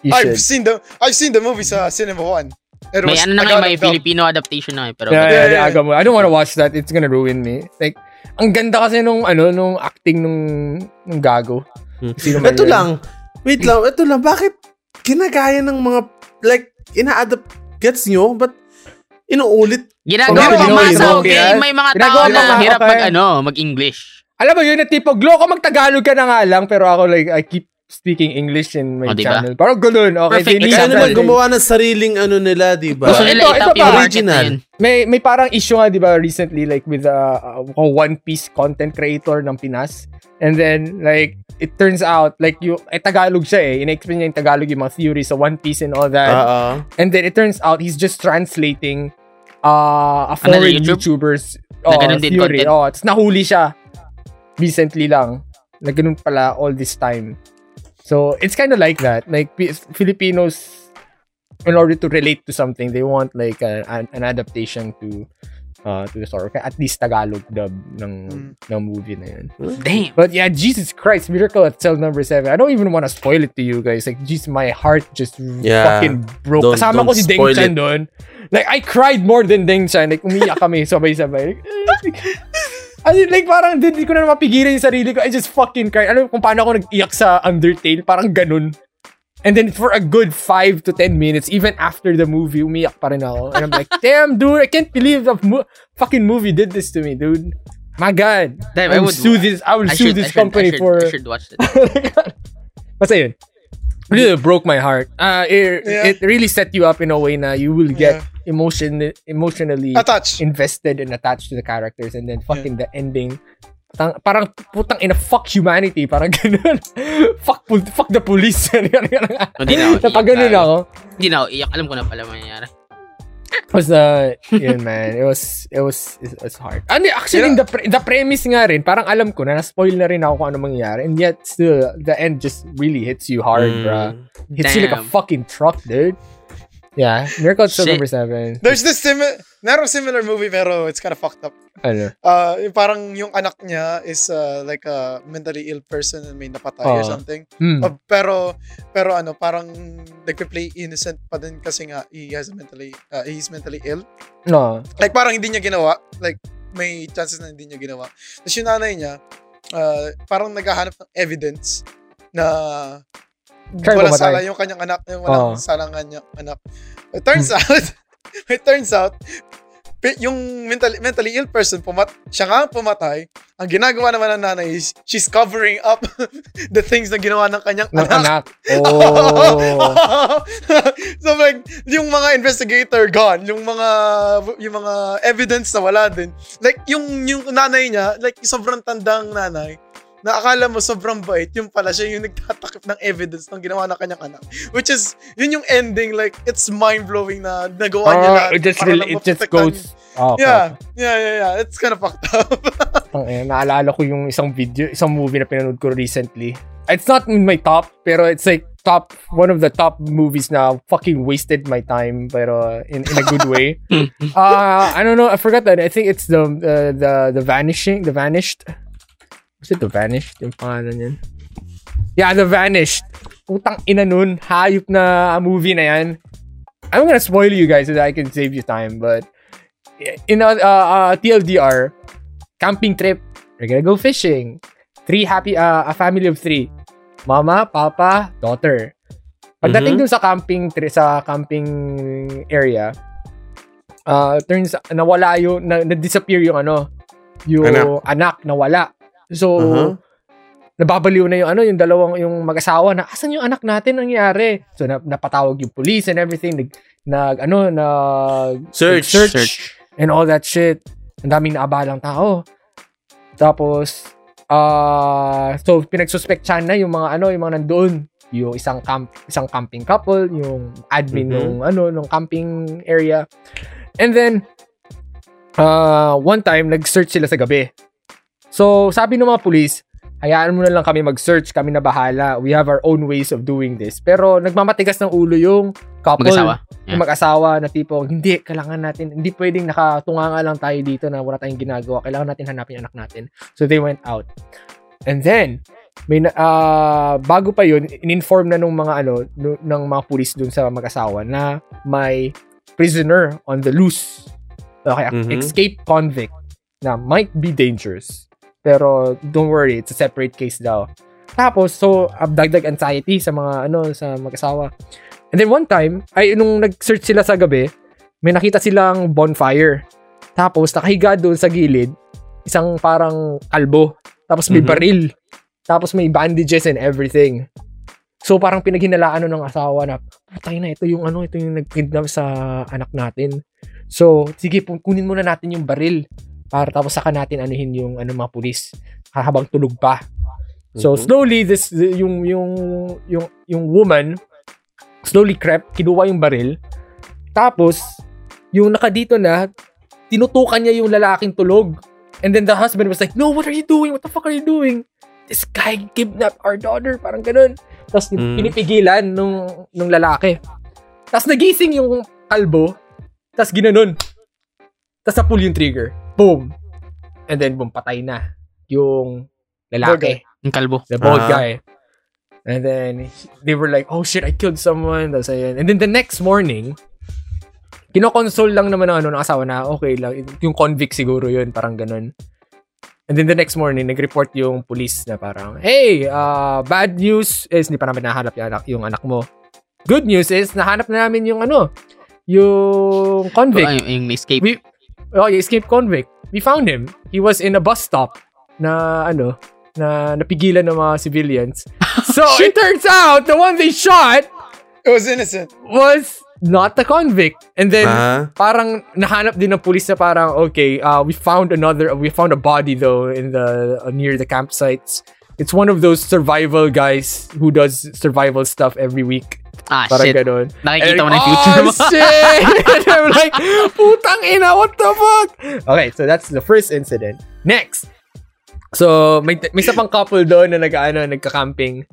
[SPEAKER 2] You
[SPEAKER 4] I've
[SPEAKER 2] should.
[SPEAKER 4] seen the I've seen the movie sa Cinema One. It
[SPEAKER 3] May
[SPEAKER 4] was-
[SPEAKER 3] ano na
[SPEAKER 4] I
[SPEAKER 3] kayo,
[SPEAKER 4] got
[SPEAKER 3] may
[SPEAKER 4] it dubbed.
[SPEAKER 3] Filipino adaptation na kayo. Pero
[SPEAKER 2] Yeah,
[SPEAKER 4] Yeah,
[SPEAKER 2] yeah,
[SPEAKER 4] yeah,
[SPEAKER 2] yeah, aga mo. I don't wanna watch that. It's gonna ruin me. Like, ang ganda kasi nung, ano, nung acting nung, nung gago. Sino man
[SPEAKER 1] Ito
[SPEAKER 2] yun?
[SPEAKER 1] lang. Wait lang, ito lang. Bakit ginagaya ng mga, like, ina-adapt, gets nyo? Ba't inuulit?
[SPEAKER 3] ginagawa
[SPEAKER 2] Pinoy,
[SPEAKER 3] pa masa,
[SPEAKER 2] Pinoy,
[SPEAKER 3] okay?
[SPEAKER 2] Pinoy.
[SPEAKER 3] May mga
[SPEAKER 2] Ginagawa pa
[SPEAKER 3] tao na
[SPEAKER 2] masa,
[SPEAKER 3] hirap
[SPEAKER 2] okay.
[SPEAKER 3] mag, ano, mag-English.
[SPEAKER 2] Alam mo yun na tipo, Glow, kung mag-Tagalog ka na nga lang, pero ako like, I keep speaking English in my
[SPEAKER 3] Oh, diba?
[SPEAKER 2] channel. Parang ganun. Okay,
[SPEAKER 3] Perfect
[SPEAKER 2] they
[SPEAKER 1] Kaya
[SPEAKER 2] need
[SPEAKER 3] example.
[SPEAKER 1] naman
[SPEAKER 2] something.
[SPEAKER 1] ano gumawa ng sariling ano nila, di ba?
[SPEAKER 3] Gusto
[SPEAKER 2] ito,
[SPEAKER 3] nila
[SPEAKER 2] ito
[SPEAKER 3] itap
[SPEAKER 2] pa,
[SPEAKER 3] yung market na
[SPEAKER 1] original.
[SPEAKER 3] yun.
[SPEAKER 2] May, may parang issue nga, di ba, recently, like, with uh, a One Piece content creator ng Pinas. And then, like, it turns out, like, you, eh, Tagalog siya eh. Ina-explain niya yung Tagalog, yung mga theory sa One Piece and all that.
[SPEAKER 1] Oo.
[SPEAKER 2] And then it turns out he's just translating uh, a
[SPEAKER 3] Another
[SPEAKER 2] foreign
[SPEAKER 3] Ano, YouTube?
[SPEAKER 2] YouTuber's
[SPEAKER 3] Na
[SPEAKER 2] uh,
[SPEAKER 3] ganun din
[SPEAKER 2] theory.
[SPEAKER 3] content?
[SPEAKER 2] Oh, it's nahuli siya. Recently lang. Na ganun pala all this time. So, it's kind of like that. Like, P- Filipinos, in order to relate to something, they want like a- an, an adaptation to uh, to the story. At least Tagalog dub ng, ng movie na yun.
[SPEAKER 3] Damn.
[SPEAKER 2] But yeah, Jesus Christ, Miracle at Cell number 7. I don't even want to spoil it to you guys. Like, jeez, my heart just
[SPEAKER 1] Yeah.
[SPEAKER 2] fucking broke.
[SPEAKER 1] Don't-
[SPEAKER 2] Kasama
[SPEAKER 1] don't
[SPEAKER 2] ko si Deng
[SPEAKER 1] spoil
[SPEAKER 2] Chan
[SPEAKER 1] it.
[SPEAKER 2] doon. Like, I cried more than Deng Chan. Like, umiyak kami sabay-sabay. Like, As in, like, parang hindi ko na mapigilan yung sarili ko. I just fucking cried. Alam mo kung paano ako nag-iyak sa Undertale? Parang ganun. And then for a good 5 to 10 minutes, even after the movie, umiyak pa rin ako. And I'm like, damn, dude, I can't believe the mo- fucking movie did this to me, dude. My God.
[SPEAKER 3] Damn,
[SPEAKER 2] I
[SPEAKER 3] I
[SPEAKER 2] will
[SPEAKER 3] would-
[SPEAKER 2] sue this, I will
[SPEAKER 3] I
[SPEAKER 2] sue
[SPEAKER 3] should, I
[SPEAKER 2] this
[SPEAKER 3] should, I
[SPEAKER 2] company
[SPEAKER 3] should,
[SPEAKER 2] for...
[SPEAKER 3] I should watch it.
[SPEAKER 2] Basta yun. Really broke my heart. Uh, it,
[SPEAKER 4] Yeah.
[SPEAKER 2] it really set you up in a way na you will get
[SPEAKER 4] Yeah.
[SPEAKER 2] emotion, emotionally
[SPEAKER 4] Attached.
[SPEAKER 2] invested and attached to the characters and then fucking the ending. Parang, parang putang ina fuck humanity. Parang ganun. fuck, pul- fuck the police.
[SPEAKER 3] Hindi na ako iiyak
[SPEAKER 2] Napag ganun
[SPEAKER 3] tayo.
[SPEAKER 2] ako.
[SPEAKER 3] Hindi na ako iyak. Alam ko na pala mangyayari.
[SPEAKER 2] was uh yun man it was it was it was hard and actually
[SPEAKER 4] Yeah.
[SPEAKER 2] the pre- the premise nga rin parang alam ko na na-spoil na rin ako kung ano mangyayari and yet still the end just really hits you hard
[SPEAKER 1] Mm.
[SPEAKER 2] bruh hits you like a
[SPEAKER 3] Damn.
[SPEAKER 2] fucking truck dude yeah Miracle at Cell
[SPEAKER 3] Shit.
[SPEAKER 2] number 7
[SPEAKER 4] There's this similar, merong similar movie pero it's kind of fucked up.
[SPEAKER 2] ano
[SPEAKER 4] Uh, yung parang yung anak niya is uh, like a mentally ill person and may napatay
[SPEAKER 2] Ah.
[SPEAKER 4] or something.
[SPEAKER 2] mm.
[SPEAKER 4] Uh, pero pero ano, parang nagpe-play innocent pa din kasi nga he has a mentally uh, he's mentally ill.
[SPEAKER 2] no
[SPEAKER 4] Like parang hindi niya ginawa, like may chances na hindi niya ginawa. Tapos yung nanay niya, uh, parang naghahanap ng evidence na
[SPEAKER 2] Try
[SPEAKER 4] wala
[SPEAKER 2] pumatay.
[SPEAKER 4] sala yung kanyang anak, yung walang
[SPEAKER 2] Oo.
[SPEAKER 4] sala ng kanyang anak. It turns
[SPEAKER 2] Hmm.
[SPEAKER 4] out, it turns out, pi- yung mentally, mentally ill person, pumat siya nga ang pumatay, ang ginagawa naman ng nanay is, she's covering up the things na ginawa ng kanyang
[SPEAKER 2] ng anak
[SPEAKER 4] anak.
[SPEAKER 2] oh
[SPEAKER 4] so like, yung mga investigator gone, yung mga yung mga evidence na wala din. Like yung yung nanay niya, like sobrang tandang nanay na akala mo sobrang bait, yung pala siya yung nagtatakip ng evidence ng ginawa ng kanyang anak. Which is, yun yung ending, like, it's mind-blowing na nagawa niya
[SPEAKER 2] Ah,
[SPEAKER 4] lahat
[SPEAKER 2] it just
[SPEAKER 4] para
[SPEAKER 2] really,
[SPEAKER 4] lang
[SPEAKER 2] it just
[SPEAKER 4] maprotektahan
[SPEAKER 2] goes oh
[SPEAKER 4] niya. Yeah, yeah, yeah, yeah. It's kind of fucked up.
[SPEAKER 2] Tang ina, Oh, naalala ko yung isang video, isang movie na pinanood ko recently. It's not in my top, pero it's like top, one of the top movies na fucking wasted my time, pero in, in a good way. uh, I don't know, I forgot that. I think it's the, uh, the, the Vanishing, The Vanished. Was it The Vanished? Yung pangalan yun. Yeah, The Vanished. Putang ina nun, hayop na movie na yan. I'm gonna spoil you guys so that I can save you time, but in uh, uh, TLDR, camping trip. We're gonna go fishing. Three happy, uh, a family of three. Mama, papa, daughter. Pagdating dun sa camping tri- sa camping area, uh, turns nawala yung na, disappear yung ano, yung anak,
[SPEAKER 1] Anak.
[SPEAKER 2] nawala. So
[SPEAKER 1] Uh-huh.
[SPEAKER 2] nababaliw na yung ano, yung dalawang yung mag-asawa na asan yung anak natin nangyari? So na, napatawag yung police and everything nag, nag ano nag
[SPEAKER 1] Search.
[SPEAKER 2] Search. and all that shit. Ang daming naabalang tao. Tapos, ah, so pinagsuspect siya na yung mga ano, yung mga nandoon. Yung isang camp, isang camping couple, yung admin
[SPEAKER 1] Mhm.
[SPEAKER 2] nung ano, nung camping area. And then, ah, one time, nag-search sila sa gabi. So, sabi ng mga police, hayaan mo na lang kami mag-search, kami na bahala. We have our own ways of doing this. Pero, nagmamatigas ng ulo yung couple
[SPEAKER 3] Mag-asawa.
[SPEAKER 2] yung mag-asawa na tipo, hindi, kailangan natin, hindi pwedeng nakatunga nga lang tayo dito na wala tayong ginagawa. Kailangan natin hanapin yung anak natin. So they went out. And then, may na, ah, bago pa yun, in-inform na nung mga ano, nu- ng mga pulis dun sa mag-asawa na may prisoner on the loose. Okay,
[SPEAKER 1] Mhm.
[SPEAKER 2] escape convict na might be dangerous. Pero don't worry, it's a separate case daw. Tapos, so, abdagdag anxiety sa mga, ano, sa mag-asawa. And then one time, ay, nung nag-search sila sa gabi, may nakita silang bonfire. Tapos, nakahiga doon sa gilid, isang parang kalbo. Tapos may
[SPEAKER 1] Mhm.
[SPEAKER 2] baril. Tapos may bandages and everything. So, parang pinaghinalaan nun ng asawa na, patay na, ito yung ano, ito yung nag-kidnap sa anak natin. So, sige, pun- kunin muna natin yung baril. Para tapos saka natin anuhin yung ano, mga pulis. Ha- Habang tulog pa. So
[SPEAKER 1] Mhm.
[SPEAKER 2] slowly this yung yung yung yung woman slowly crept, kinuha yung baril. Tapos yung nakadito na tinutukan niya yung lalaking tulog. And then the husband was like, "No, what are you doing? What the fuck are you doing? This guy kidnapped our daughter." Parang ganun. Tapos
[SPEAKER 1] Mm.
[SPEAKER 2] pinipigilan nung nung lalaki. Tapos nagising yung kalbo. Tapos ginanon. Tapos na-pull yung trigger. Boom. And then boom, patay na yung lalaki.
[SPEAKER 3] Yung kalbo.
[SPEAKER 2] The bald
[SPEAKER 1] Ah.
[SPEAKER 2] guy. And then he- they were like, oh shit, I killed someone. Tapos ayun. And then the next morning, kinokonsole lang naman ng ano ng asawa na okay lang. Yung convict siguro yun, parang ganun. And then the next morning, nag-report yung police na parang, Hey, uh, bad news is, hindi pa namin nahanap yung anak, yung anak mo. Good news is, nahanap na namin yung ano, yung convict.
[SPEAKER 3] Ay, yung escape.
[SPEAKER 2] We, oh, yung escape convict. We found him. He was in a bus stop na ano, na napigilan ng mga civilians. So, it turns out the one they shot
[SPEAKER 4] It was innocent.
[SPEAKER 2] was not the convict. And then
[SPEAKER 1] Ah.
[SPEAKER 2] parang nahanap din ng pulis na parang okay, uh, we found another we found a body though in the uh, near the campsites. It's one of those survival guys who does survival stuff every week.
[SPEAKER 3] Ah,
[SPEAKER 2] Parang
[SPEAKER 3] shit.
[SPEAKER 2] ganun.
[SPEAKER 3] Nakikita mo
[SPEAKER 2] And
[SPEAKER 3] na
[SPEAKER 2] like,
[SPEAKER 3] yung future mo.
[SPEAKER 2] Oh, shit! And I'm like, putang ina, what the fuck? Okay, so that's the first incident. Next. So, may, may isa pang couple doon na nag, ano, nagka-camping.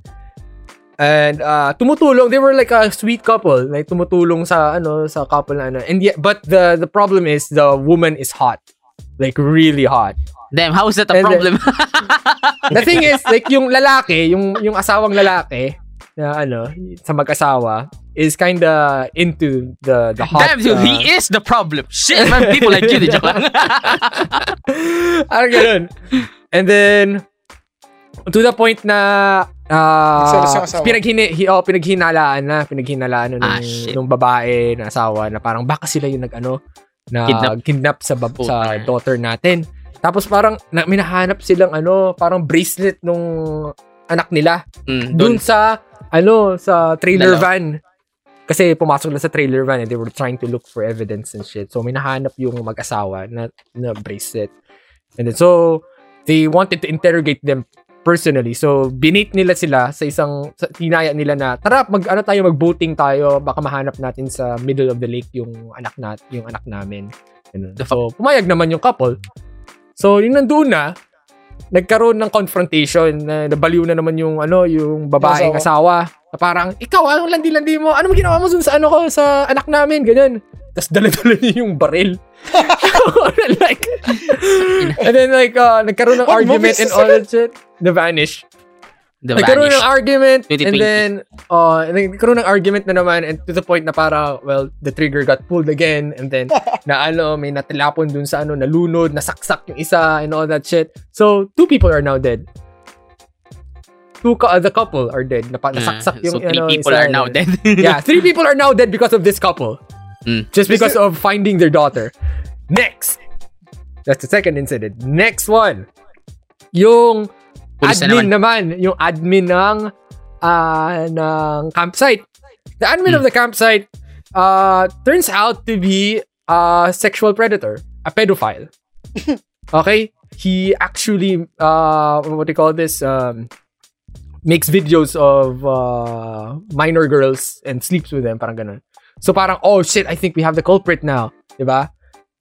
[SPEAKER 2] And uh, tumutulong, they were like a sweet couple, like tumutulong sa ano sa couple na ano. And yet, but the the problem is the woman is hot. Like really hot.
[SPEAKER 3] Damn, how is that a
[SPEAKER 2] And then-
[SPEAKER 3] problem?
[SPEAKER 2] The thing is, like yung lalaki, yung yung asawang lalaki na ano, sa mag-asawa is kinda into the the hot.
[SPEAKER 3] Damn, dude,
[SPEAKER 2] uh,
[SPEAKER 3] he is the problem. Shit, man, people like you, di joke lang.
[SPEAKER 2] Parang ganun. And then, to the point na
[SPEAKER 4] Nagselos yung
[SPEAKER 2] ah
[SPEAKER 4] asawa.
[SPEAKER 2] pinaghini, hi- oh, pinaghinalaan na, pinaghinalaan na nung,
[SPEAKER 3] Ah, shit.
[SPEAKER 2] nung babae na asawa na parang baka sila yung nag-ano, na
[SPEAKER 3] Kidnap.
[SPEAKER 2] kidnap, sa, bab- sa
[SPEAKER 3] Puta.
[SPEAKER 2] daughter natin. Tapos parang na, minahanap silang ano, parang bracelet nung anak nila
[SPEAKER 3] Mm,
[SPEAKER 2] dun
[SPEAKER 3] dun.
[SPEAKER 2] sa ano sa trailer
[SPEAKER 3] Dalaw.
[SPEAKER 2] van. Kasi pumasok lang sa trailer van and they were trying to look for evidence and shit. So may nahanap yung mag-asawa na, na bracelet. And then so they wanted to interrogate them personally. So binate nila sila sa isang sa, tinaya nila na tara mag ano tayo mag boating tayo baka mahanap natin sa middle of the lake yung anak nat yung anak namin. Ganun.
[SPEAKER 3] The
[SPEAKER 2] So pumayag naman yung couple. So yung nandoon na nagkaroon ng confrontation na nabaliw na naman yung ano yung babaeng asawa. Na parang ikaw anong landi-landi mo? Ano ginawa mo dun sa ano ko sa anak namin? Ganyan. Tapos dala-dala niya yung baril. And like, and then like, uh, nagkaroon ng
[SPEAKER 4] What
[SPEAKER 2] argument
[SPEAKER 4] movies
[SPEAKER 2] and
[SPEAKER 4] is
[SPEAKER 2] all that shit. The Vanish.
[SPEAKER 3] The
[SPEAKER 2] Nagkaroon
[SPEAKER 3] vanish.
[SPEAKER 2] ng argument and
[SPEAKER 3] 2020.
[SPEAKER 2] then uh, nagkaroon ng argument na naman and to the point na para well the trigger got pulled again and then na ano may natilapon dun sa ano nalunod nasaksak yung isa and all that shit so two people are now dead two ka- the couple are dead Napa-
[SPEAKER 3] Ah,
[SPEAKER 2] nasaksak yung
[SPEAKER 3] so three
[SPEAKER 2] ano,
[SPEAKER 3] people
[SPEAKER 2] isa,
[SPEAKER 3] are now
[SPEAKER 2] and-
[SPEAKER 3] dead.
[SPEAKER 2] yeah, three people are now dead because of this couple.
[SPEAKER 3] Mm.
[SPEAKER 2] Just because of finding their daughter. Next. That's the second incident. Next one. Yung
[SPEAKER 3] Pulis na
[SPEAKER 2] admin naman. Yung admin ng ah, ng campsite. The admin
[SPEAKER 3] Hmm.
[SPEAKER 2] of the campsite uh, turns out to be a sexual predator, a pedophile. okay? He actually uh, what do you call this? Um, makes videos of uh, minor girls and sleeps with them, parang ganun. So parang, oh shit, I think we have the culprit now. Diba?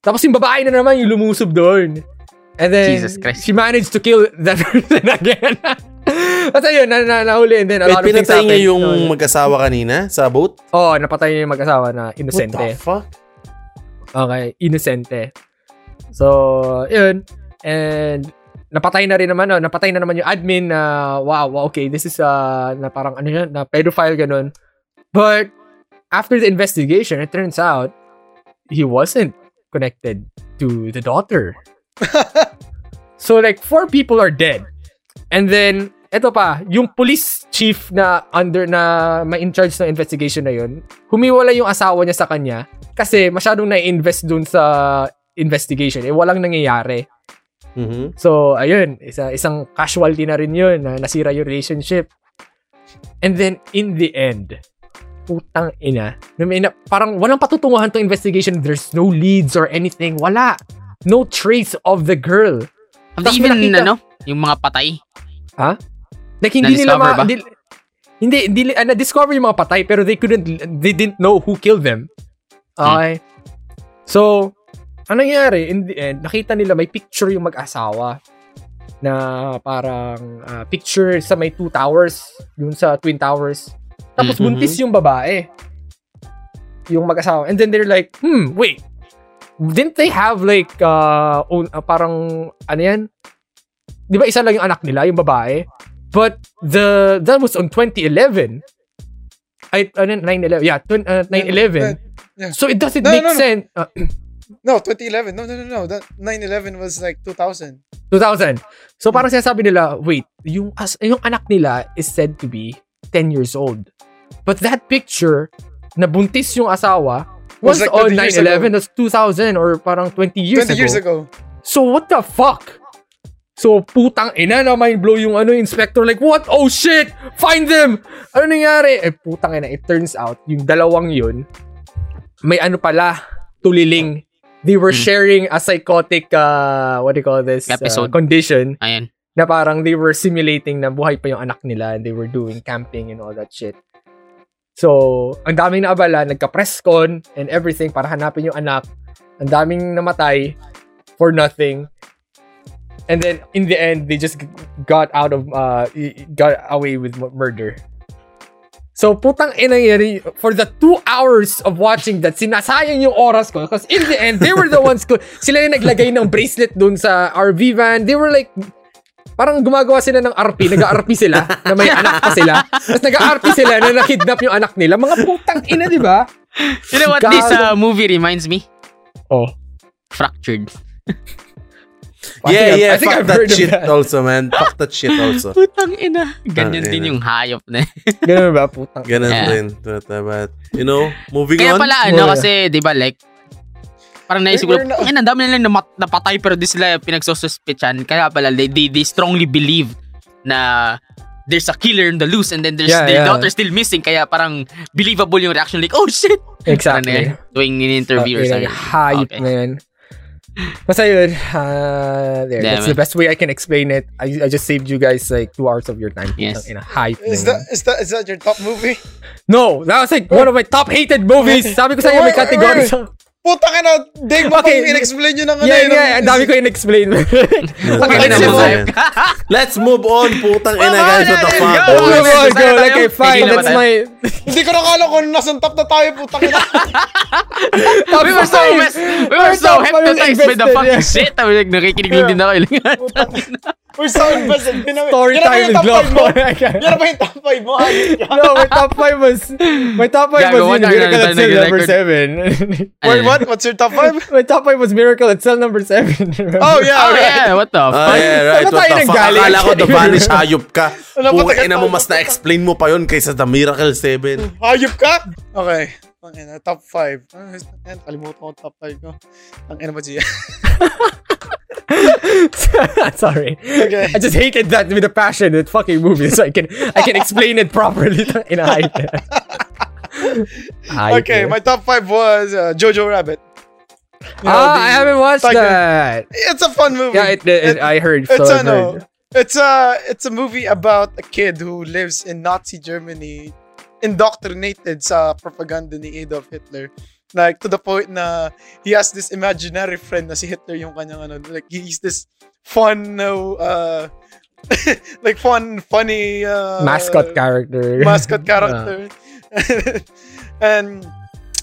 [SPEAKER 2] Tapos yung babae na naman yung lumusob doon. And then,
[SPEAKER 3] Jesus Christ.
[SPEAKER 2] she managed to kill that person again. Tapos ayun, na, na, nahuli and then a
[SPEAKER 1] Wait,
[SPEAKER 2] lot of things
[SPEAKER 1] pinatay
[SPEAKER 2] happened.
[SPEAKER 1] niya yung
[SPEAKER 2] So,
[SPEAKER 1] mag-asawa kanina sa boat?
[SPEAKER 2] Oo, oh, napatay niya yung mag-asawa na
[SPEAKER 1] What the
[SPEAKER 2] inosente.
[SPEAKER 1] fuck?
[SPEAKER 2] Okay, inosente. So, yun. And napatay na rin naman, oh, napatay na naman yung admin na, wow, wow, okay, this is, uh, na parang ano yun, na pedophile ganun. But, after the investigation, it turns out, he wasn't connected to the daughter. so, like, four people are dead. And then, eto pa, yung police chief na under na may in charge ng investigation na yun, humiwalay yung asawa niya sa kanya kasi masyadong na-invest dun sa investigation. Eh, walang nangyayari.
[SPEAKER 1] Mhm.
[SPEAKER 2] So, ayun, isa, isang casualty na rin yun na nasira yung relationship. And then, in the end, putang ina, nung may na- parang walang patutunguhan tong investigation. There's no leads or anything. Wala. No trace of the girl.
[SPEAKER 3] Have they
[SPEAKER 2] Tapos
[SPEAKER 3] even,
[SPEAKER 2] nakita-
[SPEAKER 3] ano, yung mga patay?
[SPEAKER 2] Like, hindi nila
[SPEAKER 3] Na-discover
[SPEAKER 2] ma...
[SPEAKER 3] ba?
[SPEAKER 2] di- hindi, hindi, ah, na-discover yung mga patay, pero they couldn't, they didn't know who killed them.
[SPEAKER 3] Hmm.
[SPEAKER 2] Okay? So, anong nangyari? In the end, nakita nila may picture yung mag-asawa na parang ah, picture sa may two towers, dun sa Twin Towers. Tapos
[SPEAKER 1] Mhm.
[SPEAKER 3] Mm-hmm.
[SPEAKER 2] buntis yung babae. Yung mag-asawa. And then they're like, hmm, wait. Didn't they have like, uh, own, ah, parang, ano yan? Di ba isa lang yung anak nila, yung babae? But the that was on 2011. I, ano, 9-11. Yeah, tw- uh, 9-11.
[SPEAKER 4] Yeah.
[SPEAKER 2] So it doesn't
[SPEAKER 4] No,
[SPEAKER 2] make
[SPEAKER 4] no, no.
[SPEAKER 2] sense. Uh,
[SPEAKER 4] No, 2011. No, no, no, no. That 9/11 was like 2000.
[SPEAKER 2] 2000. So parang sinasabi nila, wait, yung, as, yung anak nila is said to be 10 years old. But that picture, nabuntis yung asawa, was,
[SPEAKER 4] Was like
[SPEAKER 2] on
[SPEAKER 4] 20 years
[SPEAKER 2] 9-11, that's 2000 or parang 20 years ago.
[SPEAKER 4] 20 years ago.
[SPEAKER 2] So what the fuck? So putang ina na mind blow yung ano inspector like what oh shit find them ano nangyari eh putang ina it turns out yung dalawang yun may ano pala tuliling they were sharing a psychotic uh, what do you call this uh,
[SPEAKER 3] Episode.
[SPEAKER 2] condition
[SPEAKER 3] Ayan.
[SPEAKER 2] na parang they were simulating na buhay pa yung anak nila and they were doing camping and all that shit. So, ang daming naabala, nagka-press con and everything para hanapin yung anak. Ang daming namatay for nothing. And then, in the end, they just g- got out of, uh, y- y- got away with mu- murder. So, putang ina yun, for the two hours of watching that, sinasayang yung oras ko. Because in the end, they were the ones ko, sila yung naglagay ng bracelet dun sa RV van. They were like, parang gumagawa sila ng RP, nag-RP sila, na may anak pa sila. Tapos nag-RP sila na nakidnap yung anak nila. Mga putang ina, di ba?
[SPEAKER 3] You know what
[SPEAKER 2] God.
[SPEAKER 3] this uh, movie reminds me?
[SPEAKER 2] Oh.
[SPEAKER 3] Fractured.
[SPEAKER 1] yeah, yeah.
[SPEAKER 2] I think I've- I think
[SPEAKER 1] fuck
[SPEAKER 2] I've
[SPEAKER 1] that
[SPEAKER 2] heard of
[SPEAKER 1] shit
[SPEAKER 2] that.
[SPEAKER 1] also, man. Fuck that shit also.
[SPEAKER 3] Putang ina. Ganyan
[SPEAKER 1] Tangina.
[SPEAKER 3] din yung hayop na.
[SPEAKER 2] Ganun ba, putang
[SPEAKER 1] Ganun
[SPEAKER 3] Yeah.
[SPEAKER 1] din. But, uh, but, you know, moving
[SPEAKER 3] Kaya
[SPEAKER 1] on.
[SPEAKER 3] pala ano
[SPEAKER 2] Wala.
[SPEAKER 3] kasi, di ba like, parang naisip ko,
[SPEAKER 4] We're not-
[SPEAKER 3] "Ay, ang dami nila namat- napatay pero di sila pinagsususpechan. Kaya pala, they, they, they strongly believe na there's a killer in the loose and then there's
[SPEAKER 2] Yeah,
[SPEAKER 3] their
[SPEAKER 2] yeah.
[SPEAKER 3] daughter still missing. Kaya parang believable yung reaction. Like, oh shit!
[SPEAKER 2] Exactly.
[SPEAKER 3] Parang, eh, doing an interview or
[SPEAKER 2] Tangina,
[SPEAKER 3] something.
[SPEAKER 2] Hayop
[SPEAKER 3] Okay.
[SPEAKER 2] na yun. Basta yun, ah, there.
[SPEAKER 3] Damn
[SPEAKER 2] That's
[SPEAKER 3] it.
[SPEAKER 2] the best way I can explain it. I, I just saved you guys like two hours of your time.
[SPEAKER 3] Yes.
[SPEAKER 2] Putang ina, hayop na
[SPEAKER 4] Is
[SPEAKER 2] yun.
[SPEAKER 4] that is that is that your top movie?
[SPEAKER 2] No, that was like one of my top hated movies. Sabi ko sa'yo, may
[SPEAKER 4] Wait, wait,
[SPEAKER 2] category
[SPEAKER 4] wait.
[SPEAKER 2] sa...
[SPEAKER 4] Puta ka na, dig mo
[SPEAKER 2] Okay.
[SPEAKER 4] kung in-explain yun ng ano eh,
[SPEAKER 2] Yeah,
[SPEAKER 4] yun.
[SPEAKER 2] yeah, ang dami ko in-explain. Okay,
[SPEAKER 1] Tangina
[SPEAKER 2] let's
[SPEAKER 1] mo,
[SPEAKER 2] move.
[SPEAKER 1] man. Let's move on, putang ina, guys. What the
[SPEAKER 3] let's
[SPEAKER 1] fuck,
[SPEAKER 3] go.
[SPEAKER 2] Oh,
[SPEAKER 1] boys?
[SPEAKER 2] my God.
[SPEAKER 3] Tayo.
[SPEAKER 2] Okay, fine.
[SPEAKER 3] Hindi
[SPEAKER 2] That's
[SPEAKER 3] naman
[SPEAKER 2] my...
[SPEAKER 4] Hindi ko nakala kung nasan top na tayo, puta ka na.
[SPEAKER 2] Top
[SPEAKER 3] We were so
[SPEAKER 2] five.
[SPEAKER 3] mess, we were
[SPEAKER 2] Our
[SPEAKER 3] so
[SPEAKER 2] top five is
[SPEAKER 3] hypnotized by the
[SPEAKER 2] invested,
[SPEAKER 3] fucking
[SPEAKER 2] yeah.
[SPEAKER 3] shit. I was like, nakikinig lang din ako. eh.
[SPEAKER 4] We're so invested. Pinawi.
[SPEAKER 2] Story
[SPEAKER 4] Yan na ba
[SPEAKER 2] time with
[SPEAKER 4] yung top
[SPEAKER 2] Glock.
[SPEAKER 4] five mo? Yan na ba yung top 5 mo? Ayun ka.
[SPEAKER 2] no, my top five was... My top five
[SPEAKER 3] Gago,
[SPEAKER 2] was
[SPEAKER 3] wala
[SPEAKER 2] yun,
[SPEAKER 3] na,
[SPEAKER 2] Miracle
[SPEAKER 3] wala
[SPEAKER 2] at
[SPEAKER 3] na
[SPEAKER 2] Cell number
[SPEAKER 3] nag-record.
[SPEAKER 2] seven.
[SPEAKER 4] Wait, what? What's your top 5?
[SPEAKER 2] my top five was Miracle at Cell number seven.
[SPEAKER 4] Oh,
[SPEAKER 3] Oh,
[SPEAKER 4] yeah, alright.
[SPEAKER 3] yeah, what the fuck?
[SPEAKER 1] Ah, yeah, right.
[SPEAKER 2] Saan ba
[SPEAKER 1] What
[SPEAKER 2] tayo
[SPEAKER 1] the fuck?
[SPEAKER 2] nanggaling?
[SPEAKER 1] Akala ko the vanish hayop ka.
[SPEAKER 4] Ano ba
[SPEAKER 1] Putang
[SPEAKER 4] tayo-
[SPEAKER 1] ina mo, mas na-explain mo pa yun kaysa The Miracle 7.
[SPEAKER 4] Hayop ka? Okay. Ang ina, top 5. Ah, yan, kalimutan ko top 5 ko. Ang ina mo, Gia.
[SPEAKER 2] Oh. Sorry.
[SPEAKER 4] Okay.
[SPEAKER 2] I just hated that with a passion, that fucking movie, so I can I can explain it properly in a hype. Hype,
[SPEAKER 4] Okay,
[SPEAKER 2] yeah.
[SPEAKER 4] my top 5 was uh, Jojo Rabbit. You know,
[SPEAKER 2] Ah,
[SPEAKER 4] the-
[SPEAKER 2] I haven't watched
[SPEAKER 4] Tiger.
[SPEAKER 2] that.
[SPEAKER 4] It's a fun movie.
[SPEAKER 2] Yeah, it, it, I heard. So
[SPEAKER 4] it's
[SPEAKER 2] I've
[SPEAKER 4] a no.
[SPEAKER 2] heard.
[SPEAKER 4] It's a it's a movie about a kid who lives in Nazi Germany, indoctrinated sa propaganda ni Adolf Hitler. Like to the point na he has this imaginary friend na si Hitler yung kanyang ano, like he's this fun no uh like fun funny uh,
[SPEAKER 2] mascot character.
[SPEAKER 4] mascot character. and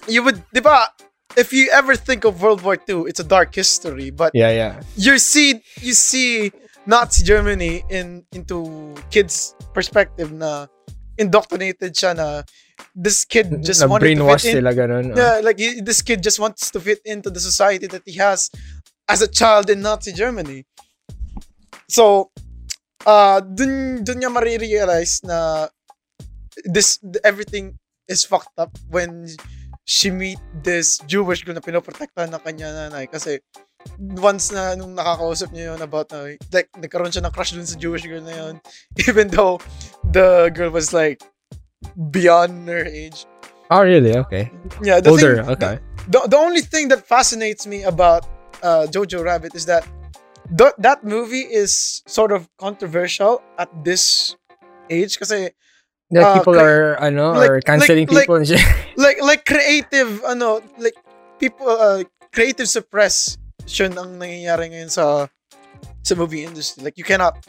[SPEAKER 4] you would, di ba, if you ever think of World War II, it's a dark history, but
[SPEAKER 2] Yeah, yeah.
[SPEAKER 4] you see you see Nazi Germany in into kids perspective na indoctrinated siya na this kid just
[SPEAKER 2] na
[SPEAKER 4] wanted to
[SPEAKER 2] brainwash
[SPEAKER 4] fit in.
[SPEAKER 2] sila ganun. ah.
[SPEAKER 4] Yeah, like he- this kid just wants to fit into the society that he has as a child in Nazi Germany. So, uh, dun, dun niya marirealize na this, everything is fucked up when she meet this Jewish girl na pinoprotektahan ng kanya nanay. Kasi once na nung nakakausap niya yun about na, like, nagkaroon siya ng crush dun sa Jewish girl na yun. Even though the girl was like beyond her age.
[SPEAKER 2] Oh, really? Okay.
[SPEAKER 4] Yeah, the thing-
[SPEAKER 2] Older. okay.
[SPEAKER 4] the, the only thing that fascinates me about uh, Jojo Rabbit is that th- that movie is sort of controversial at this age kasi
[SPEAKER 2] Yeah,
[SPEAKER 4] uh,
[SPEAKER 2] people are
[SPEAKER 4] cra-
[SPEAKER 2] ano
[SPEAKER 4] like-
[SPEAKER 2] are canceling
[SPEAKER 4] like-
[SPEAKER 2] people and shit.
[SPEAKER 4] like like creative ano like people uh, creative suppression ang nangyayari ngayon sa sa movie industry like you cannot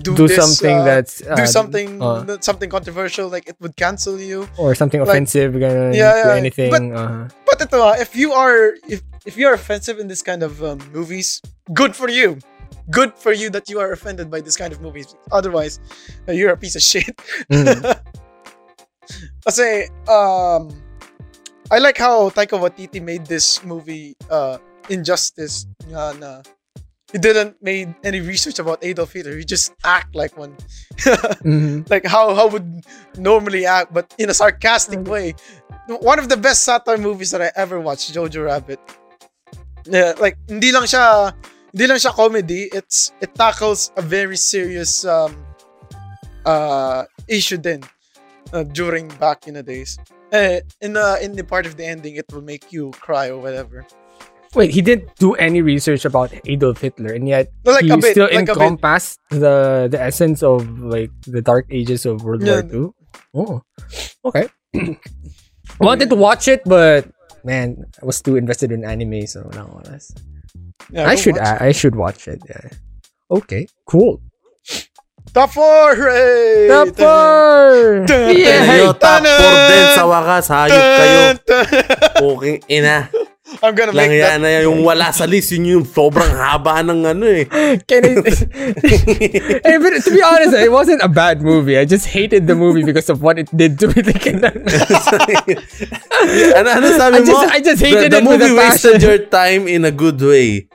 [SPEAKER 4] do,
[SPEAKER 2] do
[SPEAKER 4] this,
[SPEAKER 2] something
[SPEAKER 4] uh,
[SPEAKER 2] that's uh,
[SPEAKER 4] do something
[SPEAKER 2] uh,
[SPEAKER 4] something controversial like it would cancel you
[SPEAKER 2] or something
[SPEAKER 4] like-
[SPEAKER 2] offensive ganun,
[SPEAKER 4] Yeah,
[SPEAKER 2] to
[SPEAKER 4] yeah,
[SPEAKER 2] anything.
[SPEAKER 4] but-
[SPEAKER 2] uh-huh.
[SPEAKER 4] But ito, ah, if you are if if you are offensive in this kind of um, movies, good for you. Good for you that you are offended by this kind of movies. Otherwise, uh, you're a piece of shit.
[SPEAKER 2] Mm.
[SPEAKER 4] Kasi, um, I like how Taika Waititi made this movie uh, Injustice nga na he didn't made any research about Adolf Hitler. He just act like one.
[SPEAKER 2] Mhm.
[SPEAKER 4] like how how would normally act, but in a sarcastic way. One of the best satire movies that I ever watched, Jojo Rabbit. Yeah, like hindi lang siya hindi lang siya comedy. It's it tackles a very serious um uh issue then uh, during back in the days. Eh, in the in the part of the ending, it will make you cry or whatever.
[SPEAKER 2] Wait, he didn't do any research about Adolf Hitler, and yet
[SPEAKER 4] No, like
[SPEAKER 2] he
[SPEAKER 4] a bit,
[SPEAKER 2] still
[SPEAKER 4] like a bit.
[SPEAKER 2] encompassed the the essence of like the dark ages of World
[SPEAKER 4] Yeah.
[SPEAKER 2] War II. Oh, okay. Wanted to watch it, but man, I was too invested in anime, so no. that's-
[SPEAKER 4] Yeah,
[SPEAKER 2] I
[SPEAKER 4] go
[SPEAKER 2] should
[SPEAKER 4] watch it.
[SPEAKER 2] I, I should watch it. Yeah. Okay, cool.
[SPEAKER 4] Top four! Hooray!
[SPEAKER 2] Top four!
[SPEAKER 4] Dun,
[SPEAKER 1] Yeah, Kayo,
[SPEAKER 4] dun,
[SPEAKER 1] top
[SPEAKER 4] dun,
[SPEAKER 1] 4 din sa wakas. Hayop kayo.
[SPEAKER 4] dun, dun.
[SPEAKER 1] Puking ina.
[SPEAKER 4] I'm gonna
[SPEAKER 1] Lang
[SPEAKER 4] make
[SPEAKER 1] yan
[SPEAKER 4] that.
[SPEAKER 1] na yung wala sa list. Yun yung sobrang haba ng ano eh.
[SPEAKER 2] Can I? hey, but to be honest, it wasn't a bad movie. I just hated the movie because of what it did to me. Like,
[SPEAKER 1] ano, ano sabi
[SPEAKER 2] I just-
[SPEAKER 1] mo?
[SPEAKER 2] I just
[SPEAKER 1] the,
[SPEAKER 2] hated
[SPEAKER 1] the
[SPEAKER 2] it with
[SPEAKER 1] movie
[SPEAKER 2] a
[SPEAKER 1] wasted
[SPEAKER 2] passion.
[SPEAKER 1] your time in a good way.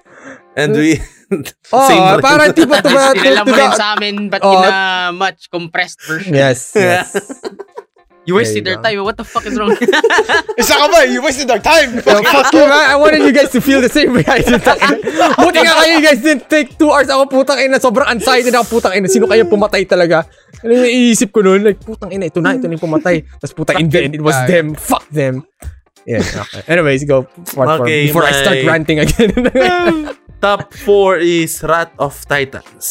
[SPEAKER 1] And we...
[SPEAKER 2] oh,
[SPEAKER 1] Same rin.
[SPEAKER 2] parang tipo to,
[SPEAKER 3] Tapos
[SPEAKER 2] ba- to,
[SPEAKER 3] Dinala
[SPEAKER 2] to
[SPEAKER 3] mo rin
[SPEAKER 2] the-
[SPEAKER 3] sa amin, but
[SPEAKER 2] Oh.
[SPEAKER 3] in a much compressed version.
[SPEAKER 2] Yes, yes.
[SPEAKER 3] You wasted
[SPEAKER 2] There you
[SPEAKER 3] their
[SPEAKER 2] go.
[SPEAKER 3] time. What the fuck is wrong?
[SPEAKER 4] Isa ka ba? You wasted our time!
[SPEAKER 2] Yo, fuck you, man. I wanted you guys to feel the same way I did. tangina. Buti nga kayo, you guys didn't take two hours. Ako, putang ina. Sobrang anxiety na ako, putang ina. Sino kaya pumatay talaga? Ano yung iisip ko noon? Like, putang ina, ito na, ito na yung pumatay. Tapos putang in the end, it was them. Fuck them. Yeah, okay. Anyways, go. Part four.
[SPEAKER 1] Okay,
[SPEAKER 2] before I start
[SPEAKER 1] my-
[SPEAKER 2] ranting again.
[SPEAKER 1] Top 4 is Wrath of Titans.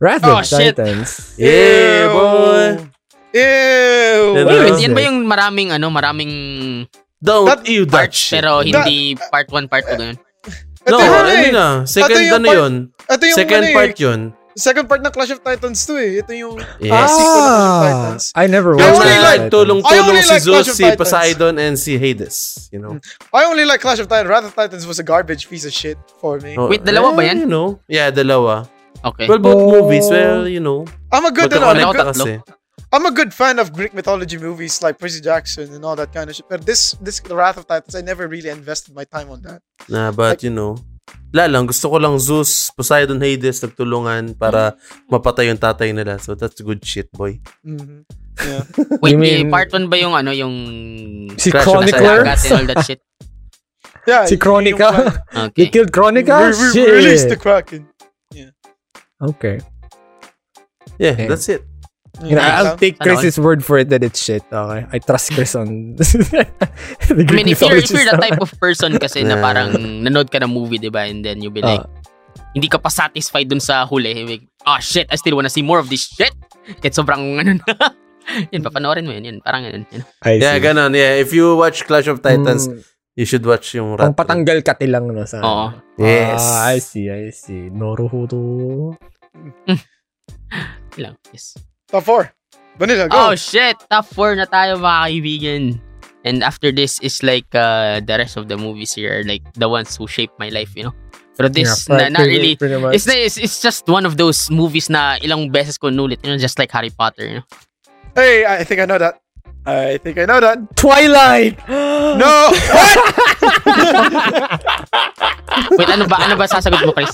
[SPEAKER 2] Wrath
[SPEAKER 3] Oh,
[SPEAKER 2] of
[SPEAKER 3] shit.
[SPEAKER 2] Titans.
[SPEAKER 1] Yeah, boy.
[SPEAKER 4] Ew!
[SPEAKER 1] Wait,
[SPEAKER 2] Wait,
[SPEAKER 3] Yan ba yung maraming ano, maraming
[SPEAKER 1] Don't
[SPEAKER 4] That-
[SPEAKER 1] you that
[SPEAKER 3] parts
[SPEAKER 1] shit.
[SPEAKER 3] pero
[SPEAKER 4] That-
[SPEAKER 3] hindi part 1, part 2 ganun?
[SPEAKER 1] No,
[SPEAKER 4] Ito yun,
[SPEAKER 1] ano
[SPEAKER 4] eh.
[SPEAKER 1] na. Second
[SPEAKER 4] Ito yung
[SPEAKER 1] ano
[SPEAKER 4] part-
[SPEAKER 1] yun.
[SPEAKER 4] Ito yung
[SPEAKER 1] Second
[SPEAKER 4] ano eh,
[SPEAKER 1] part yun.
[SPEAKER 4] Second part ng Clash of Titans 2 eh. Ito yung
[SPEAKER 1] Yes.
[SPEAKER 4] sequel ng Clash of Titans.
[SPEAKER 2] Ah, I never
[SPEAKER 4] I
[SPEAKER 2] watched
[SPEAKER 4] only
[SPEAKER 2] Wrath of
[SPEAKER 4] like
[SPEAKER 2] Titans.
[SPEAKER 4] I only
[SPEAKER 1] Tulong-tulong si
[SPEAKER 4] like
[SPEAKER 1] Zeus,
[SPEAKER 4] Clash of
[SPEAKER 1] si
[SPEAKER 4] Titans.
[SPEAKER 1] Poseidon, and si Hades. You know?
[SPEAKER 4] I only like Clash of Titans. Wrath of Titans was a garbage piece of shit for me.
[SPEAKER 1] Oh,
[SPEAKER 3] Wait, dalawa ba
[SPEAKER 1] eh,
[SPEAKER 3] yan?
[SPEAKER 1] You know? Yeah, dalawa.
[SPEAKER 3] Okay.
[SPEAKER 1] Well, both
[SPEAKER 2] Oh.
[SPEAKER 1] movies. Well, you know.
[SPEAKER 4] I'm a good, ano,
[SPEAKER 1] Magkakonekta
[SPEAKER 4] I'm, a good,
[SPEAKER 1] kasi.
[SPEAKER 4] I'm a good fan of Greek mythology movies like Percy Jackson and all that kind of shit. But this, this the Wrath of Titans, I never really invested my time on that.
[SPEAKER 1] Nah, but you know. Wala lang. Gusto ko lang Zeus, Poseidon, Hades nagtulungan para mapatay yung tatay nila. So that's good shit, boy.
[SPEAKER 4] Mhm. Yeah.
[SPEAKER 3] Wait,
[SPEAKER 2] You
[SPEAKER 3] eh,
[SPEAKER 2] mean-
[SPEAKER 3] part 1 ba yung ano, yung...
[SPEAKER 2] Si
[SPEAKER 1] Clash of
[SPEAKER 3] Nasa
[SPEAKER 1] Chronicler?
[SPEAKER 3] dagat and all that shit?
[SPEAKER 4] yeah.
[SPEAKER 2] Si
[SPEAKER 4] yun yung plan.
[SPEAKER 2] Chronica. They
[SPEAKER 3] Okay.
[SPEAKER 2] killed Chronica?
[SPEAKER 4] We- we- we Release the
[SPEAKER 2] Shit.
[SPEAKER 4] Kraken.
[SPEAKER 2] Okay.
[SPEAKER 1] Yeah,
[SPEAKER 2] Damn.
[SPEAKER 1] that's it.
[SPEAKER 4] Mm-hmm.
[SPEAKER 2] You know, I'll take
[SPEAKER 3] Ano?
[SPEAKER 2] Chris's word for it that it's shit. Okay. I trust Chris on the
[SPEAKER 3] I mean,
[SPEAKER 2] Greek
[SPEAKER 3] if you're, if
[SPEAKER 2] mythology
[SPEAKER 3] you're the
[SPEAKER 2] stuff.
[SPEAKER 3] type of person kasi na
[SPEAKER 1] Yeah.
[SPEAKER 3] parang nanood ka ng movie, di ba? And then you'll be like,
[SPEAKER 2] Ah.
[SPEAKER 3] hindi ka pa satisfied dun sa huli. You'll be Like, ah, shit, I still wanna see more of this shit. Kahit sobrang ano na. yun, papanoorin mo yun. yun parang yun. yun.
[SPEAKER 2] I see.
[SPEAKER 1] Yeah, ganon. Yeah, if you watch Clash of Titans,
[SPEAKER 2] Mm,
[SPEAKER 1] you should watch yung
[SPEAKER 2] pang
[SPEAKER 1] Rat.
[SPEAKER 2] patanggal kati lang no sa.
[SPEAKER 3] Oo.
[SPEAKER 1] Yes.
[SPEAKER 2] Ah, I see, I see. Naruhodo.
[SPEAKER 3] Yun lang. Yes.
[SPEAKER 4] Top four. Vanilla, go.
[SPEAKER 3] Oh, shit! Top 4 na tayo, mga kaibigan. And after this is like uh, the rest of the movies here are like the ones who shaped my life, you know? Pero this,
[SPEAKER 2] Yeah,
[SPEAKER 3] na, not
[SPEAKER 2] pretty-
[SPEAKER 3] really,
[SPEAKER 2] pretty much.
[SPEAKER 3] It's, na- it's it's just one of those movies na ilang beses ko nulit, you know, just like Harry Potter, you know.
[SPEAKER 4] Hey, I think I know that. I think I know that.
[SPEAKER 2] Twilight.
[SPEAKER 4] No!
[SPEAKER 3] Wait, ano ba ano ba sasagot mo, Chris?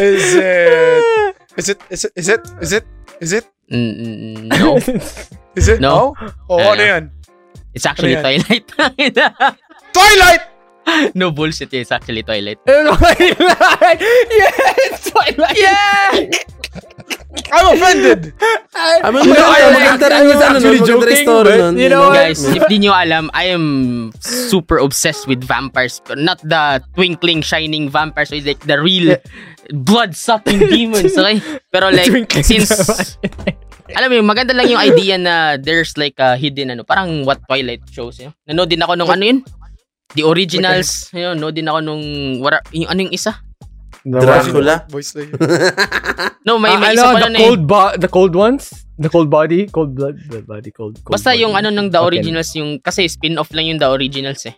[SPEAKER 4] is it? Is it? Is it? Is it? Is it? Is it?
[SPEAKER 3] Mm, no.
[SPEAKER 4] Is it?
[SPEAKER 3] No.
[SPEAKER 4] Oh,
[SPEAKER 3] Eh,
[SPEAKER 4] ano yan?
[SPEAKER 3] It's actually
[SPEAKER 4] Ano
[SPEAKER 3] Twilight.
[SPEAKER 4] Twilight!
[SPEAKER 3] no bullshit, it's actually Twilight.
[SPEAKER 2] Twilight. Yes, Twilight. Yeah.
[SPEAKER 4] I'm offended!
[SPEAKER 1] I mean,
[SPEAKER 2] You know, I,
[SPEAKER 1] maganda-
[SPEAKER 2] was
[SPEAKER 1] maganda
[SPEAKER 2] act-
[SPEAKER 1] rin
[SPEAKER 2] I
[SPEAKER 1] yun,
[SPEAKER 2] was
[SPEAKER 1] ano,
[SPEAKER 2] actually
[SPEAKER 1] maganda rin
[SPEAKER 2] joking,
[SPEAKER 1] story
[SPEAKER 2] but
[SPEAKER 1] nun,
[SPEAKER 2] you know what?
[SPEAKER 3] Guys, if di nyo alam, I am super obsessed with vampires. Not the twinkling, shining vampires, but like the real blood-sucking demons, okay? Pero like,
[SPEAKER 2] Twinkling
[SPEAKER 3] since... Alam mo yun, maganda lang yung idea na there's like a hidden ano, parang what Twilight shows, you know? Nanood din ako nung ano yun? The Originals, yun, nanood din ako nung, wala, yung, ano yung isa?
[SPEAKER 1] Dracula.
[SPEAKER 4] Boy Slayer.
[SPEAKER 3] No, may,
[SPEAKER 2] Ah,
[SPEAKER 3] may
[SPEAKER 2] ano,
[SPEAKER 3] isa pa
[SPEAKER 2] the
[SPEAKER 3] nun eh.
[SPEAKER 2] cold bo- the cold ones, the cold body, cold blood, the body cold. cold
[SPEAKER 3] Basta
[SPEAKER 2] body.
[SPEAKER 3] yung ano ng The
[SPEAKER 2] Okay.
[SPEAKER 3] Originals, yung, kasi spin-off lang yung The Originals eh.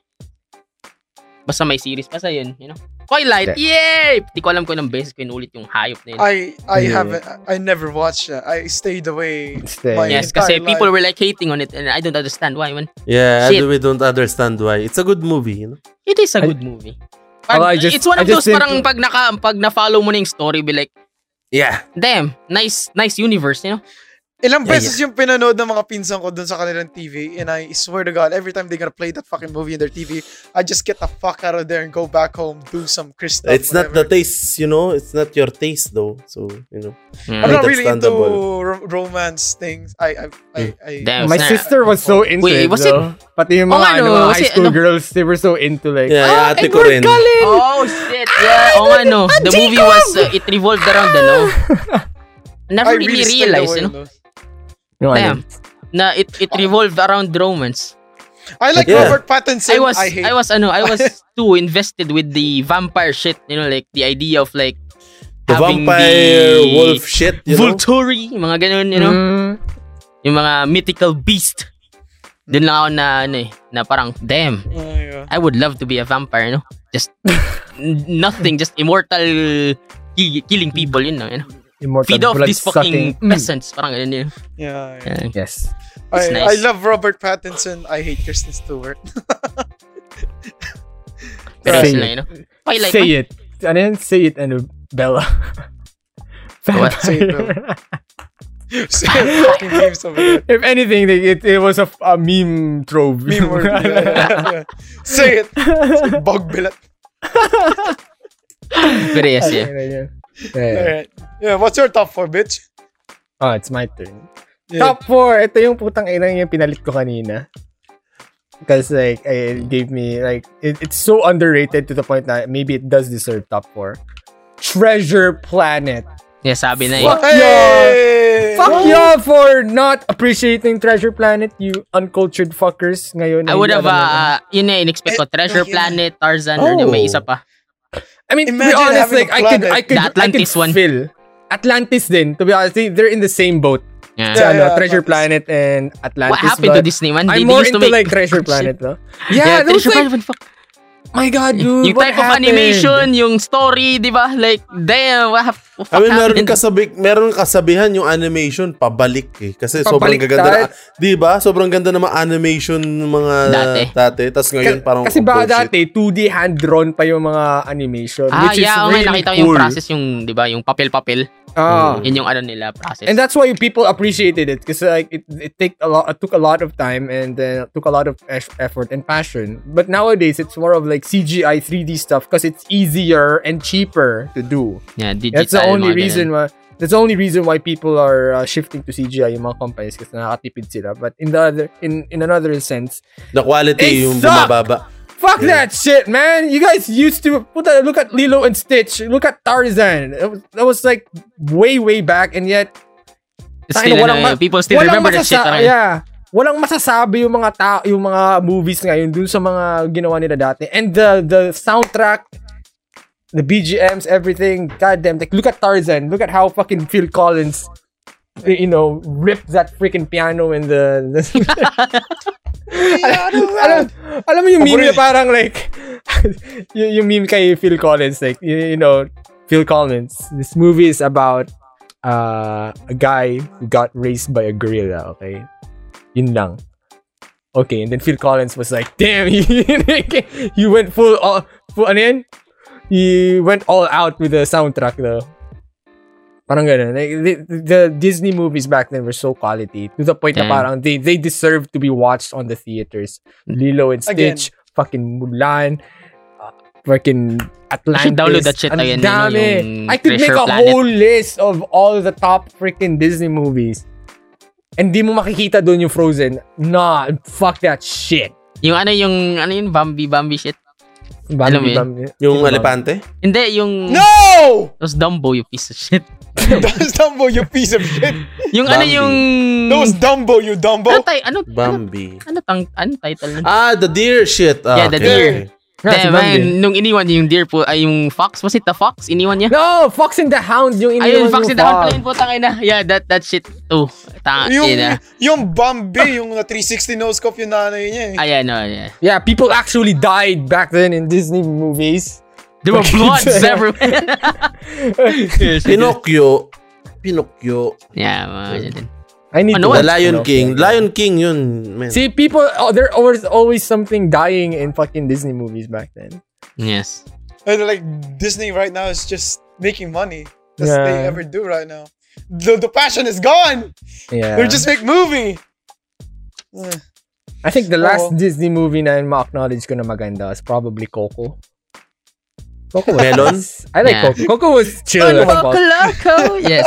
[SPEAKER 3] Basta may series, basta yun, you know? Koi Light, yay! Hindi ko alam kung ilang beses ko inulit yung hayop na yun.
[SPEAKER 4] I I
[SPEAKER 2] Yeah.
[SPEAKER 4] haven't. I never watched that. I stayed away.
[SPEAKER 2] Stay.
[SPEAKER 4] my
[SPEAKER 3] yes, kasi
[SPEAKER 4] entire life.
[SPEAKER 3] people were like hating on it and I don't understand why. Man.
[SPEAKER 1] Yeah,
[SPEAKER 3] Shit.
[SPEAKER 1] and we don't understand why. It's a good movie, you know?
[SPEAKER 3] It is a
[SPEAKER 2] I-
[SPEAKER 3] good movie. Pag-
[SPEAKER 2] Oh, I just-
[SPEAKER 3] it's one
[SPEAKER 2] I
[SPEAKER 3] of
[SPEAKER 2] just
[SPEAKER 3] those
[SPEAKER 2] think-
[SPEAKER 3] parang pag, naka, pag na-follow mo na yung story, be like,
[SPEAKER 1] Yeah.
[SPEAKER 3] damn, nice nice universe, you know?
[SPEAKER 4] Ilang
[SPEAKER 1] Yeah,
[SPEAKER 4] beses yung pinanood ng mga pinsan ko dun sa kanilang TV and I swear to God, every time they're gonna play that fucking movie in their TV, I just get the fuck out of there and go back home, do some crystal.
[SPEAKER 1] it's not the taste, you know? It's not your taste, though. So, you know.
[SPEAKER 3] Mm.
[SPEAKER 2] Hmm.
[SPEAKER 4] I'm not
[SPEAKER 1] That's
[SPEAKER 4] really into
[SPEAKER 1] understandable.
[SPEAKER 4] ro- romance things. I I I,
[SPEAKER 2] Mm.
[SPEAKER 4] I
[SPEAKER 3] Damn,
[SPEAKER 2] My
[SPEAKER 3] Oh, Snap.
[SPEAKER 2] sister was so into it,
[SPEAKER 3] Wait, was
[SPEAKER 2] though. Pati yung
[SPEAKER 3] Oh,
[SPEAKER 2] mga,
[SPEAKER 3] ano,
[SPEAKER 2] ano, mga
[SPEAKER 3] kasi
[SPEAKER 2] high school
[SPEAKER 3] ano-
[SPEAKER 2] girls, they were so into like,
[SPEAKER 1] Yeah,
[SPEAKER 3] Ah,
[SPEAKER 1] yung ate ko rin.
[SPEAKER 3] Oh shit! Yeah, oh ano, the movie was uh, it revolved around ano. Never
[SPEAKER 4] I
[SPEAKER 3] really,
[SPEAKER 4] really stayed
[SPEAKER 3] realized,
[SPEAKER 4] away,
[SPEAKER 3] you know,
[SPEAKER 4] no?
[SPEAKER 2] yung ano,
[SPEAKER 3] damn, na it it revolved around romance.
[SPEAKER 4] I like
[SPEAKER 1] Yeah.
[SPEAKER 4] Robert
[SPEAKER 3] I
[SPEAKER 4] Pattinson.
[SPEAKER 3] was I,
[SPEAKER 4] hate.
[SPEAKER 3] was ano, I was too invested with the vampire shit, you know, like the idea of like
[SPEAKER 1] The
[SPEAKER 3] having
[SPEAKER 1] vampire
[SPEAKER 3] the
[SPEAKER 1] wolf shit, you know?
[SPEAKER 3] Vulturi, yung mga ganun, you know,
[SPEAKER 2] Mm,
[SPEAKER 3] yung mga mythical beast. Doon lang ako na ano eh, na parang damn,
[SPEAKER 4] Oh my God.
[SPEAKER 3] I would love to be a vampire, you know, just n- nothing, just immortal ki- killing people, you know, you know.
[SPEAKER 2] immortal
[SPEAKER 3] feed off
[SPEAKER 2] blood
[SPEAKER 3] these fucking
[SPEAKER 2] sucking. Mm.
[SPEAKER 3] peasants. Parang ganun yun.
[SPEAKER 4] Yeah, yeah.
[SPEAKER 3] Yeah.
[SPEAKER 2] Yes.
[SPEAKER 4] I,
[SPEAKER 3] It's nice.
[SPEAKER 4] I love Robert Pattinson. I hate Kristen Stewart.
[SPEAKER 3] Pero
[SPEAKER 2] Say
[SPEAKER 3] sila,
[SPEAKER 2] it.
[SPEAKER 3] you know. Okay, like,
[SPEAKER 2] Say it. Ano yan? Say it, ano, Bella.
[SPEAKER 3] What?
[SPEAKER 4] Say it, Bella. Same fucking memes over there.
[SPEAKER 2] If anything, like, it, it was a, f- a meme trove.
[SPEAKER 4] Meme word. Yeah, yeah, yeah. Say it. Bog bilat.
[SPEAKER 3] Pero yes, yeah.
[SPEAKER 2] Yeah.
[SPEAKER 4] Alright. Yeah, what's your top four, bitch?
[SPEAKER 2] Oh, it's my turn.
[SPEAKER 4] Yeah.
[SPEAKER 2] Top 4. Ito yung putang ina yung pinalit ko kanina. Because like, I- it gave me, like, it, it's so underrated to the point that maybe it does deserve top 4. Treasure Planet.
[SPEAKER 3] Yeah, sabi na yun.
[SPEAKER 2] Fuck
[SPEAKER 4] Hey!
[SPEAKER 2] Fuck y'all for not appreciating Treasure Planet, you uncultured fuckers. Ngayon,
[SPEAKER 3] eh. I would have,
[SPEAKER 2] I,
[SPEAKER 3] uh, yun na, in-expect ko.
[SPEAKER 4] Eh,
[SPEAKER 3] Treasure
[SPEAKER 4] yeah.
[SPEAKER 3] Planet, Tarzan, or
[SPEAKER 1] Oh.
[SPEAKER 3] may isa pa.
[SPEAKER 2] I mean, to be
[SPEAKER 4] imagine
[SPEAKER 2] honest,
[SPEAKER 4] having
[SPEAKER 2] like,
[SPEAKER 4] a
[SPEAKER 2] I could,
[SPEAKER 4] planet.
[SPEAKER 2] I could,
[SPEAKER 3] The
[SPEAKER 2] I
[SPEAKER 3] Atlantis
[SPEAKER 2] could
[SPEAKER 3] one.
[SPEAKER 2] feel. Atlantis din. To be honest, they- they're in the same boat.
[SPEAKER 3] Yeah.
[SPEAKER 2] Sa, ano,
[SPEAKER 4] yeah,
[SPEAKER 2] Treasure Planet
[SPEAKER 4] Atlantis.
[SPEAKER 2] and Atlantis.
[SPEAKER 3] What happened to
[SPEAKER 2] but
[SPEAKER 3] Disney, man? They-
[SPEAKER 2] I'm
[SPEAKER 3] they
[SPEAKER 2] more
[SPEAKER 3] used
[SPEAKER 2] into
[SPEAKER 3] to make-
[SPEAKER 2] like Treasure
[SPEAKER 3] Oh, Shit.
[SPEAKER 2] Planet, no?
[SPEAKER 3] Yeah,
[SPEAKER 2] Yeah, that was
[SPEAKER 3] Treasure
[SPEAKER 2] like,
[SPEAKER 3] Planet, fuck.
[SPEAKER 2] my god, dude.
[SPEAKER 3] Yung
[SPEAKER 2] what
[SPEAKER 3] type of
[SPEAKER 2] happened?
[SPEAKER 3] animation, yung story, di ba? Like, damn, what, hap- what
[SPEAKER 1] I mean, meron
[SPEAKER 3] happened?
[SPEAKER 1] kasabi, meron kasabihan yung animation pabalik eh. Kasi sobrang
[SPEAKER 2] Pabaliktad.
[SPEAKER 1] gaganda. Na, di ba? Sobrang ganda ng mga animation ng mga
[SPEAKER 3] Dati.
[SPEAKER 1] dati. Tapos ngayon parang
[SPEAKER 2] Kasi
[SPEAKER 1] oh,
[SPEAKER 2] ba
[SPEAKER 1] bullshit.
[SPEAKER 2] dati, 2D hand-drawn pa yung mga animation.
[SPEAKER 3] Ah,
[SPEAKER 2] which is
[SPEAKER 3] yeah, okay,
[SPEAKER 2] really
[SPEAKER 3] nakita ko
[SPEAKER 2] cool.
[SPEAKER 3] yung process, yung, di ba, yung papel-papel.
[SPEAKER 2] Ah.
[SPEAKER 1] Mm.
[SPEAKER 3] Yun yung ano nila, process.
[SPEAKER 2] And that's why people appreciated it because like it, it take a lot it took a lot of time and then it took a lot of eff- effort and passion. But nowadays it's more of like CGI 3D stuff because it's easier and cheaper to do.
[SPEAKER 3] yeah, digital,
[SPEAKER 2] That's the only
[SPEAKER 3] mga ganun.
[SPEAKER 2] reason why that's the only reason why people are uh, shifting to CGI yung mga companies kasi nakakatipid sila. But in the other in in another sense,
[SPEAKER 1] The quality
[SPEAKER 2] They
[SPEAKER 1] yung
[SPEAKER 2] suck!
[SPEAKER 1] bumababa.
[SPEAKER 2] fuck that shit, man. You guys used to put a, look at Lilo and Stitch, look at Tarzan. That was, that was like way way back and yet
[SPEAKER 3] It's
[SPEAKER 2] Tangina,
[SPEAKER 3] Still,
[SPEAKER 2] walang
[SPEAKER 3] ano,
[SPEAKER 2] ma-
[SPEAKER 3] people still remember that shit.
[SPEAKER 2] masasa-
[SPEAKER 3] parang-
[SPEAKER 2] Yeah. Walang masasabi yung mga tao, yung mga movies ngayon dun sa mga ginawa nila dati. And the the soundtrack, the BGMs, everything, goddamn, like look at Tarzan, look at how fucking Phil Collins you know, ripped that freaking piano and the, the alam, alam mo yung meme na parang like yung, yung meme kay Phil Collins like you, you know Phil Collins this movie is about uh, a guy who got raised by a gorilla okay yun lang okay and then Phil Collins was like damn he, he went full all full ano yan he went all out with the soundtrack though Parang ganun. Like, the, the Disney movies back then were so quality to the point na
[SPEAKER 3] Damn.
[SPEAKER 2] parang they, they deserve to be watched on the theaters. Lilo and
[SPEAKER 4] Again.
[SPEAKER 2] Stitch, fucking Mulan, uh, fucking Atlantis.
[SPEAKER 3] should download that shit
[SPEAKER 2] Ang
[SPEAKER 3] again, you know,
[SPEAKER 2] dami.
[SPEAKER 3] yung
[SPEAKER 2] I could make
[SPEAKER 3] Treasure
[SPEAKER 2] a
[SPEAKER 3] Planet.
[SPEAKER 2] whole list of all the top freaking Disney movies. And di mo makikita doon yung Frozen. Nah, fuck that shit.
[SPEAKER 3] Yung ano yung ano yun Bambi Bambi shit. Alam
[SPEAKER 2] Bambi,
[SPEAKER 3] mo yun?
[SPEAKER 2] Bambi.
[SPEAKER 1] Yung
[SPEAKER 2] Bambi.
[SPEAKER 1] elepante.
[SPEAKER 3] Hindi yung
[SPEAKER 4] No!
[SPEAKER 3] It was Dumbo you piece of shit.
[SPEAKER 4] That was Dumbo, you piece of shit.
[SPEAKER 3] Yung ano
[SPEAKER 1] Bambi.
[SPEAKER 3] yung
[SPEAKER 4] That
[SPEAKER 3] Mm.
[SPEAKER 4] was Dumbo, you
[SPEAKER 3] ano,
[SPEAKER 4] Dumbo.
[SPEAKER 3] tay- ano, ano,
[SPEAKER 1] Bambi.
[SPEAKER 3] ano, tang- ano title nun?
[SPEAKER 1] Ah, the deer shit. Ah,
[SPEAKER 3] Yeah, the
[SPEAKER 1] okay,
[SPEAKER 3] deer.
[SPEAKER 1] okay.
[SPEAKER 2] Yeah, si
[SPEAKER 3] Damn,
[SPEAKER 2] Bambi.
[SPEAKER 3] man, nung iniwan niya yung deer po, ay yung fox, was it the fox? Iniwan niya?
[SPEAKER 2] No, Fox and the Hound yung
[SPEAKER 3] Ay,
[SPEAKER 2] iniwan
[SPEAKER 3] yung fox
[SPEAKER 2] yung
[SPEAKER 3] in the
[SPEAKER 2] Fox.
[SPEAKER 3] hound plane po, tangina. Yeah, that that shit too. Tanga,
[SPEAKER 4] Yung,
[SPEAKER 3] ina.
[SPEAKER 4] yung Bambi, yung na 360 nose scope yung nanay niya eh.
[SPEAKER 3] Ayan, no, yeah.
[SPEAKER 2] Yeah, people actually died back then in Disney movies.
[SPEAKER 3] There were bloods everywhere. Seriously, dude.
[SPEAKER 1] Pinocchio. Pinocchio.
[SPEAKER 3] Yeah, mga ganyan din.
[SPEAKER 2] I need
[SPEAKER 1] The
[SPEAKER 2] to
[SPEAKER 3] Ano?
[SPEAKER 2] watch
[SPEAKER 1] Lion
[SPEAKER 2] Pinocchio.
[SPEAKER 1] King. Lion King yun, man.
[SPEAKER 2] See, people, oh, there was always something dying in fucking Disney movies back then.
[SPEAKER 3] Yes.
[SPEAKER 4] And like Disney right now is just making money. That's what they
[SPEAKER 2] Yeah.
[SPEAKER 4] ever do right now. The, the passion is gone.
[SPEAKER 2] Yeah.
[SPEAKER 4] They just make movie. Eh. Ugh.
[SPEAKER 2] I think the last
[SPEAKER 4] Oo.
[SPEAKER 2] Disney movie na ma-acknowledge ko na maganda is probably Coco. Coco was
[SPEAKER 1] Melon?
[SPEAKER 2] nice. I like
[SPEAKER 3] Yeah.
[SPEAKER 2] Coco. Coco was chill. as fuck.
[SPEAKER 3] Loco. Yes.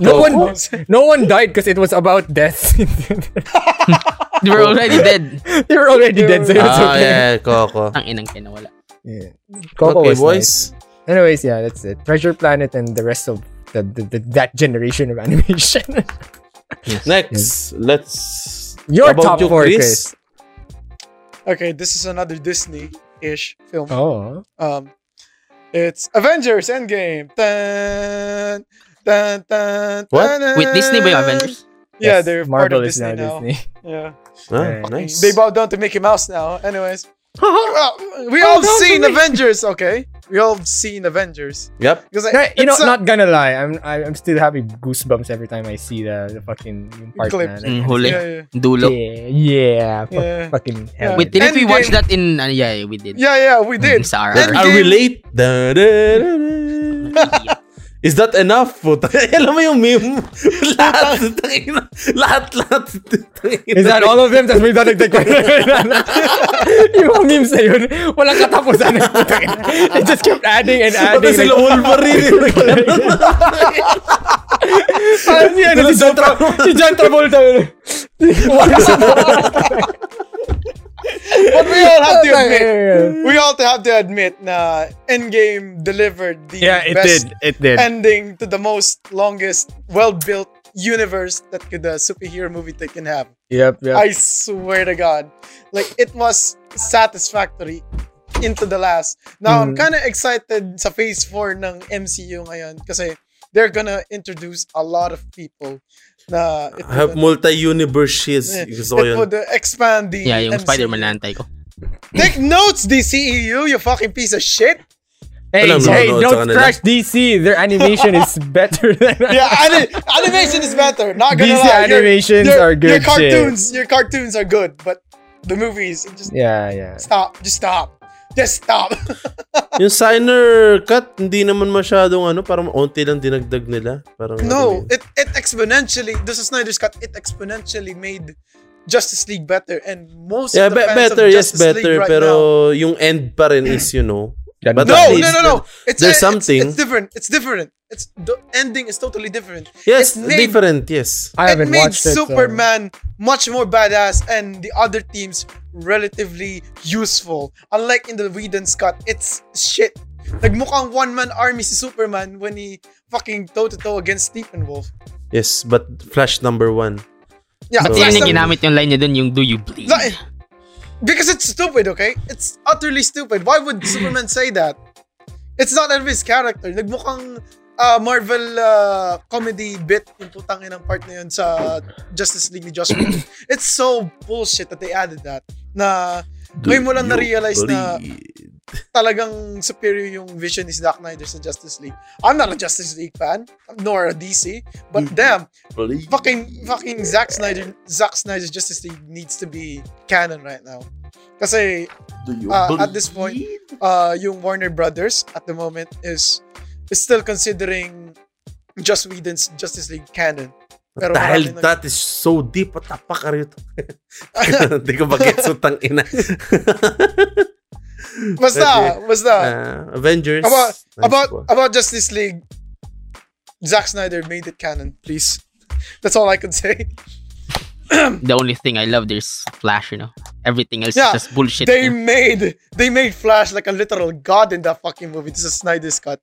[SPEAKER 2] No one, no one died because it was about death.
[SPEAKER 3] They were already dead.
[SPEAKER 2] they were already dead, so it's
[SPEAKER 1] Ah,
[SPEAKER 2] okay.
[SPEAKER 1] yeah, Coco.
[SPEAKER 3] Ang inang kinawala.
[SPEAKER 2] Yeah. Coco
[SPEAKER 1] Okay,
[SPEAKER 2] was nice.
[SPEAKER 1] boys.
[SPEAKER 2] Anyways, yeah, that's it. Treasure Planet and the rest of the, the, the that generation of animation.
[SPEAKER 1] Next, let's...
[SPEAKER 2] Your
[SPEAKER 1] About
[SPEAKER 2] top
[SPEAKER 1] you,
[SPEAKER 2] four,
[SPEAKER 1] Chris?
[SPEAKER 2] Chris.
[SPEAKER 4] Okay, this is another Disney-ish film.
[SPEAKER 2] Oh.
[SPEAKER 4] Um, it's Avengers Endgame. Dun, dun, dun,
[SPEAKER 1] What?
[SPEAKER 4] dun,
[SPEAKER 3] Wait, Disney ba yung
[SPEAKER 4] dun.
[SPEAKER 3] Avengers?
[SPEAKER 4] Yeah,
[SPEAKER 2] Yes,
[SPEAKER 4] they're part
[SPEAKER 2] Marvel
[SPEAKER 4] of
[SPEAKER 2] is
[SPEAKER 4] Disney
[SPEAKER 2] now
[SPEAKER 4] now.
[SPEAKER 2] Disney.
[SPEAKER 4] Yeah,
[SPEAKER 1] Ah,
[SPEAKER 2] Okay.
[SPEAKER 1] nice.
[SPEAKER 4] they bow down to Mickey Mouse now. Anyways,
[SPEAKER 2] Oh,
[SPEAKER 4] Well, we all seen Avengers, okay? We all seen Avengers
[SPEAKER 1] Yep.
[SPEAKER 4] because
[SPEAKER 2] No, you know,
[SPEAKER 4] it's a-
[SPEAKER 2] not gonna lie, I'm I- I'm still having goosebumps every time I see the, the fucking yung part
[SPEAKER 4] Clip.
[SPEAKER 2] na.
[SPEAKER 1] Mm-hmm.
[SPEAKER 3] Mm, huli.
[SPEAKER 4] yeah, yeah,
[SPEAKER 3] Dulo.
[SPEAKER 2] Uh, Yeah, yeah, fu-
[SPEAKER 4] Yeah.
[SPEAKER 2] fucking hell.
[SPEAKER 3] Wait, didn't we
[SPEAKER 4] Endgame.
[SPEAKER 3] watch that in... Uh, yeah, we did.
[SPEAKER 4] yeah, yeah, we
[SPEAKER 2] Mm-hmm.
[SPEAKER 4] did.
[SPEAKER 3] Sa RR.
[SPEAKER 4] Endgame.
[SPEAKER 1] Are we late? Da, da, da, da. Is that enough? Puta. Alam mo yung meme? lahat. tangina. lahat, lahat. tangina.
[SPEAKER 2] Is that all of them? Tapos may dadagdag pa. yung mga memes na yun, walang katapusan. They just kept adding and
[SPEAKER 1] Pati
[SPEAKER 2] adding.
[SPEAKER 1] sila Wolverine.
[SPEAKER 2] Parang si, ano, si, John Tra- si John Travolta.
[SPEAKER 4] But we all have to admit,
[SPEAKER 2] yeah,
[SPEAKER 4] we all have to admit, na Endgame delivered the
[SPEAKER 2] yeah, it
[SPEAKER 4] best
[SPEAKER 2] did. It did.
[SPEAKER 4] ending to the most longest, well-built universe that could a superhero movie they can have.
[SPEAKER 2] yep, yep.
[SPEAKER 4] I swear to God, like it was satisfactory into the last. Now
[SPEAKER 2] Mhm.
[SPEAKER 4] I'm kind of excited sa Phase 4 ng MCU ngayon kasi they're gonna introduce a lot of people na it
[SPEAKER 1] Have
[SPEAKER 4] would,
[SPEAKER 1] multi-universe shits.
[SPEAKER 4] eh,
[SPEAKER 1] Gusto ko
[SPEAKER 4] it
[SPEAKER 1] yun.
[SPEAKER 4] would uh, expand the
[SPEAKER 3] Yeah, yung
[SPEAKER 4] MCU.
[SPEAKER 3] Spider-Man na antay ko.
[SPEAKER 4] Take notes, DCEU, you fucking piece of shit.
[SPEAKER 2] Hey,
[SPEAKER 1] Walang manonood
[SPEAKER 2] hey,
[SPEAKER 1] sa
[SPEAKER 2] don't
[SPEAKER 1] kanila.
[SPEAKER 2] trash DC. Their animation is better than
[SPEAKER 4] Yeah, ani- animation is better. Not gonna
[SPEAKER 2] DC
[SPEAKER 4] lie. Your-
[SPEAKER 2] animations
[SPEAKER 4] your,
[SPEAKER 2] are
[SPEAKER 4] Your
[SPEAKER 2] good shit.
[SPEAKER 4] cartoons, your cartoons are good, but the movies just
[SPEAKER 2] Yeah, yeah.
[SPEAKER 4] stop, just stop, just stop.
[SPEAKER 1] yung signer cut, hindi naman masyadong ano, parang onti lang dinagdag nila. Parang
[SPEAKER 4] No,
[SPEAKER 1] ano yun.
[SPEAKER 4] it, it exponentially. This is Snyder's cut. It exponentially made Justice League better, and most
[SPEAKER 1] Yeah,
[SPEAKER 4] of the
[SPEAKER 1] be-
[SPEAKER 4] fans
[SPEAKER 1] better,
[SPEAKER 4] of
[SPEAKER 1] yes,
[SPEAKER 4] Justice League
[SPEAKER 1] better.
[SPEAKER 4] right
[SPEAKER 1] pero
[SPEAKER 4] now.
[SPEAKER 1] yung end pa rin is, you know.
[SPEAKER 2] Ganun
[SPEAKER 1] But
[SPEAKER 2] ba?
[SPEAKER 4] No,
[SPEAKER 1] at
[SPEAKER 4] no,
[SPEAKER 1] least
[SPEAKER 4] no, no. It's
[SPEAKER 1] there's
[SPEAKER 4] uh, it's-
[SPEAKER 1] something.
[SPEAKER 4] It's, different. It's different. It's the ending is totally different.
[SPEAKER 1] Yes,
[SPEAKER 4] It made-
[SPEAKER 1] different, yes.
[SPEAKER 2] I haven't
[SPEAKER 4] it made
[SPEAKER 2] watched it. so-
[SPEAKER 4] Superman much more badass and the other teams relatively useful. Unlike in the Whedon's cut, it's shit. Nagmukhang one-man army si Superman when he fucking toe-to-toe against Steppenwolf.
[SPEAKER 1] Yes, but Flash number one.
[SPEAKER 4] Yeah,
[SPEAKER 1] But So,
[SPEAKER 3] Ba't yun yung
[SPEAKER 4] Flash
[SPEAKER 1] basta-
[SPEAKER 4] number-
[SPEAKER 3] ginamit yung line niya dun, yung do you bleed?
[SPEAKER 4] No, eh, because it's stupid, okay? It's utterly stupid. Why would Superman say that? It's not out of his character. Nagmukhang uh, Marvel uh, comedy bit yung putang inang part na yun sa Justice League ni Joss Whedon. It's so bullshit that they added that. Na ngayon mo lang na-realize na talagang superior yung vision ni Zack Snyder sa Justice League. I'm not a Justice League fan, nor a DC, but damn, fucking fucking Zack Snyder Zack Snyder's Justice League needs to be canon right now. Kasi uh, at this point, uh, yung Warner Brothers at the moment is is still considering Just Whedon's Justice League canon. Pero
[SPEAKER 1] Dahil
[SPEAKER 4] marami nag-
[SPEAKER 1] that is so deep at tapak ka rito. Hindi ko mag-gets yung tangina.
[SPEAKER 4] basta, basta.
[SPEAKER 1] Ah, Avengers.
[SPEAKER 4] about
[SPEAKER 1] Nice
[SPEAKER 4] about
[SPEAKER 1] po.
[SPEAKER 4] about Justice League, Zack Snyder made it canon, please. That's all I can say.
[SPEAKER 3] The only thing I love there's Flash, you know. Everything else
[SPEAKER 4] Yeah,
[SPEAKER 3] is just bullshit.
[SPEAKER 4] They
[SPEAKER 3] you know?
[SPEAKER 4] made they made Flash like a literal god in that fucking movie. This is Snyder's cut.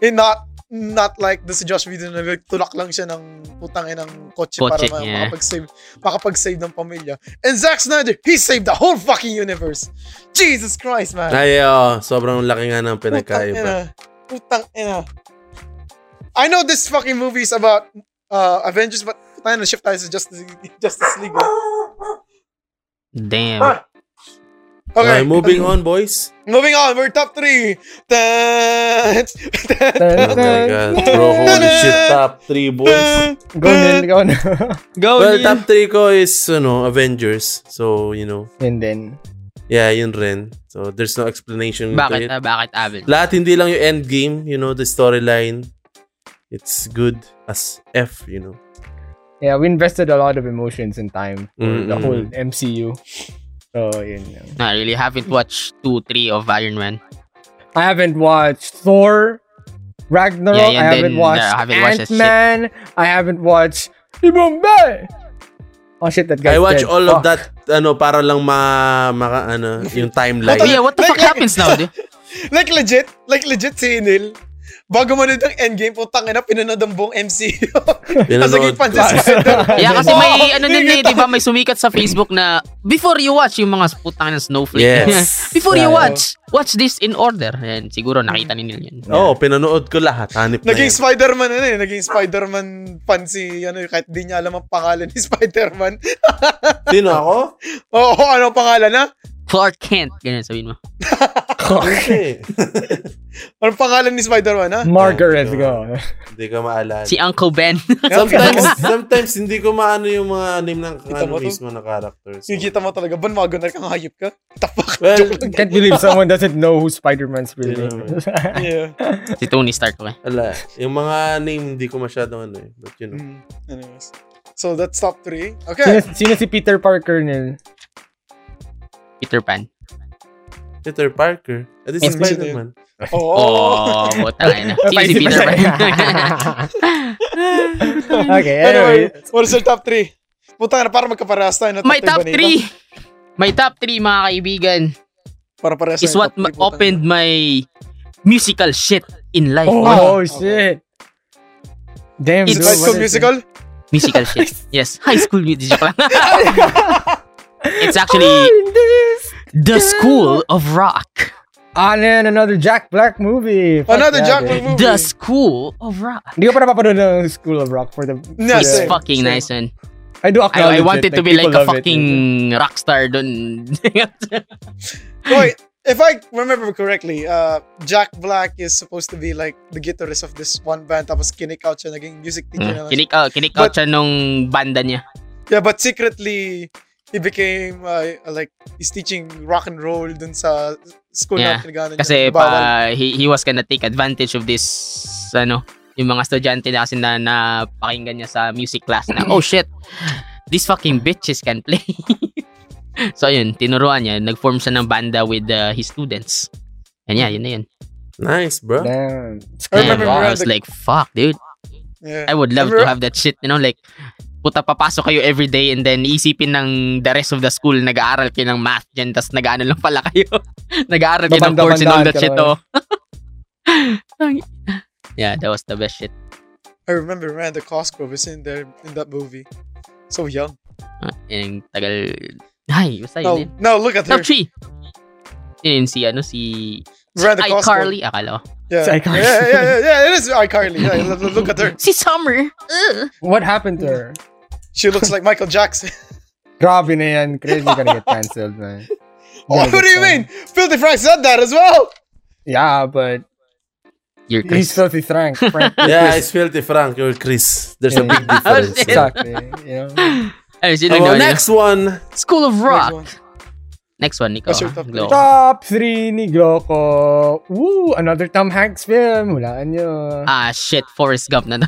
[SPEAKER 4] And not not like this Josh Whedon na tulak lang siya ng putang ng kotse, para
[SPEAKER 3] Kotse,
[SPEAKER 4] ma-
[SPEAKER 3] yeah.
[SPEAKER 4] makapag-save, makapag-save ng pamilya. And Zack Snyder, he saved the whole fucking universe. Jesus Christ, man.
[SPEAKER 1] Ay, oh, sobrang laki nga ng
[SPEAKER 4] Putang
[SPEAKER 1] pinagkaiba.
[SPEAKER 4] ina. Putang ina. I know this fucking movie is about uh, Avengers, but putang
[SPEAKER 3] Ah,
[SPEAKER 4] ina, shift tayo sa Justice, Justice League. eh.
[SPEAKER 3] Damn.
[SPEAKER 1] Okay, moving on, boys.
[SPEAKER 4] Moving on, we're top three. Dun, dun,
[SPEAKER 1] Oh my God. Bro, holy shit, top 3, boys.
[SPEAKER 4] dun,
[SPEAKER 2] Go na, go na.
[SPEAKER 3] Go,
[SPEAKER 1] Well,
[SPEAKER 3] Neil.
[SPEAKER 1] top 3 ko is, ano, Avengers. So, you know,
[SPEAKER 2] Yun din.
[SPEAKER 1] yeah, yun rin. So, there's no explanation to it.
[SPEAKER 3] Bakit? ah, bakit, Abel?
[SPEAKER 1] Lahat, hindi lang yung endgame, you know, the storyline. It's good as F, you know.
[SPEAKER 2] Yeah, we invested a lot of emotions and time for the
[SPEAKER 1] Mm-mm.
[SPEAKER 2] whole MCU. So, yun lang.
[SPEAKER 3] I really haven't watched 2, 3 of Iron Man.
[SPEAKER 2] I haven't watched Thor, Ragnarok.
[SPEAKER 3] Yeah, yeah,
[SPEAKER 2] I haven't
[SPEAKER 3] then,
[SPEAKER 2] watched
[SPEAKER 3] uh, I haven't watched that
[SPEAKER 2] Ant Man. I haven't watched Ibombe. Oh shit, that
[SPEAKER 1] I
[SPEAKER 2] guy.
[SPEAKER 1] watch all of that, ano, para lang ma, maka, ano, yung timeline.
[SPEAKER 4] Like-
[SPEAKER 3] yeah, what the
[SPEAKER 4] like-
[SPEAKER 3] fuck happens now, dude?
[SPEAKER 4] like legit, like legit si Neil. Bago manood ng endgame, putang ina, pinanood ang buong MCU. Tapos naging fan si Spider.
[SPEAKER 3] Yeah, kasi may
[SPEAKER 4] Oh,
[SPEAKER 3] ano din eh,
[SPEAKER 4] tingin
[SPEAKER 3] di ba? May sumikat sa Facebook na before you watch yung mga putang ng snowflake.
[SPEAKER 1] Yes.
[SPEAKER 3] before you
[SPEAKER 2] Yeah.
[SPEAKER 3] watch, watch this in order. Yan, siguro nakita ni Neil yun.
[SPEAKER 1] Oo, oh, pinanood ko lahat. Hanip na
[SPEAKER 4] Naging
[SPEAKER 1] yan.
[SPEAKER 4] Spider-Man ano eh. Naging Spider-Man fan si, ano, kahit di niya alam ang pangalan ni Spider-Man.
[SPEAKER 1] Sino ako?
[SPEAKER 4] Oo, ano ang pangalan na?
[SPEAKER 3] Clark Kent. Ganyan sabihin mo.
[SPEAKER 1] Hindi.
[SPEAKER 4] Ano pangalan ni Spider-Man, ha?
[SPEAKER 2] Margaret,
[SPEAKER 1] Oh,
[SPEAKER 2] go.
[SPEAKER 1] Hindi ko maalala.
[SPEAKER 3] Si Uncle Ben.
[SPEAKER 1] Sometimes, sometimes hindi ko maano yung mga name ng
[SPEAKER 4] Kita
[SPEAKER 1] ano,
[SPEAKER 4] mo to?
[SPEAKER 1] mismo na characters.
[SPEAKER 4] Nakikita mo talaga, ban mga gunar kang hayop ka? Tapak.
[SPEAKER 1] Well,
[SPEAKER 2] Can't believe someone doesn't know who Spider-Man's really is.
[SPEAKER 4] Yeah.
[SPEAKER 3] si Tony Stark. Okay.
[SPEAKER 1] ala, yung mga name hindi ko masyadong ano eh. But you know.
[SPEAKER 4] Mm. Anyways. So that's top three.
[SPEAKER 2] sino,
[SPEAKER 4] Okay.
[SPEAKER 2] sino si Peter Parker nil?
[SPEAKER 3] Peter Pan.
[SPEAKER 1] Peter Parker. At least
[SPEAKER 4] Yes,
[SPEAKER 1] si Spider-Man.
[SPEAKER 4] Oo.
[SPEAKER 3] Oh, puta na. Sino si
[SPEAKER 2] Spicy
[SPEAKER 3] Peter Pan?
[SPEAKER 2] okay, anyway.
[SPEAKER 4] Anyway, what is your top three? Puta na, para magkaparehas tayo. na
[SPEAKER 3] My
[SPEAKER 4] three
[SPEAKER 3] top
[SPEAKER 4] ba nila?
[SPEAKER 3] 3. My top 3, mga kaibigan,
[SPEAKER 4] Para parehas
[SPEAKER 3] is
[SPEAKER 4] tayo
[SPEAKER 3] what
[SPEAKER 4] ng top three,
[SPEAKER 3] ma-
[SPEAKER 4] putang
[SPEAKER 3] opened my musical shit in life.
[SPEAKER 2] Oh,
[SPEAKER 3] Ano?
[SPEAKER 4] okay.
[SPEAKER 2] shit. Damn,
[SPEAKER 3] It's-
[SPEAKER 4] ina.
[SPEAKER 2] dude,
[SPEAKER 4] High School
[SPEAKER 2] what is it?
[SPEAKER 4] Musical?
[SPEAKER 3] Musical shit. Yes. High school musical. It's actually
[SPEAKER 2] Oh, this.
[SPEAKER 3] The School of Rock.
[SPEAKER 2] Ah, man, another Jack Black movie. Fuck
[SPEAKER 4] Another
[SPEAKER 2] that,
[SPEAKER 4] Jack
[SPEAKER 2] dude.
[SPEAKER 4] Black movie.
[SPEAKER 3] The School of Rock.
[SPEAKER 2] Hindi ko pa napapanood ng School of Rock for the...
[SPEAKER 4] Yeah,
[SPEAKER 3] It's
[SPEAKER 4] same,
[SPEAKER 3] fucking
[SPEAKER 4] same.
[SPEAKER 3] nice man.
[SPEAKER 2] I do acknowledge
[SPEAKER 3] I, I wanted
[SPEAKER 2] it.
[SPEAKER 3] to be like
[SPEAKER 2] people
[SPEAKER 3] a
[SPEAKER 2] love it.
[SPEAKER 3] fucking rock star dun.
[SPEAKER 4] Wait, if I remember correctly, uh, Jack Black is supposed to be like the guitarist of this one band tapos kinick out siya naging music teacher na lang.
[SPEAKER 3] kinik out, kinik out Mm. siya nung banda niya.
[SPEAKER 4] Yeah, but secretly he became uh, like he's teaching rock and roll dun sa school
[SPEAKER 3] Yeah,
[SPEAKER 4] na pinagana niya.
[SPEAKER 3] Kasi pa,
[SPEAKER 4] Bawal.
[SPEAKER 3] he, he was gonna take advantage of this, ano, yung mga estudyante na kasi na, na pakinggan niya sa music class na, oh shit, these fucking bitches can play. so yun, tinuruan niya, nag-form siya ng banda with uh, his students. And yeah, yun na yun.
[SPEAKER 1] Nice, bro.
[SPEAKER 2] Damn.
[SPEAKER 3] Yeah,
[SPEAKER 4] I remember
[SPEAKER 3] I
[SPEAKER 4] Miranda-
[SPEAKER 3] was like, fuck, dude.
[SPEAKER 4] Yeah.
[SPEAKER 3] I would love
[SPEAKER 4] Remember-
[SPEAKER 3] to have that shit, you know, like, puta papasok kayo every day and then isipin ng the rest of the school nag-aaral kayo ng math dyan tapos nag-ano lang pala kayo nag-aaral kayo ng course and all that shit oh. yeah that was the best shit
[SPEAKER 4] I remember Miranda Cosgrove is in there in that movie. So young.
[SPEAKER 3] Ah, yung tagal ay basta
[SPEAKER 4] Now,
[SPEAKER 3] yun din
[SPEAKER 4] now look at her.
[SPEAKER 3] top 3 yun yun si ano si
[SPEAKER 4] Miranda
[SPEAKER 3] si
[SPEAKER 4] Cosgrove.
[SPEAKER 3] iCarly akala ko
[SPEAKER 2] It's
[SPEAKER 4] Yeah. yeah,
[SPEAKER 2] iCarly.
[SPEAKER 4] yeah, yeah, yeah, yeah, it is iCarly. Yeah, look, look- look at her.
[SPEAKER 3] si Summer
[SPEAKER 2] What happened to her?
[SPEAKER 4] She looks like Michael Jackson.
[SPEAKER 2] Grabe na yan. Crazy you're gonna get canceled, man. You're
[SPEAKER 4] oh,
[SPEAKER 2] gonna get
[SPEAKER 4] what do you mean?
[SPEAKER 2] canceled.
[SPEAKER 4] Filthy Frank said that as well.
[SPEAKER 2] Yeah, but
[SPEAKER 3] you're
[SPEAKER 2] he's
[SPEAKER 3] Chris
[SPEAKER 2] filthy Frank. Frank Oh,
[SPEAKER 1] Yeah, it's filthy Frank. You're Chris. There's a big difference. So,
[SPEAKER 3] shit.
[SPEAKER 2] exactly. You know?
[SPEAKER 3] ay sino
[SPEAKER 1] well,
[SPEAKER 4] Oh,
[SPEAKER 3] yun?
[SPEAKER 1] next one.
[SPEAKER 3] School of Rock
[SPEAKER 4] Next
[SPEAKER 3] next one, ikaw
[SPEAKER 4] What's your top
[SPEAKER 3] ah.
[SPEAKER 4] three?
[SPEAKER 3] Glow.
[SPEAKER 2] Top 3 ni Gloco. Woo! Another Tom Hanks film. Hulaan nyo.
[SPEAKER 3] ah shit Forrest Gump na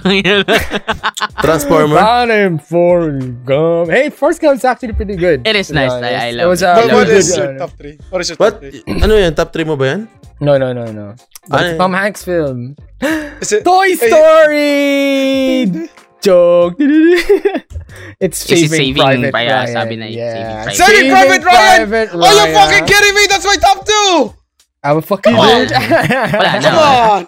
[SPEAKER 1] Transformer.
[SPEAKER 2] About him, Forrest Gump. Hey, Forrest Gump's actually pretty good.
[SPEAKER 3] It is
[SPEAKER 2] to be
[SPEAKER 3] nice. I- I
[SPEAKER 2] honest. it. was a
[SPEAKER 3] love it. Yeah,
[SPEAKER 4] But what
[SPEAKER 2] good,
[SPEAKER 4] is your
[SPEAKER 2] uh,
[SPEAKER 4] top three? What is your
[SPEAKER 1] What?
[SPEAKER 4] top three?
[SPEAKER 1] Ano yan? Top 3 mo ba yan?
[SPEAKER 2] No, no, no, no. But
[SPEAKER 1] Ano
[SPEAKER 2] it's
[SPEAKER 1] yun?
[SPEAKER 2] Tom Hanks film.
[SPEAKER 4] Is it-
[SPEAKER 2] Toy
[SPEAKER 4] Hey,
[SPEAKER 2] Story! Joke. it's
[SPEAKER 3] Is
[SPEAKER 2] saving,
[SPEAKER 3] it Saving
[SPEAKER 2] Private
[SPEAKER 3] Ryan?
[SPEAKER 2] Ryan.
[SPEAKER 3] Sabi na yun,
[SPEAKER 2] yeah.
[SPEAKER 3] Saving
[SPEAKER 4] Saving Private Ryan!
[SPEAKER 2] Private
[SPEAKER 4] Are you
[SPEAKER 2] Ryan.
[SPEAKER 4] fucking kidding me? That's my top two!
[SPEAKER 2] I'm a fucking
[SPEAKER 3] Wala.
[SPEAKER 2] dude.
[SPEAKER 3] Wala na.
[SPEAKER 4] Come on!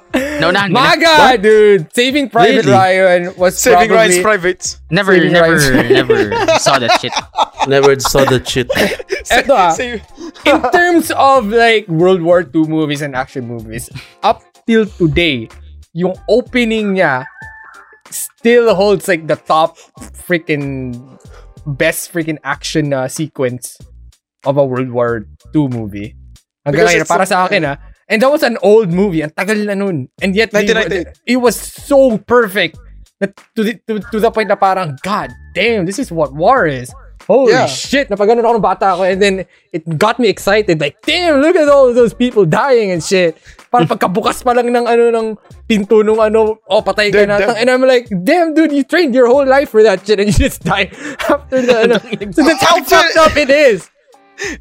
[SPEAKER 3] Naunahan ka na.
[SPEAKER 2] Oh. My God, dude. Saving Private
[SPEAKER 1] Really?
[SPEAKER 2] Ryan was
[SPEAKER 4] Saving Ryan's
[SPEAKER 2] probably...
[SPEAKER 4] private.
[SPEAKER 3] Never,
[SPEAKER 2] Saving
[SPEAKER 3] never,
[SPEAKER 2] Ryan's-
[SPEAKER 3] never saw that shit.
[SPEAKER 1] Never saw that shit.
[SPEAKER 2] Eto ah.
[SPEAKER 4] Save-
[SPEAKER 2] in terms of like World War II movies and action movies, up till today, yung opening niya still holds like the top freaking best freaking action uh, sequence of a World War II movie. Hanggang
[SPEAKER 4] Because
[SPEAKER 2] ngayon,
[SPEAKER 4] it's
[SPEAKER 2] para
[SPEAKER 4] a-
[SPEAKER 2] sa akin ah. And that was an old movie. Ang tagal na nun. And yet, they were-
[SPEAKER 4] 1998.
[SPEAKER 2] it was so perfect. Na, to, the, to, to the point na parang, God damn, this is what war is. Holy
[SPEAKER 4] Yeah.
[SPEAKER 2] shit, napaganon ako ng bata ako. And then, it got me excited. Like, damn, look at all those people dying and shit. Parang pagkabukas pa lang ng ano, ng pinto nung ano, oh, patay ka
[SPEAKER 4] Damn,
[SPEAKER 2] na.
[SPEAKER 4] damn.
[SPEAKER 2] Tang- And I'm like, damn, dude, you trained your whole life for that shit and you just die after the ano. so that's how
[SPEAKER 4] Actually-
[SPEAKER 2] fucked up it is.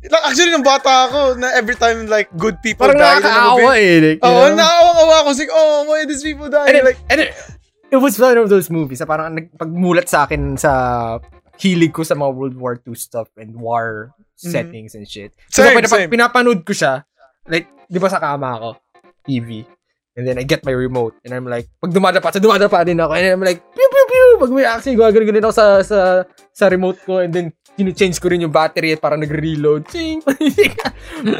[SPEAKER 4] Like, actually, nung bata ako, na every time, like, good people
[SPEAKER 2] Parang
[SPEAKER 4] die in a
[SPEAKER 2] nakakaawa
[SPEAKER 4] movie.
[SPEAKER 2] eh. Like, you
[SPEAKER 4] Oo,
[SPEAKER 2] know?
[SPEAKER 4] nakakaawa ako. Like, oh, why these people die?
[SPEAKER 2] And it,
[SPEAKER 4] like,
[SPEAKER 2] and it, it was one of those movies na parang nagpagmulat sa akin sa hilig ko sa mga World War II stuff and war settings and shit. So,
[SPEAKER 4] Mhm. Same,
[SPEAKER 2] pag- pag
[SPEAKER 4] same.
[SPEAKER 2] pinapanood ko siya, like, di ba sa kama ako, TV, and then I get my remote, and I'm like, pag dumadapa, so dumadapa din ako, and I'm like, pew, pew, pew, pag may action, gagawin din ako sa, sa, sa remote ko, and then, change ko rin yung battery at parang nag-reload. Ching!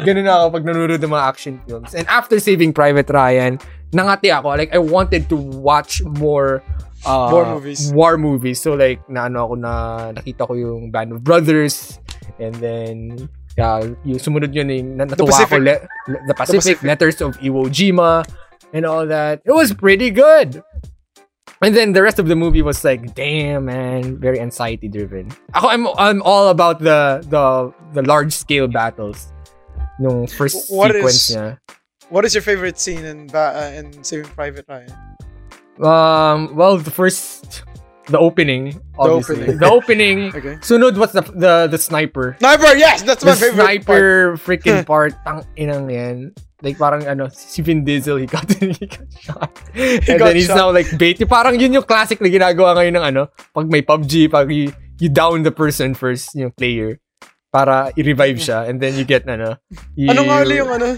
[SPEAKER 2] Ganun ako pag nanonood ng mga action films. And after Saving Private Ryan, nangati ako. Like, I wanted to watch more uh,
[SPEAKER 4] War movies.
[SPEAKER 2] War movies. So, like, naano ako na nakita ko yung Band of Brothers. And then, yeah, yung sumunod yun, yung na- natuwa
[SPEAKER 4] Pacific.
[SPEAKER 2] ako. Le- Le- the, Pacific,
[SPEAKER 4] Pacific.
[SPEAKER 2] Letters of Iwo Jima, and all that. It was pretty good. And then the rest of the movie was like, damn man, very anxiety driven. Ako, I'm I'm all about the the the large scale battles. Nung first
[SPEAKER 4] What
[SPEAKER 2] sequence
[SPEAKER 4] is-
[SPEAKER 2] niya.
[SPEAKER 4] what is your favorite scene in, ba- uh, in Saving Private Ryan?
[SPEAKER 2] Um, well, the first, the opening, obviously.
[SPEAKER 4] opening.
[SPEAKER 2] The opening.
[SPEAKER 4] Okay.
[SPEAKER 2] Sunod, what's the the the sniper?
[SPEAKER 4] Sniper, yes! That's my
[SPEAKER 2] the
[SPEAKER 4] favorite
[SPEAKER 2] sniper freaking part. Tang inang yan. Like parang ano, si Vin Diesel, he got, he got shot. and
[SPEAKER 4] got
[SPEAKER 2] then he's
[SPEAKER 4] shot.
[SPEAKER 2] now like bait. Parang yun yung classic na ginagawa ngayon ng ano, pag may PUBG, pag you, you down the person first, yung player, para i-revive siya. And then you get ano. You,
[SPEAKER 4] Anong nga ulit yung ano?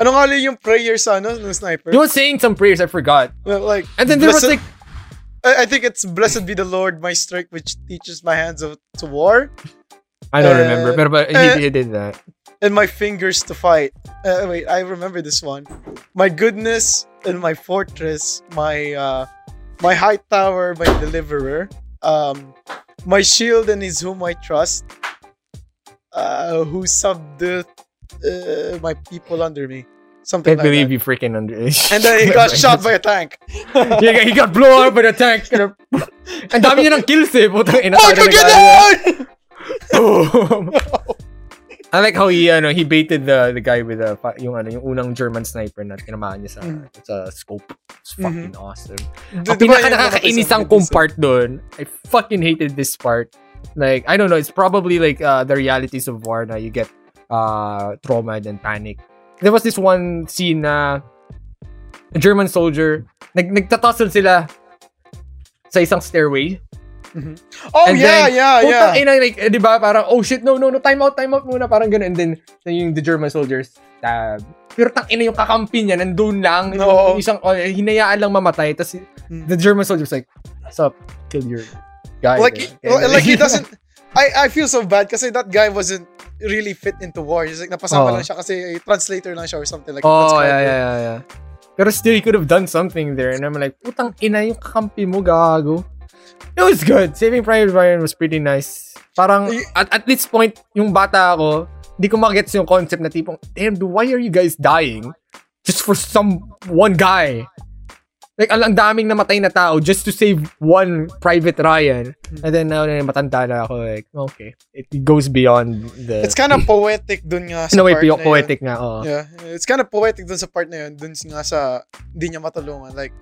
[SPEAKER 4] Anong nga ulit yung prayer sa ano, ng sniper?
[SPEAKER 2] You were saying some prayers, I forgot.
[SPEAKER 4] Well, like,
[SPEAKER 2] And then there was like,
[SPEAKER 4] blessed- I, I think it's blessed be the Lord, my strength, which teaches my hands of, to war
[SPEAKER 2] I don't
[SPEAKER 4] uh,
[SPEAKER 2] remember, pero but
[SPEAKER 4] uh,
[SPEAKER 2] he, he did that.
[SPEAKER 4] and my fingers to fight. Uh, wait, I remember this one. My goodness and my fortress, my uh, my high tower, my deliverer, um, my shield and is whom I trust, uh, who subdued uh, my people under me.
[SPEAKER 2] Can't
[SPEAKER 4] Something like
[SPEAKER 2] believe
[SPEAKER 4] that.
[SPEAKER 2] you freaking under.
[SPEAKER 4] And then he got shot by a tank.
[SPEAKER 2] he, got, he got blown up by the tank. Ang dami niya ng kills eh. Putang ina.
[SPEAKER 4] Oh,
[SPEAKER 2] talaga
[SPEAKER 4] look at
[SPEAKER 2] nag-
[SPEAKER 4] that!
[SPEAKER 2] Boom! I like how he ano he baited the the guy with the fa- yung ano yung unang German sniper na tinamaan niya sa sa scope. It's fucking awesome. Ang
[SPEAKER 4] Mm. Mm-hmm. Di
[SPEAKER 2] pinaka
[SPEAKER 4] ba yun yung namatay
[SPEAKER 2] nakakainis
[SPEAKER 4] sa
[SPEAKER 2] ang
[SPEAKER 4] Vin Diesel?
[SPEAKER 2] kong part doon. I fucking hated this part. Like I don't know, it's probably like uh, the realities of war na you get uh trauma and panic. There was this one scene na a German soldier nag nagtatussle sila sa isang stairway.
[SPEAKER 4] Oh,
[SPEAKER 2] And
[SPEAKER 4] yeah,
[SPEAKER 2] then,
[SPEAKER 4] yeah, yeah.
[SPEAKER 2] Putang ina, like, eh, di ba, parang, oh shit, no, no, no, time out, time out muna, parang ganun. And then, then yung the German soldiers, stab. Pero tang ina yung kakampi niya, nandun lang,
[SPEAKER 4] No.
[SPEAKER 2] yung isang, oh, eh, hinayaan lang mamatay, tapos
[SPEAKER 4] Hmm.
[SPEAKER 2] the German soldiers like, what's up, kill your guy.
[SPEAKER 4] like, he,
[SPEAKER 2] there." Okay.
[SPEAKER 4] like he doesn't. I I feel so bad kasi that guy wasn't really fit into war. He's like napasama
[SPEAKER 2] Oo.
[SPEAKER 4] lang siya kasi translator lang siya or something like
[SPEAKER 2] Oh,
[SPEAKER 4] that's kind
[SPEAKER 2] yeah,
[SPEAKER 4] of-
[SPEAKER 2] yeah, yeah, yeah. Pero still, he could have done something there. And I'm like, putang ina yung kakampi mo, gago. It was good. Saving Private Ryan was pretty nice. Parang,
[SPEAKER 4] Y-
[SPEAKER 2] at, at this point, yung bata ako, hindi ko magets yung concept na tipong, damn, dude, why are you guys dying just for some one guy? Like, al- ang daming namatay na tao just to save one Private Ryan. And then, now, na matanda na ako, like, okay. It goes beyond the...
[SPEAKER 4] It's kind of poetic dun nga sa
[SPEAKER 2] in a way,
[SPEAKER 4] part na yun.
[SPEAKER 2] poetic nga, oo.
[SPEAKER 4] Yeah, it's kind of poetic dun sa part na yun. Dun nga sa hindi niya matulungan. Like,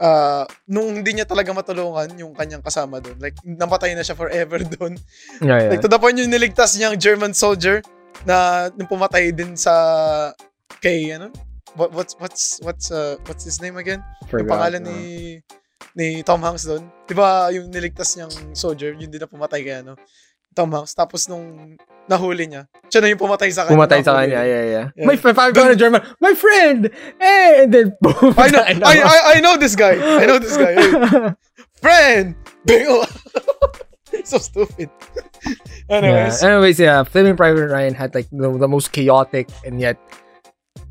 [SPEAKER 4] uh, nung hindi niya talaga matulungan yung kanyang kasama dun. Like, namatay na siya forever dun.
[SPEAKER 2] Yeah, yeah.
[SPEAKER 4] Like, to the point yung niligtas niyang German soldier na nung pumatay din sa kay, ano? What, what's, what's, what's, uh, what's his name again? yung pangalan ni ni Tom Hanks doon. 'Di ba yung niligtas niyang soldier, yun din na pumatay kay ano Tom Hanks tapos nung nahuli niya, siya na yung pumatay sa kanya.
[SPEAKER 2] Pumatay sa
[SPEAKER 4] Nahuli
[SPEAKER 2] kanya,
[SPEAKER 4] niya.
[SPEAKER 2] yeah, yeah.
[SPEAKER 4] Yeah.
[SPEAKER 2] My friend, five na German, my friend! Hey! And then, boom!
[SPEAKER 4] I know, I, I, I know this guy. I know this guy. Hey, Friend! Bingo! so stupid.
[SPEAKER 2] Anyways,
[SPEAKER 4] Anyways.
[SPEAKER 2] yeah. Eh, Anyways, yeah, Flaming Private Ryan had like the, the most chaotic and yet,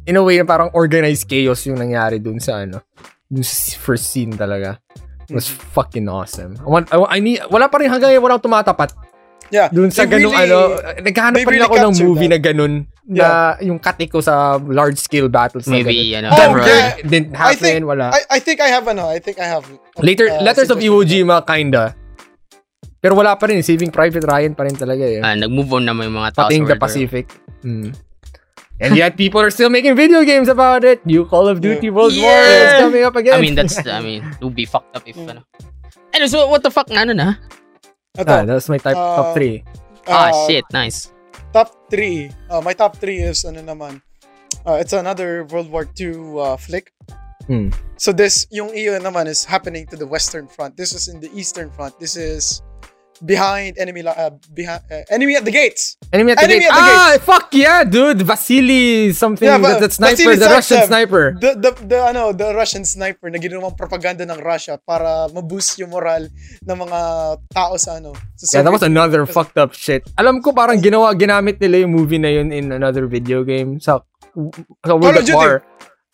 [SPEAKER 2] in a way, na parang organized chaos yung nangyari dun sa ano, dun sa first scene
[SPEAKER 4] Mm-hmm.
[SPEAKER 2] talaga. It was fucking awesome. I want, I, want- I need, wala pa rin hanggang ngayon, walang tumatapat.
[SPEAKER 4] Yeah.
[SPEAKER 2] Doon sa
[SPEAKER 4] they
[SPEAKER 2] ganung
[SPEAKER 4] really-
[SPEAKER 2] ano, naghahanap
[SPEAKER 4] they
[SPEAKER 2] pa rin
[SPEAKER 4] really
[SPEAKER 2] ako ng
[SPEAKER 4] captured
[SPEAKER 2] movie
[SPEAKER 4] that.
[SPEAKER 2] na ganun. Na yung kate ko sa large scale battles na
[SPEAKER 3] Maybe,
[SPEAKER 2] ganun.
[SPEAKER 3] ano,
[SPEAKER 4] Oh,
[SPEAKER 2] That
[SPEAKER 4] yeah.
[SPEAKER 2] really didn't happen,
[SPEAKER 4] I think,
[SPEAKER 2] wala.
[SPEAKER 4] I, I think I have ano. I think I have.
[SPEAKER 2] Later,
[SPEAKER 4] uh,
[SPEAKER 2] Letters of E Iwo
[SPEAKER 4] suggestion.
[SPEAKER 2] Jima, kinda. Pero wala pa rin, eh. Saving Private Ryan pa rin talaga eh.
[SPEAKER 3] Ah, nag-move on na may mga tao
[SPEAKER 2] Pati yung
[SPEAKER 3] sa
[SPEAKER 2] The
[SPEAKER 3] world war.
[SPEAKER 2] Pacific. Mm. And yet, people are still making video games about it. New Call of Duty World War is
[SPEAKER 3] Yeah.
[SPEAKER 2] coming up again.
[SPEAKER 3] I mean, that's, I mean, to be fucked up if, ano. Ano, so, what the fuck, nga, ano na?
[SPEAKER 4] Ito,
[SPEAKER 2] ah, that's my type, top
[SPEAKER 4] Uh,
[SPEAKER 2] 3.
[SPEAKER 3] Ah,
[SPEAKER 4] uh,
[SPEAKER 3] shit, nice.
[SPEAKER 4] Top three. Uh, my top three is ano naman. Uh, it's another World War II uh, flick.
[SPEAKER 2] Hmm.
[SPEAKER 4] So this, yung iyo naman is happening to the Western Front. This is in the Eastern Front. This is behind enemy, li- uh, behind uh, enemy at the gates.
[SPEAKER 2] Enemy at the
[SPEAKER 4] Enemy
[SPEAKER 2] Gates.
[SPEAKER 4] at the
[SPEAKER 2] ah, fuck yeah, dude. Vasily something,
[SPEAKER 4] Yeah,
[SPEAKER 2] that,
[SPEAKER 4] but
[SPEAKER 2] that sniper,
[SPEAKER 4] Vasily
[SPEAKER 2] the Russian
[SPEAKER 4] Zaitsev.
[SPEAKER 2] sniper.
[SPEAKER 4] The, the, the, ano, the Russian sniper na ginawang propaganda ng Russia para maboost yung moral ng mga tao sa ano. Sa
[SPEAKER 2] Yeah, that was
[SPEAKER 4] Soviet-
[SPEAKER 2] another fucked up shit. Alam ko parang ginawa, ginamit nila yung movie na yun in another video game. Sa, sa World
[SPEAKER 4] Call of
[SPEAKER 2] of
[SPEAKER 4] Duty.
[SPEAKER 2] War.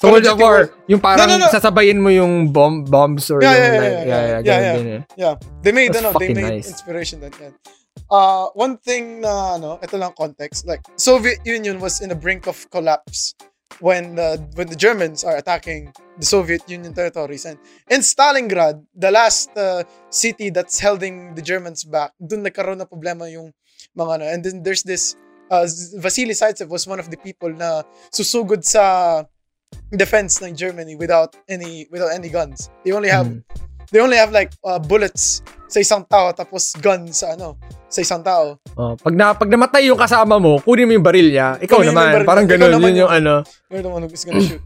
[SPEAKER 2] Sa
[SPEAKER 4] Call of
[SPEAKER 2] World of
[SPEAKER 4] Duty
[SPEAKER 2] War.
[SPEAKER 4] War.
[SPEAKER 2] Yung parang
[SPEAKER 4] No, no, no.
[SPEAKER 2] sasabayin mo yung bomb, bombs or
[SPEAKER 4] Yeah,
[SPEAKER 2] yung,
[SPEAKER 4] yeah, yeah,
[SPEAKER 2] like-
[SPEAKER 4] yeah, yeah,
[SPEAKER 2] ganun
[SPEAKER 4] yeah,
[SPEAKER 2] din eh.
[SPEAKER 4] Yeah. They made,
[SPEAKER 2] That's
[SPEAKER 4] ano, they
[SPEAKER 2] fucking
[SPEAKER 4] made
[SPEAKER 2] nice.
[SPEAKER 4] inspiration that. Yeah. Uh, one thing na, ano, ito lang context, like, Soviet Union was in the brink of collapse when the, when the Germans are attacking the Soviet Union territories. And in Stalingrad, the last uh, city that's holding the Germans back, dun nagkaroon na problema yung mga, ano, and then there's this, uh, Z- Vasily Zaitsev was one of the people na susugod sa defense ng Germany without any without any guns. They only have they only have like uh, bullets sa isang tao tapos gun sa ano sa isang tao.
[SPEAKER 2] Oh, pag, na, pag namatay yung kasama mo, kunin mo yung baril niya. Ikaw
[SPEAKER 4] Kunin mo yung
[SPEAKER 2] naman.
[SPEAKER 4] baril.
[SPEAKER 2] Parang
[SPEAKER 4] Ikaw
[SPEAKER 2] ganun.
[SPEAKER 4] naman
[SPEAKER 2] yun yung ano.
[SPEAKER 4] You're the one who's gonna shoot.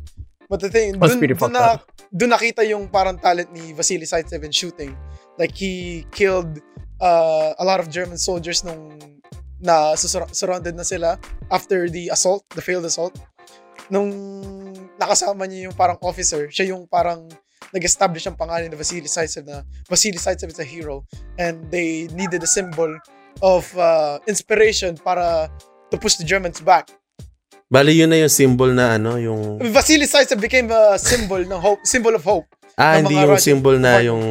[SPEAKER 4] But the thing,
[SPEAKER 2] Mas
[SPEAKER 4] dun,
[SPEAKER 2] pretty
[SPEAKER 4] dun,
[SPEAKER 2] fucked
[SPEAKER 4] na, dun nakita yung parang talent ni Vasily Zaitsev in shooting. Like he killed uh, a lot of German soldiers nung na susur- surrounded na sila after the assault, the failed assault. Nung nakasama niya yung parang officer, siya yung parang nag-establish ang pangalan ni Vasily Zaitsev na Vasily Zaitsev is a hero and they needed a symbol of uh, inspiration para to push the Germans back.
[SPEAKER 1] Bali, yun na yung symbol na ano, yung...
[SPEAKER 4] Vasily Zaitsev became a symbol ng hope, symbol of hope.
[SPEAKER 1] Ah,
[SPEAKER 4] ng
[SPEAKER 1] hindi
[SPEAKER 4] mga
[SPEAKER 1] yung
[SPEAKER 4] Russian-
[SPEAKER 1] symbol na yung...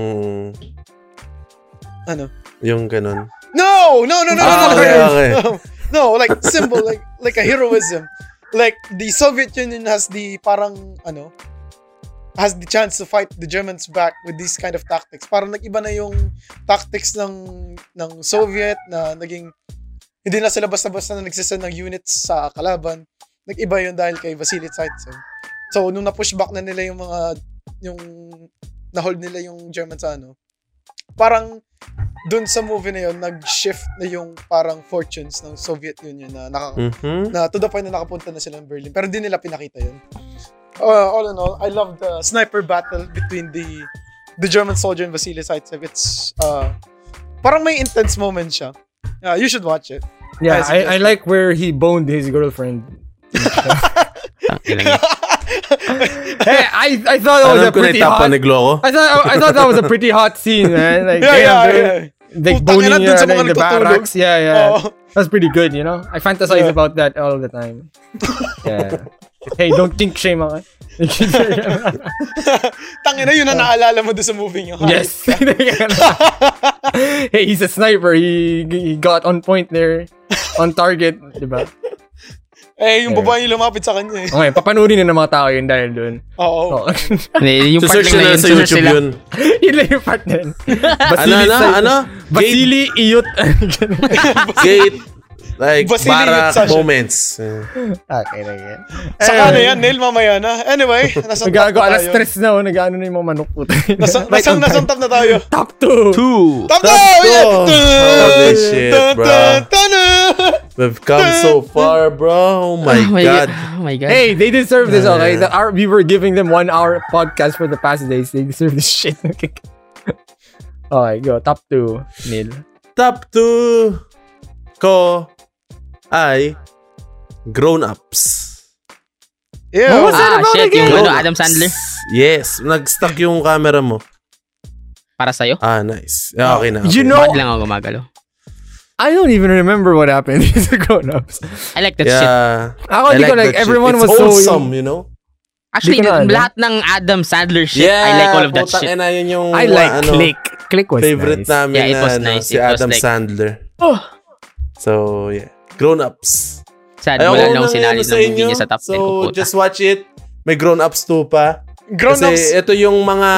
[SPEAKER 4] Ano?
[SPEAKER 1] Yung ganun.
[SPEAKER 4] No, no, no, no,
[SPEAKER 1] Ah,
[SPEAKER 4] no, no,
[SPEAKER 1] okay,
[SPEAKER 4] no,
[SPEAKER 1] okay.
[SPEAKER 4] no, no, like symbol, like like a heroism. Like the Soviet Union has the parang ano, has the chance to fight the Germans back with these kind of tactics. Parang nag-iba na yung tactics ng ng Soviet na naging hindi na sila basta-basta na nagsisend ng units sa kalaban. Nag-iba yun dahil kay Vasily Zaitsev. So, nung na-push back na nila yung mga, yung, na-hold nila yung German sa ano, parang, dun sa movie na yun, nag-shift na yung parang fortunes ng Soviet Union na naka,
[SPEAKER 2] Hmm.
[SPEAKER 1] Mhm.
[SPEAKER 4] na to the point na nakapunta na sila ng Berlin. Pero di nila pinakita yun. Uh, all in all, I love the sniper battle between the the German soldier and Vasily Zaitsev. It's uh, parang may intense moment siya. Uh, you should watch it.
[SPEAKER 2] Yeah,
[SPEAKER 4] Nice
[SPEAKER 2] I, I
[SPEAKER 4] suggestion.
[SPEAKER 2] like where he boned his girlfriend. Hey, I, I thought that was
[SPEAKER 1] Alam
[SPEAKER 2] a
[SPEAKER 1] ko na
[SPEAKER 2] Oh, pretty
[SPEAKER 1] yung top
[SPEAKER 2] hot...
[SPEAKER 1] 1 na Gloco.
[SPEAKER 2] I thought I thought that was a pretty hot scene, man. Like,
[SPEAKER 4] yeah, yeah,
[SPEAKER 2] damn,
[SPEAKER 4] yeah,
[SPEAKER 2] dude.
[SPEAKER 4] yeah.
[SPEAKER 2] Like,
[SPEAKER 4] Putang
[SPEAKER 2] boning
[SPEAKER 4] ina, dun
[SPEAKER 2] niya
[SPEAKER 4] sa
[SPEAKER 2] in
[SPEAKER 4] mga Oh.
[SPEAKER 2] the
[SPEAKER 4] nagtutulog.
[SPEAKER 2] barracks. Yeah, yeah.
[SPEAKER 4] Oo.
[SPEAKER 2] That's pretty good, you know? I fantasize
[SPEAKER 4] Yeah.
[SPEAKER 2] about that all the time. Yeah. hey, don't think shame ako.
[SPEAKER 4] Tangina yun na naalala mo doon sa movie niyo.
[SPEAKER 2] yes. hey, he's a sniper. He, he got on point there. On target. Diba?
[SPEAKER 4] Eh, yung babae yung lumapit sa kanya eh.
[SPEAKER 2] Okay, papanoorin na ng mga tao yun dahil dun. Oh.
[SPEAKER 4] Oo.
[SPEAKER 3] Hindi, yung
[SPEAKER 1] So, search
[SPEAKER 3] part
[SPEAKER 1] na
[SPEAKER 3] lang na
[SPEAKER 1] lang
[SPEAKER 3] yun,
[SPEAKER 1] sa
[SPEAKER 3] search
[SPEAKER 1] YouTube
[SPEAKER 3] sila.
[SPEAKER 1] yun.
[SPEAKER 2] yun lang yung part na yun.
[SPEAKER 1] Ano,
[SPEAKER 2] Basili,
[SPEAKER 1] ano,
[SPEAKER 2] sa-
[SPEAKER 1] ano? Gate,
[SPEAKER 2] Basili, iyot.
[SPEAKER 1] gate, like,
[SPEAKER 4] Basili
[SPEAKER 1] bara
[SPEAKER 4] Yutsa siya.
[SPEAKER 1] moments. Eh.
[SPEAKER 2] okay, okay.
[SPEAKER 4] Saka na yan, Neil, mamaya na. Anyway, nasa
[SPEAKER 2] Nagago, alas stress na. oh, Nag-ano na yung mga manok. puta.
[SPEAKER 4] Nasa,
[SPEAKER 2] Right
[SPEAKER 4] nasa,
[SPEAKER 2] on
[SPEAKER 4] nasa
[SPEAKER 2] time.
[SPEAKER 4] top na tayo.
[SPEAKER 2] Top 2.
[SPEAKER 1] Two.
[SPEAKER 4] Top na!
[SPEAKER 1] two.
[SPEAKER 4] Yeah!
[SPEAKER 1] Holy shit, bro.
[SPEAKER 4] Tana!
[SPEAKER 1] We've come so far, bro. Oh my
[SPEAKER 3] Oh my
[SPEAKER 1] God.
[SPEAKER 3] God. Oh my God.
[SPEAKER 2] Hey, they deserve this,
[SPEAKER 1] Yeah.
[SPEAKER 2] okay? The hour, we were giving them one hour podcast for the past days. They deserve this shit. okay, go. Top two, Neil.
[SPEAKER 1] Top 2 ko ay grown-ups.
[SPEAKER 4] Ew.
[SPEAKER 2] What was
[SPEAKER 3] Ah,
[SPEAKER 2] that about
[SPEAKER 3] shit,
[SPEAKER 2] again?
[SPEAKER 3] yung ano,
[SPEAKER 1] Grown-ups.
[SPEAKER 3] Adam Sandler.
[SPEAKER 1] Yes. Nag-stuck yung camera mo.
[SPEAKER 3] Para sa'yo.
[SPEAKER 1] Ah, nice. Ah, Okay na. Okay.
[SPEAKER 2] You know-
[SPEAKER 3] Bad lang ako gumagalo.
[SPEAKER 2] I don't even remember what happened. These are grown-ups.
[SPEAKER 3] I like that shit.
[SPEAKER 1] yeah.
[SPEAKER 2] Ako, di Oh, ko like,
[SPEAKER 1] that shit.
[SPEAKER 2] everyone
[SPEAKER 1] It's
[SPEAKER 2] was so...
[SPEAKER 1] wholesome, you know?
[SPEAKER 3] Actually,
[SPEAKER 2] Di ko na alam.
[SPEAKER 3] lahat ng Adam Sandler shit,
[SPEAKER 1] Yeah,
[SPEAKER 3] I like all of that
[SPEAKER 1] putang
[SPEAKER 3] shit.
[SPEAKER 1] ina, yun yung
[SPEAKER 2] I like
[SPEAKER 1] ano,
[SPEAKER 2] Click. Click was
[SPEAKER 1] favorite
[SPEAKER 2] nice.
[SPEAKER 1] namin
[SPEAKER 3] Yeah, it
[SPEAKER 1] na
[SPEAKER 3] was
[SPEAKER 1] ano,
[SPEAKER 3] nice.
[SPEAKER 1] si
[SPEAKER 3] It was
[SPEAKER 1] Adam
[SPEAKER 3] like-
[SPEAKER 1] Sandler.
[SPEAKER 3] Oh,
[SPEAKER 1] So, yeah. Grown-ups.
[SPEAKER 3] Sad
[SPEAKER 1] Ay, ako
[SPEAKER 3] mo lang
[SPEAKER 1] na
[SPEAKER 3] nung
[SPEAKER 1] ngayon
[SPEAKER 3] sinali
[SPEAKER 1] ano sa
[SPEAKER 3] ng movie
[SPEAKER 1] inyo.
[SPEAKER 3] niya sa top 10
[SPEAKER 1] So,
[SPEAKER 3] ko puta.
[SPEAKER 1] just watch it. May grown-ups 2 pa. Kasi
[SPEAKER 4] Grown-ups.
[SPEAKER 1] ito yung mga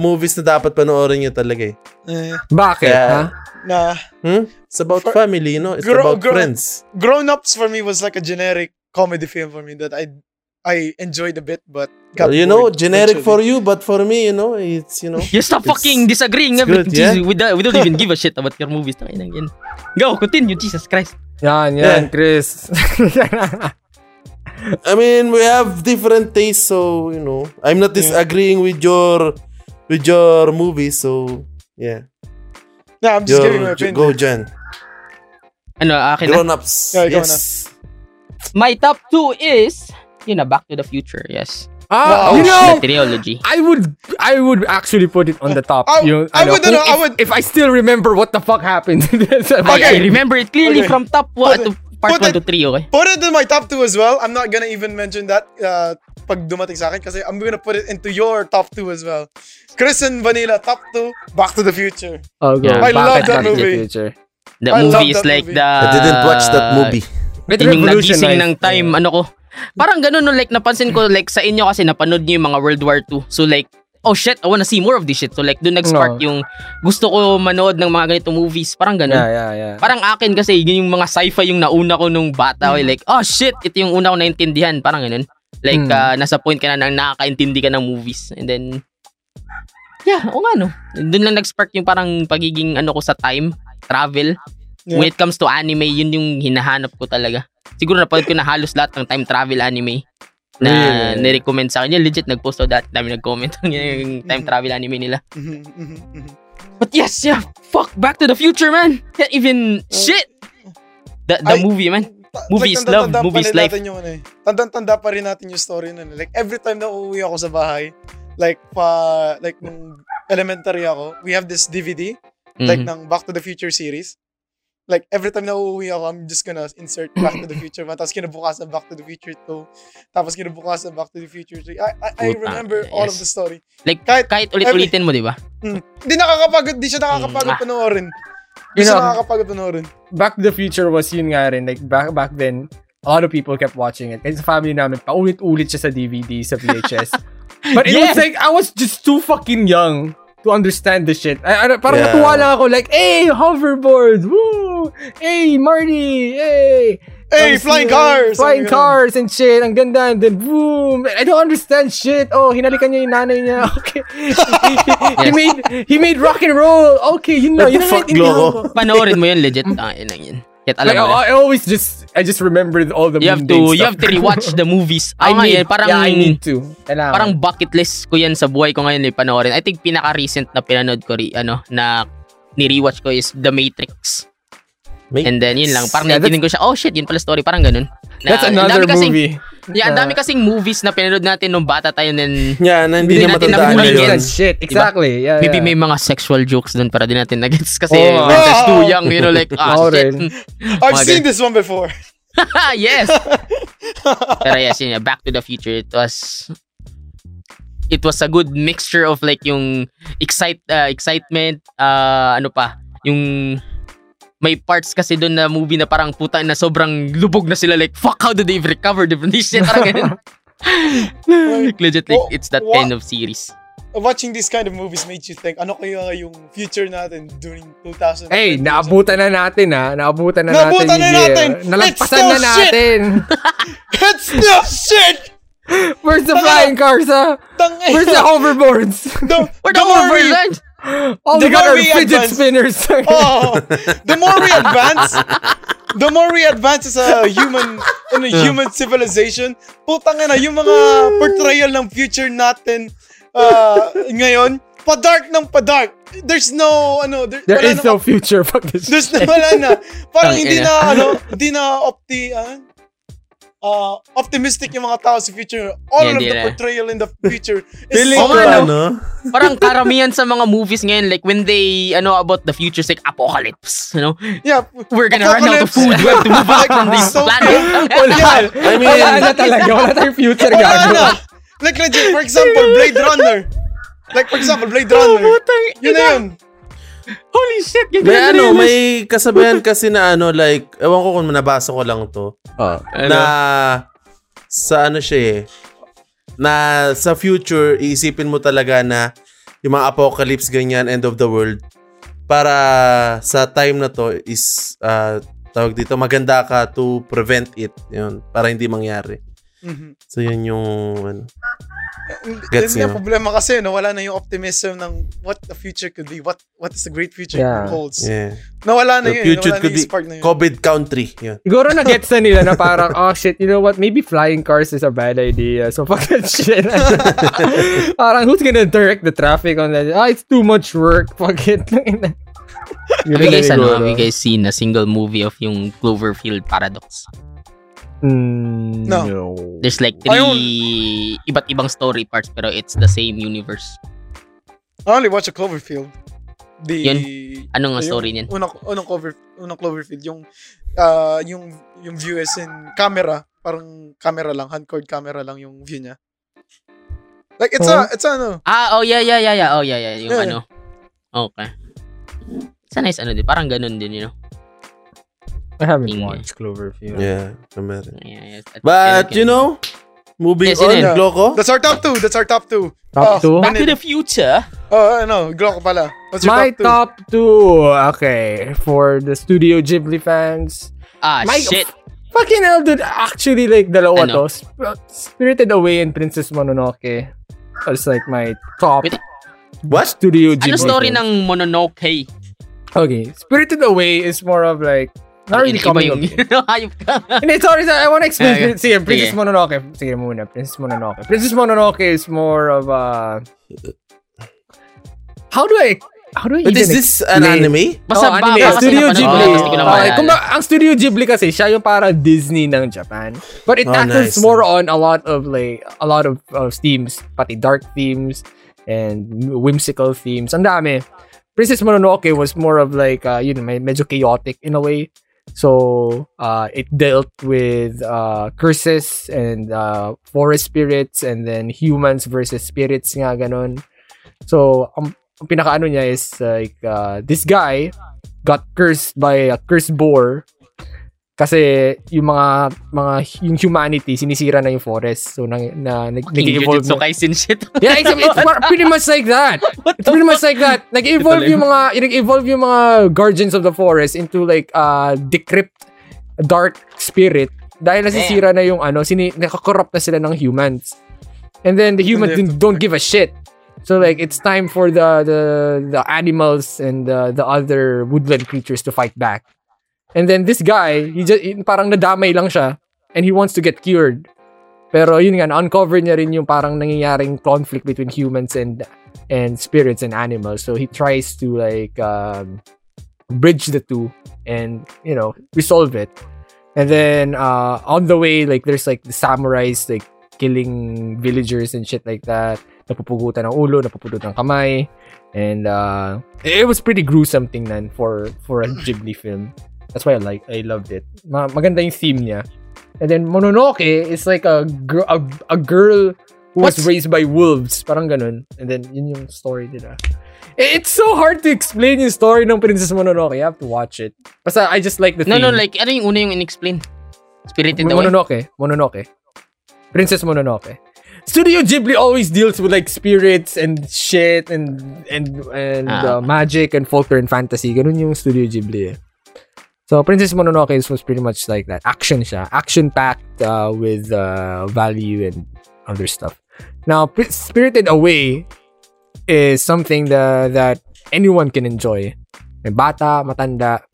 [SPEAKER 1] movies na dapat panoorin nyo talaga eh.
[SPEAKER 4] Eh,
[SPEAKER 2] Bakit, ha?
[SPEAKER 1] Kaya-
[SPEAKER 4] nah.
[SPEAKER 1] Hmm? It's about
[SPEAKER 4] For-
[SPEAKER 1] family, you know? It's
[SPEAKER 4] Gro-
[SPEAKER 1] about
[SPEAKER 4] gro-
[SPEAKER 1] friends.
[SPEAKER 4] Grown-ups for me was like a generic comedy film for me that I I enjoyed a bit but got
[SPEAKER 1] you know,
[SPEAKER 4] bored
[SPEAKER 1] generic for
[SPEAKER 4] eventually.
[SPEAKER 1] you, but for me, you know, it's, you know.
[SPEAKER 3] You stop
[SPEAKER 1] It's-
[SPEAKER 3] fucking disagreeing.
[SPEAKER 1] it's
[SPEAKER 3] every-
[SPEAKER 1] good, yeah?
[SPEAKER 3] Jesus, we, don't- we don't even give a shit about your movies. Tangin ang yan. Go, continue. Jesus Christ.
[SPEAKER 2] Yan, yan, Chris.
[SPEAKER 1] I mean, we have different tastes, so, you know. I'm not disagreeing with your with your movies, so, yeah.
[SPEAKER 4] Nah, I'm just giving
[SPEAKER 1] Your,
[SPEAKER 4] my opinion.
[SPEAKER 1] go, Jan.
[SPEAKER 3] Ano, akin na?
[SPEAKER 1] Grown-ups.
[SPEAKER 4] Yeah,
[SPEAKER 1] yes.
[SPEAKER 4] grown-ups.
[SPEAKER 3] My top two is, yun na, Back to the Future. Yes.
[SPEAKER 1] Oh,
[SPEAKER 2] ah,
[SPEAKER 4] Wow.
[SPEAKER 2] you know,
[SPEAKER 3] The trilogy.
[SPEAKER 2] I would I would actually put it on the top.
[SPEAKER 1] Oh,
[SPEAKER 4] I-
[SPEAKER 2] Yung,
[SPEAKER 4] I
[SPEAKER 2] ano,
[SPEAKER 4] would, ano,
[SPEAKER 2] kung
[SPEAKER 4] I
[SPEAKER 2] if-
[SPEAKER 4] would-
[SPEAKER 2] if, I still remember what the fuck happened.
[SPEAKER 3] I, I
[SPEAKER 4] Okay.
[SPEAKER 3] remember it clearly
[SPEAKER 4] Okay.
[SPEAKER 3] from top 1
[SPEAKER 4] Put
[SPEAKER 3] to part
[SPEAKER 4] put
[SPEAKER 3] 1 to
[SPEAKER 4] it-
[SPEAKER 3] 3, okay?
[SPEAKER 4] Put it in my top two as well. I'm not gonna even mention that uh, pag dumating sa akin kasi I'm gonna put it into your top two as well. Chris and Vanilla, top two, Back to the Future.
[SPEAKER 2] oh, go.
[SPEAKER 3] Yeah.
[SPEAKER 4] I love
[SPEAKER 2] Bakit Back
[SPEAKER 4] that
[SPEAKER 2] to the
[SPEAKER 4] movie.
[SPEAKER 2] Future?
[SPEAKER 3] The
[SPEAKER 4] I love
[SPEAKER 3] movie is
[SPEAKER 4] that
[SPEAKER 3] like
[SPEAKER 4] movie.
[SPEAKER 3] the...
[SPEAKER 1] I didn't watch
[SPEAKER 3] Uh,
[SPEAKER 1] that movie.
[SPEAKER 2] It
[SPEAKER 3] Yun yung nagising
[SPEAKER 2] revolutionized-
[SPEAKER 3] ng time, ano ko. Parang ganun, no, like, napansin ko, like, sa inyo kasi napanood niyo yung mga World War II. So, like, oh shit, I wanna see more of this shit. So, like, doon nag-spark
[SPEAKER 2] Oo.
[SPEAKER 3] yung gusto ko manood ng mga ganito movies. Parang ganun.
[SPEAKER 2] Yeah, yeah, yeah.
[SPEAKER 3] Parang akin kasi, yun yung mga sci-fi yung nauna ko nung bata. eh. Like, oh shit, ito yung una ko naintindihan. Parang ganun. Like,
[SPEAKER 2] Mm.
[SPEAKER 3] ah, nasa point ka na nang nakakaintindi ka ng movies. And then, yeah, o nga no. Doon lang nag-spark yung parang pagiging ano ko sa time, travel.
[SPEAKER 4] Yeah.
[SPEAKER 3] When it comes to anime, yun yung hinahanap ko talaga. Siguro napanood ko na halos lahat ng time travel anime na
[SPEAKER 2] Really?
[SPEAKER 3] nirecommend sa akin. Yun, legit, nag-post ako dati. Dami nag-comment yung time travel anime nila.
[SPEAKER 4] Mhm, mhm, mhm.
[SPEAKER 3] But yes, yeah, fuck Back to the Future, man. Can't even shit. The the
[SPEAKER 4] I-
[SPEAKER 3] movie, man.
[SPEAKER 4] Ta-
[SPEAKER 3] Movie is love,
[SPEAKER 4] tanda-tanda pa
[SPEAKER 3] movie is
[SPEAKER 4] rin
[SPEAKER 3] life.
[SPEAKER 4] natin Yung, ano, eh. Tanda-tanda pa rin natin yung story nun. eh. Like, every time na uuwi ako sa bahay, like, pa, like, nung elementary ako, we have this DVD, like,
[SPEAKER 3] Mhm.
[SPEAKER 4] ng Back to the Future series. Like, every time na uuwi ako, I'm just gonna insert Back to the Future. man. Tapos kinabukasan, Back to the Future 2. Tapos kinabukasan, Back to the Future 3. I, I, I
[SPEAKER 3] Puta,
[SPEAKER 4] remember all of
[SPEAKER 3] yes.
[SPEAKER 4] the story.
[SPEAKER 3] Like,
[SPEAKER 4] kahit
[SPEAKER 3] kahit ulit-ulitin mo, di ba?
[SPEAKER 4] Hindi nakakapagod, di siya nakakapagod
[SPEAKER 3] Mm, ah.
[SPEAKER 4] panoorin. Di
[SPEAKER 2] You
[SPEAKER 4] siya
[SPEAKER 2] know-
[SPEAKER 4] nakakapagod panoorin.
[SPEAKER 2] Back to the Future was yun nga rin. Like, back, back then, a lot of people kept watching it. Kasi sa family namin, paulit-ulit siya sa DVD, sa VHS. But it was
[SPEAKER 3] Yes!
[SPEAKER 2] like, I was just too fucking young to understand the shit. I, I- parang
[SPEAKER 1] Yeah.
[SPEAKER 2] natuwa lang ako, like, hey, hoverboard! Woo! Hey, Marty! Hey!
[SPEAKER 4] Hey,
[SPEAKER 2] Tapos
[SPEAKER 4] flying
[SPEAKER 2] yun,
[SPEAKER 4] cars!
[SPEAKER 2] Flying
[SPEAKER 4] Sabi ganun.
[SPEAKER 2] cars and shit. Ang ganda. And then, boom! I don't understand shit. Oh, hinalikan niya yung nanay niya. Okay. he, made, he made rock and roll. Okay, yun na.
[SPEAKER 1] What
[SPEAKER 2] Yun
[SPEAKER 1] the
[SPEAKER 2] na
[SPEAKER 1] fuck,
[SPEAKER 2] naiintindihan
[SPEAKER 1] Globo?
[SPEAKER 2] ko.
[SPEAKER 3] Panoorin mo yun, legit. Ah, yun lang yun. Kahit alam
[SPEAKER 2] Like, oh,
[SPEAKER 3] mo na.
[SPEAKER 2] I, I always just I just remembered all the
[SPEAKER 3] You have to,
[SPEAKER 2] mundane
[SPEAKER 3] you
[SPEAKER 2] stuff.
[SPEAKER 3] have to rewatch the movies.
[SPEAKER 2] I
[SPEAKER 3] Ah, nga,
[SPEAKER 2] need,
[SPEAKER 3] yun, parang,
[SPEAKER 2] yeah, I need to. Kailangan.
[SPEAKER 3] parang bucket list ko yan sa buhay ko ngayon, eh, panoorin. I think pinaka-recent na pinanood ko, ri, ano, na ni-rewatch ko is The Matrix.
[SPEAKER 1] Mate.
[SPEAKER 3] And then, yun lang. Parang
[SPEAKER 2] Yeah, that's-
[SPEAKER 3] naintindihan ko siya, oh shit, yun pala story. Parang ganun. Na-
[SPEAKER 2] that's
[SPEAKER 3] ang
[SPEAKER 2] another
[SPEAKER 3] dami kasing-
[SPEAKER 2] movie.
[SPEAKER 3] Yeah, ang dami kasing movies na pinanood natin nung bata tayo then
[SPEAKER 1] Yeah, na hindi
[SPEAKER 3] Hindi
[SPEAKER 1] na
[SPEAKER 3] natin
[SPEAKER 1] matandaan
[SPEAKER 3] nahuli
[SPEAKER 1] na yun.
[SPEAKER 3] yan.
[SPEAKER 2] shit. Exactly. Yeah,
[SPEAKER 3] maybe
[SPEAKER 2] yeah.
[SPEAKER 3] may mga sexual jokes doon para din natin nag-gets kasi
[SPEAKER 2] Oo.
[SPEAKER 3] we're just too
[SPEAKER 4] Oo.
[SPEAKER 3] young, you know, like, ah,
[SPEAKER 2] Oo
[SPEAKER 3] shit.
[SPEAKER 2] rin.
[SPEAKER 4] I've
[SPEAKER 3] Mga
[SPEAKER 4] seen this one before.
[SPEAKER 3] yes! Pero yes, yun, nga, Back to the Future, it was it was a good mixture of like yung excite uh, excitement uh, ano pa yung may parts kasi doon na movie na parang puta na sobrang lubog na sila like fuck how did they recover the this shit parang ganun like, legit like
[SPEAKER 2] Oh,
[SPEAKER 4] Wa-
[SPEAKER 3] it's that
[SPEAKER 4] wa-
[SPEAKER 3] kind of series
[SPEAKER 4] Watching these kind of movies made you think, ano kaya yung future natin during 2000?
[SPEAKER 2] Hey, naabutan na natin ha. Naabutan na
[SPEAKER 4] Naabutan
[SPEAKER 2] natin
[SPEAKER 4] na
[SPEAKER 2] yung year.
[SPEAKER 4] natin.
[SPEAKER 2] Nalagpasan na
[SPEAKER 4] It's still
[SPEAKER 2] natin.
[SPEAKER 4] It's no shit!
[SPEAKER 2] Where's the
[SPEAKER 4] Tanga.
[SPEAKER 2] flying cars ha?
[SPEAKER 4] Tang
[SPEAKER 2] Where's the hoverboards?
[SPEAKER 4] the,
[SPEAKER 3] Where the
[SPEAKER 4] the more we,
[SPEAKER 3] overland? Oh,
[SPEAKER 2] All we
[SPEAKER 4] The
[SPEAKER 2] got
[SPEAKER 4] more
[SPEAKER 2] are
[SPEAKER 4] we
[SPEAKER 2] fidget
[SPEAKER 4] advance-
[SPEAKER 2] spinners.
[SPEAKER 4] oh, the more we advance, the more we advance as a human in a human civilization, putang na yung mga portrayal ng future natin uh, ngayon, padark ng padark. There's no ano, there,
[SPEAKER 2] There
[SPEAKER 4] wala
[SPEAKER 2] is no
[SPEAKER 4] nang-
[SPEAKER 2] future. Fuck this
[SPEAKER 4] There's na wala na.
[SPEAKER 3] Tangina.
[SPEAKER 4] Parang hindi na, ano, hindi na opti, ah, ah, optimistic yung mga tao sa future. All
[SPEAKER 3] Yeah,
[SPEAKER 4] of
[SPEAKER 3] hindi
[SPEAKER 4] the
[SPEAKER 3] na.
[SPEAKER 4] portrayal in the future is
[SPEAKER 1] Feeling
[SPEAKER 3] Oo
[SPEAKER 1] ko,
[SPEAKER 3] nga, no?
[SPEAKER 1] ano?
[SPEAKER 3] parang karamihan sa mga movies ngayon, like when they, ano, about the future, it's like apocalypse, you know?
[SPEAKER 4] Yeah.
[SPEAKER 3] We're gonna run out of
[SPEAKER 4] Apocalypse.
[SPEAKER 3] food, we have to move out from this
[SPEAKER 4] So-
[SPEAKER 3] planet.
[SPEAKER 2] Wala.
[SPEAKER 1] I mean-
[SPEAKER 2] wala na talaga. Wala tayong future
[SPEAKER 3] Ano?
[SPEAKER 4] Wala na.
[SPEAKER 2] gagawa.
[SPEAKER 4] Ano? Like
[SPEAKER 3] Ano?
[SPEAKER 4] eh. legit, for example, Blade Runner. Like for example, Blade
[SPEAKER 3] Oh,
[SPEAKER 4] Runner.
[SPEAKER 3] putang
[SPEAKER 4] Yun na yun.
[SPEAKER 3] Holy shit! ganyan
[SPEAKER 1] May
[SPEAKER 3] na
[SPEAKER 1] ano,
[SPEAKER 3] yun.
[SPEAKER 1] may kasabihan kasi na ano, like, ewan ko kung nabasa ko lang to.
[SPEAKER 8] Oh.
[SPEAKER 3] Ano?
[SPEAKER 1] Na, sa ano siya eh, na sa future, iisipin mo talaga na yung mga apocalypse ganyan, end of the world, para sa time na to is, ah, tawag dito, maganda ka to prevent it. Yun, para hindi mangyari.
[SPEAKER 4] Mhm.
[SPEAKER 1] So, yun yung, ano. Gets
[SPEAKER 4] Yun nga
[SPEAKER 1] niyo.
[SPEAKER 4] problema kasi, no? Wala na yung optimism ng what the future could be. What what is the great future
[SPEAKER 2] Yeah.
[SPEAKER 4] holds.
[SPEAKER 1] Yeah.
[SPEAKER 4] Nawala na
[SPEAKER 1] The
[SPEAKER 4] Ano yun.
[SPEAKER 1] future
[SPEAKER 4] Nawala na
[SPEAKER 1] could
[SPEAKER 4] yung
[SPEAKER 1] be
[SPEAKER 4] spark na yun.
[SPEAKER 1] COVID country. Yun.
[SPEAKER 2] Siguro na-gets na nila na parang, oh shit, you know what, maybe flying cars is a bad idea. So fucking shit. parang, who's gonna direct the traffic on that? Ah, it's too much work. Fuck it. Have
[SPEAKER 3] Have you guys, ano, have you guys seen a single movie of yung Cloverfield Paradox?
[SPEAKER 2] Hmm.
[SPEAKER 4] No.
[SPEAKER 3] There's like
[SPEAKER 4] Ayun.
[SPEAKER 3] three iba't ibang story parts pero it's the same universe.
[SPEAKER 4] I only watched a Cloverfield. The,
[SPEAKER 3] Yun. Anong nga
[SPEAKER 4] yung
[SPEAKER 3] story niyan?
[SPEAKER 4] Unang, unang, cover, unang Cloverfield. Yung, ah, yung, yung view is in camera. Parang camera lang. Hand-cord camera lang yung view niya. Like, it's a, it's a, ano,
[SPEAKER 3] Ah, oh yeah, yeah, yeah, yeah. Oh yeah, yeah, yung
[SPEAKER 4] Yeah.
[SPEAKER 3] ano. Okay. It's a nice ano din. Parang ganun din, you know.
[SPEAKER 2] I haven't
[SPEAKER 3] Yeah.
[SPEAKER 2] watched Cloverfield.
[SPEAKER 1] Yeah. Kamera.
[SPEAKER 3] Yeah, yeah. I-
[SPEAKER 1] But,
[SPEAKER 3] I-
[SPEAKER 1] you know, moving
[SPEAKER 3] Yes,
[SPEAKER 1] on,
[SPEAKER 3] yun eh.
[SPEAKER 1] Gloco.
[SPEAKER 4] That's our top two. That's our top two.
[SPEAKER 2] Top two?
[SPEAKER 3] Back to the future.
[SPEAKER 4] Oh, ano, Glock pala. What's your
[SPEAKER 2] My
[SPEAKER 4] top
[SPEAKER 2] top two. Okay. For the Studio Ghibli fans.
[SPEAKER 3] Ah,
[SPEAKER 2] My-
[SPEAKER 3] shit.
[SPEAKER 2] Fucking hell, dude. Actually, like, dalawa
[SPEAKER 3] Ano?
[SPEAKER 2] to. Sp- Spirited Away and Princess Mononoke. That's like my top
[SPEAKER 3] Wait.
[SPEAKER 1] What?
[SPEAKER 2] Studio Ghibli.
[SPEAKER 3] Ano story
[SPEAKER 2] films.
[SPEAKER 3] ng Mononoke?
[SPEAKER 2] Okay. Spirited Away is more of like... Not really
[SPEAKER 3] Iba
[SPEAKER 2] coming of
[SPEAKER 3] yung
[SPEAKER 2] age.
[SPEAKER 3] hayop ka.
[SPEAKER 2] Hindi, sorry, sorry. I wanna explain.
[SPEAKER 3] Okay.
[SPEAKER 2] Sige, Princess
[SPEAKER 3] Sige.
[SPEAKER 2] Mononoke. Sige muna, Princess Mononoke. Princess Mononoke is more of a... How do I... How do I
[SPEAKER 1] But
[SPEAKER 2] even
[SPEAKER 1] is this an
[SPEAKER 2] explain-
[SPEAKER 1] anime?
[SPEAKER 3] Basta
[SPEAKER 2] Oh,
[SPEAKER 3] baka
[SPEAKER 2] anime.
[SPEAKER 3] kasi
[SPEAKER 2] Studio
[SPEAKER 3] napanood ko,
[SPEAKER 2] Ghibli.
[SPEAKER 3] tapos di ko na
[SPEAKER 2] Okay,
[SPEAKER 3] maalala.
[SPEAKER 2] kumba- ang Studio Ghibli kasi, siya yung para Disney ng Japan. But it
[SPEAKER 1] Oh,
[SPEAKER 2] tackles
[SPEAKER 1] nice.
[SPEAKER 2] more on a lot of like, a lot of, of themes, pati dark themes and whimsical themes. Ang dami. Princess Mononoke was more of like, uh, yun, may, medyo chaotic in a way. So, uh, it dealt with uh, curses and uh, forest spirits and then humans versus spirits nga ganun. So, ang, ang pinakaano niya is like, uh, this guy got cursed by a cursed boar kasi yung mga mga yung humanity sinisira na yung forest so na, na nag,
[SPEAKER 3] King
[SPEAKER 2] nag-evolve
[SPEAKER 3] Jujutsu
[SPEAKER 2] na-
[SPEAKER 3] Kaisen shit.
[SPEAKER 2] yeah it's, it's par- pretty much like that
[SPEAKER 3] What
[SPEAKER 2] it's
[SPEAKER 3] the
[SPEAKER 2] pretty much like that nag-evolve yung mga nag-evolve yung mga guardians of the forest into like uh decrypt dark spirit dahil nasisira na yung ano sini nakakorrupt na sila ng humans and then the humans
[SPEAKER 4] they
[SPEAKER 2] don't,
[SPEAKER 4] have
[SPEAKER 2] don't give a shit so like it's time for the the the animals and the, the other woodland creatures to fight back and then this guy he just parang nadamay lang siya and he wants to get cured pero yun nga uncover niya rin yung parang nangyayaring conflict between humans and and spirits and animals so he tries to like um, bridge the two and you know resolve it and then uh, on the way, like there's like the samurais like killing villagers and shit like that. Napupugutan ng ulo, napupugutan ng kamay. And uh, it was pretty gruesome tingnan for for a Ghibli film. That's why I like I loved it. Ma- maganda yung theme niya. And then Mononoke is like a gr- a, a girl who was raised by wolves, parang ganun. And then yun yung story nila. I- It's so hard to explain yung story ng Princess Mononoke. You have to watch it. Basta I just like the
[SPEAKER 3] No,
[SPEAKER 2] theme.
[SPEAKER 3] no, like, ano yung una yung in-explain? Spirited
[SPEAKER 2] Mon-
[SPEAKER 3] Away?
[SPEAKER 2] Mononoke. Mononoke. Princess Mononoke. Studio Ghibli always deals with like spirits and shit and and and
[SPEAKER 3] Ah.
[SPEAKER 2] uh, magic and folklore and fantasy. Ganun yung Studio Ghibli. eh. So Princess Mononoke is, was pretty much like that. Action siya. Action packed uh, with uh, value and other stuff. Now Pri- Spirited Away is something that that anyone can enjoy. May bata, matanda,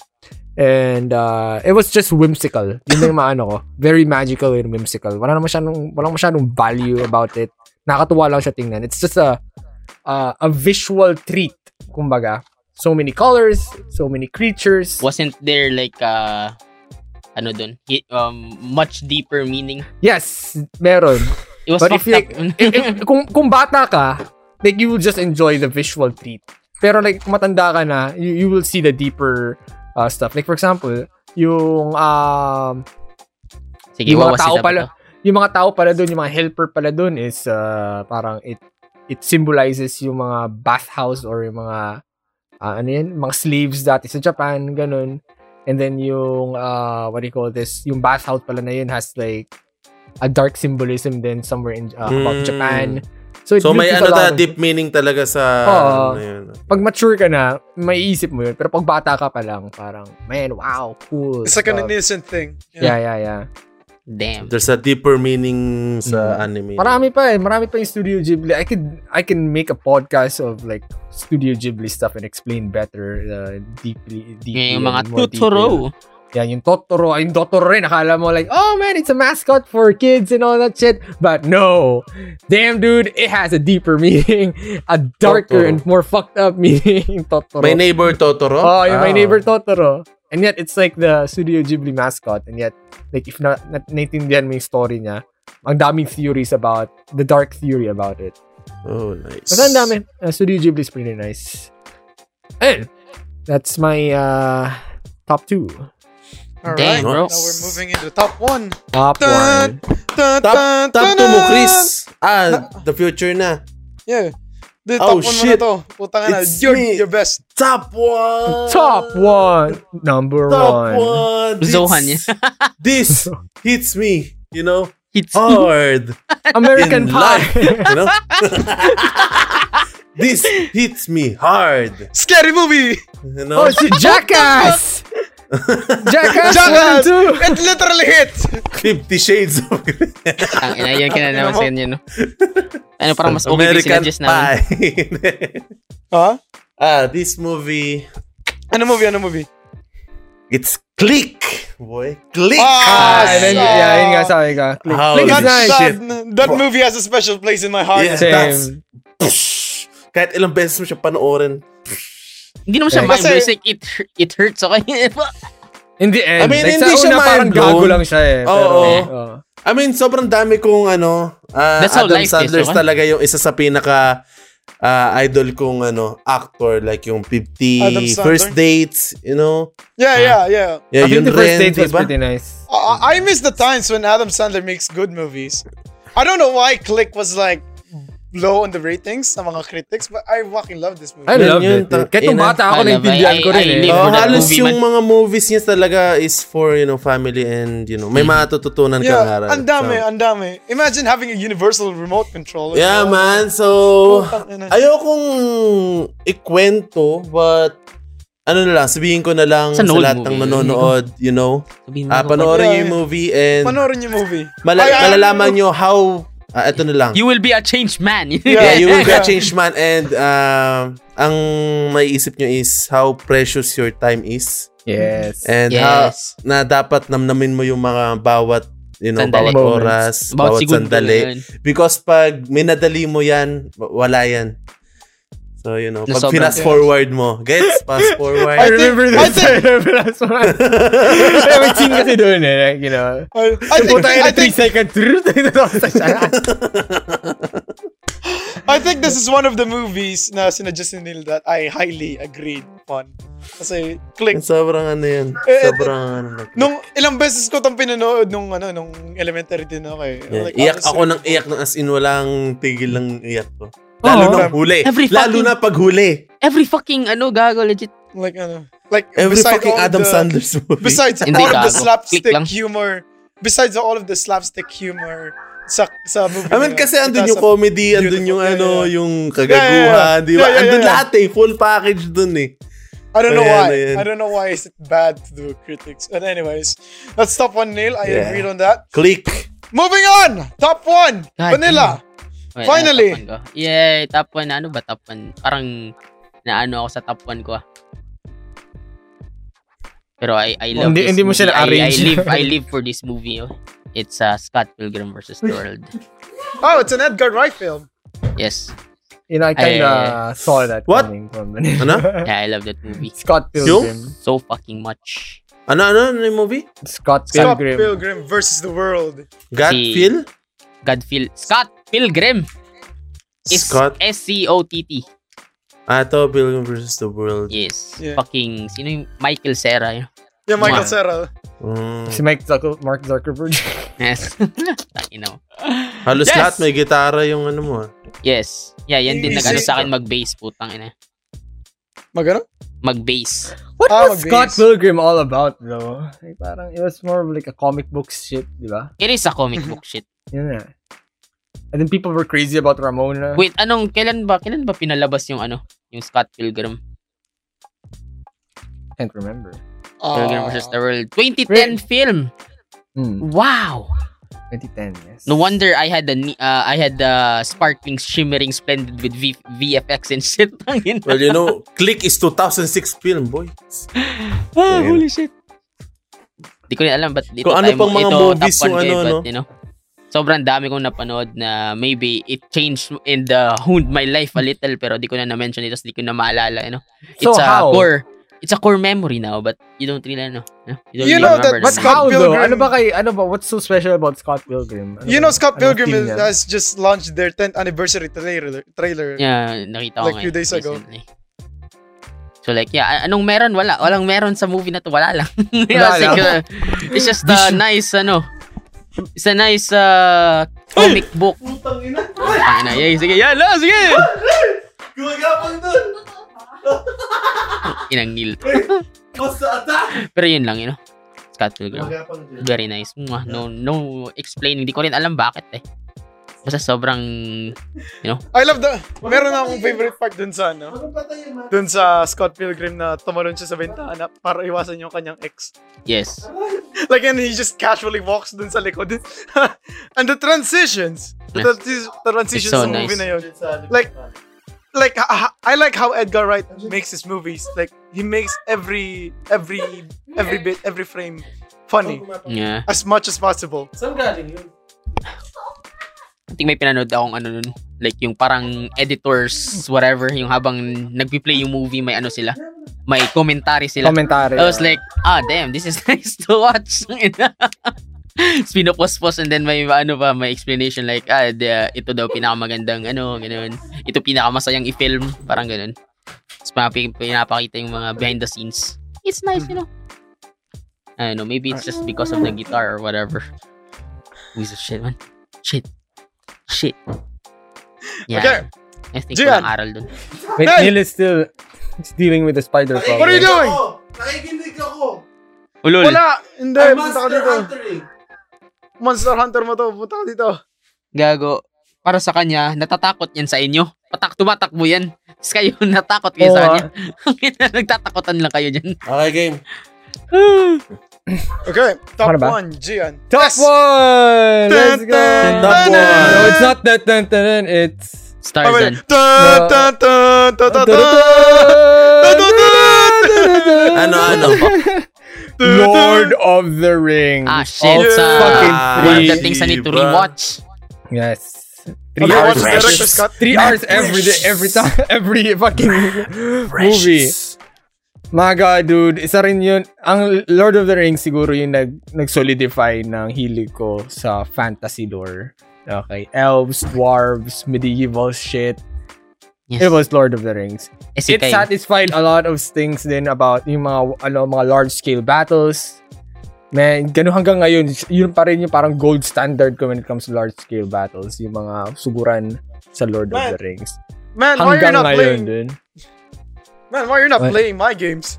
[SPEAKER 2] And uh, it was just whimsical. Yun yung maano ko. Very magical and whimsical. Wala naman masyadong, walang masyadong value about it. Nakatuwa lang siya tingnan. It's just a uh, a visual treat, kumbaga. So many colors, so many creatures.
[SPEAKER 3] Wasn't there like, uh, ano dun? Hi- Um, much deeper meaning?
[SPEAKER 2] Yes, meron.
[SPEAKER 3] It was
[SPEAKER 2] But if
[SPEAKER 3] fucked
[SPEAKER 2] you,
[SPEAKER 3] up.
[SPEAKER 2] if- if- kung, kung bata ka, like you will just enjoy the visual treat. Pero like kung matanda ka na, you, you will see the deeper uh, stuff. Like for example, yung um,
[SPEAKER 3] Sige,
[SPEAKER 2] yung mga
[SPEAKER 3] wawasin
[SPEAKER 2] tao
[SPEAKER 3] na ba
[SPEAKER 2] pala,
[SPEAKER 3] to?
[SPEAKER 2] yung mga tao pala doon, yung mga helper pala doon is uh, parang it it symbolizes yung mga bathhouse or yung mga ah, ano yan, mga slaves dati sa Japan, ganun. And then yung, uh, what do you call this, yung bathhouse pala na yun has like a dark symbolism then somewhere in uh,
[SPEAKER 1] Mm.
[SPEAKER 2] about Japan. So, it
[SPEAKER 1] So may
[SPEAKER 2] gives
[SPEAKER 1] ano
[SPEAKER 2] us a lot
[SPEAKER 1] ta,
[SPEAKER 2] of-
[SPEAKER 1] deep meaning talaga sa
[SPEAKER 2] Oo.
[SPEAKER 1] ano na yun.
[SPEAKER 2] Pag mature ka na, maiisip mo yun. Pero pag bata ka pa lang, parang, man, wow, cool.
[SPEAKER 4] It's like an
[SPEAKER 2] stuff."
[SPEAKER 4] innocent thing.
[SPEAKER 2] Yeah, yeah, yeah.
[SPEAKER 3] Damn.
[SPEAKER 1] There's a deeper meaning sa
[SPEAKER 2] Hmm.
[SPEAKER 1] anime.
[SPEAKER 2] Marami pa eh. Marami pa yung Studio Ghibli. I could I can make a podcast of like Studio Ghibli stuff and explain better uh, deeply, deeply.
[SPEAKER 3] Yung
[SPEAKER 2] and
[SPEAKER 3] mga
[SPEAKER 2] more
[SPEAKER 3] tuturo.
[SPEAKER 2] detail. Yeah, yung Totoro. Yung Totoro rin. Akala mo like, oh man, it's a mascot for kids and all that shit. But no. Damn dude, it has a deeper meaning. A darker
[SPEAKER 1] Totoro.
[SPEAKER 2] and more fucked up meaning. Totoro.
[SPEAKER 1] My neighbor Totoro.
[SPEAKER 2] Oh, yung My
[SPEAKER 1] Ah.
[SPEAKER 2] Neighbor Totoro. And yet, it's like the Studio Ghibli mascot. And yet, like, if na, na naiintindihan mo yung story niya, ang daming theories about, the dark theory about it.
[SPEAKER 1] Oh, nice.
[SPEAKER 2] Basta ang dami. Uh, Studio Ghibli is pretty nice. And, that's my uh, top two.
[SPEAKER 4] All right.
[SPEAKER 3] Damn, bro.
[SPEAKER 4] Now we're moving into top one.
[SPEAKER 2] Top
[SPEAKER 4] Dun,
[SPEAKER 2] one.
[SPEAKER 4] Dun,
[SPEAKER 1] Top,
[SPEAKER 4] dun,
[SPEAKER 1] top
[SPEAKER 4] dun,
[SPEAKER 1] 2 mo,
[SPEAKER 4] dun.
[SPEAKER 1] Chris. Ah, the future na.
[SPEAKER 4] Yeah. The
[SPEAKER 1] Oh,
[SPEAKER 4] top one
[SPEAKER 1] shit.
[SPEAKER 4] muna to. Puta ka na.
[SPEAKER 1] It's
[SPEAKER 4] You're
[SPEAKER 1] me.
[SPEAKER 4] your best.
[SPEAKER 1] Top 1!
[SPEAKER 2] Top one. Number
[SPEAKER 1] Top
[SPEAKER 2] one.
[SPEAKER 1] 1!
[SPEAKER 3] Zohan
[SPEAKER 1] This, this hits me, you know,
[SPEAKER 3] It's
[SPEAKER 2] Oh.
[SPEAKER 1] hard
[SPEAKER 2] American
[SPEAKER 1] in
[SPEAKER 2] Pie.
[SPEAKER 1] life, you know? this hits me hard,
[SPEAKER 4] Scary movie.
[SPEAKER 1] you
[SPEAKER 2] oh,
[SPEAKER 1] know?
[SPEAKER 2] it's Jackass! Jackass,
[SPEAKER 4] Jackass.
[SPEAKER 2] Jackass 1 and 2!
[SPEAKER 4] It literally hits.
[SPEAKER 1] Fifty Shades of Grey.
[SPEAKER 3] Ang ina, yun kinalaman sa inyo, no? Ano, parang mas okay
[SPEAKER 1] American
[SPEAKER 3] American na.
[SPEAKER 1] Pie.
[SPEAKER 4] Huh?
[SPEAKER 1] ah, this movie,
[SPEAKER 4] Ano movie? Ano movie?
[SPEAKER 1] it's Click, boy. Click!
[SPEAKER 2] Ah,
[SPEAKER 4] Ah,
[SPEAKER 2] then, yeah, yun nga sabi ka. Click.
[SPEAKER 1] How
[SPEAKER 2] Click is
[SPEAKER 1] did-
[SPEAKER 2] nice.
[SPEAKER 4] That, that movie has a special place in my heart.
[SPEAKER 1] Yeah,
[SPEAKER 2] Same.
[SPEAKER 1] that's- Psh! Ah, Kahit ilang beses mo siya panoorin.
[SPEAKER 3] Hindi naman siya
[SPEAKER 2] Kasi-
[SPEAKER 3] mind blowing. Like, it, hur- it hurts ako.
[SPEAKER 2] In the
[SPEAKER 1] I
[SPEAKER 2] end.
[SPEAKER 1] mean,
[SPEAKER 2] like,
[SPEAKER 1] hindi
[SPEAKER 2] sa
[SPEAKER 1] siya
[SPEAKER 2] una, parang
[SPEAKER 1] mind-blown.
[SPEAKER 2] gago lang siya eh.
[SPEAKER 1] Oo.
[SPEAKER 2] Pero,
[SPEAKER 1] Eh.
[SPEAKER 2] oo.
[SPEAKER 1] I mean, sobrang dami kong ano, ah,
[SPEAKER 3] That's how
[SPEAKER 1] Adam
[SPEAKER 3] life is, diba?
[SPEAKER 1] Sandler
[SPEAKER 3] okay?
[SPEAKER 1] talaga yung isa sa pinaka ah, idol kong ano, actor like yung 50
[SPEAKER 4] Adam Sandler?
[SPEAKER 1] First Dates, you know?
[SPEAKER 4] Yeah, yeah, yeah.
[SPEAKER 1] Yeah,
[SPEAKER 2] I think
[SPEAKER 1] yun
[SPEAKER 2] the
[SPEAKER 1] rin,
[SPEAKER 2] first date was
[SPEAKER 1] diba?
[SPEAKER 2] pretty nice.
[SPEAKER 4] I, I miss the times when Adam Sandler makes good movies. I don't know why Click was like low on the ratings sa mga critics, but I fucking love this movie.
[SPEAKER 2] I
[SPEAKER 1] Yun,
[SPEAKER 2] loved
[SPEAKER 1] yun,
[SPEAKER 2] it. eh.
[SPEAKER 1] tang-
[SPEAKER 2] Kahit nung
[SPEAKER 1] ina.
[SPEAKER 2] bata ako,
[SPEAKER 3] I love-
[SPEAKER 2] naintindihan
[SPEAKER 3] I-
[SPEAKER 2] ko rin
[SPEAKER 3] I- I
[SPEAKER 2] eh.
[SPEAKER 1] Oh,
[SPEAKER 3] live for that
[SPEAKER 1] halos
[SPEAKER 3] movie,
[SPEAKER 1] yung
[SPEAKER 3] man.
[SPEAKER 1] mga movies niya talaga is for, you know, family and, you know, may matututunan ka kang
[SPEAKER 4] Mm. yeah,
[SPEAKER 1] aral.
[SPEAKER 4] andame,
[SPEAKER 1] So-
[SPEAKER 4] andame. Imagine having a universal remote control.
[SPEAKER 1] Yeah, man. Oh, So,
[SPEAKER 4] Putang ina.
[SPEAKER 1] ayokong ikwento, but ano na lang, sabihin ko na lang sa,
[SPEAKER 3] Sa
[SPEAKER 1] lahat
[SPEAKER 3] Nolan
[SPEAKER 1] ng
[SPEAKER 3] movie.
[SPEAKER 1] nanonood, you know. Ah, panoorin niyo
[SPEAKER 4] Yeah,
[SPEAKER 1] yung
[SPEAKER 4] Mm-hmm. yeah.
[SPEAKER 1] movie and
[SPEAKER 4] Panoorin yung movie.
[SPEAKER 1] mala-
[SPEAKER 4] Ay, ay,
[SPEAKER 1] malalaman niyo how, ah, eto na lang.
[SPEAKER 3] You will be a changed man.
[SPEAKER 1] yeah,
[SPEAKER 4] Yeah,
[SPEAKER 1] you will be a
[SPEAKER 4] yeah.
[SPEAKER 1] changed man and um, ang maiisip nyo is how precious your time is
[SPEAKER 2] Yes.
[SPEAKER 1] and how
[SPEAKER 3] Yes.
[SPEAKER 1] na dapat namnamin mo yung mga bawat you know,
[SPEAKER 3] Sandali.
[SPEAKER 1] bawat
[SPEAKER 2] Moments.
[SPEAKER 1] oras, bawat
[SPEAKER 3] segundo
[SPEAKER 1] sandali.
[SPEAKER 3] na yun.
[SPEAKER 1] Because pag minadali mo yan, w- wala yan. So, you know,
[SPEAKER 3] Na
[SPEAKER 1] pag
[SPEAKER 3] sobrang-
[SPEAKER 1] pinas forward mo, gets? Pass
[SPEAKER 2] I
[SPEAKER 1] forward.
[SPEAKER 2] remember
[SPEAKER 4] I
[SPEAKER 2] this. I remember last one. May may scene kasi doon eh. Like, you know.
[SPEAKER 4] I, I think,
[SPEAKER 2] Puta
[SPEAKER 4] I,
[SPEAKER 2] yun, 3
[SPEAKER 4] think,
[SPEAKER 2] second.
[SPEAKER 4] I think this is one of the movies na sinadjust ni Neil that I highly agreed on. Kasi Click
[SPEAKER 1] sobrang ano yan.
[SPEAKER 4] Eh, eh,
[SPEAKER 1] Sobrang ano.
[SPEAKER 4] Nung ilang beses ko itong pinanood nung ano nung elementary din ako eh.
[SPEAKER 1] Yeah,
[SPEAKER 4] Like,
[SPEAKER 1] iyak
[SPEAKER 4] honestly.
[SPEAKER 1] ako ng iyak ng as in walang tigil ng iyak ko. Lalo na huli.
[SPEAKER 3] Every
[SPEAKER 1] Lalo
[SPEAKER 3] fucking-
[SPEAKER 1] na pag huli.
[SPEAKER 3] Every fucking, ano, gago, legit.
[SPEAKER 4] Like ano. Like
[SPEAKER 1] Every
[SPEAKER 4] beside
[SPEAKER 1] fucking
[SPEAKER 4] all
[SPEAKER 1] Adam
[SPEAKER 4] the,
[SPEAKER 1] Sandler's movie.
[SPEAKER 4] Besides
[SPEAKER 3] Hindi
[SPEAKER 4] all of the
[SPEAKER 3] gago.
[SPEAKER 4] slapstick
[SPEAKER 3] Click lang.
[SPEAKER 4] humor. Besides all of the slapstick humor sa sa movie.
[SPEAKER 1] I mean,
[SPEAKER 4] na yun,
[SPEAKER 1] kasi andun
[SPEAKER 4] it
[SPEAKER 1] yung
[SPEAKER 4] has a-
[SPEAKER 1] comedy, andun
[SPEAKER 4] beautiful-
[SPEAKER 1] yung
[SPEAKER 4] yeah,
[SPEAKER 1] ano,
[SPEAKER 4] yeah.
[SPEAKER 1] yung kagaguhan,
[SPEAKER 4] Yeah,
[SPEAKER 1] di
[SPEAKER 4] yeah,
[SPEAKER 1] ba?
[SPEAKER 4] yeah, yeah,
[SPEAKER 1] andun
[SPEAKER 4] yeah.
[SPEAKER 1] lahat eh, full package dun eh.
[SPEAKER 4] I don't know
[SPEAKER 1] Ayan,
[SPEAKER 4] why.
[SPEAKER 1] ayan.
[SPEAKER 4] I don't know why is it bad to the critics. But anyways, that's top one Neil. I
[SPEAKER 1] Yeah.
[SPEAKER 4] agreed on that.
[SPEAKER 1] Click!
[SPEAKER 4] Moving on. Top one.
[SPEAKER 3] God
[SPEAKER 4] Vanilla.
[SPEAKER 3] Wait,
[SPEAKER 4] Finally.
[SPEAKER 3] ano, top one ko? Yay, top 1. Ano ba top 1? Parang naano ako sa top 1 ko ah. Pero I, I love
[SPEAKER 2] Hindi-
[SPEAKER 3] this
[SPEAKER 2] hindi mo siya
[SPEAKER 3] movie. I-
[SPEAKER 2] na-arrange.
[SPEAKER 3] I, live, I live for this movie. oh. It's uh, Scott Pilgrim versus the World.
[SPEAKER 4] Oh, it's an Edgar Wright film.
[SPEAKER 3] Yes.
[SPEAKER 2] You know, I kinda saw that
[SPEAKER 1] What?
[SPEAKER 2] coming from.
[SPEAKER 1] Ano?
[SPEAKER 3] Yeah, I love that movie.
[SPEAKER 2] Scott Pilgrim.
[SPEAKER 3] So fucking much.
[SPEAKER 1] Ano, ano, ano yung movie?
[SPEAKER 2] Scott
[SPEAKER 4] Scott
[SPEAKER 2] Pilgrim.
[SPEAKER 4] Pilgrim versus the World.
[SPEAKER 1] Gut
[SPEAKER 3] Si-
[SPEAKER 1] Feel?
[SPEAKER 3] God feel Scott Pilgrim. It's
[SPEAKER 1] Scott?
[SPEAKER 3] S-C-O-T-T.
[SPEAKER 1] Ah, ito, Pilgrim vs. the World.
[SPEAKER 3] Yes.
[SPEAKER 4] Yeah.
[SPEAKER 3] Fucking, sino yung Michael Cera yun?
[SPEAKER 4] Yeah, Michael
[SPEAKER 3] Wow.
[SPEAKER 4] Cera.
[SPEAKER 1] Mm.
[SPEAKER 2] Si Mike Zucker- Mark Zuckerberg.
[SPEAKER 3] Yes. you know.
[SPEAKER 1] Halos
[SPEAKER 3] Yes!
[SPEAKER 1] lahat may gitara yung ano mo. ah.
[SPEAKER 3] Yes. Yeah, yan din
[SPEAKER 4] Easy.
[SPEAKER 3] nag-ano sa akin mag-bass, putang ina.
[SPEAKER 4] Magano?
[SPEAKER 3] mag-base.
[SPEAKER 2] What
[SPEAKER 4] Ah,
[SPEAKER 2] was
[SPEAKER 4] mag-base.
[SPEAKER 2] Scott Pilgrim all about, though? Like, parang it was more of like a comic book shit, di ba?
[SPEAKER 3] It is a comic book shit.
[SPEAKER 2] Yun na. And then people were crazy about Ramona.
[SPEAKER 3] Wait, anong, kailan ba, kailan ba pinalabas yung ano, yung Scott Pilgrim?
[SPEAKER 2] Can't remember.
[SPEAKER 3] Pilgrim
[SPEAKER 4] Ah.
[SPEAKER 3] vs. the World. 2010
[SPEAKER 2] Wait.
[SPEAKER 3] film!
[SPEAKER 2] Hmm,
[SPEAKER 3] Wow!
[SPEAKER 2] 2010, yes.
[SPEAKER 3] No wonder I had the, ni- uh, I had the sparkling, shimmering, splendid with v- VFX and shit. Tangin na.
[SPEAKER 1] Well, you know, Click is 2006 film, boy.
[SPEAKER 3] Ah, holy shit. Di ko rin alam ba't dito
[SPEAKER 1] Kung ano
[SPEAKER 3] tayo
[SPEAKER 1] pang
[SPEAKER 3] mo-
[SPEAKER 1] mga
[SPEAKER 3] ito,
[SPEAKER 1] movies
[SPEAKER 3] top
[SPEAKER 1] yung
[SPEAKER 3] 1
[SPEAKER 1] ano,
[SPEAKER 3] kayo, but,
[SPEAKER 1] no?
[SPEAKER 3] you know, sobrang dami kong napanood na maybe it changed in the honed my life a little pero di ko na na-mention ito so di ko na maalala you know?
[SPEAKER 2] So
[SPEAKER 3] it's a
[SPEAKER 2] how?
[SPEAKER 3] core it's a core memory now but you don't really know no? don't
[SPEAKER 4] You
[SPEAKER 3] really
[SPEAKER 4] know that-
[SPEAKER 3] remember
[SPEAKER 2] But
[SPEAKER 4] Scott
[SPEAKER 2] how though?
[SPEAKER 4] Pilgrim-
[SPEAKER 2] Ano ba kay ano ba what's so special about Scott Pilgrim? Ano
[SPEAKER 4] You
[SPEAKER 2] ba-
[SPEAKER 4] know, Scott
[SPEAKER 2] anong
[SPEAKER 4] Pilgrim
[SPEAKER 2] theme
[SPEAKER 4] is,
[SPEAKER 2] niyan?
[SPEAKER 4] has just launched their 10th anniversary trailer. trailer.
[SPEAKER 3] yeah nakita ko
[SPEAKER 4] Like few
[SPEAKER 3] ngayon
[SPEAKER 4] days ago.
[SPEAKER 3] recently. so like yeah a- anong meron wala walang meron sa movie na to wala lang
[SPEAKER 2] Wala lang.
[SPEAKER 3] Siguro, it's just a nice ano it's a nice uh, comic book Tangina, yay, sige, yan, no, sige!
[SPEAKER 1] Gumagapang doon!
[SPEAKER 3] Inang nil.
[SPEAKER 1] Basta attack!
[SPEAKER 3] Pero yun lang, you know. Scott Pilgrim.
[SPEAKER 1] Gumagapang doon.
[SPEAKER 3] Very nice. Mwah, No, no explaining. Hindi ko rin alam bakit eh. Basta sobrang...
[SPEAKER 4] I love the... Meron na akong favorite part dun sa ano. Dun sa Scott Pilgrim na tumalon siya sa bintana para iwasan yung kanyang ex.
[SPEAKER 3] Yes.
[SPEAKER 4] Like, and he just casually walks dun sa likod. and the transitions. The,
[SPEAKER 3] Yes.
[SPEAKER 4] transi- the transitions
[SPEAKER 3] It's so
[SPEAKER 4] sa movie
[SPEAKER 3] nice.
[SPEAKER 4] na yun. Like, like ha- ha- I like how Edgar Wright makes his movies. Like, he makes every every every bit, every frame funny
[SPEAKER 3] Yeah.
[SPEAKER 4] as much as possible.
[SPEAKER 1] Saan galing yun?
[SPEAKER 3] I think may pinanood akong ano nun. Like yung parang editors, whatever. Yung habang nagpi-play yung movie, may ano sila. May commentary sila.
[SPEAKER 2] Commentary.
[SPEAKER 3] I was like, ah, damn, this is nice to watch. Spinopospos and then may ano pa, may explanation like, ah, the, ito daw pinakamagandang ano, ganun. Ito pinakamasayang i-film, parang ganun. Tapos pinap- pinapakita yung mga behind the scenes. It's nice, you know. I don't know, maybe it's just because of the guitar or whatever. Piece of shit, man. Shit. Shit.
[SPEAKER 4] Okay.
[SPEAKER 3] Yeah. I think
[SPEAKER 4] Gian.
[SPEAKER 3] walang aral dun.
[SPEAKER 2] Wait,
[SPEAKER 4] Nay!
[SPEAKER 2] Neil is still it's dealing with the spider problem.
[SPEAKER 4] What are you doing?
[SPEAKER 1] Oh. Nakikinig ako!
[SPEAKER 3] Ulol.
[SPEAKER 4] Wala! Hindi!
[SPEAKER 1] I'm
[SPEAKER 4] Punta ka
[SPEAKER 1] Monster
[SPEAKER 4] dito.
[SPEAKER 1] Hunter eh!
[SPEAKER 4] Monster Hunter mo to. Punta ka dito.
[SPEAKER 3] gago, para sa kanya, natatakot yan sa inyo. Patak, tumatakbo yan. Tapos kayo, natakot kayo
[SPEAKER 2] Oo,
[SPEAKER 3] sa kanya. Nagtatakotan lang kayo dyan.
[SPEAKER 1] Okay, game.
[SPEAKER 4] Okay. Top
[SPEAKER 2] Ano ba?
[SPEAKER 4] 1, Gian.
[SPEAKER 2] Top
[SPEAKER 4] Yes!
[SPEAKER 2] one. Let's go.
[SPEAKER 4] Dun,
[SPEAKER 1] Top dun, one. dun.
[SPEAKER 2] No, it's not that. Dun, dun, dun, It's.
[SPEAKER 4] Oh,
[SPEAKER 3] Starzan.
[SPEAKER 4] wait. Dun, dun, dun, dun, dun, dun. Dun, dun, dun, dun, dun.
[SPEAKER 1] Ano, ano?
[SPEAKER 4] dun.
[SPEAKER 2] Lord of the Rings.
[SPEAKER 3] Ah, shit.
[SPEAKER 4] Oh,
[SPEAKER 3] sa
[SPEAKER 4] fucking
[SPEAKER 3] one of the
[SPEAKER 1] three,
[SPEAKER 3] things I need to
[SPEAKER 1] bro.
[SPEAKER 3] rewatch.
[SPEAKER 2] Yes.
[SPEAKER 4] Okay,
[SPEAKER 2] Three
[SPEAKER 4] what's
[SPEAKER 2] hours.
[SPEAKER 4] the director's cut?
[SPEAKER 2] Three hours every day, every time, every fucking movie. My God, dude. Isa rin yun. Ang Lord of the Rings siguro yung nag, nag-solidify ng hilig ko sa fantasy lore. Okay. Elves, dwarves, medieval shit.
[SPEAKER 3] Yes.
[SPEAKER 2] It was Lord of the Rings. It
[SPEAKER 3] Isekai.
[SPEAKER 2] satisfied a lot of things din about yung mga, ano, mga large-scale battles. Man, ganun hanggang ngayon, yun pa rin yung parang gold standard ko when it comes to large-scale battles. Yung mga suguran sa Lord
[SPEAKER 4] Man,
[SPEAKER 2] of the Rings.
[SPEAKER 4] Man, why are you
[SPEAKER 2] Hanggang
[SPEAKER 4] not
[SPEAKER 2] ngayon,
[SPEAKER 4] playing?
[SPEAKER 2] dude.
[SPEAKER 4] Man, why are you not
[SPEAKER 2] What?
[SPEAKER 4] playing my games?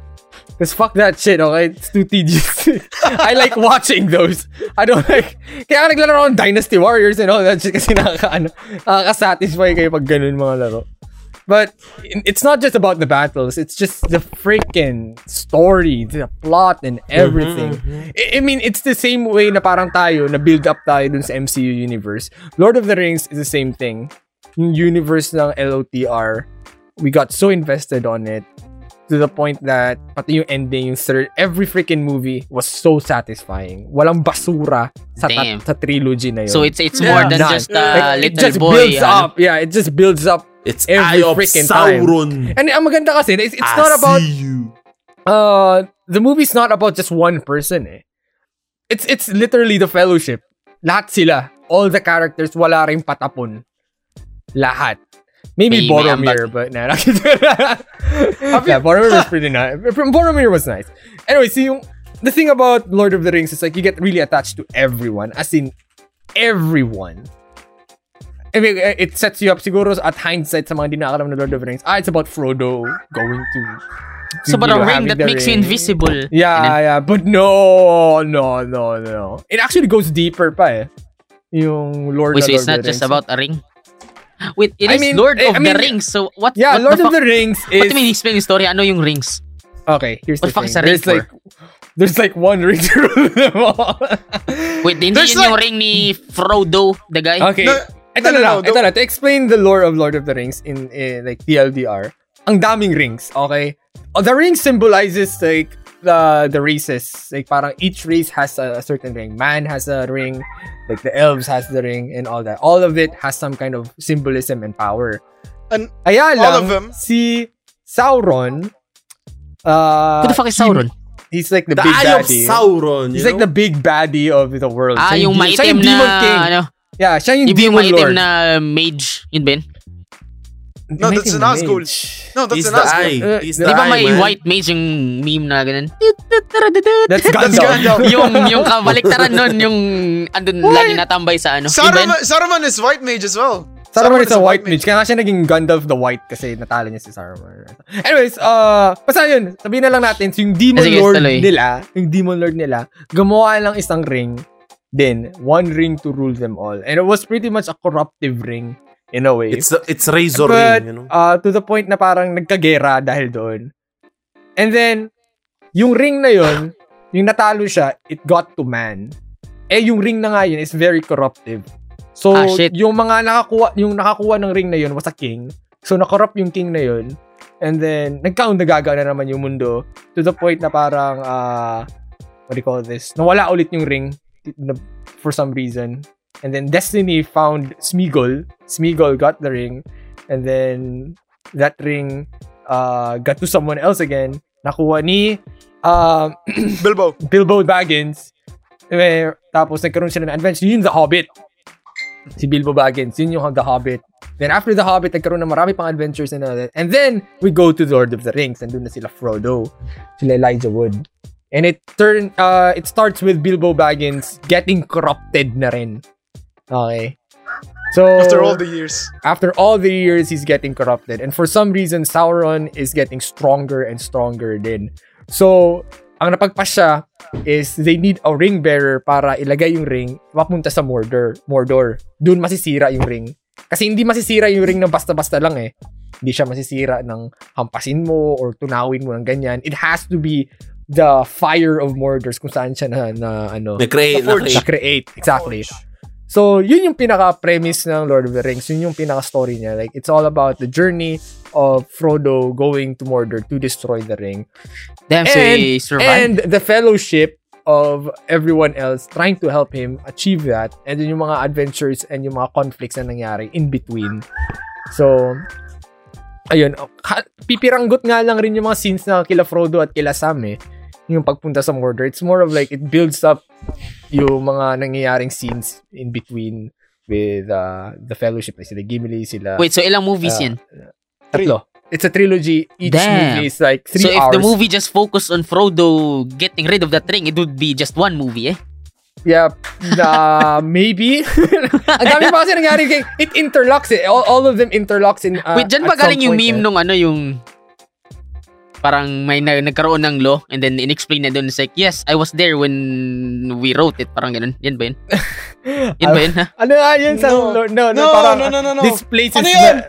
[SPEAKER 2] Cause fuck that shit, okay? It's too tedious. I like watching those. I don't like... Kaya ka naglalaro ako ng Dynasty Warriors and all that shit kasi nakaka, ano, nakaka-satisfy kayo pag ganun mga laro. But in- it's not just about the battles. It's just the freaking story, the plot, and everything. I, I mean, it's the same way na parang tayo, na build up tayo dun sa MCU universe. Lord of the Rings is the same thing. Yung universe ng LOTR, we got so invested on it to the point that pati yung ending, yung third, every freaking movie was so satisfying. Walang basura sa,
[SPEAKER 3] Damn.
[SPEAKER 2] tat- sa trilogy na yun.
[SPEAKER 3] So it's it's
[SPEAKER 4] Yeah.
[SPEAKER 3] more than
[SPEAKER 2] None.
[SPEAKER 3] just a
[SPEAKER 2] Like, it
[SPEAKER 3] little
[SPEAKER 2] just
[SPEAKER 3] boy.
[SPEAKER 2] builds
[SPEAKER 3] ano.
[SPEAKER 2] up. Yeah, it just builds up
[SPEAKER 1] It's Eye
[SPEAKER 2] Every
[SPEAKER 1] of
[SPEAKER 2] freaking
[SPEAKER 1] Sauron.
[SPEAKER 2] And ang maganda kasi, it's, it's
[SPEAKER 1] I
[SPEAKER 2] not about,
[SPEAKER 1] see you.
[SPEAKER 2] uh, the movie's not about just one person eh. It's, it's literally the fellowship. Lahat sila. All the characters, wala rin patapon. Lahat. Maybe
[SPEAKER 3] May- may
[SPEAKER 2] Boromir, but
[SPEAKER 3] ambag-
[SPEAKER 2] nah. yeah, Boromir was pretty nice. Boromir was nice. Anyway, see, yung, the thing about Lord of the Rings is like you get really attached to everyone, as in everyone. I mean, eh, it sets you up siguro at hindsight sa mga di nakakalam na Lord of the Rings. Ah, it's about Frodo going to... to,
[SPEAKER 3] So, but
[SPEAKER 2] you
[SPEAKER 3] a
[SPEAKER 2] know,
[SPEAKER 3] ring
[SPEAKER 2] having
[SPEAKER 3] that
[SPEAKER 2] the
[SPEAKER 3] makes you
[SPEAKER 2] ring.
[SPEAKER 3] invisible.
[SPEAKER 2] Yeah,
[SPEAKER 3] And then-
[SPEAKER 2] yeah. But no, no, no, no. It actually goes deeper pa eh. Yung Lord
[SPEAKER 3] Wait,
[SPEAKER 2] na
[SPEAKER 3] so
[SPEAKER 2] Lord
[SPEAKER 3] it's not
[SPEAKER 2] of the
[SPEAKER 3] just
[SPEAKER 2] Rings.
[SPEAKER 3] about a ring? Wait, it
[SPEAKER 2] I
[SPEAKER 3] is
[SPEAKER 2] mean,
[SPEAKER 3] Lord
[SPEAKER 2] eh,
[SPEAKER 3] of
[SPEAKER 2] I
[SPEAKER 3] the
[SPEAKER 2] mean-
[SPEAKER 3] Rings. So, what,
[SPEAKER 2] Yeah,
[SPEAKER 3] what
[SPEAKER 2] Lord
[SPEAKER 3] the
[SPEAKER 2] of
[SPEAKER 3] fuck?
[SPEAKER 2] the Rings
[SPEAKER 3] What
[SPEAKER 2] is...
[SPEAKER 3] do you mean explain the story? Ano yung rings?
[SPEAKER 2] Okay, here's
[SPEAKER 3] What
[SPEAKER 2] the
[SPEAKER 3] the fuck
[SPEAKER 2] thing.
[SPEAKER 3] is a ring
[SPEAKER 2] There's
[SPEAKER 3] for?
[SPEAKER 2] like, there's like one ring to rule them all.
[SPEAKER 3] Wait, hindi
[SPEAKER 4] There's
[SPEAKER 3] yun yung ring ni Frodo, the guy?
[SPEAKER 2] Okay.
[SPEAKER 4] No,
[SPEAKER 2] ito na
[SPEAKER 4] no, no,
[SPEAKER 2] lang,
[SPEAKER 4] no,
[SPEAKER 2] ito
[SPEAKER 4] don't-
[SPEAKER 2] na. To explain the lore of Lord of the Rings in, in like TLDR, ang daming rings, okay? Oh, the ring symbolizes like the the races. Like parang each race has a, a certain ring. Man has a ring, like the elves has the ring and all that. All of it has some kind of symbolism and power.
[SPEAKER 4] And
[SPEAKER 2] Kaya lang,
[SPEAKER 4] all of them-
[SPEAKER 2] si Sauron, uh,
[SPEAKER 3] Who the fuck is Sauron?
[SPEAKER 2] he's like the,
[SPEAKER 1] The
[SPEAKER 2] big
[SPEAKER 1] Eye of
[SPEAKER 2] daddy.
[SPEAKER 1] Sauron.
[SPEAKER 2] He's
[SPEAKER 1] you
[SPEAKER 2] like
[SPEAKER 1] know?
[SPEAKER 2] the big baddie of the world.
[SPEAKER 3] Ah,
[SPEAKER 2] Siya
[SPEAKER 3] yung
[SPEAKER 2] de- siya
[SPEAKER 3] maitim na,
[SPEAKER 2] Demon King.
[SPEAKER 3] ano,
[SPEAKER 2] Yeah, siya yung
[SPEAKER 3] yung, yung
[SPEAKER 2] Demon
[SPEAKER 3] maitim
[SPEAKER 2] Lord.
[SPEAKER 3] na mage, yun Ben?
[SPEAKER 4] No, that's an Nazgul. No, that's
[SPEAKER 1] He's
[SPEAKER 4] an
[SPEAKER 1] the
[SPEAKER 4] Nazgul.
[SPEAKER 1] eye.
[SPEAKER 2] Uh,
[SPEAKER 1] He's
[SPEAKER 2] di
[SPEAKER 1] the
[SPEAKER 3] Di
[SPEAKER 1] eye,
[SPEAKER 3] ba may
[SPEAKER 1] man.
[SPEAKER 3] white mage yung meme na ganun?
[SPEAKER 2] That's Gandalf.
[SPEAKER 4] Gandalf.
[SPEAKER 3] yung, yung kabaliktaran nun, yung andun lagi natambay sa ano. Yun, Ben?
[SPEAKER 4] Saruman, Saruman is white mage as well.
[SPEAKER 2] Saruman is a white mage. Kaya nga siya naging Gandalf the White kasi natalo niya si Saruman. Anyways, uh, basta yun. Sabihin na lang natin, so yung Demon
[SPEAKER 3] Sige,
[SPEAKER 2] Lord
[SPEAKER 3] tuloy.
[SPEAKER 2] nila, yung Demon Lord nila, gumawa lang isang ring. Then, one ring to rule them all. And it was pretty much a corruptive ring in a way.
[SPEAKER 1] It's, the- it's Razor
[SPEAKER 2] But,
[SPEAKER 1] Ring, you know?
[SPEAKER 2] uh, to the point na parang nagkagera dahil doon. And then, yung ring na yun, yung natalo siya, it got to man. Eh, yung ring na nga yun is very corruptive. So,
[SPEAKER 3] Ah, shit.
[SPEAKER 2] yung mga nakakuha, yung nakakuha ng ring na yun was a king. So, nakorrupt yung king na yun. And then, nagkaon nagagawa na naman yung mundo to the point na parang, ah, what do you call this? Nawala ulit yung ring na- for some reason. And then Destiny found Smeagol. Smeagol got the ring. And then that ring uh, got to someone else again. Nakuha ni um,
[SPEAKER 4] Bilbo.
[SPEAKER 2] Bilbo Baggins. Eh, tapos nagkaroon sila ng adventure. Yun, The Hobbit. Si Bilbo Baggins. Yun yung The Hobbit. Then after The Hobbit, nagkaroon ng marami pang adventures and all that. And then, we go to Lord of the Rings. Nandun na sila Frodo. Sila Elijah Wood. And it turn uh, it starts with Bilbo Baggins getting corrupted na rin. Okay. So,
[SPEAKER 4] After all the years.
[SPEAKER 2] after all the years, he's getting corrupted. And for some reason, Sauron is getting stronger and stronger din. So, ang napagpasya is they need a ring bearer para ilagay yung ring mapunta sa Mordor. Mordor. Doon masisira yung ring. Kasi hindi masisira yung ring ng basta-basta lang eh. Hindi siya masisira ng hampasin mo or tunawin mo ng ganyan. It has to be the fire of Mordor kung saan siya na, na ano
[SPEAKER 1] Na-create.
[SPEAKER 2] na create exactly so yun yung pinaka premise ng Lord of the Rings yun yung pinaka story niya like it's all about the journey of Frodo going to Mordor to destroy the ring
[SPEAKER 3] Damn, so he survived.
[SPEAKER 2] and the fellowship of everyone else trying to help him achieve that and then yung mga adventures and yung mga conflicts na nangyari in between so ayun ka- pipiranggot nga lang rin yung mga scenes na kila Frodo at kila Sam eh yung pagpunta sa Mordor it's more of like it builds up yung mga nangyayaring scenes in between with uh, the fellowship like sila Gimli sila
[SPEAKER 3] Wait, so ilang movies
[SPEAKER 2] Ah,
[SPEAKER 3] yan?
[SPEAKER 2] tatlo it's a trilogy each
[SPEAKER 3] Damn.
[SPEAKER 2] movie is like three
[SPEAKER 3] So if
[SPEAKER 2] hours
[SPEAKER 3] the movie just focused on Frodo getting rid of that ring, it would be just one movie, eh?
[SPEAKER 2] Yeah, na maybe. Ang dami pa kasi nangyari kay it interlocks eh. All, all of them interlocks in uh,
[SPEAKER 3] Wait, dyan ba
[SPEAKER 2] at some
[SPEAKER 3] galing yung
[SPEAKER 2] point,
[SPEAKER 3] meme
[SPEAKER 2] eh.
[SPEAKER 3] nung ano yung parang may na, nagkaroon ng law and then inexplain na doon it's like yes I was there when we wrote it parang ganun yan ba yun yan ba yun ha
[SPEAKER 2] Ano nga yun sa
[SPEAKER 4] No.
[SPEAKER 2] Lord? No, no,
[SPEAKER 4] No,
[SPEAKER 2] parang,
[SPEAKER 4] no, no, no, no.
[SPEAKER 2] This place is
[SPEAKER 4] Ano yun?
[SPEAKER 2] the-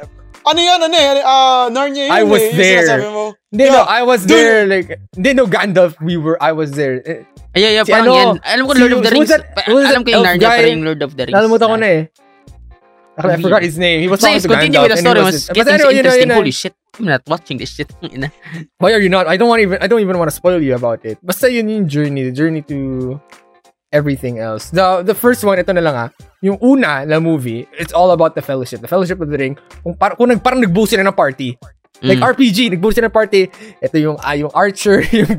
[SPEAKER 4] Ano yan? Ano yan? Ah, Narnia yun.
[SPEAKER 2] I was
[SPEAKER 4] eh. Yung
[SPEAKER 2] there.
[SPEAKER 4] sinasabi mo.
[SPEAKER 2] Hindi, no,
[SPEAKER 4] Yeah.
[SPEAKER 2] I was
[SPEAKER 4] Dude.
[SPEAKER 2] there. Like, hindi, no, Gandalf, we were, I was there. Eh,
[SPEAKER 3] ay ay ay,
[SPEAKER 2] Si
[SPEAKER 3] Ah, parang
[SPEAKER 2] ano,
[SPEAKER 3] yan alam ko
[SPEAKER 2] si-
[SPEAKER 3] Lord of the
[SPEAKER 2] who's
[SPEAKER 3] Rings
[SPEAKER 2] that-
[SPEAKER 3] pa-
[SPEAKER 2] who's
[SPEAKER 3] alam
[SPEAKER 2] that
[SPEAKER 3] ko yung
[SPEAKER 2] elf
[SPEAKER 3] Narnia
[SPEAKER 2] guy?
[SPEAKER 3] pero yung Lord of the Rings
[SPEAKER 2] Nalimutan ko na eh. Actually, I
[SPEAKER 3] Weird.
[SPEAKER 2] forgot his name. He was
[SPEAKER 3] so
[SPEAKER 2] talking
[SPEAKER 3] yes
[SPEAKER 2] to
[SPEAKER 3] continue
[SPEAKER 2] Gandalf.
[SPEAKER 3] with the
[SPEAKER 2] and he
[SPEAKER 3] story
[SPEAKER 2] was-
[SPEAKER 3] mas
[SPEAKER 2] But
[SPEAKER 3] getting
[SPEAKER 2] anyway, you know,
[SPEAKER 3] interesting
[SPEAKER 2] you know,
[SPEAKER 3] holy shit I'm not watching this shit Ang ina.
[SPEAKER 2] Why are you not? I don't want even. I don't even want to spoil you about it. Basta yun yung journey, the journey to everything else. The the first one, ito na lang ah. Yung una na movie, it's all about the fellowship. The fellowship of the ring. Kung, par kung nag, parang nagbuo sila ng party. Like
[SPEAKER 3] Mm.
[SPEAKER 2] RPG, nagbuo sila ng party. Ito yung, ah, yung archer, yung,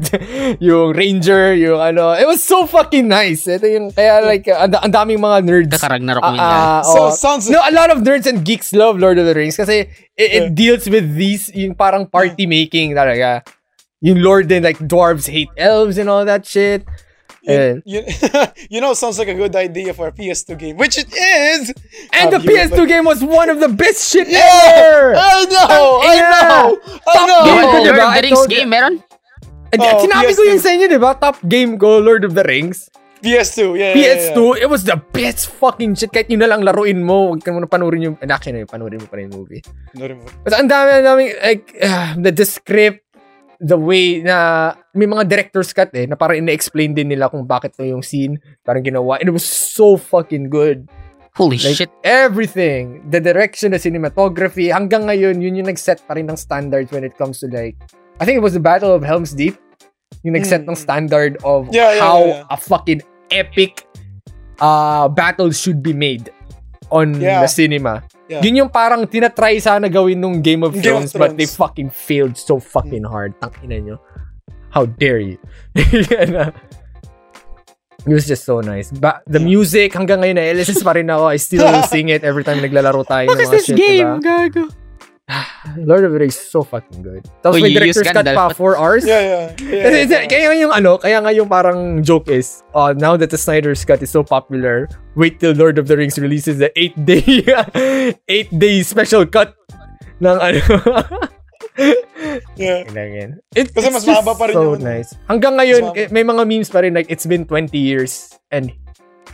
[SPEAKER 2] yung ranger, yung ano. It was so fucking nice. Ito yung, kaya like, ang, da- ang daming mga nerds.
[SPEAKER 3] Kakaragnarok
[SPEAKER 2] Ah,
[SPEAKER 3] mo yun, ah.
[SPEAKER 2] ah,
[SPEAKER 4] So,
[SPEAKER 2] oo.
[SPEAKER 4] sounds-
[SPEAKER 2] No, a lot of nerds and geeks love Lord of the Rings kasi it, it deals with these, yung parang party making talaga. Yung Lord and like dwarves hate elves and all that shit. Ayun.
[SPEAKER 4] You, you know, sounds like a good idea for a PS2 game, which it is.
[SPEAKER 2] And the
[SPEAKER 4] Um, yeah,
[SPEAKER 2] PS2
[SPEAKER 4] but-
[SPEAKER 2] game was one of the best shit
[SPEAKER 4] Yeah,
[SPEAKER 2] ever!
[SPEAKER 4] I know, I
[SPEAKER 2] Yeah!
[SPEAKER 4] know, I
[SPEAKER 2] Top
[SPEAKER 4] know.
[SPEAKER 2] game ko,
[SPEAKER 3] Oh,
[SPEAKER 2] diba?
[SPEAKER 3] Lord
[SPEAKER 2] I
[SPEAKER 3] of the Rings
[SPEAKER 2] told you.
[SPEAKER 3] game, meron?
[SPEAKER 2] And
[SPEAKER 4] Oh,
[SPEAKER 2] sinabi ko
[SPEAKER 4] PS2.
[SPEAKER 2] yun sa inyo, di ba? Top game ko, Lord of the Rings.
[SPEAKER 4] PS2, yeah. yeah, yeah,
[SPEAKER 2] PS2, it was the best fucking shit. Kahit yun na lang laruin mo. Huwag ka muna panurin yung... And actually, no, panurin mo pa rin yung movie.
[SPEAKER 4] yeah. No,
[SPEAKER 2] Basta ang dami, ang dami, like, ah, the, the script, the way na, may mga director's cut eh, na parang ina-explain din nila kung bakit to yung scene, parang ginawa. And it was so fucking good.
[SPEAKER 3] Holy
[SPEAKER 2] Like,
[SPEAKER 3] shit.
[SPEAKER 2] everything. The direction, the cinematography, hanggang ngayon, yun yung nag-set pa rin ng standard when it comes to like, I think it was the Battle of Helm's Deep, yung nag-set ng standard of
[SPEAKER 4] Hmm. Yeah, yeah,
[SPEAKER 2] how
[SPEAKER 4] yeah, yeah.
[SPEAKER 2] a fucking epic uh, battle should be made on
[SPEAKER 4] Yeah.
[SPEAKER 2] the cinema.
[SPEAKER 4] Yeah.
[SPEAKER 2] Yun yung parang tinatry sana gawin nung Game of
[SPEAKER 4] Game
[SPEAKER 2] Thrones,
[SPEAKER 4] of
[SPEAKER 2] but they
[SPEAKER 4] Thrones.
[SPEAKER 2] fucking failed so fucking hard. Tangina nyo. How dare you? Yan na. It was just so nice. Ba the music, hanggang ngayon eh, na LSS pa rin ako. I still sing it every time naglalaro tayo ng mga shit, diba?
[SPEAKER 3] Gago.
[SPEAKER 2] Lord of the Rings is so fucking good. Tapos
[SPEAKER 3] Uy,
[SPEAKER 2] may
[SPEAKER 3] you
[SPEAKER 2] director's
[SPEAKER 3] use
[SPEAKER 2] cut pa,
[SPEAKER 3] Gandalf.
[SPEAKER 2] 4 hours.
[SPEAKER 4] Yeah, yeah. yeah,
[SPEAKER 2] Kasi-
[SPEAKER 4] yeah.
[SPEAKER 2] kaya nga yung ano, kaya nga yung parang joke is, uh, now that the Snyder's Cut is so popular, wait till Lord of the Rings releases the 8-day 8-day special cut ng ano.
[SPEAKER 4] yeah.
[SPEAKER 2] Kailangan. It,
[SPEAKER 4] Kasi
[SPEAKER 2] it's
[SPEAKER 4] mas mahaba
[SPEAKER 2] just
[SPEAKER 4] pa rin
[SPEAKER 2] so
[SPEAKER 4] yun.
[SPEAKER 2] nice. Hanggang ngayon,
[SPEAKER 4] Mas
[SPEAKER 2] eh,
[SPEAKER 4] mahaba.
[SPEAKER 2] may mga memes pa rin like, it's been 20 years and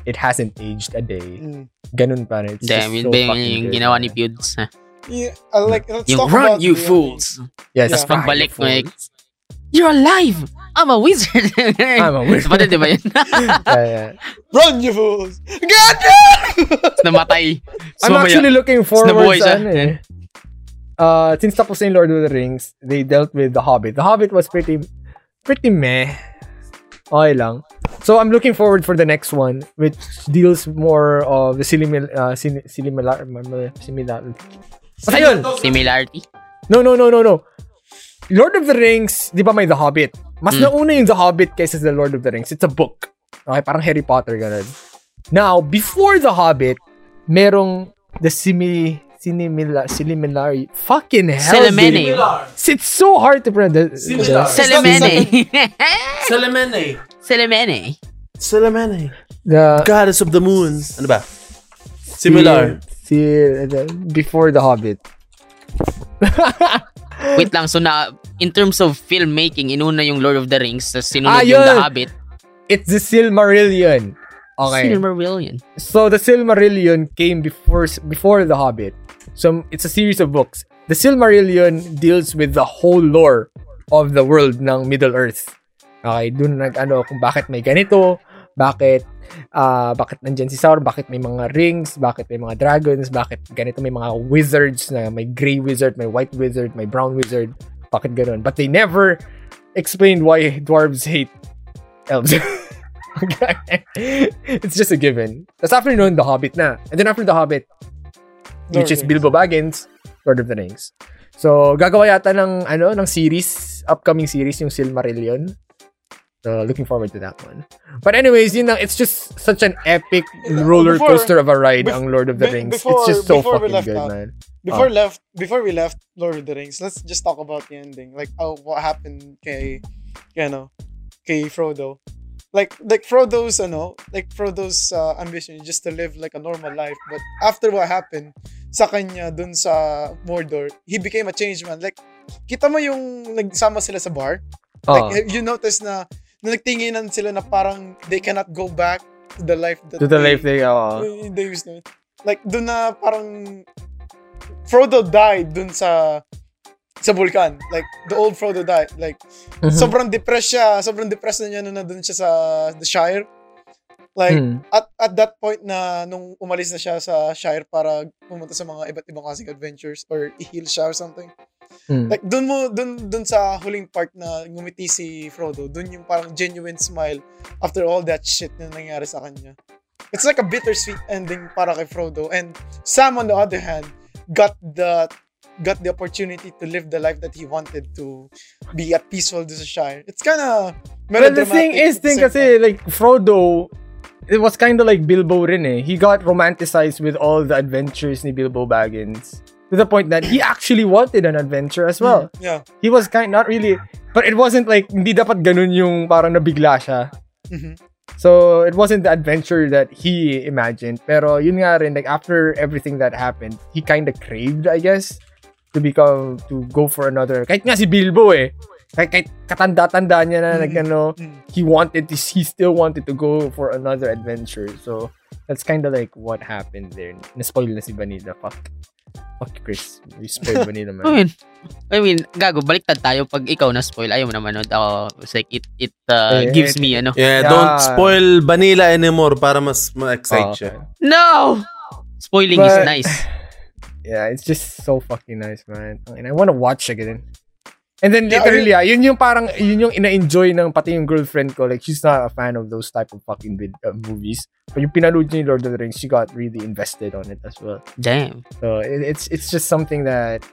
[SPEAKER 2] it hasn't aged a day.
[SPEAKER 4] Mm.
[SPEAKER 2] Ganun pa rin. It's just
[SPEAKER 3] Damn,
[SPEAKER 2] diba? so
[SPEAKER 3] yun ba yung,
[SPEAKER 2] fucking
[SPEAKER 3] yung
[SPEAKER 2] good.
[SPEAKER 3] ginawa ni Pewds? ha?
[SPEAKER 4] Yeah, I like, let's
[SPEAKER 3] Yung
[SPEAKER 4] talk
[SPEAKER 3] run,
[SPEAKER 4] about
[SPEAKER 3] you
[SPEAKER 4] the- uh,
[SPEAKER 3] fools.
[SPEAKER 2] Yes.
[SPEAKER 4] Tapos
[SPEAKER 3] Tapos pagbalik mo,
[SPEAKER 2] Fine,
[SPEAKER 3] eh. like, you're alive! I'm a wizard!
[SPEAKER 2] I'm a wizard.
[SPEAKER 3] Pati, di ba yun?
[SPEAKER 2] Yeah, yeah.
[SPEAKER 4] Run, you fools! God damn!
[SPEAKER 3] Namatay.
[SPEAKER 2] I'm
[SPEAKER 3] Sumaya.
[SPEAKER 2] actually looking forward sa
[SPEAKER 3] Nabuhay siya.
[SPEAKER 2] ano eh. Uh, since tapos na yung Lord of the Rings, they dealt with The Hobbit. The Hobbit was pretty, pretty meh. Okay lang. So I'm looking forward for the next one, which deals more of the similar, uh, sin- similar, similar. Basta yun!
[SPEAKER 3] Similarity.
[SPEAKER 2] No, no, no, no, no. Lord of the Rings, di ba may The Hobbit? Mas nauna yung The Hobbit kaysa sa Lord of the Rings. It's a book. Okay, parang Harry Potter, ganun. Now, before The Hobbit, merong the simi, sinimila, similar, fucking hell.
[SPEAKER 3] Silimene.
[SPEAKER 2] dude. It's so hard to pronounce.
[SPEAKER 1] Similar.
[SPEAKER 2] The,
[SPEAKER 3] Selemene.
[SPEAKER 1] Salamene.
[SPEAKER 3] Selemene.
[SPEAKER 1] Salamene.
[SPEAKER 2] the,
[SPEAKER 1] Goddess of the moon. Ano ba? Similar.
[SPEAKER 2] Si, the, before The Hobbit.
[SPEAKER 3] Wait lang, so na, in terms of filmmaking, inuna yung Lord of the Rings, tapos sinunod
[SPEAKER 2] Ah,
[SPEAKER 3] yung The
[SPEAKER 2] yun.
[SPEAKER 3] Hobbit.
[SPEAKER 2] It's the Silmarillion. Okay.
[SPEAKER 3] Silmarillion.
[SPEAKER 2] So the Silmarillion came before before the Hobbit. So it's a series of books. The Silmarillion deals with the whole lore of the world ng Middle Earth. Okay, doon nag ano kung bakit may ganito, bakit ah bakit nandiyan si Sauron, bakit may mga rings, bakit may mga dragons, bakit ganito may mga wizards na may gray wizard, may white wizard, may brown wizard, bakit ganun. But they never explained why dwarves hate elves. it's just a given. Tapos after nun, The Hobbit na. And then after The Hobbit,
[SPEAKER 4] Lord
[SPEAKER 2] which is
[SPEAKER 4] of the
[SPEAKER 2] Bilbo Baggins, Lord of the Rings. So, gagawa yata ng, ano, ng series, upcoming series, yung Silmarillion. So, looking forward to that one. But anyways, yun lang, it's just such an epic roller
[SPEAKER 4] Before-
[SPEAKER 2] coaster of a ride
[SPEAKER 4] bef-
[SPEAKER 2] ang Lord of the
[SPEAKER 4] be-
[SPEAKER 2] Rings.
[SPEAKER 4] before-
[SPEAKER 2] it's just so
[SPEAKER 4] before we
[SPEAKER 2] fucking
[SPEAKER 4] left
[SPEAKER 2] good,
[SPEAKER 4] out.
[SPEAKER 2] man.
[SPEAKER 4] Before
[SPEAKER 2] Ah.
[SPEAKER 4] left, before we left Lord of the Rings, let's just talk about the ending. Like, oh, what happened? Kay, you know, kay Frodo. Like, like Frodo's, ano, like Frodo's uh, ambition is just to live like a normal life. But after what happened sa kanya dun sa Mordor, he became a changed man. Like, kita mo yung nagsama sila sa bar?
[SPEAKER 2] Oh,
[SPEAKER 4] Like, you notice na, na nagtinginan sila na parang they cannot go back to the life that
[SPEAKER 2] to the
[SPEAKER 4] they-
[SPEAKER 2] life they, oh.
[SPEAKER 4] They, they used to it. Like, dun na parang Frodo died dun sa sa vulkan. Like, the old Frodo died. Like, sobrang depressed siya. Sobrang depressed na niya nung nandun siya sa the Shire. Like, at at that point na nung umalis na siya sa Shire para pumunta sa mga iba't ibang klaseng adventures or i-heal siya or something.
[SPEAKER 2] Mm.
[SPEAKER 4] Like dun mo dun dun sa huling part na ngumiti si Frodo, dun yung parang genuine smile after all that shit na nangyari sa kanya. It's like a bittersweet ending para kay Frodo and Sam on the other hand got the got the opportunity to live the life that he wanted to be at peaceful dun sa Shire. It's kind of
[SPEAKER 2] But the thing is, thing kasi, like, Frodo, it was kind of like Bilbo rin eh. He got romanticized with all the adventures ni Bilbo Baggins. To the point that he actually wanted an adventure as well.
[SPEAKER 4] yeah.
[SPEAKER 2] He was kind, not really, but it wasn't like, hindi dapat ganun yung parang nabigla siya.
[SPEAKER 4] Mhm.
[SPEAKER 2] So it wasn't the adventure that he imagined. Pero yun nga rin, like after everything that happened, he kind of craved, I guess, to become, to go for another. Kahit nga si Bilbo eh. Kahit, kahit katanda-tanda niya na, like ano, he wanted to, he still wanted to go for another adventure. So that's kind of like what happened there. Naspoil na si Vanilla. Fuck. Fuck Chris. You spoiled Vanilla
[SPEAKER 3] I
[SPEAKER 2] man.
[SPEAKER 3] mean, I mean, gago, baliktad tayo pag ikaw na spoil. Ayaw mo naman nun. Ako, it's like, it, it uh,
[SPEAKER 2] Eh,
[SPEAKER 3] gives me, ano.
[SPEAKER 1] Yeah,
[SPEAKER 2] Yeah.
[SPEAKER 1] don't spoil vanilla anymore para mas ma-excite
[SPEAKER 2] Oh,
[SPEAKER 1] siya.
[SPEAKER 3] No! Spoiling is
[SPEAKER 2] But-
[SPEAKER 3] nice.
[SPEAKER 2] Yeah, it's just so fucking nice, man. And I wanna watch again. And then
[SPEAKER 4] Yeah,
[SPEAKER 2] literally, ah, yun yung parang, yun yung ina-enjoy ng pati yung girlfriend ko. Like, she's not a fan of those type of fucking vid- uh, movies. But yung pinanood niya yung Lord of the Rings, she got really invested on it as well.
[SPEAKER 3] Damn.
[SPEAKER 2] So, it, it's it's just something that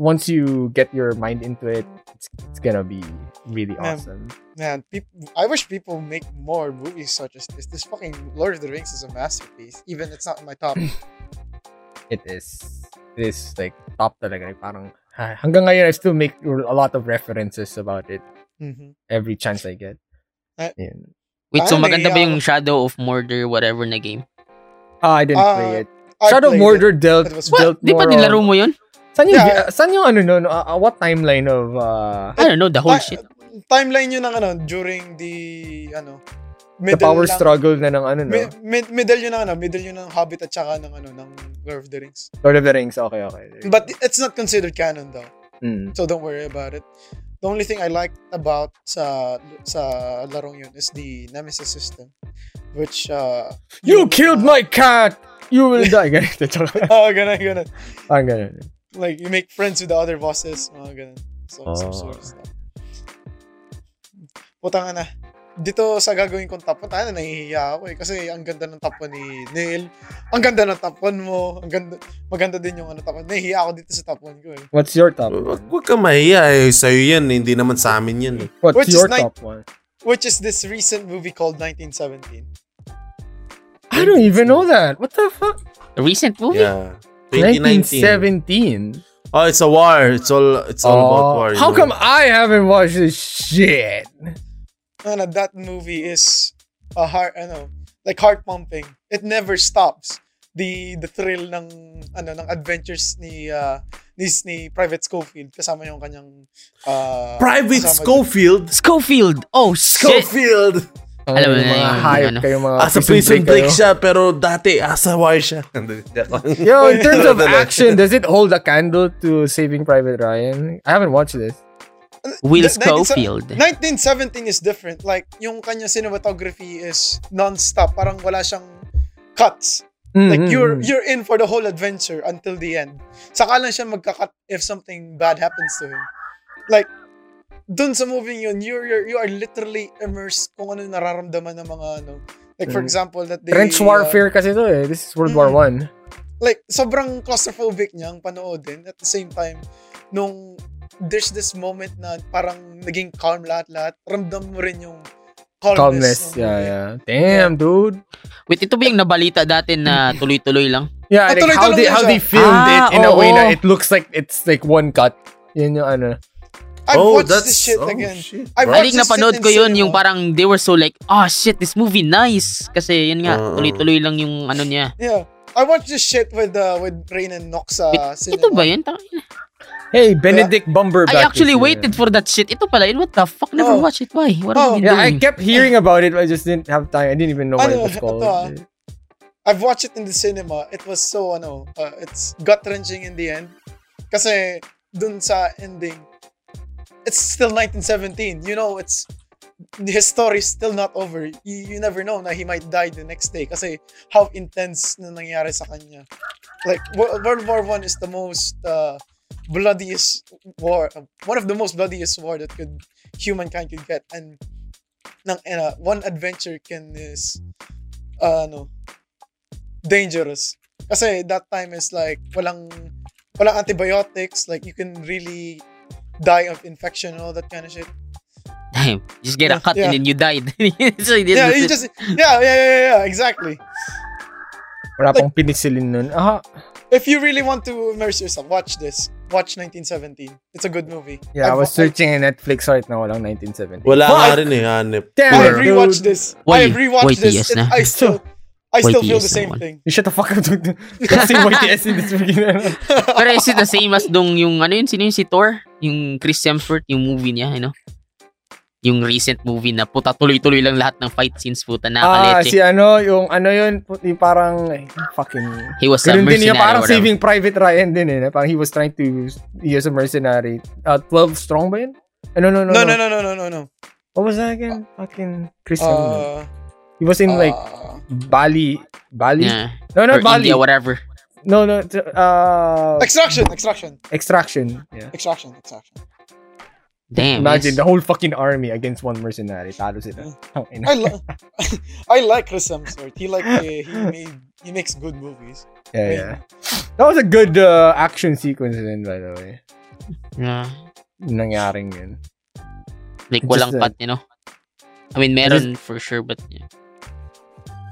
[SPEAKER 2] once you get your mind into it, it's, it's gonna be really
[SPEAKER 4] Yeah.
[SPEAKER 2] awesome.
[SPEAKER 4] Man, peop I wish people make more movies such as this. This fucking Lord of the Rings is a masterpiece. Even it's not in my top.
[SPEAKER 2] It is, it is like top talaga. Like, parang, ah, hanggang ngayon, I still make a lot of references about it
[SPEAKER 4] Mhm.
[SPEAKER 2] every chance I get.
[SPEAKER 4] Ah.
[SPEAKER 2] Yun.
[SPEAKER 3] Wait, so
[SPEAKER 4] Ano,
[SPEAKER 3] maganda ba
[SPEAKER 4] naiiyak
[SPEAKER 3] yung Shadow of Murder, whatever na game?
[SPEAKER 2] Ah, I didn't
[SPEAKER 4] Ah,
[SPEAKER 2] play it.
[SPEAKER 4] I
[SPEAKER 2] Shadow
[SPEAKER 4] played
[SPEAKER 2] Murder dealt,
[SPEAKER 4] It was-
[SPEAKER 2] dealt
[SPEAKER 3] What? Di
[SPEAKER 2] more
[SPEAKER 3] ba nilaro mo yun?
[SPEAKER 2] on... Saan yung,
[SPEAKER 4] Yeah.
[SPEAKER 2] saan yung ano nun? Ah, ah, what timeline of... Uh,
[SPEAKER 3] I don't know, the whole
[SPEAKER 4] Ti-
[SPEAKER 3] shit.
[SPEAKER 4] Timeline yun ng ano, during the, ano,
[SPEAKER 2] the power
[SPEAKER 4] lang-
[SPEAKER 2] struggle na ng ano, no?
[SPEAKER 4] Mi- mid- middle yun ng ano, middle yun ng Hobbit at saka ng ano, ng Lord of the Rings.
[SPEAKER 2] Lord of the Rings. Okay, okay.
[SPEAKER 4] But it's not considered canon though.
[SPEAKER 2] Mm.
[SPEAKER 4] So don't worry about it. The only thing I liked about sa sa larong yun is the nemesis system which uh
[SPEAKER 2] You killed my cat! You will die. Ganun. Tsaka-
[SPEAKER 4] Oh, ganun, ganun.
[SPEAKER 2] Parang ganun.
[SPEAKER 4] Like you make friends with the other bosses, mga ganun. So some sort of stuff. Putang na. Dito sa gagawin kong top 1, tayo na nahihiya ako eh. Kasi ang ganda ng top 1 ni Neil. Ang ganda ng top 1 mo. Ang ganda, maganda din yung ano top 1. Nahihiya ako dito sa top 1 ko eh.
[SPEAKER 2] What's your top?
[SPEAKER 1] Wag, wag ka mahiya eh. Sa'yo yan, hindi naman sa amin yan eh.
[SPEAKER 2] What's
[SPEAKER 4] Which is
[SPEAKER 2] your
[SPEAKER 4] nine-
[SPEAKER 2] top one?
[SPEAKER 4] Which is this recent movie called 1917.
[SPEAKER 2] I don't even know that. What the fuck?
[SPEAKER 3] Recent movie?
[SPEAKER 1] Yeah. 2019.
[SPEAKER 2] 1917.
[SPEAKER 1] Oh, it's a war. It's all it's all about war. you
[SPEAKER 2] Oh. how
[SPEAKER 1] know?
[SPEAKER 2] come I haven't watched this shit?
[SPEAKER 4] Ano, that movie is a heart, ano, like heart pumping. It never stops. The the thrill ng ano ng adventures ni uh, ni, ni Private Schofield kasama yung kanyang uh,
[SPEAKER 1] Private
[SPEAKER 4] kasama-
[SPEAKER 1] Schofield?
[SPEAKER 3] Schofield! Oh, shit!
[SPEAKER 1] Schofield!
[SPEAKER 3] Alam mo
[SPEAKER 2] Yung
[SPEAKER 3] na
[SPEAKER 2] mga
[SPEAKER 3] yun,
[SPEAKER 2] hype
[SPEAKER 3] ano. Ah,
[SPEAKER 2] kayo, mga
[SPEAKER 1] As a Ah, prison break siya, pero dati as a war siya. Hindi,
[SPEAKER 2] Yo, in terms of
[SPEAKER 1] Totally.
[SPEAKER 2] action, does it hold a candle to Saving Private Ryan? I haven't watched this.
[SPEAKER 3] Will
[SPEAKER 4] The- 19
[SPEAKER 3] Schofield.
[SPEAKER 4] 1917 is different. Like, yung kanya cinematography is non-stop. Parang wala siyang cuts.
[SPEAKER 2] Mm-hmm.
[SPEAKER 4] Like, you're you're in for the whole adventure until the end. Saka lang siya magka-cut if something bad happens to him. Like, dun sa movie yun, you're, you're, you are literally immersed kung ano yung nararamdaman ng mga ano. Like, for
[SPEAKER 2] Mm.
[SPEAKER 4] example, that they...
[SPEAKER 2] Trench
[SPEAKER 4] uh,
[SPEAKER 2] warfare kasi to eh. This is World
[SPEAKER 4] Mm.
[SPEAKER 2] War One.
[SPEAKER 4] like sobrang claustrophobic niya ang panoodin at the same time nung there's this moment na parang naging calm lahat-lahat ramdam mo rin yung calmness,
[SPEAKER 2] Calmness.
[SPEAKER 4] ng
[SPEAKER 2] Yeah,
[SPEAKER 4] movie.
[SPEAKER 2] yeah. Damn, dude.
[SPEAKER 3] Wait, ito ba yung nabalita dati
[SPEAKER 4] Mm.
[SPEAKER 3] na tuloy-tuloy lang?
[SPEAKER 2] Yeah,
[SPEAKER 4] Ah,
[SPEAKER 2] like how
[SPEAKER 4] tuloy-tuloy
[SPEAKER 2] they
[SPEAKER 4] yun
[SPEAKER 2] how
[SPEAKER 4] siya.
[SPEAKER 2] they filmed
[SPEAKER 3] Ah,
[SPEAKER 2] it in a
[SPEAKER 3] oo.
[SPEAKER 2] way na it looks like it's like one cut. Yun yung ano.
[SPEAKER 4] I've
[SPEAKER 1] Oh,
[SPEAKER 3] Oh,
[SPEAKER 4] watched this shit again
[SPEAKER 3] I
[SPEAKER 4] I've
[SPEAKER 3] think
[SPEAKER 4] watched this shit
[SPEAKER 3] napanood
[SPEAKER 4] in
[SPEAKER 3] ko yun,
[SPEAKER 4] cinema.
[SPEAKER 3] yung parang they were so like, oh shit, this movie nice. Kasi yun nga,
[SPEAKER 4] Uh-uh.
[SPEAKER 1] Oo.
[SPEAKER 3] tuloy-tuloy lang yung ano niya.
[SPEAKER 4] yeah I watched this shit with uh, with Rain and Nox uh, sa cinema
[SPEAKER 3] Ito ba yun? Tang-
[SPEAKER 2] Hey, Benedict Bumberbatch.
[SPEAKER 3] I
[SPEAKER 2] is
[SPEAKER 3] actually
[SPEAKER 2] here.
[SPEAKER 3] waited for that shit. Ito pala yun. What the fuck? Never
[SPEAKER 4] Oh.
[SPEAKER 3] watch it. Why? What have
[SPEAKER 4] Oh.
[SPEAKER 3] you
[SPEAKER 2] Yeah,
[SPEAKER 3] been
[SPEAKER 2] I
[SPEAKER 3] doing?
[SPEAKER 2] kept hearing about it. but I just didn't have time. I didn't even know what it
[SPEAKER 4] Ano,
[SPEAKER 2] was called.
[SPEAKER 4] ito ah. I've watched it in the cinema. It was so ano, uh, it's gut wrenching in the end. Kasi dun sa ending, it's still 1917. You know, it's his story's still not over. You, you never know na he might die the next day kasi how intense na nangyari sa kanya. Like Wo- World War One is the most uh, bloodiest war, one of the most bloodiest war that could humankind could get, and ng uh, one adventure can is uh, ano dangerous. Kasi that time is like walang walang antibiotics, like you can really die of infection and all that kind of shit.
[SPEAKER 3] Damn. Just get a
[SPEAKER 4] Yeah,
[SPEAKER 3] cut
[SPEAKER 4] yeah.
[SPEAKER 3] and then you died. so you did
[SPEAKER 4] yeah,
[SPEAKER 3] yeah,
[SPEAKER 4] you just yeah, yeah, yeah, yeah, yeah, exactly.
[SPEAKER 2] Wala
[SPEAKER 4] Like-
[SPEAKER 2] pang penicillin nun. Aha.
[SPEAKER 4] If you really want to immerse yourself, watch this. watch 1917. It's a good movie.
[SPEAKER 2] Yeah, I
[SPEAKER 4] I've-
[SPEAKER 2] was searching in Netflix right now. Walang 1970.
[SPEAKER 1] Wala nga rin eh, hanip.
[SPEAKER 4] I, I
[SPEAKER 2] Damn,
[SPEAKER 4] have rewatched
[SPEAKER 2] dude.
[SPEAKER 4] this. I
[SPEAKER 3] Why-
[SPEAKER 4] have
[SPEAKER 3] why
[SPEAKER 4] rewatched this.
[SPEAKER 3] TS na?
[SPEAKER 4] and I still, I
[SPEAKER 3] Why
[SPEAKER 4] still feel
[SPEAKER 3] TS
[SPEAKER 4] the
[SPEAKER 3] na
[SPEAKER 4] same
[SPEAKER 3] naman?
[SPEAKER 4] thing.
[SPEAKER 2] You shut the fuck up, dude. Kasi YTS in this beginning.
[SPEAKER 3] Pero is it the same as dong yung ano yun? Sino yun si Thor? Yung Chris Hemsworth, yung movie niya, you know? Yung recent movie na puta tuloy-tuloy lang lahat ng fight scenes puta na
[SPEAKER 2] Ah, si ano, yung ano yun, puti parang, eh, fucking,
[SPEAKER 3] He was a
[SPEAKER 2] Ganun din
[SPEAKER 3] mercenary.
[SPEAKER 2] niya, parang
[SPEAKER 3] or whatever.
[SPEAKER 2] Saving Private Ryan din eh. Parang he was trying to, he was a mercenary. Uh, 12 strong ba yun? Ah, no, no, no,
[SPEAKER 4] No, no, no, no, no, no, no.
[SPEAKER 2] What was that again? Fucking Christian.
[SPEAKER 4] Uh,
[SPEAKER 2] he was in like
[SPEAKER 4] uh,
[SPEAKER 2] Bali. Bali?
[SPEAKER 3] Yeah.
[SPEAKER 2] No, no,
[SPEAKER 3] Or
[SPEAKER 2] Bali.
[SPEAKER 3] India, whatever.
[SPEAKER 2] no, no, t- uh,
[SPEAKER 4] extraction, extraction,
[SPEAKER 2] Extraction. Yeah.
[SPEAKER 4] extraction, extraction.
[SPEAKER 3] Damn.
[SPEAKER 2] Imagine
[SPEAKER 3] yes.
[SPEAKER 2] the whole fucking army against one mercenary. Talo sila. Ang ina.
[SPEAKER 4] I, li- I like Chris Hemsworth. He like uh, he made he makes good movies.
[SPEAKER 2] Yeah, yeah. That was a good uh, action sequence din, by the way.
[SPEAKER 3] Yeah.
[SPEAKER 2] Nangyaring yun.
[SPEAKER 3] Like
[SPEAKER 2] Just
[SPEAKER 3] walang
[SPEAKER 2] that.
[SPEAKER 3] cut, you know? I mean, meron for sure, but yeah.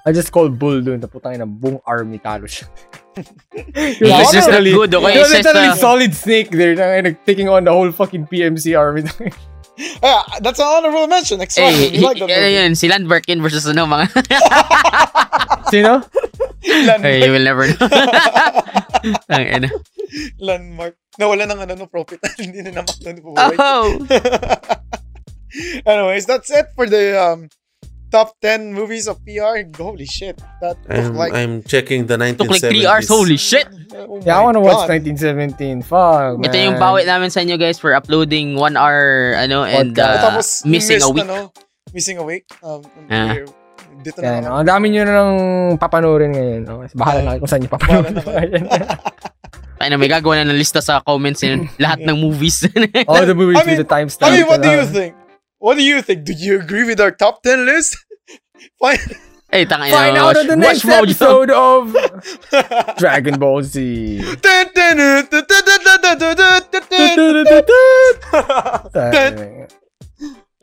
[SPEAKER 2] I just called Bull dun. Naputang ina, buong army talo siya.
[SPEAKER 3] He's
[SPEAKER 4] It's
[SPEAKER 3] just not
[SPEAKER 2] Literally-
[SPEAKER 3] good, okay?
[SPEAKER 2] He was
[SPEAKER 3] It's just uh,
[SPEAKER 2] literally
[SPEAKER 3] a-
[SPEAKER 2] solid snake there, na, taking on the whole fucking PMC army.
[SPEAKER 4] Yeah, Ah, that's an honorable mention.
[SPEAKER 2] Oh,
[SPEAKER 4] Extraction.
[SPEAKER 3] Eh,
[SPEAKER 4] you like that
[SPEAKER 3] ano
[SPEAKER 4] movie?
[SPEAKER 3] yun, si Landberkin versus ano, mga...
[SPEAKER 2] Sino?
[SPEAKER 3] Eh, you will never know. ano? Ang ina.
[SPEAKER 4] Landmark. Nawala ng ano no profit. Hindi na naman doon bumuhay.
[SPEAKER 3] Oh!
[SPEAKER 4] Anyways, that's it for the um, top 10 movies of PR. Holy shit. That took
[SPEAKER 2] Um,
[SPEAKER 1] I'm,
[SPEAKER 4] like.
[SPEAKER 1] I'm checking the 1970s.
[SPEAKER 3] Took like 3 hours, holy shit!
[SPEAKER 4] oh
[SPEAKER 2] Yeah, I
[SPEAKER 4] my
[SPEAKER 2] wanna watch
[SPEAKER 4] God.
[SPEAKER 2] 1917. Fuck, man.
[SPEAKER 3] Ito yung bawit namin sa inyo guys for uploading 1 hour, ano, and
[SPEAKER 2] Podcast.
[SPEAKER 3] uh,
[SPEAKER 4] Tapos,
[SPEAKER 3] missing a
[SPEAKER 4] missed,
[SPEAKER 3] week.
[SPEAKER 4] Ano, missing a week. Um,
[SPEAKER 3] Ah.
[SPEAKER 4] here. Dito
[SPEAKER 2] Yan,
[SPEAKER 4] na.
[SPEAKER 2] ang dami nyo na lang papanoorin ngayon. Oh, bahala na kayo kung saan nyo papanoorin.
[SPEAKER 3] Ay, na, may gagawa na ng lista sa comments yun. Lahat ng movies.
[SPEAKER 2] All the movies
[SPEAKER 4] I mean-
[SPEAKER 2] with the timestamp.
[SPEAKER 4] I mean, what do you
[SPEAKER 2] Ah.
[SPEAKER 4] think? What do you think? Do you agree with our top 10 list? Fine.
[SPEAKER 3] Ay, tangay
[SPEAKER 2] Find
[SPEAKER 3] na.
[SPEAKER 2] out
[SPEAKER 3] watch-
[SPEAKER 2] on the
[SPEAKER 3] watch
[SPEAKER 2] next
[SPEAKER 3] Mojang.
[SPEAKER 2] episode of Dragon Ball Z.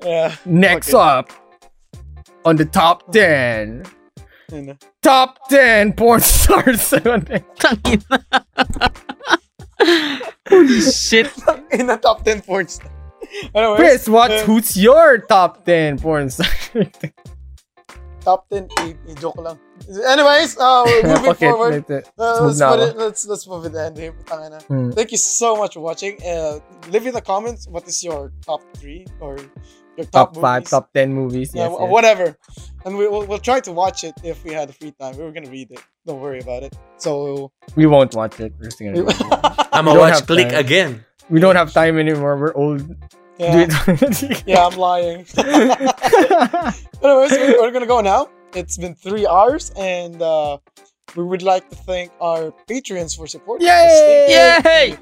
[SPEAKER 4] yeah.
[SPEAKER 2] next
[SPEAKER 4] Okay.
[SPEAKER 2] up on the top 10.
[SPEAKER 4] Yun na.
[SPEAKER 2] Top 10 porn stars.
[SPEAKER 3] Tangay na. Holy shit.
[SPEAKER 4] In the top 10 porn star. Anyways,
[SPEAKER 2] Chris, what's
[SPEAKER 4] um,
[SPEAKER 2] who's your top 10 porn star?
[SPEAKER 4] Top 10, i- i- joke lang. Anyways, uh, we're moving
[SPEAKER 2] Okay,
[SPEAKER 4] forward.
[SPEAKER 2] let it-
[SPEAKER 4] Uh,
[SPEAKER 2] move
[SPEAKER 4] let's,
[SPEAKER 2] now.
[SPEAKER 4] put it, let's let's move it to the end here. Putang ina.
[SPEAKER 2] Hmm.
[SPEAKER 4] Thank you so much for watching. Uh, leave in the comments what is your top three or your top,
[SPEAKER 2] Top 5,
[SPEAKER 4] movies.
[SPEAKER 2] top 10 movies.
[SPEAKER 4] yeah,
[SPEAKER 2] Yes,
[SPEAKER 4] wh-
[SPEAKER 2] yes.
[SPEAKER 4] whatever. And we will we'll try to watch it if we had free time. We were gonna read it. Don't worry about it. So
[SPEAKER 2] We won't watch it. We're just gonna do it.
[SPEAKER 1] I'm
[SPEAKER 2] You
[SPEAKER 1] a
[SPEAKER 2] don't
[SPEAKER 1] watch
[SPEAKER 2] have
[SPEAKER 1] click
[SPEAKER 2] time.
[SPEAKER 1] again.
[SPEAKER 2] We don't have time anymore. We're old.
[SPEAKER 4] yeah,
[SPEAKER 2] Dude.
[SPEAKER 4] yeah, I'm lying. Anyways, we- we're gonna go now. It's been three hours, and uh, we would like to thank our patrons for supporting
[SPEAKER 2] Yay!
[SPEAKER 4] us.
[SPEAKER 3] Yay!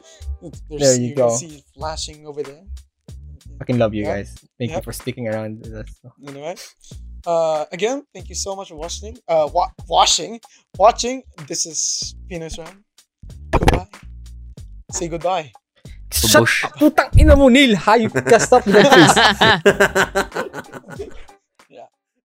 [SPEAKER 2] There you go.
[SPEAKER 4] Can see flashing over there.
[SPEAKER 2] Fucking love you
[SPEAKER 4] Yeah.
[SPEAKER 2] guys. Thank you
[SPEAKER 4] Yep.
[SPEAKER 2] for sticking around with us.
[SPEAKER 4] Anyway, uh, again, thank you so much for watching. Uh, wa- watching, watching. This is Penis Ram. Goodbye. Say goodbye.
[SPEAKER 2] Shut up, putang ina mo, Neil. Hayop ka. Stop that, please.